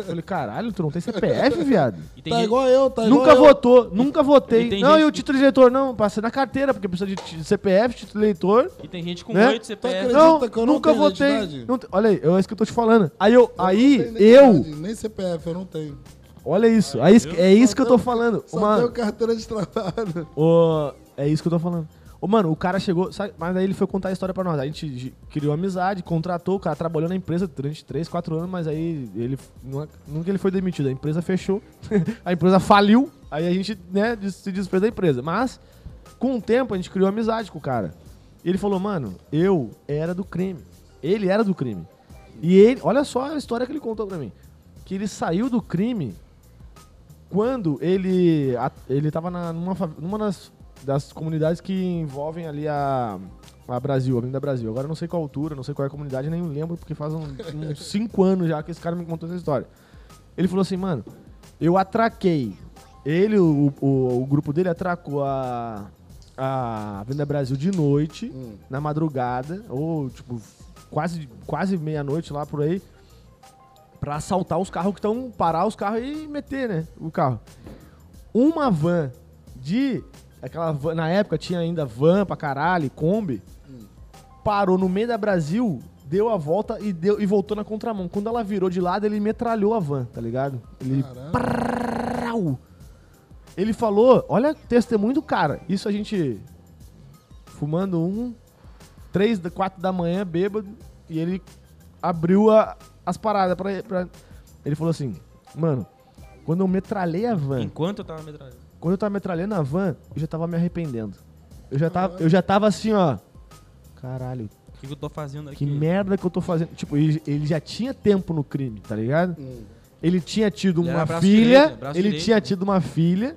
Speaker 1: Falei, caralho, tu não tem CPF, viado?
Speaker 2: E tem
Speaker 4: Tá
Speaker 2: gente-
Speaker 4: igual eu, tá
Speaker 1: nunca
Speaker 4: igual eu.
Speaker 1: votou, nunca votei.
Speaker 2: e tem
Speaker 1: não,
Speaker 2: gente
Speaker 1: e o
Speaker 2: que-
Speaker 1: título de eleitor? Não, passei na carteira, porque precisa de ti- CPF, título de eleitor.
Speaker 2: E tem gente com
Speaker 1: Né?
Speaker 2: oito CPF.
Speaker 4: Acredita
Speaker 1: Não,
Speaker 4: que eu não
Speaker 1: nunca
Speaker 4: tenho
Speaker 1: votei.
Speaker 4: é identidade?
Speaker 1: Não te- olha aí, é isso que eu tô te falando. Aí eu, aí
Speaker 4: Não tenho nem
Speaker 1: eu,
Speaker 4: idade, Nem CPF, eu não tenho.
Speaker 1: olha isso, é isso, que- é isso que eu tô falando.
Speaker 4: Só
Speaker 1: Uma,
Speaker 4: tenho carteira de trabalho.
Speaker 1: Ô, é isso que eu tô falando. Ô, mano, o cara chegou, sabe, mas aí ele foi contar a história pra nós. A gente gi- criou amizade, contratou, o cara trabalhou na empresa durante 3, 4 anos, mas aí ele nu- nunca ele foi demitido. A empresa fechou, a empresa faliu, aí a gente, né, des- se desfez da empresa. Mas, com o tempo, a gente criou amizade com o cara. E ele falou, mano, eu era do crime. Ele era do crime. E ele, olha só a história que ele contou pra mim. Que ele saiu do crime quando ele a- ele tava na- numa, fa- numa das, das comunidades que envolvem ali a, a Brasil, a Avenida Brasil. Agora eu não sei qual altura, não sei qual é a comunidade, nem lembro, porque faz um- uns 5 anos já que esse cara me contou essa história. Ele falou assim, mano, eu atraquei. Ele, o, o, o grupo dele atracou a, a Avenida Brasil de noite, na madrugada, ou tipo, quase, quase meia-noite lá por aí pra assaltar os carros que estão parar os carros e meter, né, o carro. Uma van de aquela van, na época tinha ainda van pra caralho, Kombi, parou no meio da Brasil, deu a volta e deu e voltou na contramão. Quando ela virou de lado, ele metralhou a van, tá ligado? Ele
Speaker 4: Caramba.
Speaker 1: Prau! Ele falou, olha o testemunho do cara. Isso a gente fumando um, três, da- quatro da manhã, bêbado, e ele abriu a- as paradas pra, pra- Ele falou assim, mano, quando eu metralhei a van,
Speaker 2: Enquanto eu tava metralhando.
Speaker 1: quando eu tava metralhando a van, eu já tava me arrependendo. Eu já tava, eu já tava assim, ó. Caralho,
Speaker 2: O que, que eu tô fazendo aqui?
Speaker 1: que merda que eu tô fazendo. Tipo, ele, ele já tinha tempo no crime, tá ligado? Ele tinha tido
Speaker 2: Hum. Ele
Speaker 1: uma
Speaker 2: era braço
Speaker 1: filha.
Speaker 2: direito, braço
Speaker 1: ele
Speaker 2: direito,
Speaker 1: tinha
Speaker 2: né?
Speaker 1: tido uma filha.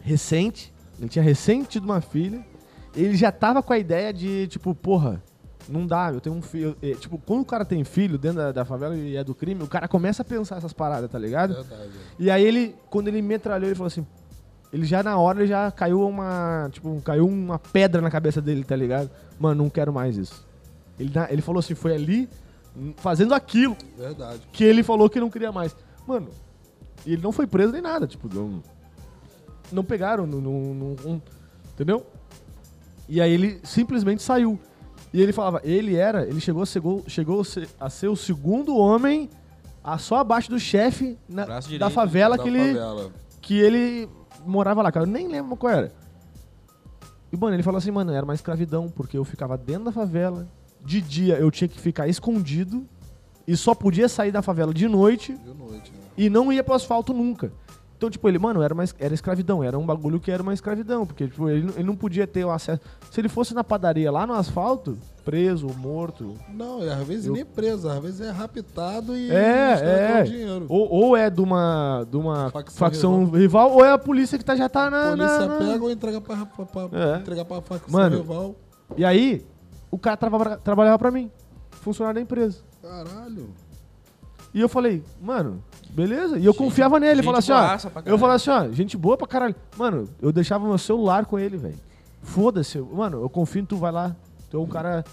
Speaker 1: Recente. Ele tinha recém tido uma filha. Ele já tava com a ideia de, tipo, porra, Não dá, eu tenho um filho. eu- é, tipo, quando o cara tem filho dentro da, da favela e é do crime, o cara começa a pensar essas paradas, tá ligado?
Speaker 4: Verdade.
Speaker 1: E aí ele, quando ele metralhou, ele falou assim. Ele já na hora ele já caiu uma. Tipo, caiu uma pedra na cabeça dele, tá ligado? Mano, não quero mais isso. Ele, na- ele falou assim, foi ali, hum, fazendo aquilo,
Speaker 4: Verdade.
Speaker 1: que ele falou que não queria mais. Mano, e ele não foi preso nem nada, tipo, não, não pegaram, não, não- não- não- entendeu? E aí ele simplesmente saiu. E ele falava, ele era, ele chegou, chegou, chegou a ser- a ser o segundo homem a só abaixo do chefe na-
Speaker 2: Braço
Speaker 1: da
Speaker 2: direito
Speaker 1: favela
Speaker 4: Da
Speaker 1: que ele
Speaker 4: favela.
Speaker 1: que ele morava lá, cara. Eu nem lembro qual era. E, mano, ele falou assim, mano, era uma escravidão, porque eu ficava dentro da favela. De dia eu tinha que ficar escondido e só podia sair da favela de noite
Speaker 4: De noite, né?
Speaker 1: e não ia pro asfalto nunca. Então, tipo, ele, mano, era, uma, es- era escravidão, era um bagulho que era uma escravidão, porque tipo, ele, não- ele não podia ter o acesso. Se ele fosse na padaria lá no asfalto, preso, morto,
Speaker 4: Não, e às vezes
Speaker 1: Eu-
Speaker 4: nem preso, às vezes é raptado e
Speaker 1: É,
Speaker 4: escreveu
Speaker 1: é.
Speaker 4: o dinheiro.
Speaker 1: ou, ou é de uma, de uma facção,
Speaker 4: Facção
Speaker 1: rival. ou é a polícia que tá, já tá na.
Speaker 4: A polícia
Speaker 1: na- na-
Speaker 4: pega ou entrega pra, pra, pra,
Speaker 1: É.
Speaker 4: entrega pra facção
Speaker 1: Mano.
Speaker 4: rival.
Speaker 1: E aí, o cara trava- trabalhava pra mim, funcionário da empresa.
Speaker 4: Caralho.
Speaker 1: E eu falei, mano, beleza. E eu confiava nele. Eu
Speaker 2: gente
Speaker 1: falava assim,
Speaker 2: boaça
Speaker 1: ó.
Speaker 2: pra
Speaker 1: Eu
Speaker 2: caralho.
Speaker 1: falava assim, ó, gente boa pra caralho. Mano, eu deixava meu celular com ele, velho. Foda-se. eu- Mano, eu confio em tu, vai lá. Tu é um cara.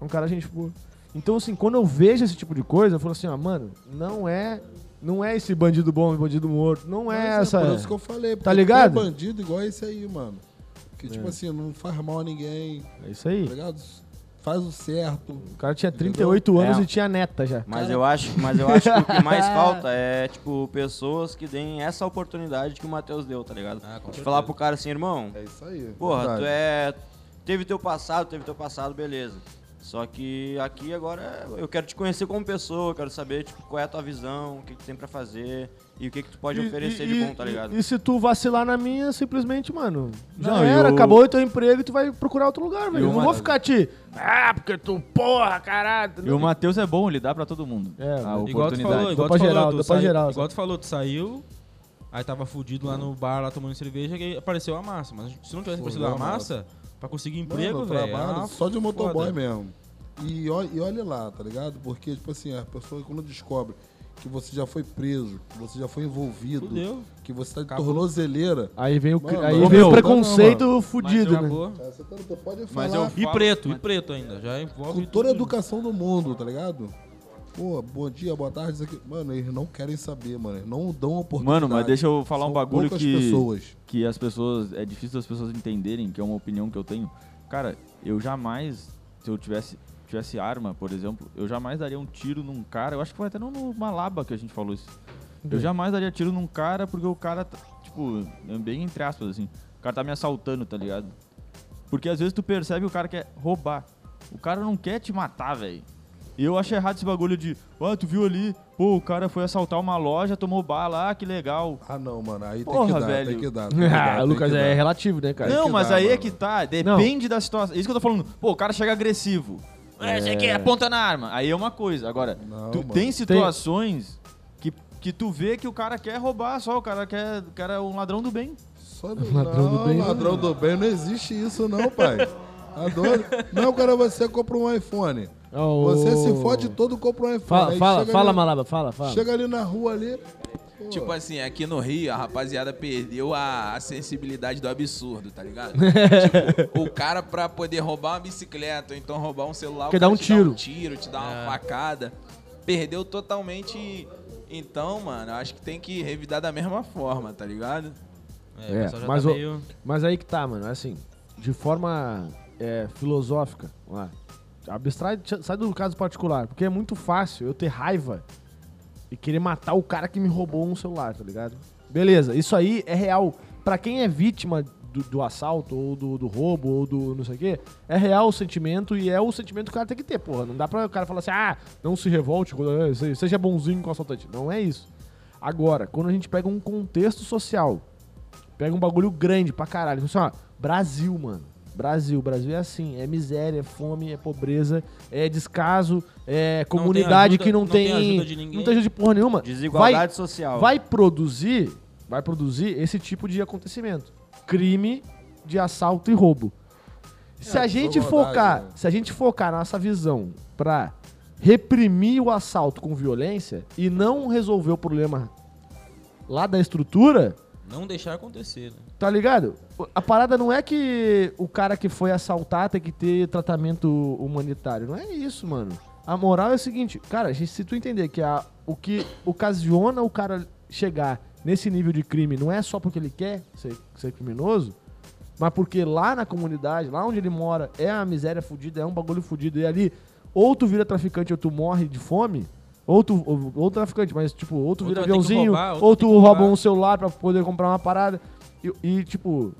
Speaker 1: Um cara, gente boa. Então, assim, quando eu vejo esse tipo de coisa, eu falo assim, ó, mano, não é. Não é esse bandido bom e bandido morto. Não é
Speaker 4: Mas
Speaker 1: essa.
Speaker 4: por isso que eu falei. porque
Speaker 1: Tá ligado?
Speaker 4: tem bandido igual esse aí, mano. Que, tipo assim, não faz mal a ninguém,
Speaker 1: É isso
Speaker 4: tá
Speaker 1: aí.
Speaker 4: ligado? Faz o certo.
Speaker 1: O cara tinha 38 anos
Speaker 7: É.
Speaker 1: e tinha neta já.
Speaker 7: Mas eu, acho, mas eu acho que o que mais falta é, tipo, pessoas que deem essa oportunidade que o Matheus deu, tá ligado?
Speaker 2: Ah, com
Speaker 7: De
Speaker 2: certeza.
Speaker 7: falar pro cara assim, irmão,
Speaker 4: É isso aí.
Speaker 7: porra,
Speaker 5: Verdade.
Speaker 7: tu é. Teve teu passado, teve teu passado, beleza. Só que aqui agora eu quero te conhecer como pessoa, eu quero saber tipo, qual é a tua visão, o que, que tem pra fazer e o que, que tu pode
Speaker 1: E-
Speaker 7: oferecer
Speaker 1: e-
Speaker 7: de bom, tá
Speaker 1: e-
Speaker 7: ligado?
Speaker 1: E, se tu vacilar na minha, simplesmente, mano, já
Speaker 5: Não, e
Speaker 1: era,
Speaker 5: o-
Speaker 1: acabou o teu emprego e tu vai procurar outro lugar, velho.
Speaker 3: o
Speaker 1: Eu não vou
Speaker 3: Matheus-
Speaker 1: ficar te. Ah, porque tu, porra, caralho.
Speaker 3: E o Matheus é bom, ele dá pra todo mundo.
Speaker 1: É,
Speaker 3: a
Speaker 1: mano.
Speaker 2: Igual tu
Speaker 3: oportunidade.
Speaker 2: falou,
Speaker 1: Dou
Speaker 2: igual
Speaker 1: pra
Speaker 2: tu falou,
Speaker 1: geral, dou
Speaker 2: tu
Speaker 1: pra
Speaker 2: saiu-
Speaker 1: geral.
Speaker 2: igual tu falou, tu saiu, aí tava fudido lá no bar, lá tomando cerveja, e apareceu a massa. Mas se não tivesse aparecido a massa, pra conseguir emprego,
Speaker 4: Mano, eu
Speaker 2: velho,
Speaker 3: é
Speaker 4: trabalho
Speaker 2: ah,
Speaker 4: só de motoboy
Speaker 2: foda.
Speaker 4: mesmo. E, ó- e olha lá, tá ligado? Porque, tipo assim, a pessoa quando descobre que você já foi preso, que você já foi envolvido,
Speaker 2: Fudeu.
Speaker 4: que você tá de
Speaker 2: Acabou.
Speaker 4: tornozeleira.
Speaker 1: Aí vem o, cri-
Speaker 4: Mano,
Speaker 1: aí
Speaker 4: não,
Speaker 1: vem
Speaker 4: não,
Speaker 1: o preconceito
Speaker 2: Mas
Speaker 1: fudido, né?
Speaker 2: acabou.
Speaker 4: É, Você tá- tu pode falar
Speaker 3: Mas eu
Speaker 2: E
Speaker 3: falo-
Speaker 2: preto, e preto ainda, já envolve
Speaker 4: com toda a
Speaker 2: tudo.
Speaker 4: educação do mundo, tá ligado? Pô, bom dia, boa tarde, isso aqui. Mano, eles não querem saber, mano. Eles não dão oportunidade.
Speaker 3: Mano, mas deixa eu falar um
Speaker 4: São
Speaker 3: bagulho
Speaker 4: poucas
Speaker 3: que
Speaker 4: pessoas.
Speaker 3: que as pessoas é difícil as pessoas entenderem, que é uma opinião que eu tenho. Cara, eu jamais se eu tivesse tivesse arma, por exemplo, eu jamais daria um tiro num cara. Eu acho que foi até no, no Malaba que a gente falou isso. Eu jamais daria tiro num cara porque o cara tá- tipo, é bem entre aspas assim, o cara tá me assaltando, tá ligado? Porque às vezes tu percebe que o cara quer roubar. O cara não quer te matar, velho. E eu acho errado esse bagulho de, ó, tu viu ali, pô, o cara foi assaltar uma loja, tomou bala, ah, que legal.
Speaker 4: Ah, não, mano. Aí tem
Speaker 3: Porra,
Speaker 4: que dar,
Speaker 3: velho.
Speaker 4: tem que dar. Tem que dar,
Speaker 1: Ah,
Speaker 4: tem
Speaker 1: Lucas,
Speaker 4: que
Speaker 1: é
Speaker 4: dar.
Speaker 1: relativo, né, cara?
Speaker 3: não,
Speaker 4: que
Speaker 3: mas
Speaker 4: dá,
Speaker 3: aí é
Speaker 4: mano.
Speaker 3: que tá. Depende da situação. Isso que eu tô falando. Pô, o cara chega agressivo. É, você quer, aponta na arma. Aí é uma coisa. Agora,
Speaker 4: Não,
Speaker 3: tu,
Speaker 4: mano.
Speaker 3: tem situações Que, que tu vê que o cara quer roubar só. O cara quer. O cara é um ladrão do bem.
Speaker 4: Só do... Ladrão não, do
Speaker 1: né?
Speaker 4: bem. Ladrão do bem, não existe isso, não, pai. Adoro. Não, cara, você compra um iPhone.
Speaker 1: Ô,
Speaker 4: Você se fode todo, compra um iPhone.
Speaker 1: Fala,
Speaker 4: Aí
Speaker 1: fala,
Speaker 4: chega
Speaker 1: fala,
Speaker 4: ali,
Speaker 1: Malaba, fala, fala.
Speaker 4: Chega ali na rua ali. pô,
Speaker 6: Tipo assim, aqui no Rio, a rapaziada perdeu a, a sensibilidade do absurdo, tá ligado? tipo, o cara pra poder roubar uma bicicleta ou então roubar um celular,
Speaker 1: Quer
Speaker 6: o
Speaker 1: dar
Speaker 6: cara
Speaker 1: um
Speaker 6: te
Speaker 1: tiro.
Speaker 6: um tiro, te
Speaker 2: É.
Speaker 6: dá uma facada. Perdeu totalmente. Então, mano, eu acho que tem que revidar da mesma forma, tá ligado?
Speaker 2: É, o pessoal já
Speaker 1: mas
Speaker 2: tá
Speaker 1: o-
Speaker 2: meio...
Speaker 1: Mas aí que tá, mano. Assim, de forma é, filosófica, vamos lá. Abstrai, sai do caso particular, porque é muito fácil eu ter raiva e querer matar o cara que me roubou um celular, tá ligado? Beleza, isso aí é real. Pra quem é vítima do, do assalto, ou do, do roubo, ou do não sei o quê, é real o sentimento e é o sentimento que o cara tem que ter, porra. Não dá pra o cara falar assim, ah, não se revolte, eh, se- seja bonzinho com o assaltante. Não é isso. Agora, quando a gente pega um contexto social, Pega um bagulho grande pra caralho. Assim, ó, Brasil, mano. Brasil, Brasil é assim, é miséria, é fome, é pobreza, é descaso, é
Speaker 2: tem
Speaker 1: comunidade
Speaker 2: ajuda-
Speaker 1: que não,
Speaker 2: não
Speaker 1: tem,
Speaker 2: tem ajuda de ninguém.
Speaker 1: não tem ajuda de porra nenhuma.
Speaker 7: Desigualdade social.
Speaker 1: Vai, vai produzir, vai produzir esse tipo de acontecimento. Crime de assalto e roubo. Se a
Speaker 4: É,
Speaker 1: gente
Speaker 4: foi maldade,
Speaker 1: focar,
Speaker 4: né?
Speaker 1: se a gente focar nossa visão pra reprimir o assalto com violência e não resolver o problema lá da estrutura,
Speaker 2: Não deixar acontecer, né?
Speaker 1: tá ligado? A parada não é que o cara que foi assaltar tem que ter tratamento humanitário, não é isso, mano. A moral é o seguinte, cara, se tu entender que a- o que ocasiona o cara chegar nesse nível de crime não é só porque ele quer ser, ser criminoso, mas porque lá na comunidade, lá onde ele mora, é a miséria fudida, é um bagulho fudido. E ali, ou tu vira traficante ou tu morre de fome, ou tu, ou, ou traficante, mas tipo, ou tu
Speaker 2: Ou tu
Speaker 1: vira
Speaker 2: vai ter que
Speaker 1: aviãozinho,
Speaker 2: roubar, ou
Speaker 1: ou
Speaker 2: tu vai ter
Speaker 1: tu
Speaker 2: que
Speaker 1: rouba
Speaker 2: roubar.
Speaker 1: um celular pra poder comprar uma parada. E, e, tipo,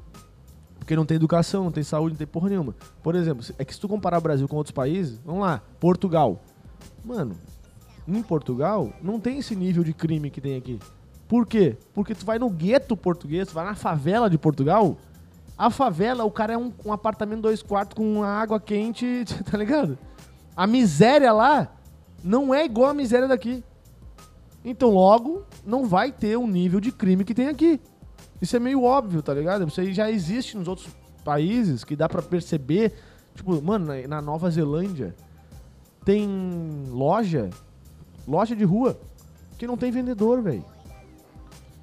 Speaker 1: porque não tem educação, não tem saúde, não tem porra nenhuma. Por exemplo, se- é que se tu comparar o Brasil com outros países, vamos lá, Portugal. Mano, em Portugal não tem esse nível de crime que tem aqui. Por quê? Porque tu vai no gueto português, tu vai na favela de Portugal. A favela, o cara é um, um apartamento dois quartos com uma água quente, tá ligado? A miséria lá não é igual a miséria daqui. Então, logo, não vai ter o nível de crime que tem aqui. Isso é meio óbvio, tá ligado? Isso aí já existe nos outros países que dá pra perceber. Tipo, mano, na- na Nova Zelândia tem loja, loja de rua, que não tem vendedor, velho.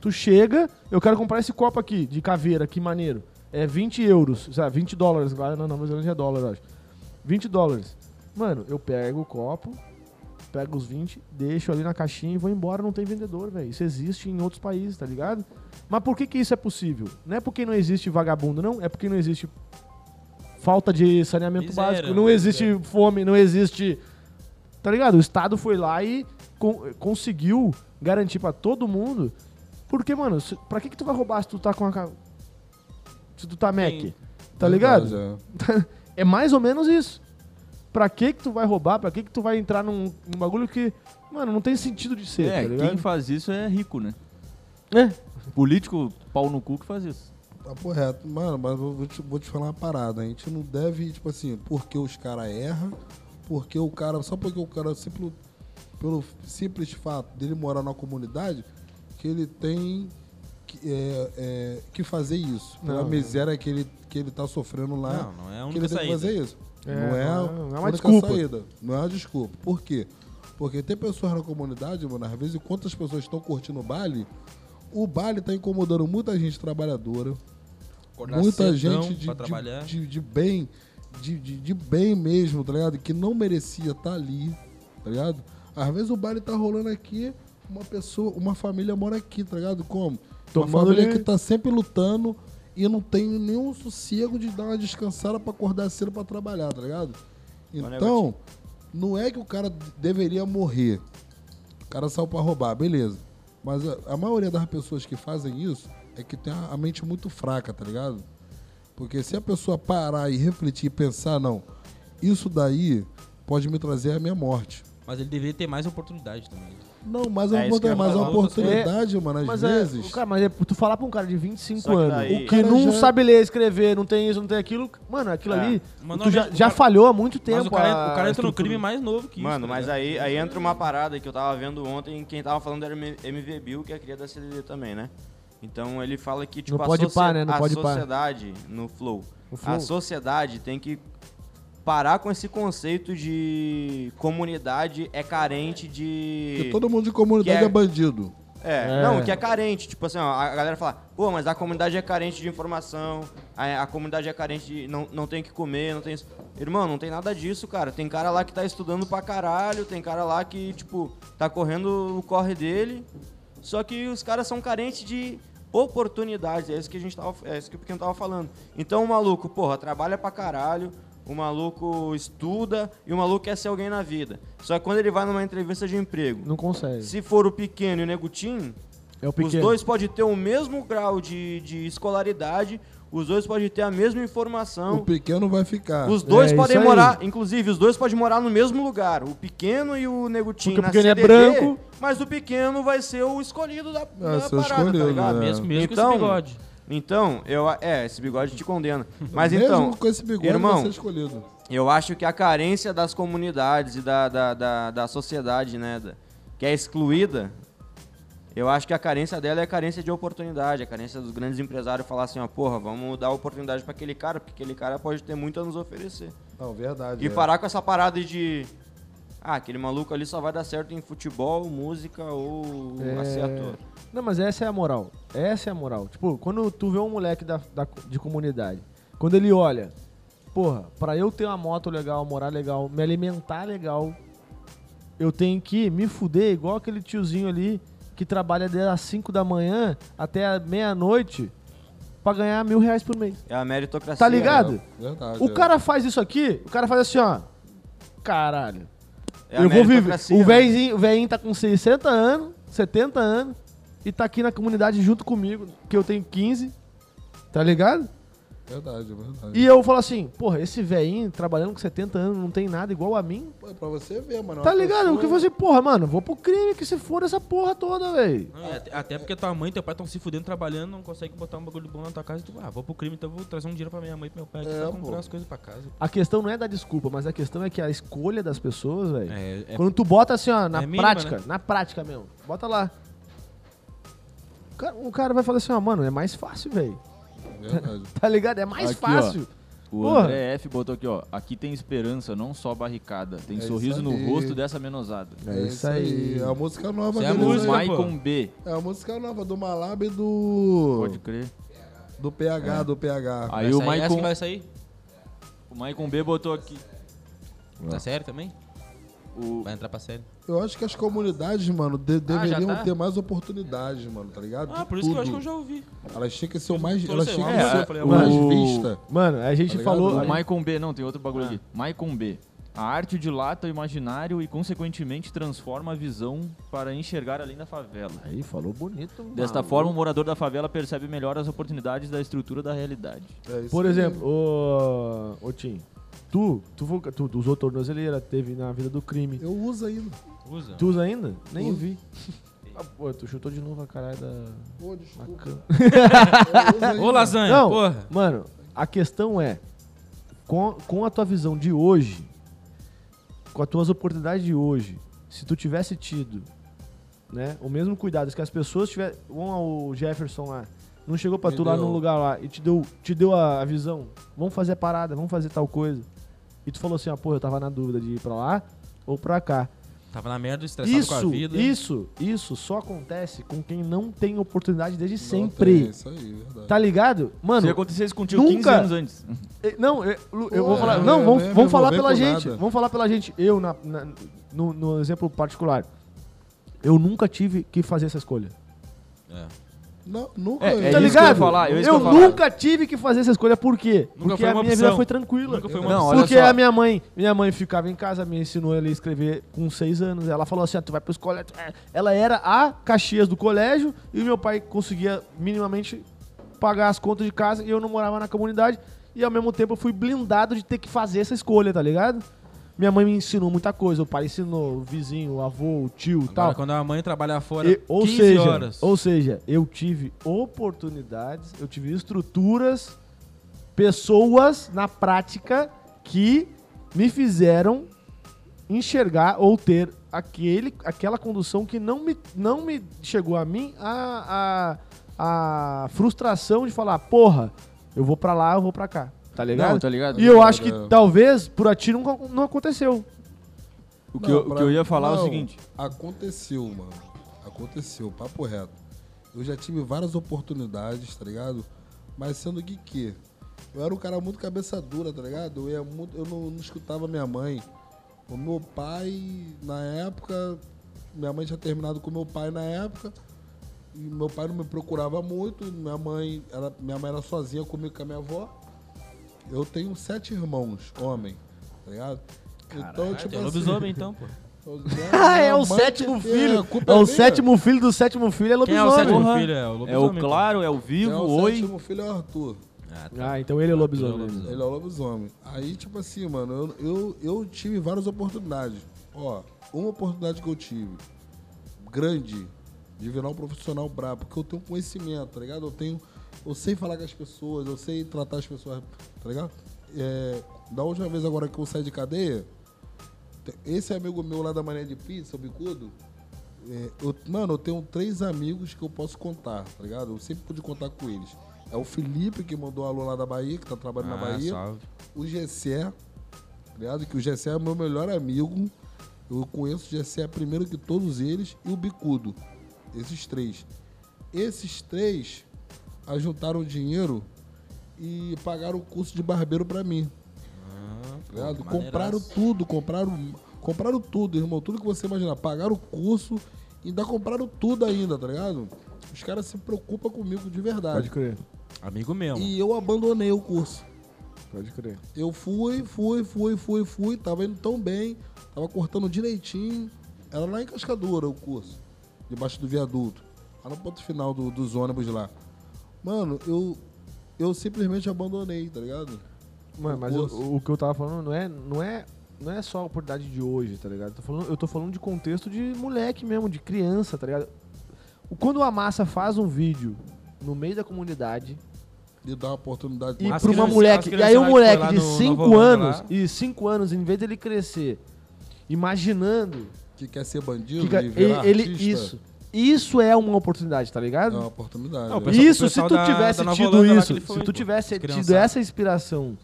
Speaker 1: Tu chega, eu quero comprar esse copo aqui, de caveira, que maneiro. É 20 euros, sabe? 20 dólares, claro, não, Nova Zelândia é dólar, eu acho. 20 dólares. Mano, eu pego o copo, pego os 20, deixo ali na caixinha e vou embora, não tem vendedor, velho. Isso existe em outros países, tá ligado? Mas por que que isso é possível? Não é porque não existe vagabundo, não. É porque não existe falta de saneamento
Speaker 2: Miséria,
Speaker 1: básico, não
Speaker 2: né?
Speaker 1: existe fome, não existe... Tá ligado? O Estado foi lá e con- conseguiu garantir pra todo mundo. Porque, mano, se, pra que que tu vai roubar se tu tá com a... ca- Se tu tá Mac,
Speaker 2: Sim.
Speaker 1: tá ligado? É mais ou menos isso. Pra que que tu vai roubar? Pra que que tu vai entrar num, num bagulho que, mano, não tem sentido de ser, tá
Speaker 3: É,
Speaker 1: ligado?
Speaker 3: quem faz isso é rico, né?
Speaker 1: É.
Speaker 3: Político pau no cu que faz isso.
Speaker 4: Papo reto. Mano, mas eu vou te, vou te falar uma parada. A gente não deve, tipo assim, porque os caras erram, porque o cara. Só porque o cara, simples, pelo simples fato dele morar na comunidade, que ele tem que, é, é, que fazer isso. Pela
Speaker 1: Não, é.
Speaker 4: miséria que ele, que ele tá sofrendo lá.
Speaker 2: Não, não é a
Speaker 4: que
Speaker 2: única
Speaker 4: ele tem que
Speaker 2: saída.
Speaker 4: fazer isso.
Speaker 1: É,
Speaker 4: não
Speaker 1: não é- não
Speaker 4: é,
Speaker 1: é
Speaker 4: a
Speaker 1: uma
Speaker 4: única
Speaker 1: desculpa.
Speaker 4: saída. Não é uma desculpa. Por quê? Porque tem pessoas na comunidade, mano, às vezes enquanto as pessoas estão curtindo o baile, o baile tá incomodando muita gente trabalhadora,
Speaker 2: Acordar
Speaker 4: muita
Speaker 2: cedão
Speaker 4: gente de,
Speaker 2: pra
Speaker 4: de-
Speaker 2: trabalhar.
Speaker 4: de- de bem, de, de- de bem mesmo, tá ligado? Que não merecia estar ali, tá ligado? Às vezes o baile tá rolando aqui, uma pessoa, uma família mora aqui, tá ligado? Como?
Speaker 1: Tomando
Speaker 4: uma família
Speaker 1: ali-
Speaker 4: que tá sempre lutando e não tem nenhum sossego de dar uma descansada pra acordar cedo pra trabalhar, tá ligado?
Speaker 1: é
Speaker 4: Então, não é que o cara deveria morrer. O cara saiu pra roubar, beleza. Mas a, a maioria das pessoas que fazem isso é que tem a, a mente muito fraca, tá ligado? Porque se a pessoa parar e refletir e pensar, não, isso daí pode me trazer a minha morte.
Speaker 2: Mas ele deveria ter mais oportunidade também.
Speaker 4: Não, mas,
Speaker 7: É
Speaker 4: é
Speaker 7: isso que eu ia
Speaker 4: mas a
Speaker 7: falar.
Speaker 4: oportunidade, mano, às
Speaker 1: Mas é,
Speaker 4: vezes.
Speaker 1: o cara, mas é, tu falar pra um cara de 25
Speaker 7: Só que
Speaker 1: anos,
Speaker 7: daí-
Speaker 1: o
Speaker 4: O
Speaker 1: que
Speaker 4: cara
Speaker 1: não
Speaker 4: já-
Speaker 1: sabe ler, escrever, não tem isso, não tem aquilo, mano, aquilo
Speaker 7: É.
Speaker 1: ali,
Speaker 2: Mas
Speaker 1: tu já,
Speaker 2: normalmente o
Speaker 1: já
Speaker 2: cara-
Speaker 1: falhou há muito tempo.
Speaker 2: Mas o cara,
Speaker 1: a
Speaker 2: o cara entra no
Speaker 1: estrutura.
Speaker 2: crime mais novo que isso.
Speaker 7: Mano,
Speaker 2: tá
Speaker 7: mas
Speaker 2: ligado?
Speaker 7: aí, aí entra uma parada que eu tava vendo ontem, quem tava falando era o M- MV Bill, que é cria da CDD também, né? Então ele fala que, tipo,
Speaker 1: No
Speaker 7: a,
Speaker 1: Podpah,
Speaker 7: socie-
Speaker 1: né? No
Speaker 7: a
Speaker 1: Podpah.
Speaker 7: sociedade, no flow,
Speaker 1: No Flow.
Speaker 7: a sociedade tem que parar com esse conceito de comunidade é carente de...
Speaker 4: Porque todo mundo de comunidade
Speaker 7: Que
Speaker 4: é...
Speaker 7: é-
Speaker 4: bandido.
Speaker 7: É,
Speaker 1: É.
Speaker 7: não, que é carente. Tipo assim, ó, a galera fala, pô, mas a comunidade é carente de informação, a, a comunidade é carente de. Não, não tem o que comer, não tem isso. Irmão, não tem nada disso, cara. Tem cara lá que tá estudando pra caralho, tem cara lá que, tipo, tá correndo o corre dele. Só que os caras são carentes de oportunidades. É isso que a gente tava. É isso que o Pequeno tava falando. Então o maluco, porra, trabalha pra caralho. O maluco estuda e o maluco quer ser alguém na vida. Só que quando ele vai numa entrevista de emprego,
Speaker 1: Não consegue.
Speaker 7: se for o pequeno e o negutim,
Speaker 1: é o
Speaker 7: os
Speaker 1: pequeno.
Speaker 7: dois podem ter o mesmo grau de, de escolaridade, os dois podem ter a mesma informação,
Speaker 4: O pequeno vai ficar.
Speaker 7: os dois
Speaker 1: É,
Speaker 7: podem
Speaker 1: isso aí.
Speaker 7: morar, inclusive, os dois podem morar no mesmo lugar, o pequeno e o negutim
Speaker 1: Porque o
Speaker 7: na
Speaker 1: pequeno é
Speaker 7: CDD,
Speaker 1: branco. Ah,
Speaker 7: mas o pequeno vai ser o escolhido da,
Speaker 4: É,
Speaker 7: da
Speaker 4: seu
Speaker 7: parada,
Speaker 4: escolhido,
Speaker 7: tá ligado?
Speaker 4: né?
Speaker 2: Mesmo, mesmo
Speaker 7: Então-
Speaker 2: com esse bigode.
Speaker 7: Então, eu, é, esse bigode te condena. Mas
Speaker 4: Mesmo
Speaker 7: então,
Speaker 4: com esse bigode
Speaker 7: irmão,
Speaker 4: vai ser escolhido.
Speaker 7: eu acho que a carência das comunidades e da, da, da, da sociedade, né, da- que é excluída, Eu acho que a carência dela é a carência de oportunidade, a carência dos grandes empresários falar assim, ó, porra, vamos dar oportunidade pra aquele cara, porque aquele cara pode ter muito a nos oferecer.
Speaker 4: Não, verdade.
Speaker 7: E
Speaker 4: é.
Speaker 7: parar com essa parada de. Ah, aquele maluco ali só vai dar certo em futebol, música ou
Speaker 1: É.
Speaker 7: assim, a ser ator.
Speaker 1: Não, mas essa é a moral. Essa é a moral. Tipo, quando tu vê um moleque da, da- de comunidade, quando ele olha, porra, pra eu ter uma moto legal, morar legal, me alimentar legal, eu tenho que me fuder igual aquele tiozinho ali que trabalha desde as 5 da manhã até a meia-noite pra ganhar mil reais por mês.
Speaker 7: É a meritocracia.
Speaker 1: Tá ligado?
Speaker 4: Verdade.
Speaker 1: O
Speaker 4: é.
Speaker 1: cara faz isso aqui, o cara faz assim, ó. Caralho.
Speaker 7: É a
Speaker 1: eu vou viver.
Speaker 7: meritocracia,
Speaker 1: O
Speaker 7: né?
Speaker 1: velhinho, o velhinho tá com 60 anos, 70 anos, e tá aqui na comunidade junto comigo, que eu tenho 15, tá ligado?
Speaker 4: Verdade, verdade.
Speaker 1: E eu falo assim, porra, esse velhinho trabalhando com 70 anos não tem nada igual a mim?
Speaker 4: Pô, é pra você ver, mano.
Speaker 1: tá
Speaker 4: uma
Speaker 1: ligado? Porque eu falo
Speaker 4: pessoa-
Speaker 1: assim, porra, mano, vou pro crime que se for essa porra toda, velho.
Speaker 2: Não, e até, até porque tua mãe e teu pai estão se fudendo trabalhando, não consegue botar um bagulho bom na tua casa e tu, ah, vou pro crime, então vou trazer um dinheiro pra minha mãe e pro meu pai aqui
Speaker 4: É,
Speaker 2: pra
Speaker 4: pô.
Speaker 2: comprar as coisas pra casa.
Speaker 1: A questão não é dar desculpa, mas a questão é que a escolha das pessoas, velho.
Speaker 2: É, é-
Speaker 1: Quando tu bota assim, ó, na
Speaker 2: É mínima,
Speaker 1: prática,
Speaker 2: né?
Speaker 1: na prática mesmo, bota lá. O cara, o cara vai falar assim, ó, mano, é mais fácil, velho.
Speaker 4: Verdade.
Speaker 1: Tá ligado? É mais
Speaker 3: Aqui, ó.
Speaker 1: fácil.
Speaker 3: O
Speaker 1: Porra.
Speaker 3: André F botou aqui, ó. Aqui tem esperança, não só barricada. Tem
Speaker 4: É
Speaker 3: sorriso
Speaker 4: isso
Speaker 3: no
Speaker 4: aí.
Speaker 3: rosto dessa menosada.
Speaker 1: É isso aí.
Speaker 4: É a música nova
Speaker 2: Isso é a
Speaker 4: deles
Speaker 2: música,
Speaker 4: aí.
Speaker 2: pô.
Speaker 3: Maicon B.
Speaker 4: É a música nova do Malab e do.
Speaker 3: Pode crer.
Speaker 4: Do
Speaker 7: É.
Speaker 4: PH, do PH.
Speaker 3: Aí o
Speaker 2: Vai sair essa que
Speaker 3: Maicon,
Speaker 2: vai sair?
Speaker 3: o Maicon B botou aqui.
Speaker 2: Tá sério também?
Speaker 3: O,
Speaker 2: Vai entrar pra série.
Speaker 4: Eu acho que as comunidades, mano, de- deveriam
Speaker 2: já tá?
Speaker 4: ter mais oportunidades, mano, tá ligado?
Speaker 2: Ah,
Speaker 4: De
Speaker 2: por isso que eu acho que eu
Speaker 4: tudo.
Speaker 2: já ouvi.
Speaker 4: Elas tinham que ser o mais.
Speaker 2: Por
Speaker 4: Elas
Speaker 2: isso
Speaker 4: tinham
Speaker 2: aí,
Speaker 4: que
Speaker 2: uma
Speaker 4: ser
Speaker 2: música, É, eu falei,
Speaker 4: mais
Speaker 3: o-
Speaker 4: vista.
Speaker 1: Mano, a gente
Speaker 4: Tá ligado?
Speaker 1: falou.
Speaker 3: o
Speaker 1: a-
Speaker 3: Maicon B, não, tem outro bagulho aqui. Maicon B. A arte dilata o imaginário e, consequentemente, transforma a visão para enxergar além da favela.
Speaker 1: Aí, falou bonito. mano.
Speaker 3: Desta forma, o morador da favela percebe melhor as oportunidades da estrutura da realidade.
Speaker 4: É isso
Speaker 1: Por
Speaker 4: aí.
Speaker 1: exemplo, ô. Ô, Tim, tu, tu, vo- tu, tu usou tornozeleira, teve na vida do crime.
Speaker 4: Eu uso ainda.
Speaker 2: Usa.
Speaker 1: Tu usa ainda? Nem
Speaker 4: Uso.
Speaker 1: vi. Ah, pô, tu chutou de novo a caralho da.
Speaker 4: Pô, desculpa.
Speaker 1: Bacana.
Speaker 4: Eu uso ainda.
Speaker 2: Ô, lasanha,
Speaker 1: Não,
Speaker 2: porra.
Speaker 1: mano, a questão é, com, com a tua visão de hoje, com as tuas oportunidades de hoje, se tu tivesse tido né, o mesmo cuidado que as pessoas tiveram, vamos ao Jefferson lá, não chegou pra
Speaker 4: Me
Speaker 1: tu lá
Speaker 4: deu.
Speaker 1: num lugar lá e te deu, te deu a, a visão, vamos fazer a parada, vamos fazer tal coisa, e tu falou assim, ah, porra, eu tava na dúvida de ir pra lá ou pra cá.
Speaker 2: Tava na merda, estressado
Speaker 1: Isso,
Speaker 2: com é a vida. né?
Speaker 1: isso, isso só acontece com quem não tem oportunidade desde
Speaker 4: Não,
Speaker 1: sempre.
Speaker 4: tem, Isso aí, é verdade.
Speaker 1: Tá ligado? Mano,
Speaker 3: Se acontecesse contigo
Speaker 1: nunca-
Speaker 3: 15 anos antes.
Speaker 1: Eh, Não, eu, Lu, eu
Speaker 4: Pô,
Speaker 1: vou
Speaker 4: é,
Speaker 1: falar.
Speaker 4: eu
Speaker 1: Não,
Speaker 4: não
Speaker 1: vamos,
Speaker 4: ia me
Speaker 1: vamos falar pela
Speaker 4: envolver com
Speaker 1: gente.
Speaker 4: nada.
Speaker 1: Vamos falar pela gente. Eu, na, na- no, no exemplo particular, eu nunca tive que fazer essa escolha.
Speaker 2: É.
Speaker 4: Não, nunca.
Speaker 3: É, é
Speaker 1: tá
Speaker 3: isso
Speaker 1: ligado?
Speaker 3: que eu ia falar, é isso que eu ia falar.
Speaker 1: nunca tive que fazer essa escolha. Por quê?
Speaker 2: Nunca
Speaker 1: Porque
Speaker 2: foi
Speaker 1: a
Speaker 2: uma
Speaker 1: minha
Speaker 2: opção.
Speaker 1: vida foi tranquila.
Speaker 2: Nunca foi uma
Speaker 3: Não, olha
Speaker 1: Porque
Speaker 3: só.
Speaker 1: a minha mãe, minha mãe ficava em casa, me ensinou ela a escrever com seis anos. Ela falou assim: ah, tu vai pro colégio. Ela era a Caxias do colégio e meu pai conseguia minimamente pagar as contas de casa e eu não morava na comunidade. E ao mesmo tempo eu fui blindado de ter que fazer essa escolha, tá ligado? Minha mãe me ensinou muita coisa, o pai ensinou, o vizinho, o avô, o tio e
Speaker 2: Agora,
Speaker 1: tal.
Speaker 2: quando a mãe trabalha fora
Speaker 1: E- ou
Speaker 2: 15
Speaker 1: seja,
Speaker 2: horas.
Speaker 1: ou seja, eu tive oportunidades, eu tive estruturas, pessoas na prática que me fizeram enxergar ou ter aquele, aquela condução que não me, não me chegou a mim a, a, a frustração de falar, porra, eu vou pra lá, eu vou pra cá. Tá ligado?
Speaker 3: tá ligado?
Speaker 1: E eu acho que
Speaker 2: É.
Speaker 4: ligado.
Speaker 1: talvez por a ti nunca, não aconteceu.
Speaker 3: O que,
Speaker 4: Não,
Speaker 3: eu, o
Speaker 4: pra-
Speaker 3: que eu ia falar é o
Speaker 4: não,
Speaker 3: seguinte.
Speaker 4: Aconteceu, mano. Aconteceu, papo reto. Eu já tive várias oportunidades, tá ligado? Mas sendo que que? Eu era um cara muito cabeça dura, tá ligado? Eu, ia muito, eu não, não escutava minha mãe. O meu pai, na época, minha mãe tinha terminado com meu pai na época. E meu pai não me procurava muito. Minha mãe era, minha mãe era sozinha comigo e com a minha avó. Eu tenho sete irmãos, homem, tá ligado? então,
Speaker 2: Ah, tu
Speaker 1: tipo
Speaker 2: é lobisomem
Speaker 1: assim.
Speaker 2: então, pô.
Speaker 1: Ah, é o sétimo filho. É o sétimo filho do sétimo filho, é
Speaker 2: Quem é o
Speaker 1: lobisomem.
Speaker 2: sétimo
Speaker 3: Porra.
Speaker 2: filho? É o
Speaker 3: É o
Speaker 2: lobisomem. então.
Speaker 3: claro, é o
Speaker 4: filho.
Speaker 3: vivo,
Speaker 4: É o
Speaker 3: oi.
Speaker 4: sétimo filho é o Arthur.
Speaker 2: Ah, tá.
Speaker 1: Ah, então ele é lobisomem.
Speaker 4: Ele é o lobisomem. Aí, tipo assim, mano, eu, eu, eu tive várias oportunidades. Ó, uma oportunidade que eu tive, grande, de virar um profissional brabo, porque eu tenho conhecimento, tá ligado? Eu tenho. Eu sei falar com as pessoas, eu sei tratar as pessoas, tá ligado? É, da última vez agora que eu saí de cadeia, te- esse amigo meu lá da Mané de Pizza, o Bicudo, é, eu- mano, eu tenho três amigos que eu posso contar, tá ligado? Eu sempre pude contar com eles. É o Felipe, que mandou alô lá da Bahia, que tá
Speaker 2: Ah,
Speaker 4: trabalhando na Bahia.
Speaker 2: salve.
Speaker 4: O Gessé, tá ligado? Que o Gessé é meu melhor amigo. Eu conheço o Gessé primeiro que todos eles. E o Bicudo. Esses três. Esses três ajuntaram dinheiro e pagaram o curso de barbeiro pra mim.
Speaker 1: Ah,
Speaker 4: Tá ligado? compraram tudo, compraram, compraram tudo, irmão. Tudo que você imaginar. Pagaram o curso e ainda compraram tudo ainda, tá ligado? Os caras se preocupam comigo de
Speaker 1: Pode
Speaker 4: verdade.
Speaker 1: crer,
Speaker 2: Amigo meu.
Speaker 4: E eu abandonei o curso.
Speaker 1: pode crer.
Speaker 4: Eu fui, fui, fui, fui, fui, tava indo tão bem, tava cortando direitinho. Era lá em Cascadura o curso, debaixo do viaduto, lá no ponto final do- dos ônibus lá. Mano, eu, eu simplesmente abandonei, tá ligado?
Speaker 1: Mano, mas eu- o que eu tava falando não é, não é, não é só a oportunidade de hoje, tá ligado? Eu tô falando, eu tô falando de contexto de moleque mesmo, de criança, tá ligado? O- Quando a massa faz um vídeo no meio da comunidade
Speaker 4: De dar uma oportunidade
Speaker 1: e
Speaker 2: As
Speaker 1: pra uma
Speaker 2: crianças- as
Speaker 1: moleque, e aí
Speaker 2: crianças
Speaker 1: um
Speaker 2: lá que
Speaker 1: moleque
Speaker 2: foi lá
Speaker 1: de
Speaker 2: no- na
Speaker 1: 5
Speaker 2: Volanda
Speaker 1: anos,
Speaker 2: lá.
Speaker 1: e 5 anos, em vez dele crescer imaginando
Speaker 4: que quer ser bandido,
Speaker 1: que ca-
Speaker 4: e
Speaker 1: ele,
Speaker 4: virar
Speaker 1: ele-
Speaker 4: artista,
Speaker 1: isso, isso é uma oportunidade, tá
Speaker 4: É
Speaker 1: ligado?
Speaker 4: uma oportunidade.
Speaker 2: Não, o
Speaker 4: né?
Speaker 2: pessoal-
Speaker 1: Isso,
Speaker 2: o
Speaker 1: se
Speaker 2: pessoal
Speaker 1: tu
Speaker 2: da-
Speaker 1: tivesse
Speaker 2: da Nova
Speaker 1: tido
Speaker 2: Holanda lá que
Speaker 1: isso,
Speaker 2: ele foi,
Speaker 1: se tu
Speaker 2: pô,
Speaker 1: tivesse tido
Speaker 2: criançada.
Speaker 1: essa inspiração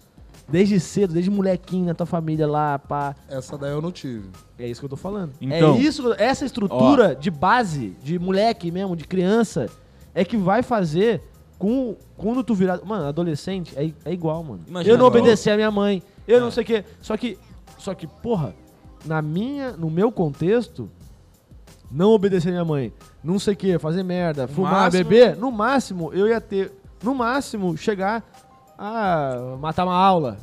Speaker 1: desde cedo, desde molequinho, na tua família lá, pá,
Speaker 4: Essa daí eu não tive.
Speaker 1: é isso que eu tô falando.
Speaker 2: Então.
Speaker 1: é isso, essa estrutura de base, de moleque mesmo, de criança, é que vai fazer com quando tu virar, mano, adolescente, é, é igual, mano.
Speaker 2: Imagina,
Speaker 1: eu não
Speaker 2: mano.
Speaker 1: obedecer a minha mãe, eu não
Speaker 2: É.
Speaker 1: sei o quê. Só que só que, porra, na minha, no meu contexto, não obedecer a minha mãe, não sei o que, fazer merda, fumar,
Speaker 2: máximo-
Speaker 1: beber, no máximo eu ia ter, no máximo, chegar a matar uma aula.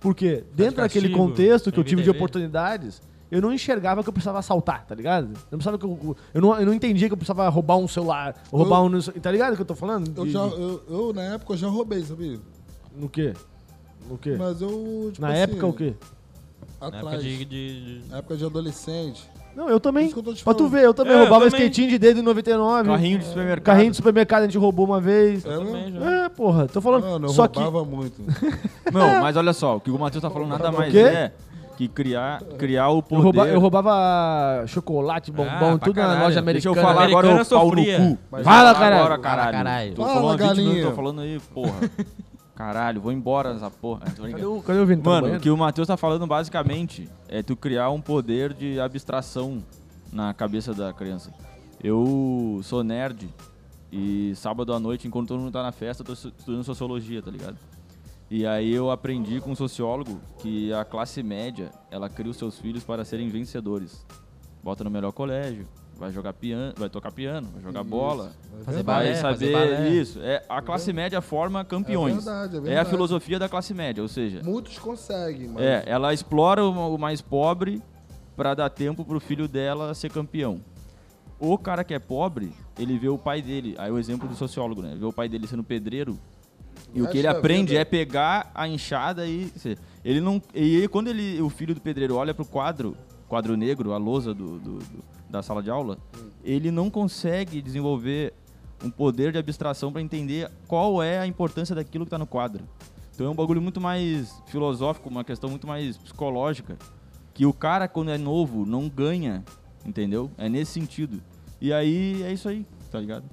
Speaker 1: Porque dentro daquele
Speaker 2: Tá castigo,
Speaker 1: contexto que
Speaker 2: tem
Speaker 1: eu tive de
Speaker 2: vida a ver.
Speaker 1: oportunidades, eu não enxergava que eu precisava assaltar, tá ligado? Eu, precisava que eu, eu, não, eu não entendia que eu precisava roubar um celular, ou roubar um. não sei- Tá ligado o que eu tô falando?
Speaker 4: Eu,
Speaker 1: De-
Speaker 4: já,
Speaker 1: de-
Speaker 4: eu, eu, na época, eu já roubei, sabia?
Speaker 1: No quê? No quê?
Speaker 4: Mas eu, tipo
Speaker 1: Na
Speaker 4: assim,
Speaker 1: época o quê?
Speaker 2: Na época
Speaker 4: Atrás.
Speaker 2: de, de- de-
Speaker 4: Na época de adolescente.
Speaker 1: Não, eu também.
Speaker 4: é Isso que eu tô te
Speaker 1: pra tu
Speaker 4: falando.
Speaker 1: ver, eu também
Speaker 2: É, eu
Speaker 1: roubava
Speaker 2: também.
Speaker 1: skatinho de dedo em 99.
Speaker 3: Carrinho de supermercado.
Speaker 1: Carrinho de supermercado a gente roubou uma vez.
Speaker 4: Eu não-
Speaker 2: também já.
Speaker 1: É, porra, tô falando.
Speaker 4: Mano, eu
Speaker 1: Só que.
Speaker 4: roubava muito.
Speaker 3: Não, mas olha só, o que o Matheus tá falando nada mais
Speaker 1: quê?
Speaker 3: é
Speaker 7: que criar, criar o
Speaker 1: Eu
Speaker 7: poder.
Speaker 1: roubava, eu roubava chocolate, bombom,
Speaker 2: Ah, pra
Speaker 1: tudo na
Speaker 2: caralho.
Speaker 1: loja
Speaker 3: Deixa eu
Speaker 1: americana.
Speaker 3: falar
Speaker 2: Americana
Speaker 3: agora, o pau no
Speaker 2: sofria.
Speaker 3: cu.
Speaker 4: Mas
Speaker 1: Fala,
Speaker 3: Agora,
Speaker 1: caralho.
Speaker 3: caralho.
Speaker 2: Fala, caralho.
Speaker 3: Tô
Speaker 4: Fala,
Speaker 3: falando 20 minutos,
Speaker 4: galinha.
Speaker 3: tô falando aí, porra. Caralho, vou embora essa porra. Tô brincando.
Speaker 1: Cadê o, cadê o Vini? Tá no
Speaker 3: Mano, o
Speaker 1: banheiro?
Speaker 3: que o Matheus tá falando basicamente é tu criar um poder de abstração na cabeça da criança. Eu sou nerd e sábado à noite, enquanto todo mundo tá na festa, eu tô estu- estudando sociologia, tá ligado? E aí eu aprendi com um sociólogo que a classe média, ela cria os seus filhos para serem vencedores. Bota no melhor colégio, vai jogar piano, vai tocar piano, vai jogar bola,
Speaker 4: Fazer
Speaker 3: vai
Speaker 2: balé,
Speaker 3: saber
Speaker 2: fazer balé.
Speaker 3: isso. É, a classe média forma campeões.
Speaker 4: É verdade, é
Speaker 3: é a
Speaker 4: verdade.
Speaker 3: filosofia da classe média, ou seja,
Speaker 4: Muitos conseguem, mas
Speaker 3: é, ela explora o o mais pobre pra dar tempo pro filho dela ser campeão. O cara que é pobre, ele vê o pai dele, aí o exemplo do sociólogo, né? Vê o pai dele sendo pedreiro. E o
Speaker 4: Acho
Speaker 3: que ele
Speaker 4: que a
Speaker 3: aprende
Speaker 4: vida-
Speaker 3: é pegar a enxada e se- ele não e aí, quando ele o filho do pedreiro olha pro quadro, quadro negro, a lousa do, do- do- da sala de aula, ele não consegue desenvolver um poder de abstração pra entender qual é a importância daquilo que tá no quadro. Então é um bagulho muito mais filosófico, uma questão muito mais psicológica. Que o cara, quando é novo, não ganha, entendeu? É nesse sentido. E aí é isso aí, tá ligado?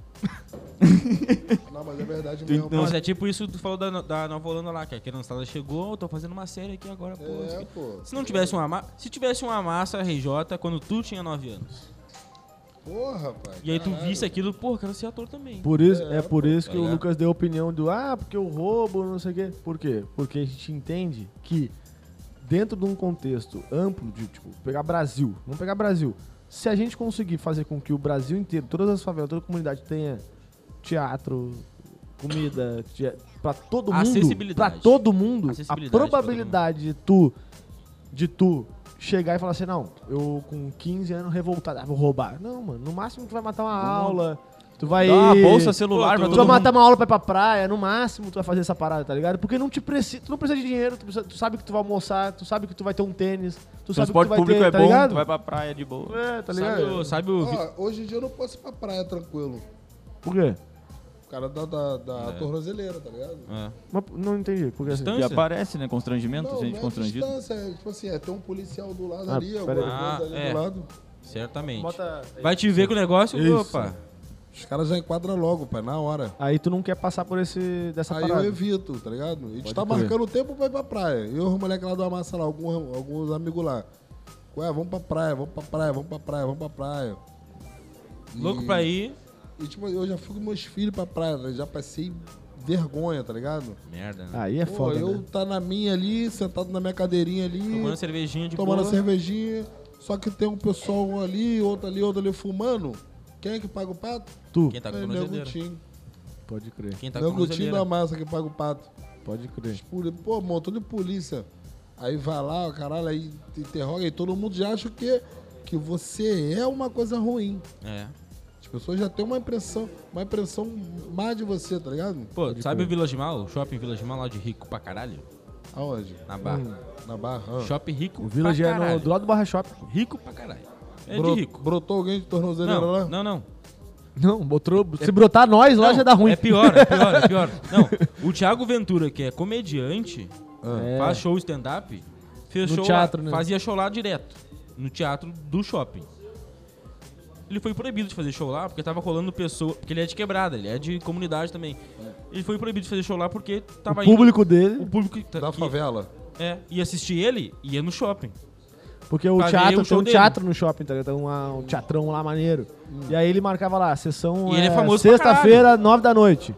Speaker 4: Não, mas é verdade
Speaker 3: Tu
Speaker 4: mesmo.
Speaker 3: não-
Speaker 2: Não, mas é tipo isso que tu falou da, no- da Nova Holanda lá, que a criançada chegou, tô fazendo uma série aqui agora, pô. não sei o
Speaker 4: É,
Speaker 2: quê.
Speaker 4: pô.
Speaker 2: Se não tivesse uma massa. Se tivesse uma massa RJ quando tu tinha 9 anos.
Speaker 4: Porra, pai.
Speaker 2: E aí tu
Speaker 4: caralho.
Speaker 2: visse aquilo, pô, quero ser ator também.
Speaker 1: Por isso, é, por isso que
Speaker 2: tá
Speaker 1: o
Speaker 2: ligado?
Speaker 1: Lucas deu a opinião do ah, porque eu roubo, não sei o quê. Por quê? Porque a gente entende que dentro de um contexto amplo de, tipo, pegar Brasil, vamos pegar Brasil. Se a gente conseguir fazer com que o Brasil inteiro, todas as favelas, toda a comunidade tenha teatro, comida, tia- pra todo mundo, pra
Speaker 2: Acessibilidade.
Speaker 1: todo mundo, a
Speaker 2: Acessibilidade pra todo
Speaker 1: probabilidade de tu de tu chegar e falar assim, não, eu com 15 anos revoltado, ah, vou roubar. Não, mano, no máximo tu vai matar uma aula, tu vai...
Speaker 3: Dá uma bolsa celular
Speaker 2: Pô,
Speaker 3: pra
Speaker 1: Tu
Speaker 3: todo
Speaker 1: vai
Speaker 3: mundo.
Speaker 1: matar uma aula pra ir pra praia, no máximo tu vai fazer essa parada, tá ligado? Porque não te precisa, tu não precisa de dinheiro, tu, precisa- tu sabe que tu vai almoçar, tu sabe que tu vai ter um tênis, tu sabe que tu
Speaker 3: Transporte
Speaker 1: vai
Speaker 3: público
Speaker 1: ter,
Speaker 3: é
Speaker 1: tá
Speaker 3: bom,
Speaker 1: ligado?
Speaker 3: tu vai pra praia de boa.
Speaker 1: É, tá
Speaker 2: sabe
Speaker 1: ligado?
Speaker 2: o. Sabe o vi-
Speaker 4: Ó, hoje em dia eu não posso ir pra praia tranquilo.
Speaker 1: Por quê?
Speaker 4: O cara da, da, da tornozeleira, tá ligado?
Speaker 2: É.
Speaker 1: Mas não entendi, por que assim?
Speaker 3: E
Speaker 2: Distância?
Speaker 3: aparece, né? Constrangimento, gente
Speaker 4: é
Speaker 3: constrangido.
Speaker 4: distância, é tipo assim, é ter um policial do lado
Speaker 1: Ah,
Speaker 4: ali,
Speaker 1: pera
Speaker 4: alguma
Speaker 1: aí.
Speaker 4: coisa
Speaker 2: Ah,
Speaker 4: ali
Speaker 2: é.
Speaker 4: do lado.
Speaker 2: Certamente.
Speaker 1: Bota.
Speaker 2: Vai te ver com o negócio,
Speaker 4: Isso.
Speaker 2: opa.
Speaker 4: Os caras já enquadram logo, pai, na hora.
Speaker 1: Aí tu não quer passar por esse dessa
Speaker 4: Aí
Speaker 1: parada.
Speaker 4: eu evito, tá ligado? A gente
Speaker 1: Pode
Speaker 4: tá
Speaker 1: crer.
Speaker 4: marcando o tempo pra ir pra praia. Eu e os moleques lá do Amassa lá, alguns, alguns amigos lá. Ué, vamos pra praia, vamos pra praia, vamos pra praia, vamos pra praia.
Speaker 2: Louco pra ir.
Speaker 4: E tipo, eu já fui com meus filhos pra praia, né? já passei vergonha, tá ligado?
Speaker 2: Merda, né?
Speaker 1: Aí é
Speaker 4: Pô,
Speaker 1: foda.
Speaker 4: eu
Speaker 1: né?
Speaker 4: tá na minha ali, sentado na minha cadeirinha ali,
Speaker 2: Tomando
Speaker 4: tomando,
Speaker 2: cervejinha de
Speaker 4: a
Speaker 2: boa.
Speaker 4: cervejinha. Só que tem um pessoal ali, outro ali, outro ali fumando. Quem é que paga o pato?
Speaker 1: Tu.
Speaker 2: Quem tá com
Speaker 4: É
Speaker 2: a
Speaker 4: meu
Speaker 2: tornozeleira.
Speaker 4: Gutinho.
Speaker 1: Pode crer.
Speaker 2: Quem tá com a
Speaker 4: Meu Gutinho da
Speaker 2: tornozeleira.
Speaker 4: massa que paga o pato.
Speaker 1: Pode crer.
Speaker 4: Poli- Pô, montão de polícia. Aí vai lá, o caralho, aí te interroga e todo mundo já acha que, que você é uma coisa ruim.
Speaker 2: É.
Speaker 4: As pessoas já têm uma impressão, uma impressão má de você, tá ligado?
Speaker 2: Pô, sabe o Village Mall? O shopping Village Mall lá de rico pra caralho?
Speaker 4: Aonde?
Speaker 2: Na barra.
Speaker 4: Na barra. ah.
Speaker 2: Shopping rico
Speaker 1: O Village
Speaker 2: pra
Speaker 1: é no,
Speaker 2: caralho.
Speaker 1: do lado do Barra Shop.
Speaker 2: Rico pra caralho. É
Speaker 4: Bro-
Speaker 2: de rico.
Speaker 4: Brotou alguém de tornozeleira lá?
Speaker 2: Não, não, não.
Speaker 1: Não, botou, se brotar nós lá
Speaker 2: Não,
Speaker 1: já dá ruim.
Speaker 2: É pior, é pior, é pior. Não, o Thiago Ventura, que é comediante,
Speaker 1: É.
Speaker 2: faz show stand-up, fez
Speaker 1: No
Speaker 2: show
Speaker 1: teatro, né?
Speaker 2: lá, fazia show lá direto, no teatro do shopping. Ele foi proibido de fazer show lá porque tava colando pessoa, porque ele é de quebrada, ele é de comunidade também.
Speaker 1: É.
Speaker 2: Ele foi proibido de fazer show lá porque tava
Speaker 1: O público
Speaker 2: indo, o
Speaker 1: dele,
Speaker 2: público que tá-
Speaker 4: Da
Speaker 2: que-
Speaker 4: favela.
Speaker 2: É, ia assistir ele, ia no shopping.
Speaker 1: porque o
Speaker 2: pra ver
Speaker 1: teatro
Speaker 2: o
Speaker 1: tem
Speaker 2: show
Speaker 1: um
Speaker 2: dele. Hum.
Speaker 1: teatro no shopping, tá ligado? Tem uma- um teatrão lá maneiro. E aí ele marcava lá, sessão
Speaker 2: E ele
Speaker 1: é,
Speaker 2: é famoso pra
Speaker 1: sexta-feira, nove da noite.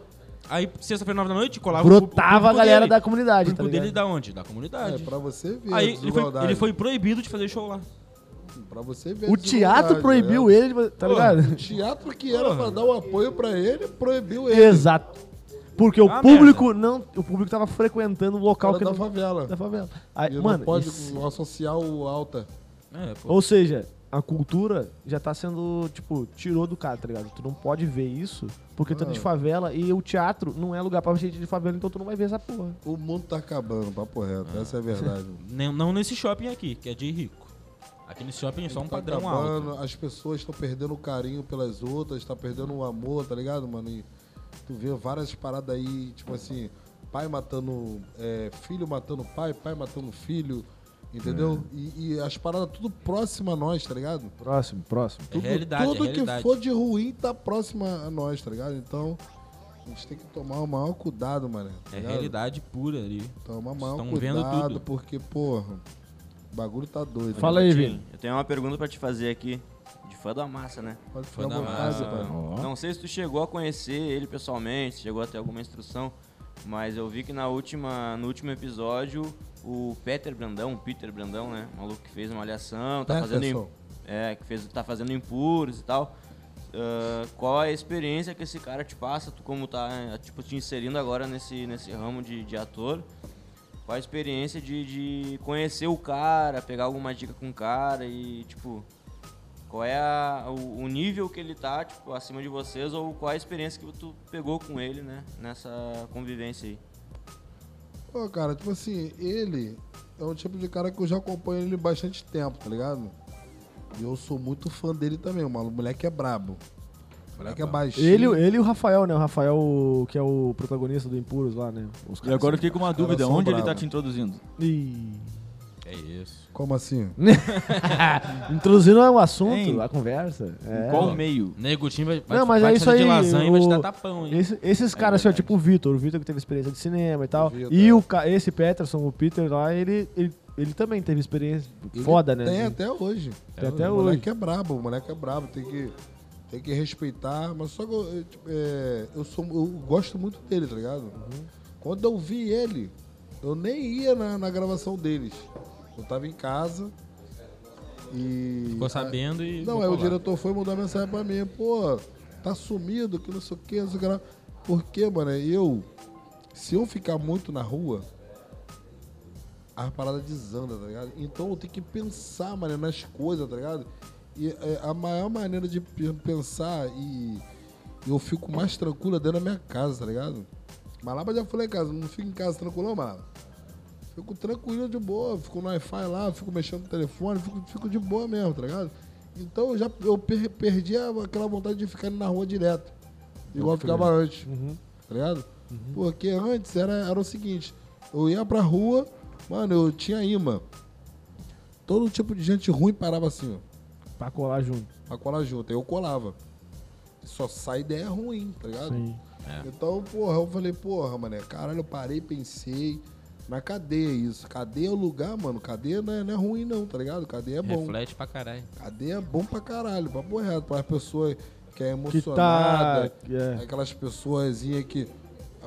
Speaker 2: Aí sexta-feira nove da noite colava Ah, o pú- o
Speaker 1: Brotava
Speaker 2: público
Speaker 1: a galera
Speaker 2: dele.
Speaker 1: da
Speaker 2: O
Speaker 1: comunidade, tá
Speaker 2: público
Speaker 1: ligado?
Speaker 2: dele da onde? Da
Speaker 4: É,
Speaker 2: comunidade.
Speaker 4: pra você
Speaker 2: Aí
Speaker 4: ver. a
Speaker 2: ele foi,
Speaker 4: desigualdade.
Speaker 2: ele foi proibido de fazer show lá.
Speaker 4: Pra você
Speaker 2: um
Speaker 4: ver. a
Speaker 1: O
Speaker 4: desigualdade,
Speaker 1: teatro proibiu
Speaker 4: né?
Speaker 1: ele, de- tá
Speaker 4: O
Speaker 1: ligado?
Speaker 4: teatro que era pra dar o apoio pra ele, proibiu ele.
Speaker 1: Exato. Porque o
Speaker 2: Ah,
Speaker 1: público não, o público tava frequentando o local
Speaker 4: Cara
Speaker 1: que
Speaker 4: da
Speaker 1: não
Speaker 4: favela.
Speaker 1: da favela.
Speaker 2: Ah,
Speaker 1: Aí,
Speaker 4: Ele
Speaker 1: mano,
Speaker 4: não pode
Speaker 1: isso-
Speaker 4: associar o alta.
Speaker 2: É, pô.
Speaker 1: ou seja, a cultura já tá sendo, tipo, tirou do cara, tá ligado? Tu não pode ver isso porque
Speaker 2: Ah.
Speaker 1: tu é de favela e o teatro não é lugar pra gente de favela, então tu não vai ver essa porra.
Speaker 4: O mundo tá acabando, papo reto. Essa é a verdade. O mundo
Speaker 2: Nem- Não nesse shopping aqui, que é de rico. Aqui nesse shopping é só um
Speaker 4: tá
Speaker 2: padrão
Speaker 4: acabando,
Speaker 2: alto.
Speaker 4: As pessoas estão perdendo o carinho pelas outras, tá perdendo o amor, tá ligado, mano? E tu vê várias paradas aí, tipo assim, pai matando. é, filho matando pai, pai matando filho. Entendeu?
Speaker 2: É.
Speaker 4: E, e as paradas tudo próximo a nós, tá ligado?
Speaker 1: Próximo, próximo.
Speaker 2: É realidade,
Speaker 4: tudo
Speaker 2: é realidade.
Speaker 4: que for de ruim tá próximo a nós, tá ligado? Então, a gente tem que tomar o maior cuidado, mano. tá
Speaker 2: É
Speaker 4: ligado?
Speaker 2: realidade pura ali.
Speaker 4: Toma maior
Speaker 2: Estão vendo
Speaker 4: cuidado,
Speaker 2: tudo.
Speaker 4: porque, porra, o bagulho tá doido.
Speaker 1: Fala aí,
Speaker 7: Tim,
Speaker 1: Vini.
Speaker 7: né? Eu tenho uma pergunta pra te fazer aqui, de fã da massa, né?
Speaker 4: Pode ficar à
Speaker 2: Foi na
Speaker 4: vontade,
Speaker 7: Ah,
Speaker 4: pai.
Speaker 7: Não sei se tu chegou a conhecer ele pessoalmente, se chegou a ter alguma instrução, mas eu vi que na última, no último episódio o Peter Brandão, Peter Brandão, né, o maluco que fez uma alhação, tá fazendo im-
Speaker 4: Peterson.
Speaker 7: é, que fez, tá fazendo impuros e tal. Ah, qual é a experiência que esse cara te passa, tu como tá eh, tipo, te inserindo agora nesse, nesse ramo de, de ator? Qual a experiência de, de conhecer o cara, pegar alguma dica com o cara e tipo. Qual é a- o, o nível que ele tá, tipo, acima de vocês, ou qual é a experiência que tu pegou com ele, né? Nessa convivência aí.
Speaker 4: Pô, cara, tipo assim, ele é um tipo de cara que eu já acompanho ele bastante tempo, tá ligado? E eu sou muito fã dele também, mano. O moleque é brabo. O moleque é baixinho.
Speaker 1: Ele, ele e o Rafael, né? O Rafael o- que é o protagonista do Impuros lá, né? Os
Speaker 3: E agora eu fiquei com uma dúvida,
Speaker 4: são
Speaker 3: onde ele
Speaker 4: brabo.
Speaker 3: tá te introduzindo?
Speaker 1: Ih.
Speaker 2: É isso.
Speaker 4: Como assim?
Speaker 1: Introduzindo o assunto,
Speaker 3: Hein?
Speaker 1: a conversa. É.
Speaker 3: Qual o meio?
Speaker 2: Negutinho vai, vai,
Speaker 1: Não, mas
Speaker 2: vai
Speaker 1: é
Speaker 2: te
Speaker 1: isso
Speaker 2: fazer
Speaker 1: aí.
Speaker 2: de lasanha e vai te
Speaker 1: o-
Speaker 2: dar tapão, hein?
Speaker 1: Esse- esses caras, assim, ó, tipo o Vitor, o Vitor que teve experiência de cinema e tal.
Speaker 4: É Vitor. é.
Speaker 1: E o, ca- esse Peterson, o Peter lá, ele, ele, ele também teve experiência
Speaker 4: Ele
Speaker 1: foda, né?
Speaker 4: Tem
Speaker 1: de-
Speaker 4: até hoje.
Speaker 1: Tem até
Speaker 4: o
Speaker 1: hoje.
Speaker 4: moleque é brabo, o moleque é brabo, tem que, tem que respeitar. Mas só que eu, eu, tipo, é, eu sou, eu gosto muito dele, tá ligado?
Speaker 1: Uhum.
Speaker 4: Quando eu vi ele, eu nem ia na, na gravação deles. Eu tava em casa e.
Speaker 2: Ficou sabendo e.
Speaker 4: Não,
Speaker 2: vou
Speaker 4: aí o
Speaker 2: colar.
Speaker 4: diretor foi mandar mensagem pra mim, pô, tá sumido, que não sei o que, não sei o que lá. Por quê, mano? Eu, se eu ficar muito na rua, a parada desanda, tá ligado? Então eu tenho que pensar, mano, nas coisas, tá ligado? E é, a maior maneira de pe- pensar e eu fico mais tranquilo é dentro da minha casa, tá ligado? Malaba já falei em casa, não fico em casa tranquilão, Malaba. Fico tranquilo de boa, fico no Wi-Fi lá, fico mexendo no telefone, fico, fico de boa mesmo, tá ligado? Então eu já eu per- perdi a- aquela vontade de ficar na rua direto. Igual eu ficava antes. Tá ligado? Porque antes era, era o seguinte, eu ia pra rua, mano, eu tinha imã. Todo tipo de gente ruim parava assim, ó.
Speaker 1: pra colar junto.
Speaker 4: pra colar junto. Aí eu colava. Só sai ideia ruim, tá ligado?
Speaker 1: Sim.
Speaker 4: Então, porra, eu falei, porra, mané, caralho, eu parei, pensei. Na cadeia isso. Cadeia é o lugar, mano. Cadeia não é, não é ruim, não, tá ligado? Cadeia é bom.
Speaker 2: Reflete pra caralho.
Speaker 4: Cadeia é bom pra caralho, papo reto. Pra pessoa
Speaker 1: Que
Speaker 4: que é
Speaker 1: tá.
Speaker 4: emocionada,
Speaker 1: É.
Speaker 4: aquelas pessoas que.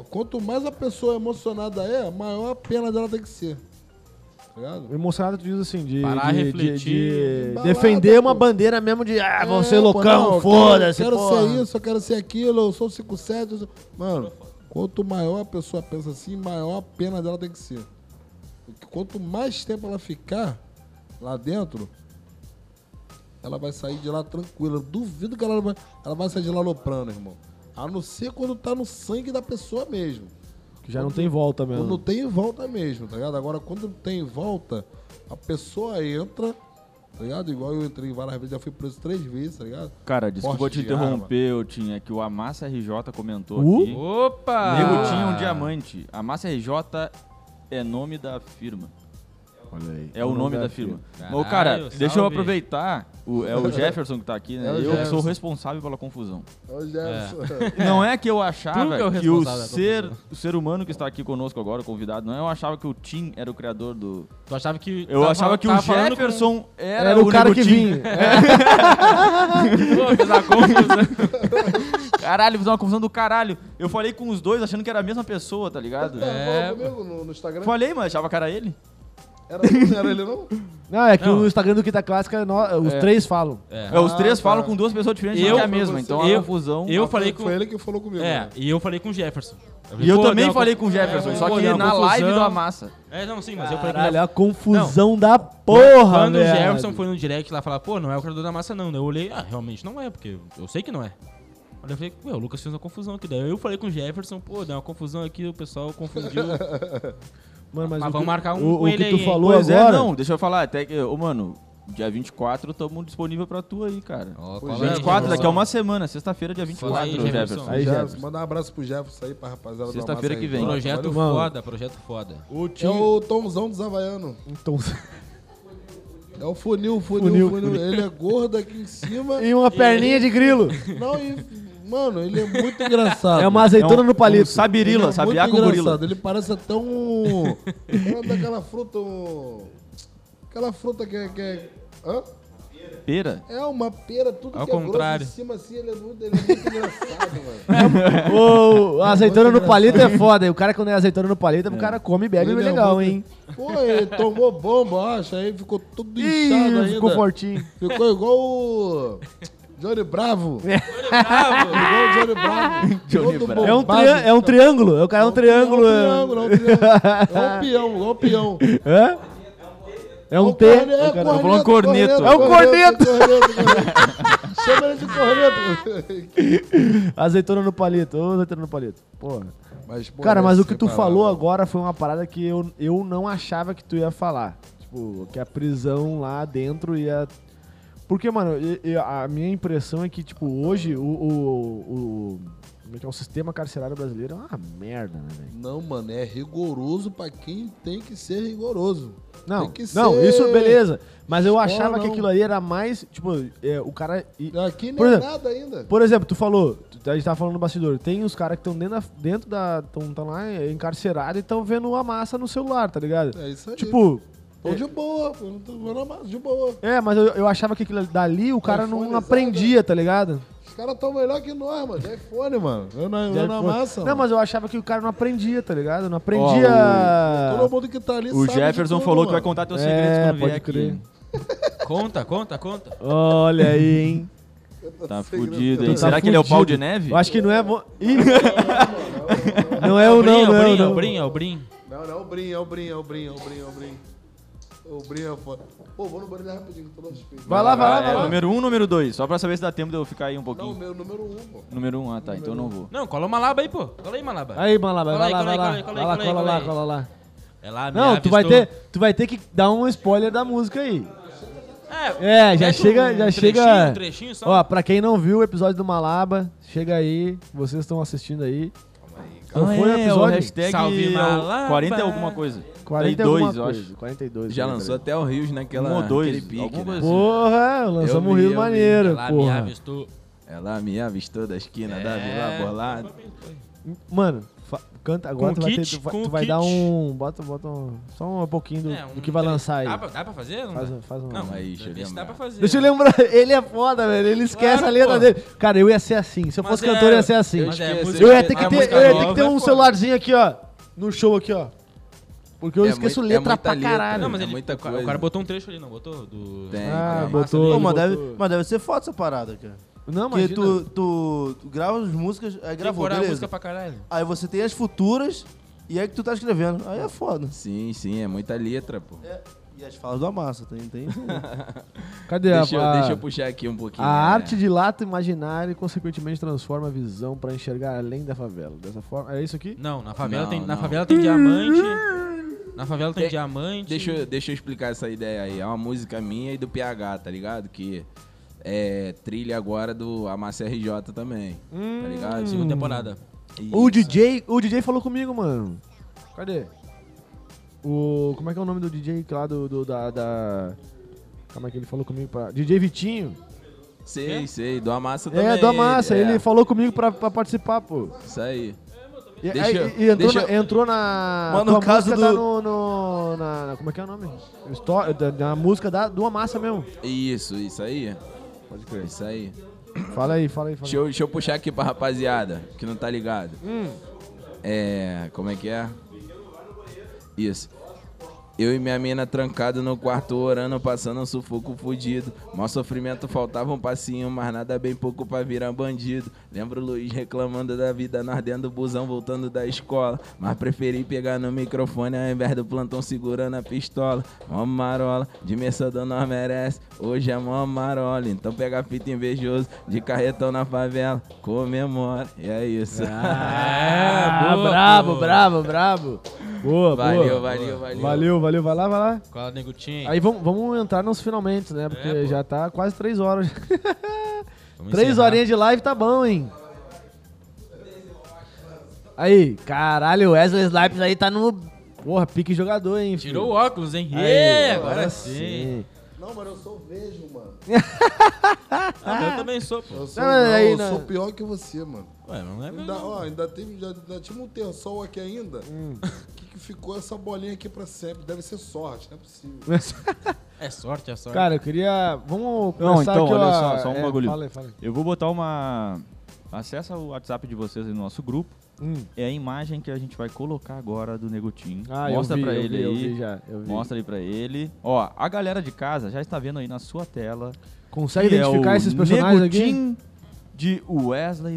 Speaker 4: Quanto mais a pessoa emocionada é, maior a pena dela tem que ser. Tá ligado?
Speaker 1: Emocionado, tu diz assim, de.
Speaker 2: Parar,
Speaker 1: de- de-
Speaker 2: refletir.
Speaker 1: de
Speaker 4: Balada,
Speaker 1: defender uma
Speaker 4: pô.
Speaker 1: bandeira mesmo de. Ah, vão
Speaker 4: É,
Speaker 1: ser
Speaker 4: pô,
Speaker 1: loucão,
Speaker 4: não,
Speaker 1: foda-se.
Speaker 4: Quero, quero
Speaker 1: porra.
Speaker 4: ser isso, eu quero ser aquilo, eu sou 57. eu sou- Mano, quanto maior a pessoa pensa assim, maior a pena dela tem que ser. Porque Quanto mais tempo ela ficar lá dentro, ela vai sair de lá tranquila. Eu duvido que ela vai, ela vai sair de lá loprando, irmão. A não ser quando tá no sangue da pessoa mesmo.
Speaker 1: Que já não tem volta mesmo.
Speaker 4: Quando tem volta mesmo, tá ligado? Agora, quando tem volta, a pessoa entra, tá ligado? Igual eu entrei várias vezes, já fui preso três vezes, tá ligado?
Speaker 3: Cara, desculpa
Speaker 4: Porte
Speaker 3: te
Speaker 4: de
Speaker 3: interromper, eu tinha que o Amassa RJ comentou
Speaker 1: Uh?
Speaker 3: aqui.
Speaker 2: Opa!
Speaker 3: Nego tinha um diamante. A Massa RJ é nome da firma.
Speaker 1: Olha aí.
Speaker 3: É o nome da firma.
Speaker 2: firma.
Speaker 3: Ô, cara,
Speaker 2: Caralho,
Speaker 3: deixa eu
Speaker 2: salve.
Speaker 3: aproveitar. O- é o Jefferson que tá aqui, né?
Speaker 4: É o
Speaker 3: eu
Speaker 4: Jefferson.
Speaker 3: sou responsável pela confusão.
Speaker 4: Hoje é.
Speaker 3: Não é que eu
Speaker 2: Tu
Speaker 3: achava
Speaker 2: que é o
Speaker 3: que o
Speaker 2: responsável da
Speaker 3: ser, o ser humano que está aqui conosco agora, o convidado, não é eu achava que o Tim era o criador do.
Speaker 2: Tu achava que.
Speaker 3: Eu
Speaker 2: tava-
Speaker 3: achava é que o
Speaker 2: tava falando
Speaker 3: Jefferson era,
Speaker 1: Era, o
Speaker 3: único
Speaker 1: cara que
Speaker 3: Tim.
Speaker 1: vinha.
Speaker 2: com- Pô, fiz a confusão.
Speaker 3: Caralho, fiz uma confusão do caralho. Eu falei com os dois achando que era a mesma pessoa, tá ligado?
Speaker 4: É, comigo no, no Instagram.
Speaker 3: Falei, mas achava que era ele.
Speaker 4: Era, assim, não era ele, não?
Speaker 1: Não, é que
Speaker 2: Não.
Speaker 1: o Instagram do Quinta Clássica, nó- os três falam.
Speaker 2: É.
Speaker 3: É, os
Speaker 4: Ah,
Speaker 3: três
Speaker 4: tá.
Speaker 3: falam com duas pessoas diferentes,
Speaker 2: Eu-
Speaker 3: não é a mesma. Então a
Speaker 2: eu-
Speaker 3: confusão.
Speaker 2: Eu
Speaker 4: Ah,
Speaker 2: falei
Speaker 4: foi-
Speaker 2: com.
Speaker 4: Foi ele que falou comigo.
Speaker 2: É,
Speaker 4: né?
Speaker 2: e eu falei com o Jefferson.
Speaker 3: E eu
Speaker 2: Pô, deu
Speaker 3: também
Speaker 2: uma
Speaker 3: falei
Speaker 2: co-
Speaker 3: com o Jefferson,
Speaker 2: É,
Speaker 3: só
Speaker 2: pô,
Speaker 3: que
Speaker 2: deu uma
Speaker 3: na live
Speaker 2: confusão.
Speaker 3: do Amassa.
Speaker 2: É, não, sim, mas eu falei com o
Speaker 1: Caralho, a
Speaker 2: Jefferson.
Speaker 1: confusão da porra,
Speaker 2: Quando
Speaker 1: velho.
Speaker 2: o Jefferson foi no direct lá falar, pô, não é o criador da massa, não. Daí Eu olhei, ah, realmente não é, porque eu sei que não é. Aí eu falei, ué, o Lucas fez uma confusão aqui. Daí eu falei com o Jefferson, pô, deu uma confusão aqui, o pessoal confundiu.
Speaker 1: Mano,
Speaker 2: Mas
Speaker 1: o
Speaker 2: vamos
Speaker 1: que-
Speaker 2: marcar um
Speaker 1: o,
Speaker 2: com
Speaker 1: o que
Speaker 2: ele
Speaker 1: tu
Speaker 2: aí, hein?
Speaker 1: falou
Speaker 3: pois
Speaker 1: agora.
Speaker 3: é, não, deixa eu falar, até que, ô mano, dia 24 tamo disponível pra tu aí, cara.
Speaker 2: Ó,
Speaker 4: Pô,
Speaker 2: qual é,
Speaker 3: 24, daqui a
Speaker 2: Jefferson?
Speaker 3: uma semana, sexta-feira, dia
Speaker 2: Fala
Speaker 3: 24,
Speaker 2: aí,
Speaker 3: Jefferson.
Speaker 2: Jefferson.
Speaker 1: Aí,
Speaker 4: Jefferson,
Speaker 1: Jefferson.
Speaker 4: Manda um abraço pro Jefferson aí, pra rapaziada. da
Speaker 3: Sexta-feira
Speaker 4: Massa
Speaker 3: que
Speaker 4: aí.
Speaker 3: vem.
Speaker 2: Projeto
Speaker 1: Mano.
Speaker 2: foda, projeto foda.
Speaker 1: O
Speaker 4: É o Tomzão dos Havaianos.
Speaker 1: Então,
Speaker 4: É o funil, funil,
Speaker 1: Funil,
Speaker 4: funil. Ele é gordo aqui em cima.
Speaker 1: e uma perninha de grilo.
Speaker 4: Não, e, mano, ele é muito engraçado.
Speaker 1: É uma azeitona
Speaker 3: É um-
Speaker 1: no palito.
Speaker 3: um sabirila,
Speaker 4: Ele é
Speaker 3: sabiá
Speaker 4: muito
Speaker 3: com
Speaker 4: engraçado,
Speaker 3: gorila.
Speaker 4: Ele parece até um. Qual é daquela fruta. um- Aquela fruta que é. Que é... Hã?
Speaker 3: Pera.
Speaker 4: É uma pera, tudo
Speaker 2: Ao
Speaker 4: que é
Speaker 2: contrário.
Speaker 4: grosso em cima, assim, ele é muito, ele é muito engraçado, mano.
Speaker 1: Ô, a azeitona
Speaker 4: Muito
Speaker 1: no palito é foda. hein? O cara quando é azeitona no palito, o cara come e bebe
Speaker 4: Ele é um
Speaker 1: legal,
Speaker 4: bom-
Speaker 1: hein?
Speaker 4: Pô, ele tomou bomba, acha, aí ficou todo
Speaker 1: Ih,
Speaker 4: inchado ainda.
Speaker 1: ficou fortinho.
Speaker 4: Ficou igual o Johnny Bravo. Johnny Bravo! igual o Johnny Bravo.
Speaker 3: Johnny
Speaker 4: Todo
Speaker 3: Bravo.
Speaker 1: É um,
Speaker 4: bombado.
Speaker 1: tria- é um triângulo. O cara é um triângulo.
Speaker 4: É um triângulo, é um triângulo. É um peão, igual o peão.
Speaker 1: Hã? É um T.
Speaker 4: É,
Speaker 1: O cara-
Speaker 4: corneto,
Speaker 3: falando corneto.
Speaker 1: É o corneto.
Speaker 4: corneto, corneto. Chama ele de corneto.
Speaker 1: Azeitona no palito. Ô, azeitona no palito. Porra.
Speaker 4: Mas, pô,
Speaker 1: Cara,
Speaker 4: é
Speaker 1: mas o que tu
Speaker 4: separado.
Speaker 1: falou agora foi uma parada que eu, eu não achava que tu ia falar. Tipo, que a prisão lá dentro ia. Porque, mano, e- e a minha impressão é que, tipo, hoje o. o, o- como é que é? O sistema carcerário brasileiro é uma merda, né, velho?
Speaker 4: Não, mano, é rigoroso pra quem tem que ser rigoroso.
Speaker 1: Não,
Speaker 4: Tem que
Speaker 1: não,
Speaker 4: ser-
Speaker 1: isso beleza. Mas eu achava
Speaker 4: não.
Speaker 1: que aquilo ali era mais. Tipo, é, o cara. e-
Speaker 4: Aqui nem
Speaker 1: Por exemplo,
Speaker 4: é nada ainda.
Speaker 1: Por exemplo, tu falou, tu- a gente tava falando no bastidor, tem os caras que estão dentro da. Dentro da tão, tão lá é, encarcerados e estão vendo a massa no celular, tá ligado?
Speaker 4: É isso aí.
Speaker 1: Tipo,
Speaker 4: Tô
Speaker 3: é-
Speaker 4: de boa, pô, não tô vendo nada, de boa.
Speaker 1: é, mas eu, eu achava que aquilo ali- dali o cara não
Speaker 4: Telefonezada.
Speaker 1: aprendia, tá ligado?
Speaker 4: Os caras tão melhor que nós, mano. De iPhone, mano. Eu na, eu na massa.
Speaker 1: não,
Speaker 4: mano.
Speaker 1: mas eu achava que o cara não aprendia, tá ligado? Não aprendia.
Speaker 4: Todo mundo que tá ali
Speaker 3: O
Speaker 4: sabe de
Speaker 3: Jefferson
Speaker 4: tudo,
Speaker 3: falou que vai
Speaker 4: mano.
Speaker 3: contar teus
Speaker 1: É,
Speaker 3: segredos quando vier
Speaker 1: pode crer.
Speaker 3: aqui.
Speaker 2: Conta, conta, conta.
Speaker 1: Olha aí, hein?
Speaker 3: Tá
Speaker 4: Segredo.
Speaker 3: fudido, hein?
Speaker 1: Tá
Speaker 3: Será que ele é o pau
Speaker 1: fudido.
Speaker 3: de neve?
Speaker 1: Eu acho que não é bom. Ih! não é o não, não,
Speaker 2: Brim, é o Brim,
Speaker 1: é o
Speaker 2: é o
Speaker 1: não.
Speaker 2: Brim, é o Brim.
Speaker 4: Não, não, é o Brim, é o Brim, é o Brim, é o Brim, é o Brim. O Brim é foda. Pô, vou no banheiro rapidinho, tô no respeito.
Speaker 1: Vai lá, vai lá, vai
Speaker 3: É,
Speaker 1: lá.
Speaker 3: número 1, um, número 2. Só pra saber se dá tempo de eu ficar aí um
Speaker 4: Não, o
Speaker 3: pouquinho.
Speaker 4: meu número um, pô.
Speaker 3: Número 1, um, ah tá, então eu não vou.
Speaker 2: Não, cola uma laba aí, pô. Cola aí, Malaba.
Speaker 1: Aí, Malaba,
Speaker 2: Cola
Speaker 1: vai
Speaker 2: aí,
Speaker 1: lá,
Speaker 2: cola
Speaker 1: vai
Speaker 2: aí,
Speaker 1: lá.
Speaker 2: cola aí,
Speaker 1: Vai lá,
Speaker 2: cola aí,
Speaker 1: cola
Speaker 2: cola
Speaker 1: lá,
Speaker 2: aí.
Speaker 1: cola lá.
Speaker 2: Ela É me
Speaker 1: Não, tu vai,
Speaker 2: avistou.
Speaker 1: ter, tu vai ter que dar um spoiler da música aí.
Speaker 2: É,
Speaker 1: É, já
Speaker 2: mete
Speaker 1: chega-
Speaker 2: um
Speaker 1: já
Speaker 2: trechinho,
Speaker 1: chega-
Speaker 2: Um trechinho só.
Speaker 1: Ó, pra quem não viu o episódio do Malaba, chega aí, vocês estão assistindo aí. Qual foi o
Speaker 3: é,
Speaker 1: episódio?
Speaker 3: hashtag
Speaker 2: Salve
Speaker 3: é o
Speaker 2: Malapa.
Speaker 3: 40 e alguma coisa.
Speaker 1: 42,
Speaker 3: 42,
Speaker 1: eu
Speaker 3: eu acho.
Speaker 1: acho. 42.
Speaker 6: Já
Speaker 1: né,
Speaker 6: lançou
Speaker 1: cara?
Speaker 6: até o Rios naquela
Speaker 3: Um ou dois,
Speaker 6: naquele pique,
Speaker 3: alguma
Speaker 6: né?
Speaker 3: coisa assim.
Speaker 1: Porra, é, lançamos o
Speaker 6: vi,
Speaker 1: Rio
Speaker 6: eu vi.
Speaker 1: Maneiro,
Speaker 2: Lá me
Speaker 1: É, porra.
Speaker 2: avistou.
Speaker 6: Ela me avistou da esquina da
Speaker 2: É.
Speaker 6: Vila Borlada.
Speaker 1: Mano, fa- canta agora,
Speaker 2: Com
Speaker 1: tu vai,
Speaker 2: kit,
Speaker 1: ter, tu vai,
Speaker 2: com
Speaker 1: tu vai
Speaker 2: kit.
Speaker 1: dar um... Bota, bota um, só um pouquinho do,
Speaker 2: É, um
Speaker 1: do que vai
Speaker 2: tre-
Speaker 1: lançar aí.
Speaker 2: Dá pra, dá pra fazer? Não
Speaker 1: Faz,
Speaker 2: dá.
Speaker 1: um- faz um...
Speaker 2: Não,
Speaker 6: Aí,
Speaker 2: aí,
Speaker 6: deixa eu
Speaker 2: deixa eu
Speaker 6: lembrar.
Speaker 2: dá pra fazer.
Speaker 1: Deixa eu lembrar, ele é foda, velho. Ele esquece
Speaker 2: Claro,
Speaker 1: a letra
Speaker 2: pô.
Speaker 1: dele. Cara, eu ia ser assim. Se eu
Speaker 2: Mas
Speaker 1: fosse cantor, eu
Speaker 2: é-
Speaker 1: ia ser assim.
Speaker 2: mas é,
Speaker 6: Eu
Speaker 2: música-
Speaker 1: Eu ia ter
Speaker 2: a
Speaker 1: que ter,
Speaker 2: música
Speaker 1: eu ia ter, que
Speaker 2: nova
Speaker 1: ter
Speaker 2: é
Speaker 1: um
Speaker 2: foda.
Speaker 6: Tá
Speaker 1: celularzinho aqui, ó. No show aqui, ó. Porque eu
Speaker 6: É
Speaker 1: esqueço
Speaker 6: mui- é
Speaker 1: letra
Speaker 6: muita
Speaker 1: pra
Speaker 6: letra.
Speaker 1: caralho.
Speaker 2: Não, mas
Speaker 6: É
Speaker 2: ele,
Speaker 6: muita
Speaker 2: o, cara,
Speaker 6: coisa.
Speaker 2: o cara botou um trecho ali, não botou? Do...
Speaker 6: Tem.
Speaker 1: Ah,
Speaker 6: tem.
Speaker 1: botou.
Speaker 5: Pô, mas,
Speaker 1: ele
Speaker 5: deve,
Speaker 1: botou-
Speaker 5: mas deve ser foda essa parada, cara.
Speaker 1: Não,
Speaker 5: Porque
Speaker 1: mas
Speaker 5: tu, tu, tu grava as músicas, aí gravou,
Speaker 2: Decorar a música
Speaker 5: beleza.
Speaker 2: pra caralho.
Speaker 5: Aí você tem as futuras e é que tu tá escrevendo. Aí é foda.
Speaker 6: Sim, sim, é muita letra, pô.
Speaker 5: E as falas do Amassa, tá tem, tem.
Speaker 1: Cadê
Speaker 6: Deixa,
Speaker 1: a,
Speaker 6: eu,
Speaker 1: a,
Speaker 6: deixa eu puxar aqui um pouquinho.
Speaker 1: a
Speaker 6: né?
Speaker 1: arte dilata o imaginário e, consequentemente, transforma a visão pra enxergar além da favela. Dessa forma, é isso aqui?
Speaker 2: Não, na favela,
Speaker 6: Não,
Speaker 2: tem, na
Speaker 6: não.
Speaker 2: favela tem diamante. Na favela tem
Speaker 6: De-
Speaker 2: diamante.
Speaker 6: Deixa, eu- deixa eu explicar essa ideia aí. É uma música minha e do PH, tá ligado? Que é trilha agora do Amassa RJ também.
Speaker 1: Hum.
Speaker 6: Tá ligado?
Speaker 2: Segunda temporada.
Speaker 1: O DJ, o DJ falou comigo, mano. Cadê? O como é que é o nome do DJ que lá do, do- da, da como é que ele falou comigo pra... DJ Vitinho?
Speaker 6: Sei, sei. Do Amassa também.
Speaker 1: é, do Amassa, ele
Speaker 6: é,
Speaker 1: falou comigo pra, pra participar, pô.
Speaker 6: Isso aí.
Speaker 1: E,
Speaker 6: Deixa
Speaker 1: aí-
Speaker 6: eu-
Speaker 1: e entrou,
Speaker 6: deixa
Speaker 1: na,
Speaker 6: eu-
Speaker 1: entrou na.
Speaker 5: Mas no
Speaker 1: tua
Speaker 5: caso
Speaker 1: música tá
Speaker 5: do-
Speaker 1: no, no- na, na- como é que é o nome? Histó- da, da música da, do Amassa mesmo.
Speaker 6: Isso, isso aí. Pode crer. Isso aí.
Speaker 1: Fala aí, fala aí, fala aí.
Speaker 6: Deixa eu, deixa eu puxar aqui pra rapaziada, que não tá ligado. É. Como é que é? Isso. Eu e minha mina trancado no quarto orando, passando um sufoco fudido. Mó sofrimento, faltava um passinho, mas nada bem pouco pra virar bandido. Lembro o Luiz reclamando da vida, nós dentro do busão, voltando da escola. Mas preferi pegar no microfone ao invés do plantão segurando a pistola. Mó marola, de mercadão nós merece, hoje é mó marola. Então pega a fita invejoso, de carretão na favela, comemora. E é isso.
Speaker 1: Ah, brabo, brabo, brabo. Boa,
Speaker 6: valeu,
Speaker 1: boa.
Speaker 6: valeu, valeu,
Speaker 1: Valeu, valeu, vai lá, vai lá.
Speaker 2: Cola negutinho.
Speaker 1: Aí vamos, vamos entrar nos finalmente, né? Porque
Speaker 2: É, pô.
Speaker 1: já tá quase três horas. três horinhas de live tá bom, hein? Aí, caralho, o Wesley Snipes aí tá no. Porra, pique jogador, hein? É, filho?
Speaker 2: Tirou o óculos, hein?
Speaker 1: Aí,
Speaker 2: Ê, agora sim.
Speaker 4: Não, mano, eu sou vejo, mano.
Speaker 2: Ah, eu também sou, pô.
Speaker 4: Eu sou,
Speaker 1: Não,
Speaker 4: não,
Speaker 1: mas aí
Speaker 4: eu
Speaker 1: não-
Speaker 4: sou pior que você, mano.
Speaker 2: Ué, não é
Speaker 4: Ainda,
Speaker 2: mesmo.
Speaker 4: ó, ainda, teve, já, já tive um terçol aqui ainda.
Speaker 3: Hum.
Speaker 4: Que, que ficou essa bolinha aqui pra sempre. Deve ser sorte, não é possível.
Speaker 2: É sorte, é sorte.
Speaker 1: Cara, eu queria. Vamos começar
Speaker 3: Não, então,
Speaker 1: aqui,
Speaker 3: olha
Speaker 1: ó.
Speaker 3: só, só um
Speaker 1: É,
Speaker 3: bagulho.
Speaker 1: Fala aí, fala aí.
Speaker 3: Eu vou botar uma. Acessa o WhatsApp de vocês aí no nosso grupo.
Speaker 1: Hum.
Speaker 3: É a imagem que a gente vai colocar agora do Negotinho.
Speaker 1: Ah,
Speaker 3: Mostra
Speaker 1: eu vi,
Speaker 3: pra
Speaker 1: eu
Speaker 3: ele
Speaker 1: vi, eu
Speaker 3: aí.
Speaker 1: vi já, eu vi.
Speaker 3: Mostra aí pra ele. Ó, a galera de casa já está vendo aí na sua tela.
Speaker 1: Consegue
Speaker 3: que
Speaker 1: Tá identificar
Speaker 3: é o
Speaker 1: esses personagens aqui?
Speaker 3: Negotim de Wesley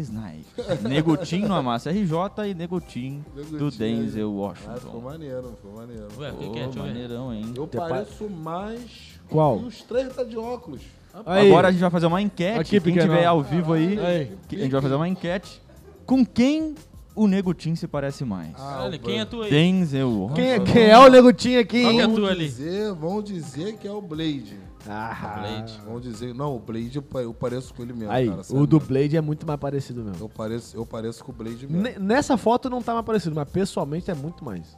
Speaker 3: Snipes. Negotim no Amassa RJ e Negotim do
Speaker 4: Negotim,
Speaker 1: né?
Speaker 3: Denzel
Speaker 4: Ah, ficou
Speaker 3: Washington.
Speaker 4: maneiro, ficou maneiro.
Speaker 2: Ué, o que,
Speaker 3: Pô,
Speaker 2: que é? Deixa eu ver.
Speaker 3: maneirão, hein?
Speaker 4: Eu pareço mais
Speaker 1: Qual?
Speaker 4: que os três tá de óculos.
Speaker 1: Aí.
Speaker 3: Agora a gente vai fazer uma enquete.
Speaker 1: Aqui,
Speaker 3: quem
Speaker 1: pequenão.
Speaker 3: tiver ao vivo aí,
Speaker 1: Aí.
Speaker 3: que- a gente vai fazer uma enquete. Com quem o Negotim se parece mais?
Speaker 2: Olha, quem é tu aí?
Speaker 3: Denzel Washington.
Speaker 1: Quem, é- quem é o Negotinho aqui,
Speaker 2: Qual que é
Speaker 1: hein?
Speaker 2: tu
Speaker 4: Vão
Speaker 2: ali?
Speaker 4: dizer, vão dizer que é o Blade.
Speaker 1: Ah,
Speaker 2: Blade.
Speaker 4: Vão dizer, não, o Blade eu pa- eu pareço com ele mesmo,
Speaker 1: aí,
Speaker 4: cara.
Speaker 1: o
Speaker 4: sério
Speaker 1: do
Speaker 4: mesmo.
Speaker 1: Blade é muito mais parecido mesmo.
Speaker 4: Eu pareço, eu pareço com o Blade mesmo.
Speaker 1: Ne- Nessa foto não tá mais parecido, mas pessoalmente é muito mais.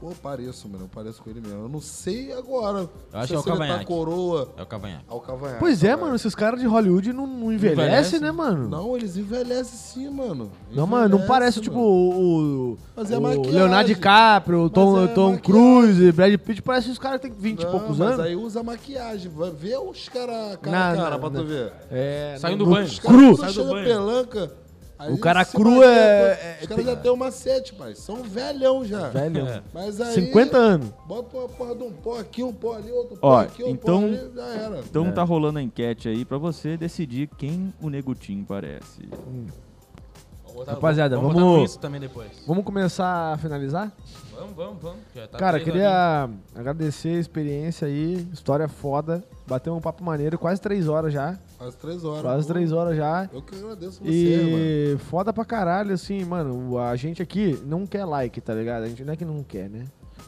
Speaker 4: Pô, eu pareço, mano. Eu pareço com ele mesmo. Eu não sei agora.
Speaker 2: Eu acho
Speaker 4: se
Speaker 2: que é o
Speaker 4: ele
Speaker 2: Cavanhaque.
Speaker 4: Tá coroa
Speaker 2: É o Cavanhaque.
Speaker 4: ao cavanhaque.
Speaker 1: Pois é,
Speaker 4: Cavanhaque.
Speaker 1: mano, esses caras de Hollywood não, não envelhecem,
Speaker 2: envelhece?
Speaker 1: né, mano? Não,
Speaker 4: tá Não, eles envelhecem sim, mano.
Speaker 1: mano, não
Speaker 4: Envelhece,
Speaker 1: parece
Speaker 4: mano.
Speaker 1: tipo o, o-
Speaker 4: Mas é
Speaker 1: o
Speaker 4: maquiagem.
Speaker 1: Leonardo DiCaprio, o Tom,
Speaker 4: é
Speaker 1: Tom
Speaker 4: maquiagem.
Speaker 1: Cruise, Brad Pitt, parece que os caras têm 20 e
Speaker 4: Não,
Speaker 1: poucos
Speaker 4: mas
Speaker 1: anos.
Speaker 4: aí usa maquiagem. Vai ver os caras cara,
Speaker 1: Não,
Speaker 4: a cara
Speaker 1: não,
Speaker 4: pra
Speaker 1: não.
Speaker 4: tu ver.
Speaker 1: É,
Speaker 2: Saiu
Speaker 1: não-
Speaker 2: do
Speaker 1: no-
Speaker 2: banho.
Speaker 1: Cru.
Speaker 2: Sai do
Speaker 4: Sai do
Speaker 2: banho.
Speaker 4: pelanca. aí
Speaker 1: O cara
Speaker 4: se
Speaker 1: cru
Speaker 4: maquia,
Speaker 1: é-
Speaker 4: pô.
Speaker 1: é-
Speaker 4: Os caras já tem uma sete, pai. São velhão já.
Speaker 1: Velho,
Speaker 4: Mas aí...
Speaker 1: 50 anos.
Speaker 4: Bota uma porra de um pó aqui, um pó ali, outro
Speaker 3: Ó,
Speaker 4: pó aqui, um
Speaker 3: então-
Speaker 4: pó ali, já era.
Speaker 3: Então tá rolando a enquete aí pra você decidir quem o Negutinho parece.
Speaker 2: Vou botar-
Speaker 1: Rapaziada,
Speaker 2: vamos
Speaker 1: vamos-
Speaker 2: botar no Insta também depois.
Speaker 1: Vamos começar a finalizar?
Speaker 2: Vamos, vamos, vamos. Já tá
Speaker 1: Cara,
Speaker 2: três
Speaker 1: queria agradecer a experiência aí, história foda. Bateu um papo maneiro, quase três horas já.
Speaker 4: Faz três horas.
Speaker 1: Quase
Speaker 4: pô.
Speaker 1: três horas já.
Speaker 4: Eu que agradeço você, mano.
Speaker 1: E foda pra caralho, assim, mano. A gente aqui não quer like, tá ligado? A gente não é que não quer, né?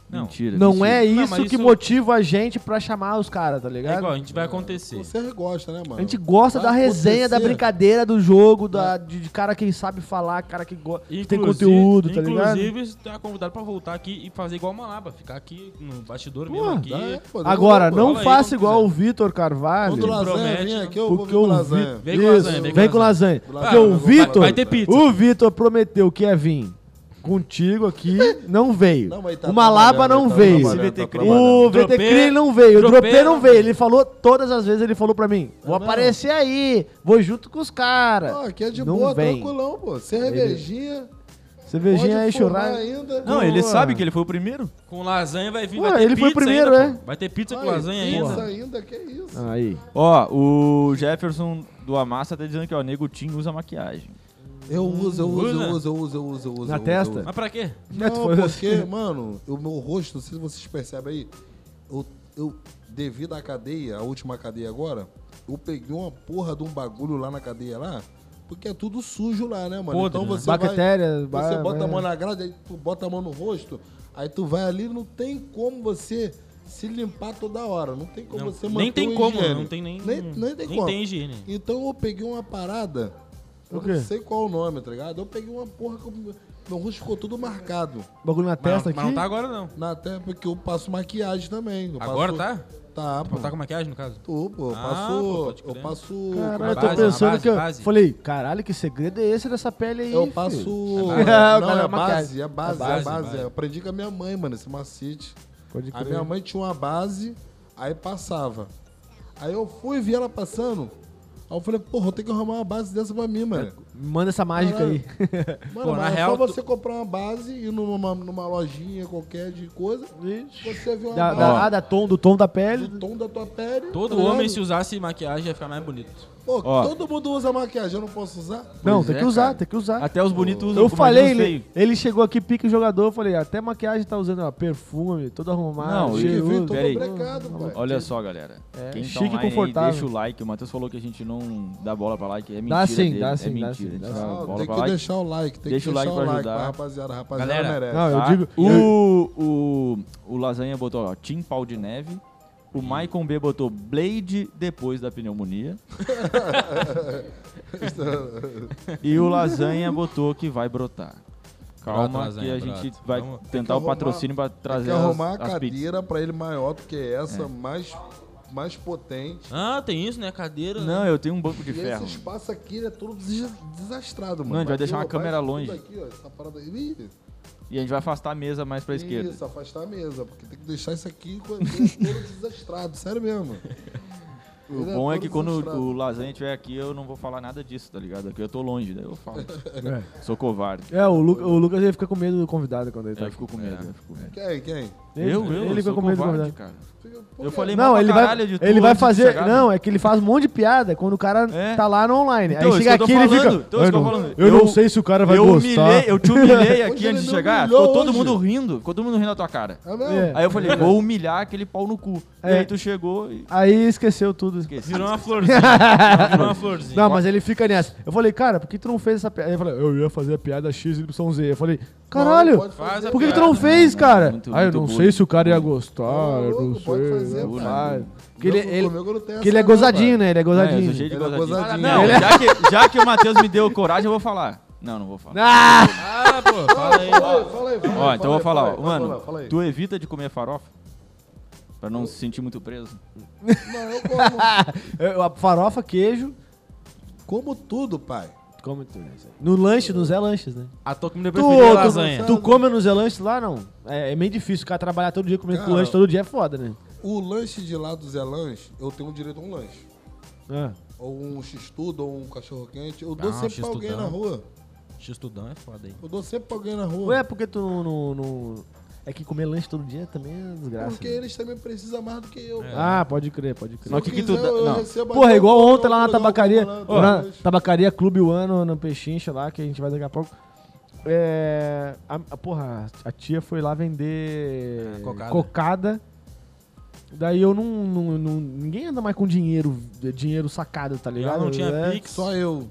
Speaker 2: Não.
Speaker 3: Mentira.
Speaker 1: Não
Speaker 3: mentira.
Speaker 1: é
Speaker 2: Não,
Speaker 1: isso,
Speaker 2: mas
Speaker 1: que
Speaker 2: isso-
Speaker 1: motiva a gente pra chamar os caras, tá ligado?
Speaker 2: É igual, a gente vai acontecer.
Speaker 4: Você gosta, né, mano?
Speaker 1: A gente gosta
Speaker 4: Vai
Speaker 1: da resenha, da
Speaker 4: acontecer.
Speaker 1: brincadeira, do jogo, da, de, de cara que sabe falar, cara que, go- que tem conteúdo, tá ligado?
Speaker 2: Inclusive, você tá convidado pra voltar aqui e fazer igual a Malaba. Ficar aqui no bastidor
Speaker 1: Pô,
Speaker 2: mesmo. Aqui.
Speaker 4: Dá, é, pô,
Speaker 1: Agora,
Speaker 4: pô.
Speaker 1: não
Speaker 2: Fala aí
Speaker 1: faça
Speaker 2: quando
Speaker 1: igual
Speaker 2: quiser.
Speaker 1: o Vitor Carvalho.
Speaker 4: Quando o lasanha
Speaker 2: promete,
Speaker 4: vem
Speaker 2: né?
Speaker 4: aqui, eu vou
Speaker 1: Porque
Speaker 4: vir com
Speaker 1: o
Speaker 4: lasanha.
Speaker 1: Vitor.
Speaker 2: Vem com lasanha, vem com
Speaker 1: vem com lasanha.
Speaker 4: lasanha.
Speaker 1: Porque o
Speaker 4: Vai,
Speaker 1: Vitor.
Speaker 2: vai ter pizza.
Speaker 1: O Vitor prometeu que ia vir contigo aqui, não veio.
Speaker 4: Não, mas ele tá
Speaker 1: o Malaba
Speaker 4: trabalhando,
Speaker 1: não
Speaker 4: ele tá
Speaker 1: veio.
Speaker 4: trabalhando, tá
Speaker 1: O
Speaker 4: trabalhando.
Speaker 1: VT
Speaker 2: Dropei-
Speaker 1: Clean não veio, o
Speaker 2: dropei
Speaker 1: Dropê não
Speaker 2: não
Speaker 1: veio.
Speaker 2: veio.
Speaker 1: Ele falou, todas as vezes ele falou pra mim, vou aparecer aí, vou junto com os caras.
Speaker 4: Ó, aqui é de
Speaker 1: Não
Speaker 4: boa,
Speaker 1: vem.
Speaker 4: tranquilão, pô. Cervejinha.
Speaker 1: Cervejinha
Speaker 4: pode
Speaker 1: aí,
Speaker 4: fumar
Speaker 1: chorar.
Speaker 4: ainda.
Speaker 3: Não, ele
Speaker 1: Boa.
Speaker 3: sabe que ele foi o primeiro?
Speaker 2: Com lasanha vai vir.
Speaker 1: Ué,
Speaker 2: vai ter
Speaker 1: ele foi o
Speaker 2: pizza
Speaker 1: primeiro,
Speaker 2: ainda,
Speaker 1: é?
Speaker 2: pô. Vai ter pizza
Speaker 4: Ai,
Speaker 2: com lasanha ainda.
Speaker 4: pizza ainda, que isso.
Speaker 1: Ah, Aí.
Speaker 3: Ó, o Jefferson do Amassa tá dizendo que ó, o Nego Tim usa maquiagem.
Speaker 4: Eu uso, eu uso, eu
Speaker 2: Usa?
Speaker 4: uso, eu uso, eu uso, eu uso.
Speaker 1: Na
Speaker 4: eu uso,
Speaker 1: testa?
Speaker 4: eu uso.
Speaker 2: Mas pra quê?
Speaker 1: Neto, assim. foi
Speaker 4: Não, porque, mano, o meu rosto, não sei se vocês percebem aí, eu, eu, devido à cadeia, a última cadeia agora, eu peguei uma porra de um bagulho lá na cadeia lá, porque é tudo sujo lá, né, mano?
Speaker 2: Podre,
Speaker 4: então
Speaker 2: né?
Speaker 4: você
Speaker 1: Bactérias,
Speaker 4: vai,
Speaker 1: ba-
Speaker 4: você bota a
Speaker 1: vai- é.
Speaker 4: mão na grade, aí tu bota a mão no rosto, aí tu vai ali, não tem como você se limpar toda hora, não tem como
Speaker 2: Não,
Speaker 4: você manter
Speaker 2: nem tem
Speaker 4: o
Speaker 2: como,
Speaker 4: higiene.
Speaker 2: não tem nem.
Speaker 4: nem, nem tem como.
Speaker 2: tem higiene.
Speaker 4: Então eu peguei uma parada.
Speaker 1: O
Speaker 4: Eu
Speaker 1: quê?
Speaker 4: não sei qual o nome, tá ligado? Eu peguei uma porra que eu- meu rosto ficou tudo marcado.
Speaker 1: Bagulho na
Speaker 2: Mas,
Speaker 1: testa
Speaker 2: mas não
Speaker 1: aqui.
Speaker 2: tá agora, não.
Speaker 4: Na até porque eu passo maquiagem também. Eu
Speaker 2: Agora
Speaker 4: passo- Tá, pô.
Speaker 2: tá? Tá com maquiagem, no caso?
Speaker 4: Tô, pô. Eu
Speaker 2: Ah,
Speaker 4: passo.
Speaker 2: pô, pode
Speaker 4: eu
Speaker 2: crer.
Speaker 4: passo.
Speaker 1: Caralho,
Speaker 2: Na
Speaker 1: eu tô
Speaker 2: base, na
Speaker 1: pensando
Speaker 2: base,
Speaker 1: que eu
Speaker 2: base.
Speaker 1: falei, caralho, que segredo é esse dessa pele aí?
Speaker 4: eu
Speaker 1: filho?
Speaker 4: passo.
Speaker 1: cara,
Speaker 4: Não, é
Speaker 1: maquiagem.
Speaker 4: base, é base, é
Speaker 2: base,
Speaker 4: base.
Speaker 2: base.
Speaker 4: Eu aprendi com a minha mãe, mano, esse macete.
Speaker 1: Pode
Speaker 4: A
Speaker 1: crer.
Speaker 4: minha mãe tinha uma base, aí passava. Aí eu fui e vi ela passando. Aí eu falei, porra, eu tenho que arrumar uma base dessa pra mim, mano.
Speaker 1: Manda essa mágica aí.
Speaker 2: Pô,
Speaker 4: Mano,
Speaker 2: na
Speaker 4: mas é
Speaker 2: real,
Speaker 4: só
Speaker 2: tu-
Speaker 4: você comprar uma base e ir numa, numa lojinha qualquer de coisa, você vê uma
Speaker 1: Da,
Speaker 4: base
Speaker 1: da- ah, da tom, do tom da pele.
Speaker 4: do tom da tua pele.
Speaker 2: Todo
Speaker 4: tá
Speaker 2: homem,
Speaker 4: ligado?
Speaker 2: se usasse maquiagem, ia ficar mais bonito.
Speaker 4: Pô,
Speaker 3: Ó.
Speaker 4: todo mundo usa maquiagem, eu não posso usar?
Speaker 1: não,
Speaker 6: Pois
Speaker 1: tem
Speaker 6: é,
Speaker 1: que usar,
Speaker 6: cara.
Speaker 1: tem que usar.
Speaker 3: Até os bonitos usam.
Speaker 1: eu
Speaker 3: pô, mas
Speaker 1: falei,
Speaker 3: os
Speaker 1: ele,
Speaker 3: feios.
Speaker 1: ele chegou aqui, pique jogador, eu falei, até maquiagem tá usando, ó, perfume, todo arrumado,
Speaker 3: Não, e- é
Speaker 4: Que vem
Speaker 1: cheiroso.
Speaker 4: todo
Speaker 3: peraí.
Speaker 4: brecado, pai.
Speaker 3: Olha só, galera. Quem tá
Speaker 1: É. chique e
Speaker 3: online aí,
Speaker 1: confortável.
Speaker 3: deixa o like. O Matheus falou que a gente não dá bola pra like. É mentira.
Speaker 1: Dá sim,
Speaker 3: dele,
Speaker 1: dá
Speaker 3: é
Speaker 1: sim, dá
Speaker 3: mentira.
Speaker 1: sim,
Speaker 3: a gente
Speaker 1: dá
Speaker 3: dá
Speaker 1: sim.
Speaker 3: bola
Speaker 4: tem
Speaker 3: pra
Speaker 4: que
Speaker 3: like.
Speaker 4: deixar o like, tem
Speaker 3: Deixa
Speaker 4: que
Speaker 3: o
Speaker 4: deixar
Speaker 3: like
Speaker 4: o
Speaker 3: pra
Speaker 4: like
Speaker 3: ajudar.
Speaker 4: pra rapaziada, a rapaziada
Speaker 2: Galera,
Speaker 4: merece.
Speaker 1: Não, Ah, eu
Speaker 3: Tá?
Speaker 1: digo.
Speaker 3: O, o, o Lasanha botou, ó, Tim Pau de Neve. O Maicon B botou Blade depois da pneumonia. e o Lasanha botou que vai brotar.
Speaker 2: Brota,
Speaker 3: Calma,
Speaker 2: Lasanha,
Speaker 3: que a
Speaker 2: brota.
Speaker 3: gente vai
Speaker 2: Calma.
Speaker 3: tentar
Speaker 4: Tem
Speaker 3: o
Speaker 4: que
Speaker 3: patrocínio pra
Speaker 4: Tem
Speaker 3: trazer
Speaker 4: que
Speaker 3: as-
Speaker 4: arrumar
Speaker 3: as
Speaker 4: a
Speaker 3: pizzas. É.
Speaker 4: cadeira pra ele maior do que essa, mais, mais potente.
Speaker 2: Ah, tem isso, né? Cadeira. né?
Speaker 3: Não, eu tenho um banco de
Speaker 4: E esse
Speaker 3: ferro.
Speaker 4: espaço aqui ele é todo des- desastrado, mano.
Speaker 3: Não, a gente vai
Speaker 4: Aqui,
Speaker 3: deixar uma
Speaker 4: ó,
Speaker 3: câmera
Speaker 4: tudo
Speaker 3: longe.
Speaker 4: Aqui, ó, essa parada aí. Ih,
Speaker 3: E a gente vai afastar a mesa mais pra esquerda.
Speaker 4: Isso, afastar a mesa, porque tem que deixar isso aqui quando todo desastrado, sério mesmo.
Speaker 3: O
Speaker 4: Ele
Speaker 3: bom é
Speaker 4: todo
Speaker 3: que quando
Speaker 4: desastrado.
Speaker 3: o Lasanha estiver aqui, eu não vou falar nada disso, tá ligado? Porque eu tô longe, daí eu falo. Sou covarde.
Speaker 1: É, o, Lu- o Lucas ele fica com medo do convidado quando ele tá
Speaker 3: Eu
Speaker 1: aqui.
Speaker 3: fico É, com medo. eu fico com medo.
Speaker 4: Quem, quem?
Speaker 1: Ele- ele fica
Speaker 3: sou
Speaker 1: com medo do
Speaker 3: covarde,
Speaker 1: convidado.
Speaker 3: cara.
Speaker 4: Fica- Por
Speaker 3: Eu
Speaker 4: quê?
Speaker 3: falei mal
Speaker 1: Não,
Speaker 3: pra
Speaker 1: ele vai,
Speaker 3: caralho de tu
Speaker 1: ele vai
Speaker 3: antes de
Speaker 1: fazer.
Speaker 3: chegar, né?
Speaker 1: Não, é que ele faz um monte de piada quando o cara
Speaker 3: É.
Speaker 1: tá lá no online.
Speaker 3: Então,
Speaker 1: Aí
Speaker 3: isso
Speaker 1: chega
Speaker 3: que eu tô
Speaker 1: aqui e ele fica.
Speaker 3: falando, então, isso que eu tô
Speaker 1: não-
Speaker 3: falando.
Speaker 1: eu não
Speaker 3: Eu-
Speaker 1: sei se o cara vai
Speaker 3: eu
Speaker 1: gostar.
Speaker 3: humilhei, eu te humilhei
Speaker 4: Hoje
Speaker 3: aqui
Speaker 4: ele
Speaker 3: antes de
Speaker 4: me
Speaker 3: chegar.
Speaker 4: humilhou
Speaker 3: Ficou todo
Speaker 4: hoje.
Speaker 3: mundo rindo, ficou todo mundo rindo na tua cara.
Speaker 4: É mesmo?
Speaker 1: É.
Speaker 3: Aí eu falei, vou humilhar aquele pau no cu. E
Speaker 1: É.
Speaker 3: aí tu chegou e
Speaker 1: Aí esqueceu tudo.
Speaker 3: esqueci. É,
Speaker 2: Virou uma florzinha. Não, Virou uma florzinha.
Speaker 1: Não, mas ele fica nessa. Eu falei, cara, por que tu não fez essa piada? Ele falou, eu ia fazer a piada XYZ. Eu falei,
Speaker 4: Não,
Speaker 1: caralho,
Speaker 4: pode fazer.
Speaker 2: Faz a
Speaker 1: por que, que tu
Speaker 2: piada.
Speaker 1: não fez, cara?
Speaker 3: muito-
Speaker 1: ah, eu
Speaker 3: muito
Speaker 1: não
Speaker 3: bullying.
Speaker 1: sei se o cara ia gostar, eu não
Speaker 4: Louco, pode
Speaker 1: sei.
Speaker 4: fazer,
Speaker 1: não
Speaker 4: cara.
Speaker 1: vai. Porque
Speaker 4: Não,
Speaker 1: ele, ele-
Speaker 4: comigo não tem
Speaker 1: porque
Speaker 4: essa
Speaker 1: ele é
Speaker 4: não,
Speaker 1: gozadinho,
Speaker 4: pai.
Speaker 1: né? Ele é
Speaker 3: É, eu
Speaker 1: gozadinho.
Speaker 3: sou cheio de
Speaker 4: Ele é
Speaker 3: gozadinha.
Speaker 4: gozadinho.
Speaker 3: Não, já que, já que o Matheus me deu coragem, eu vou falar. Não, não vou falar.
Speaker 1: Ah!
Speaker 2: Ah, pô, fala
Speaker 1: né?
Speaker 2: aí.
Speaker 4: Fala aí, fala aí, fala
Speaker 3: Ó,
Speaker 4: aí,
Speaker 3: então eu vou
Speaker 4: fala
Speaker 3: falar.
Speaker 4: aí,
Speaker 3: ó.
Speaker 4: fala aí,
Speaker 3: Mano,
Speaker 4: fala aí.
Speaker 3: tu evita de comer farofa? Pra não se sentir muito preso.
Speaker 4: Não, eu como,
Speaker 1: Eu- É, a farofa, queijo.
Speaker 4: como tudo, né, pai.
Speaker 1: Come tudo. isso aí. No lanche, no Zé Lanches, né?
Speaker 2: A tua comida
Speaker 1: Tu,
Speaker 2: preferida é
Speaker 1: tu-
Speaker 2: lasanha.
Speaker 1: tu come no Zé Lanches lá, não? É, é meio difícil. O cara trabalhar todo dia comendo
Speaker 4: Cara,
Speaker 1: lanche todo dia é foda, né?
Speaker 4: O lanche de lá do Zé Lanche, eu tenho direito a um lanche.
Speaker 1: Ah.
Speaker 4: Ou um x-tudo, ou um cachorro-quente. Eu dou
Speaker 2: Ah, um
Speaker 4: sempre pra alguém na
Speaker 2: x-tudão.
Speaker 4: rua.
Speaker 2: X-tudão é foda aí.
Speaker 4: Eu dou sempre pra alguém na rua.
Speaker 1: Ué, por que tu não, não- não- É que comer lanche todo dia também é desgraça.
Speaker 4: porque
Speaker 1: né?
Speaker 4: eles também precisam mais do que eu. pai.
Speaker 1: Ah, pode crer, pode crer.
Speaker 4: Se eu
Speaker 3: que que tu
Speaker 4: quiser,
Speaker 3: dá-
Speaker 4: eu
Speaker 3: não.
Speaker 4: recebo
Speaker 1: Porra, é
Speaker 4: até
Speaker 1: igual
Speaker 4: outro
Speaker 1: ontem lá na
Speaker 4: lugar, eu vou
Speaker 1: tabacaria.
Speaker 4: lá, eu dou
Speaker 1: Na
Speaker 4: lanche.
Speaker 1: tabacaria Clube One, no Peixincha lá, que a gente vai daqui a pouco. É, a, a- porra, a tia foi lá vender
Speaker 2: Ah, cocada.
Speaker 1: Daí eu não, não- não- Ninguém anda mais com dinheiro, dinheiro sacado, tá ligado?
Speaker 2: Ela não tinha
Speaker 1: É,
Speaker 2: pix.
Speaker 4: Só eu.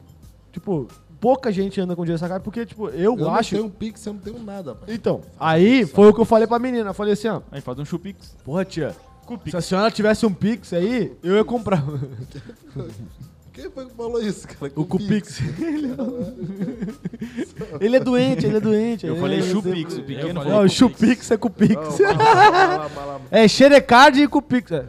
Speaker 1: Tipo, pouca gente anda com dinheiro sacado, porque, tipo, eu,
Speaker 4: eu
Speaker 1: acho.
Speaker 4: não tenho um pix, eu não tenho nada, pai.
Speaker 1: Então, aí foi o que eu falei pra menina. Eu falei assim, ó,
Speaker 3: Aí faz um chupix.
Speaker 1: porra, tia, se a senhora tivesse um Pix aí, eu ia comprar
Speaker 4: Quem foi que falou isso, cara?
Speaker 1: o
Speaker 4: Com
Speaker 1: Cupix. ele, ele é doente, ele é doente.
Speaker 3: Eu
Speaker 1: ele-
Speaker 3: falei
Speaker 1: ele-
Speaker 3: chupix, o pequeno
Speaker 1: Não,
Speaker 3: falou
Speaker 1: o
Speaker 3: chupix.
Speaker 1: Chupix é Cupix.
Speaker 4: Não, fala, fala, fala. É.
Speaker 1: É Xerecard e Cupix. É.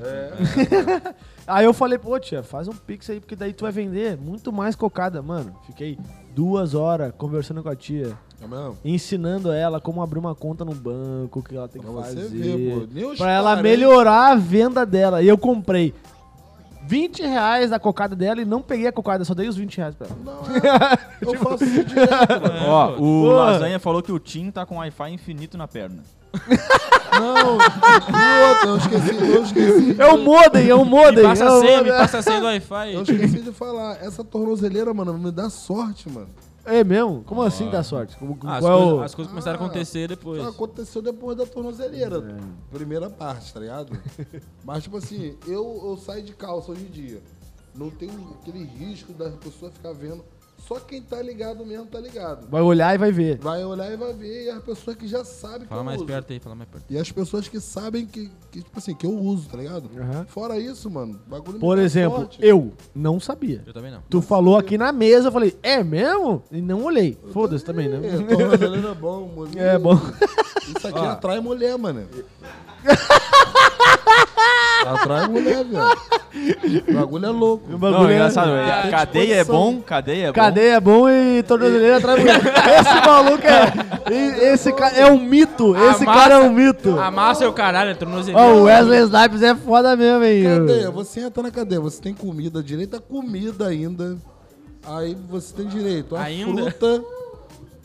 Speaker 1: aí eu falei, pô, tia, faz um Pix aí, porque daí tu vai vender muito mais cocada, mano. Fiquei duas horas conversando com a tia,
Speaker 4: É mesmo?
Speaker 1: ensinando ela como abrir uma conta no banco, o que ela tem
Speaker 4: Pra
Speaker 1: que
Speaker 4: você
Speaker 1: fazer.
Speaker 4: ver, pô. Nem os
Speaker 1: Pra ela
Speaker 4: parentes-
Speaker 1: melhorar a venda dela. E eu comprei 20 reais da cocada dela e não peguei a cocada, só dei os 20 reais pra ela.
Speaker 4: Não, é. Eu faço isso direto. mano.
Speaker 3: Ó, o
Speaker 1: Pô.
Speaker 3: Lasanha falou que o Tim tá com Wi-Fi infinito na perna.
Speaker 4: Não, e outra, eu esqueci, eu esqueci.
Speaker 1: É o modem, é o modem.
Speaker 2: Me passa
Speaker 1: é
Speaker 2: a
Speaker 1: o
Speaker 2: senha, me
Speaker 1: modem.
Speaker 2: passa a senha do
Speaker 4: Eu
Speaker 2: Wi-Fi.
Speaker 4: esqueci de falar. Essa tornozeleira, mano, me dá sorte, mano.
Speaker 1: É mesmo? Como assim dá sorte? Como-
Speaker 2: Ah, as,
Speaker 1: qual é
Speaker 2: coisas,
Speaker 1: o-
Speaker 2: as coisas começaram a acontecer depois.
Speaker 4: Só aconteceu depois da tornozeleira. Primeira parte, tá ligado? Mas, tipo assim, eu, eu saio de calça hoje em dia. Não tem aquele risco da pessoa ficar vendo. Só quem tá ligado mesmo tá ligado.
Speaker 1: Vai olhar e vai ver.
Speaker 4: Vai olhar e vai ver. E as pessoas que já sabem que
Speaker 2: Fala
Speaker 4: eu
Speaker 2: mais
Speaker 4: uso.
Speaker 2: perto aí, fala mais perto.
Speaker 4: E as pessoas que sabem que, que, tipo assim, que eu uso, tá ligado?
Speaker 1: Aham.
Speaker 4: Fora isso, mano, o bagulho me
Speaker 1: Por
Speaker 4: dá
Speaker 1: exemplo,
Speaker 4: sorte.
Speaker 1: eu não sabia.
Speaker 2: Eu também não.
Speaker 1: Tu falou aqui na mesa, eu falei, é mesmo? E não olhei. Foda-se também, né?
Speaker 4: É, tornozeleira é bom, mano.
Speaker 1: É bom.
Speaker 4: Isso aqui atrai mulher, mano. atrai mulher, velho. O bagulho é louco.
Speaker 1: O
Speaker 3: Não,
Speaker 1: bagulho
Speaker 3: é
Speaker 1: é
Speaker 3: engraçado. é-
Speaker 4: tem
Speaker 3: cadeia é
Speaker 4: disposição.
Speaker 3: bom, cadeia é bom.
Speaker 1: Cadeia é bom e tornozeleira atrás mulher. Esse maluco é. e- Esse cara é um mito. Esse
Speaker 2: Amassa.
Speaker 1: cara é um mito.
Speaker 2: Amassa é o caralho, é
Speaker 1: Ó, o Wesley Snipes é foda mesmo, hein?
Speaker 4: Cadeia, você entra na cadeia, você tem comida, direito a comida ainda. Aí você tem direito a
Speaker 2: Ainda?
Speaker 4: fruta.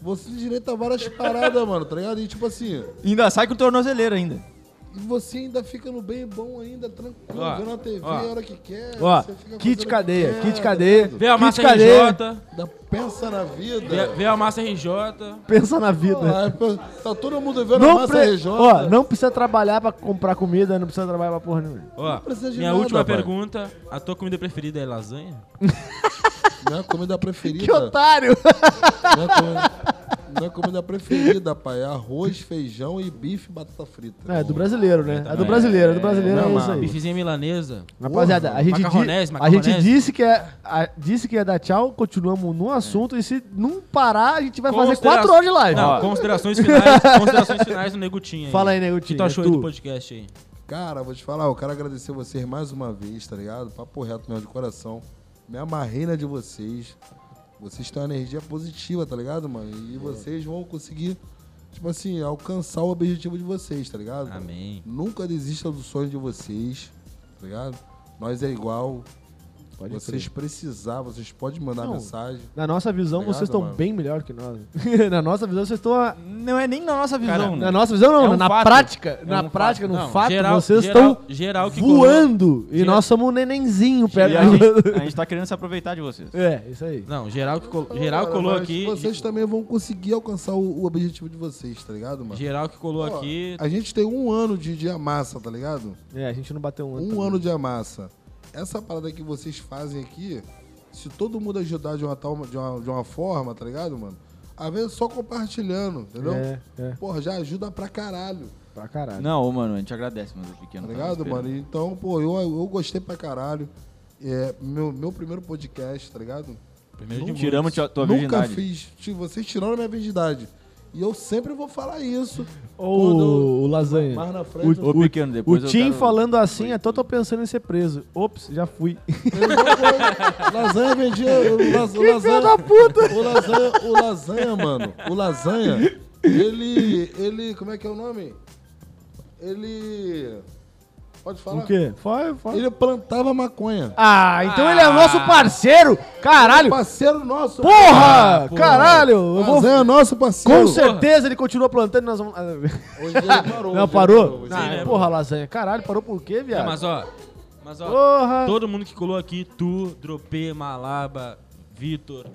Speaker 4: Você tem direito a várias paradas, mano, tá ligado? E tipo assim,
Speaker 3: Ainda sai com tornozeleira ainda.
Speaker 4: e você ainda fica no bem bom ainda, tranquilo,
Speaker 2: Ó,
Speaker 4: vendo a TV
Speaker 2: ó.
Speaker 4: a hora que quer.
Speaker 1: Ó,
Speaker 4: você fica fazendo o
Speaker 1: kit
Speaker 4: que
Speaker 1: cadeia,
Speaker 4: quer,
Speaker 1: kit
Speaker 4: tá
Speaker 1: cadeia.
Speaker 4: ligado?
Speaker 2: Vê a
Speaker 1: Kit
Speaker 2: massa
Speaker 1: cadeia.
Speaker 2: RJ.
Speaker 4: Dá- Pensa na vida.
Speaker 2: Vê, vê a massa RJ.
Speaker 1: Pensa na vida.
Speaker 4: Olha lá, Tá todo mundo vendo a
Speaker 1: Não,
Speaker 4: massa né?
Speaker 1: pre-
Speaker 4: RJ.
Speaker 1: Ó, não precisa trabalhar pra comprar comida, não precisa trabalhar pra porra nenhuma.
Speaker 2: Ó,
Speaker 4: precisa de
Speaker 2: minha
Speaker 4: nada,
Speaker 2: última
Speaker 4: pai.
Speaker 2: pergunta. A tua comida preferida é lasanha?
Speaker 4: Minha é comida preferida. é
Speaker 1: Que otário!
Speaker 4: Minha comi- Minha é comida preferida, pai, é arroz, feijão e bife e batata frita.
Speaker 1: Não, é do brasileiro, né? É do brasileiro, é do brasileiro é,
Speaker 4: Não,
Speaker 1: isso aí.
Speaker 2: Bifezinha milanesa.
Speaker 1: Rapaziada, a gente, di-
Speaker 2: Macarronese,
Speaker 1: a gente
Speaker 2: macarronese.
Speaker 1: disse, que é, a- disse que ia dar tchau, continuamos no assunto e se não parar, a gente vai fazer
Speaker 2: Considera-
Speaker 1: 4 horas de live.
Speaker 2: Não, considerações finais, considerações finais do Negutinho aí.
Speaker 1: Fala aí,
Speaker 2: O
Speaker 1: Negutinho.
Speaker 2: que tu achou
Speaker 1: é
Speaker 2: aí do podcast aí?
Speaker 4: Cara, vou te falar, eu quero agradecer vocês mais uma vez, tá ligado? Papo reto mesmo, de coração. Me amarrei na de vocês. Vocês têm uma energia positiva, tá ligado, mano? E vocês vão conseguir, tipo assim, alcançar o objetivo de vocês, tá ligado?
Speaker 2: Amém.
Speaker 4: Nunca desista do sonho de vocês, tá ligado? Nós é igual.
Speaker 1: Pode
Speaker 4: vocês precisar, vocês podem mandar
Speaker 1: Não.
Speaker 4: mensagem.
Speaker 1: Na nossa visão,
Speaker 4: Obrigado,
Speaker 1: vocês estão
Speaker 4: mano.
Speaker 1: bem melhor que nós. na nossa visão, vocês estão. a-
Speaker 3: Não é nem na nossa visão. né?
Speaker 1: Na nossa visão, não,
Speaker 3: É um
Speaker 1: na
Speaker 3: fato.
Speaker 1: prática.
Speaker 2: É
Speaker 1: na
Speaker 2: um
Speaker 1: prática,
Speaker 2: fato.
Speaker 1: no
Speaker 2: Não,
Speaker 1: fato,
Speaker 2: geral-
Speaker 1: vocês
Speaker 2: geral-
Speaker 1: estão
Speaker 2: geral que
Speaker 1: voando. E
Speaker 2: Geral-
Speaker 1: nós somos um nenenzinho
Speaker 3: E
Speaker 1: perto
Speaker 3: a, gente,
Speaker 1: da.
Speaker 3: a gente tá querendo se aproveitar de vocês.
Speaker 1: É, isso aí.
Speaker 2: Não, geral que, colo-
Speaker 4: Então,
Speaker 2: geral que
Speaker 4: cara,
Speaker 2: colou
Speaker 4: mas
Speaker 2: aqui. Tipo-
Speaker 4: Vocês também vão conseguir alcançar o, o objetivo de vocês, tá ligado, mano?
Speaker 2: Geral que colou
Speaker 4: Pô,
Speaker 2: aqui. tá,
Speaker 4: A gente tem um ano de, de amassa, tá ligado?
Speaker 1: É, a gente não bateu um ano.
Speaker 4: Um
Speaker 1: também.
Speaker 4: ano de amassa. Essa parada que vocês fazem aqui, se todo mundo ajudar de uma, tal, de uma, de uma forma, tá ligado, mano? Às vezes só compartilhando, entendeu?
Speaker 1: É, é,
Speaker 4: Porra, já ajuda pra caralho,
Speaker 1: pra caralho.
Speaker 3: Não, ô, mano, a gente agradece, mas o pequeno.
Speaker 4: tá
Speaker 3: tá
Speaker 4: ligado,
Speaker 3: esperando.
Speaker 4: mano? Então, pô, eu, eu gostei pra caralho. É, meu, meu primeiro podcast, tá ligado?
Speaker 2: Primeiro de
Speaker 4: Não-
Speaker 2: muitos.
Speaker 3: Tiramos tua, tua
Speaker 4: Nunca
Speaker 3: virgindade.
Speaker 4: fiz. Ti- Vocês tiraram minha virgindade. E eu sempre vou falar isso.
Speaker 1: Ou
Speaker 4: Quando-
Speaker 1: o lasanha.
Speaker 4: Mais na frente.
Speaker 3: né? Ô, pequeno,
Speaker 1: O
Speaker 3: depois eu
Speaker 1: Tim
Speaker 3: quero-
Speaker 1: falando assim, até eu tô pensando em ser preso. Ops, já fui.
Speaker 4: lasanha vendia. O, las, o lasanha, O lasanha, o lasanha, mano. O lasanha, ele. Ele. Como é que é o nome? Ele. Pode falar?
Speaker 1: O quê? Foi, foi.
Speaker 4: Ele plantava maconha.
Speaker 1: Ah, então ele é o nosso parceiro! Caralho!
Speaker 4: Parceiro nosso.
Speaker 1: Porra! Caralho! Eu vou...
Speaker 4: Lasanha é nosso parceiro.
Speaker 1: Com certeza ele continuou plantando e nós vamos.
Speaker 4: Hoje ele parou.
Speaker 1: Não,
Speaker 4: hoje ele
Speaker 1: parou?
Speaker 4: hoje
Speaker 1: Ah,
Speaker 4: ele
Speaker 2: né,
Speaker 1: porra, lasanha. Caralho, parou por quê,
Speaker 2: É,
Speaker 1: viado?
Speaker 2: mas ó. Mas ó.
Speaker 1: Porra!
Speaker 2: Todo mundo que colou aqui, tu, Dropê, Malaba, Vitor,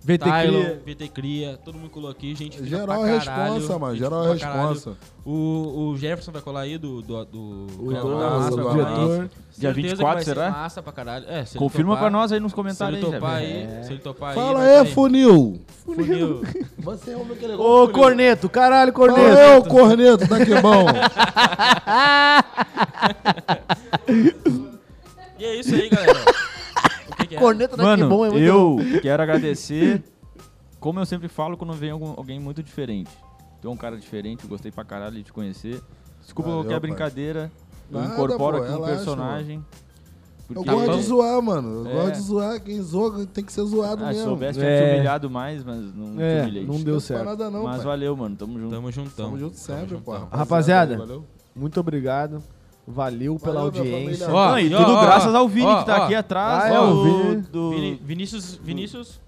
Speaker 1: VT
Speaker 2: Tylon,
Speaker 1: Cria.
Speaker 2: VT Cria, todo mundo colou aqui, gente. fina
Speaker 4: Geral
Speaker 2: pra
Speaker 4: é
Speaker 2: caralho,
Speaker 4: responsa, mano.
Speaker 2: gente
Speaker 4: Geral
Speaker 2: fina
Speaker 4: é
Speaker 2: pra caralho.
Speaker 4: responsa.
Speaker 2: O, o Jefferson vai colar aí do. do, do
Speaker 1: O
Speaker 2: da
Speaker 1: Idoso,
Speaker 2: massa, vai
Speaker 1: o
Speaker 2: colar
Speaker 1: diretor.
Speaker 2: aí.
Speaker 3: Dia
Speaker 2: Certeza que
Speaker 3: 24,
Speaker 2: vai ser
Speaker 3: será?
Speaker 2: Massa pra caralho. É, se ele
Speaker 3: Confirma
Speaker 2: topar,
Speaker 3: pra nós aí nos
Speaker 2: Se
Speaker 3: comentários
Speaker 2: ele
Speaker 3: aí,
Speaker 2: topar
Speaker 3: Jefferson. É.
Speaker 2: aí, se ele topar
Speaker 4: Fala
Speaker 2: aí. vai
Speaker 4: aí,
Speaker 2: ter-
Speaker 4: funil!
Speaker 2: Funil.
Speaker 4: Você arrumou aquele
Speaker 5: Ô, Corneto, caralho, Corneto.
Speaker 4: Valeu, corneto, tá que bom.
Speaker 2: E é isso aí, galera. O que que é?
Speaker 5: Corneta da
Speaker 3: Mano,
Speaker 5: Kibon é muito
Speaker 3: eu quero agradecer. Como eu sempre falo, quando vem algum- alguém muito diferente. Tu é um cara diferente, eu gostei pra caralho de te conhecer. Desculpa
Speaker 4: Valeu,
Speaker 3: qualquer
Speaker 4: pai.
Speaker 3: brincadeira. Eu
Speaker 4: Nada,
Speaker 3: incorporo
Speaker 4: pô,
Speaker 3: aqui um
Speaker 4: relaxa,
Speaker 3: personagem.
Speaker 4: Eu
Speaker 3: Porque
Speaker 4: gosto de
Speaker 2: bom.
Speaker 4: zoar, mano. Eu
Speaker 3: É.
Speaker 4: gosto de zoar. Quem zoa tem que ser zoado
Speaker 3: ah, se
Speaker 4: mesmo.
Speaker 3: soubesse,
Speaker 1: É.
Speaker 3: tinha te humilhado mais, mas não te
Speaker 1: É,
Speaker 3: humilhei.
Speaker 1: não
Speaker 4: Não
Speaker 1: deu
Speaker 4: tem pra
Speaker 1: certo.
Speaker 4: nada não,
Speaker 3: mas
Speaker 4: pai.
Speaker 3: valeu, mano. Tamo junto.
Speaker 2: então. Tamo juntão.
Speaker 4: Tamo junto sempre, pô.
Speaker 1: Rapaziada,
Speaker 4: valeu.
Speaker 1: muito obrigado. Valeu pela
Speaker 4: Valeu, minha
Speaker 1: audiência.
Speaker 4: família.
Speaker 2: Ó,
Speaker 3: Não, e
Speaker 2: ó,
Speaker 3: tudo
Speaker 2: ó,
Speaker 3: graças
Speaker 2: ó,
Speaker 3: ao Vini
Speaker 2: ó,
Speaker 3: que tá
Speaker 2: ó.
Speaker 3: aqui atrás.
Speaker 1: Ah, é,
Speaker 3: ó,
Speaker 1: o
Speaker 3: do-
Speaker 1: Vini.
Speaker 3: do-
Speaker 2: Vini- Vinícius. Vinícius.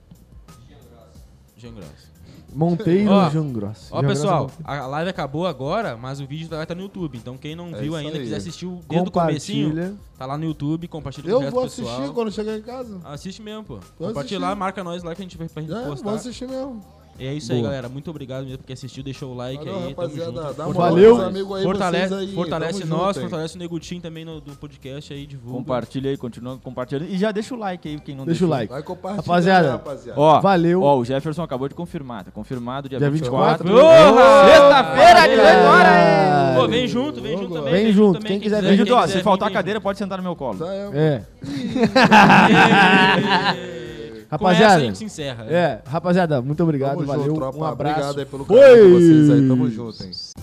Speaker 2: Jean Gross.
Speaker 1: Monteiro é
Speaker 2: Ó,
Speaker 1: Jean Gross.
Speaker 2: Ó,
Speaker 1: Jean
Speaker 2: pessoal,
Speaker 1: Gross
Speaker 2: a live acabou agora, mas o vídeo vai estar no YouTube. Então, quem não viu
Speaker 4: É isso
Speaker 2: ainda,
Speaker 4: aí.
Speaker 2: quiser assistir o
Speaker 1: é bom.
Speaker 2: dedo do comecinho,
Speaker 1: compartilha.
Speaker 2: tá lá no YouTube, compartilha com o
Speaker 4: Eu
Speaker 2: resto
Speaker 4: vou
Speaker 2: do
Speaker 4: assistir
Speaker 2: pessoal.
Speaker 4: quando chegar em casa.
Speaker 2: Assiste mesmo, pô.
Speaker 4: Vou
Speaker 2: Compartilha
Speaker 4: assistir.
Speaker 2: lá, marca nós lá que a gente vai pra gente
Speaker 4: É, vou
Speaker 2: postar.
Speaker 4: assistir mesmo.
Speaker 2: E é isso aí, galera. Muito obrigado mesmo porque assistiu, deixou o like
Speaker 4: Valeu,
Speaker 2: aí, tamo junto.
Speaker 4: rapaziada. Dá uma
Speaker 1: Valeu.
Speaker 4: moral pros amigos aí,
Speaker 2: fortalece
Speaker 4: vocês aí.
Speaker 2: fortalece
Speaker 4: Tamo
Speaker 2: nós,
Speaker 4: junto, hein.
Speaker 2: fortalece o Negutinho também no, do podcast aí, divulga.
Speaker 3: Compartilha aí, continua compartilhando. E já deixa o like aí, quem não
Speaker 1: Deixa o
Speaker 3: deixou.
Speaker 1: like.
Speaker 4: Vai compartilhar,
Speaker 1: Rapaziada.
Speaker 4: rapaziada.
Speaker 3: Ó,
Speaker 1: Valeu.
Speaker 3: Ó, o Jefferson acabou de confirmar. Tá confirmado dia,
Speaker 1: Dia
Speaker 3: 24.
Speaker 1: 24.
Speaker 3: Sexta-feira, 18
Speaker 1: horas,
Speaker 2: Pô, vem junto, vem junto também.
Speaker 1: Vem junto,
Speaker 2: também,
Speaker 1: quem quiser
Speaker 3: Vem junto, ó,
Speaker 2: quiser
Speaker 3: se
Speaker 2: vir,
Speaker 3: faltar
Speaker 2: vem
Speaker 3: cadeira, pode sentar no meu colo.
Speaker 4: Tá, é.
Speaker 1: É.
Speaker 2: junto. Com essa a
Speaker 1: Rapaziada.
Speaker 2: gente se encerra.
Speaker 1: É, rapaziada, muito obrigado,
Speaker 4: Tamo junto,
Speaker 1: valeu.
Speaker 4: tropa.
Speaker 1: um abraço.
Speaker 4: Obrigado aí pelo carinho de vocês aí. Tamo junto, hein.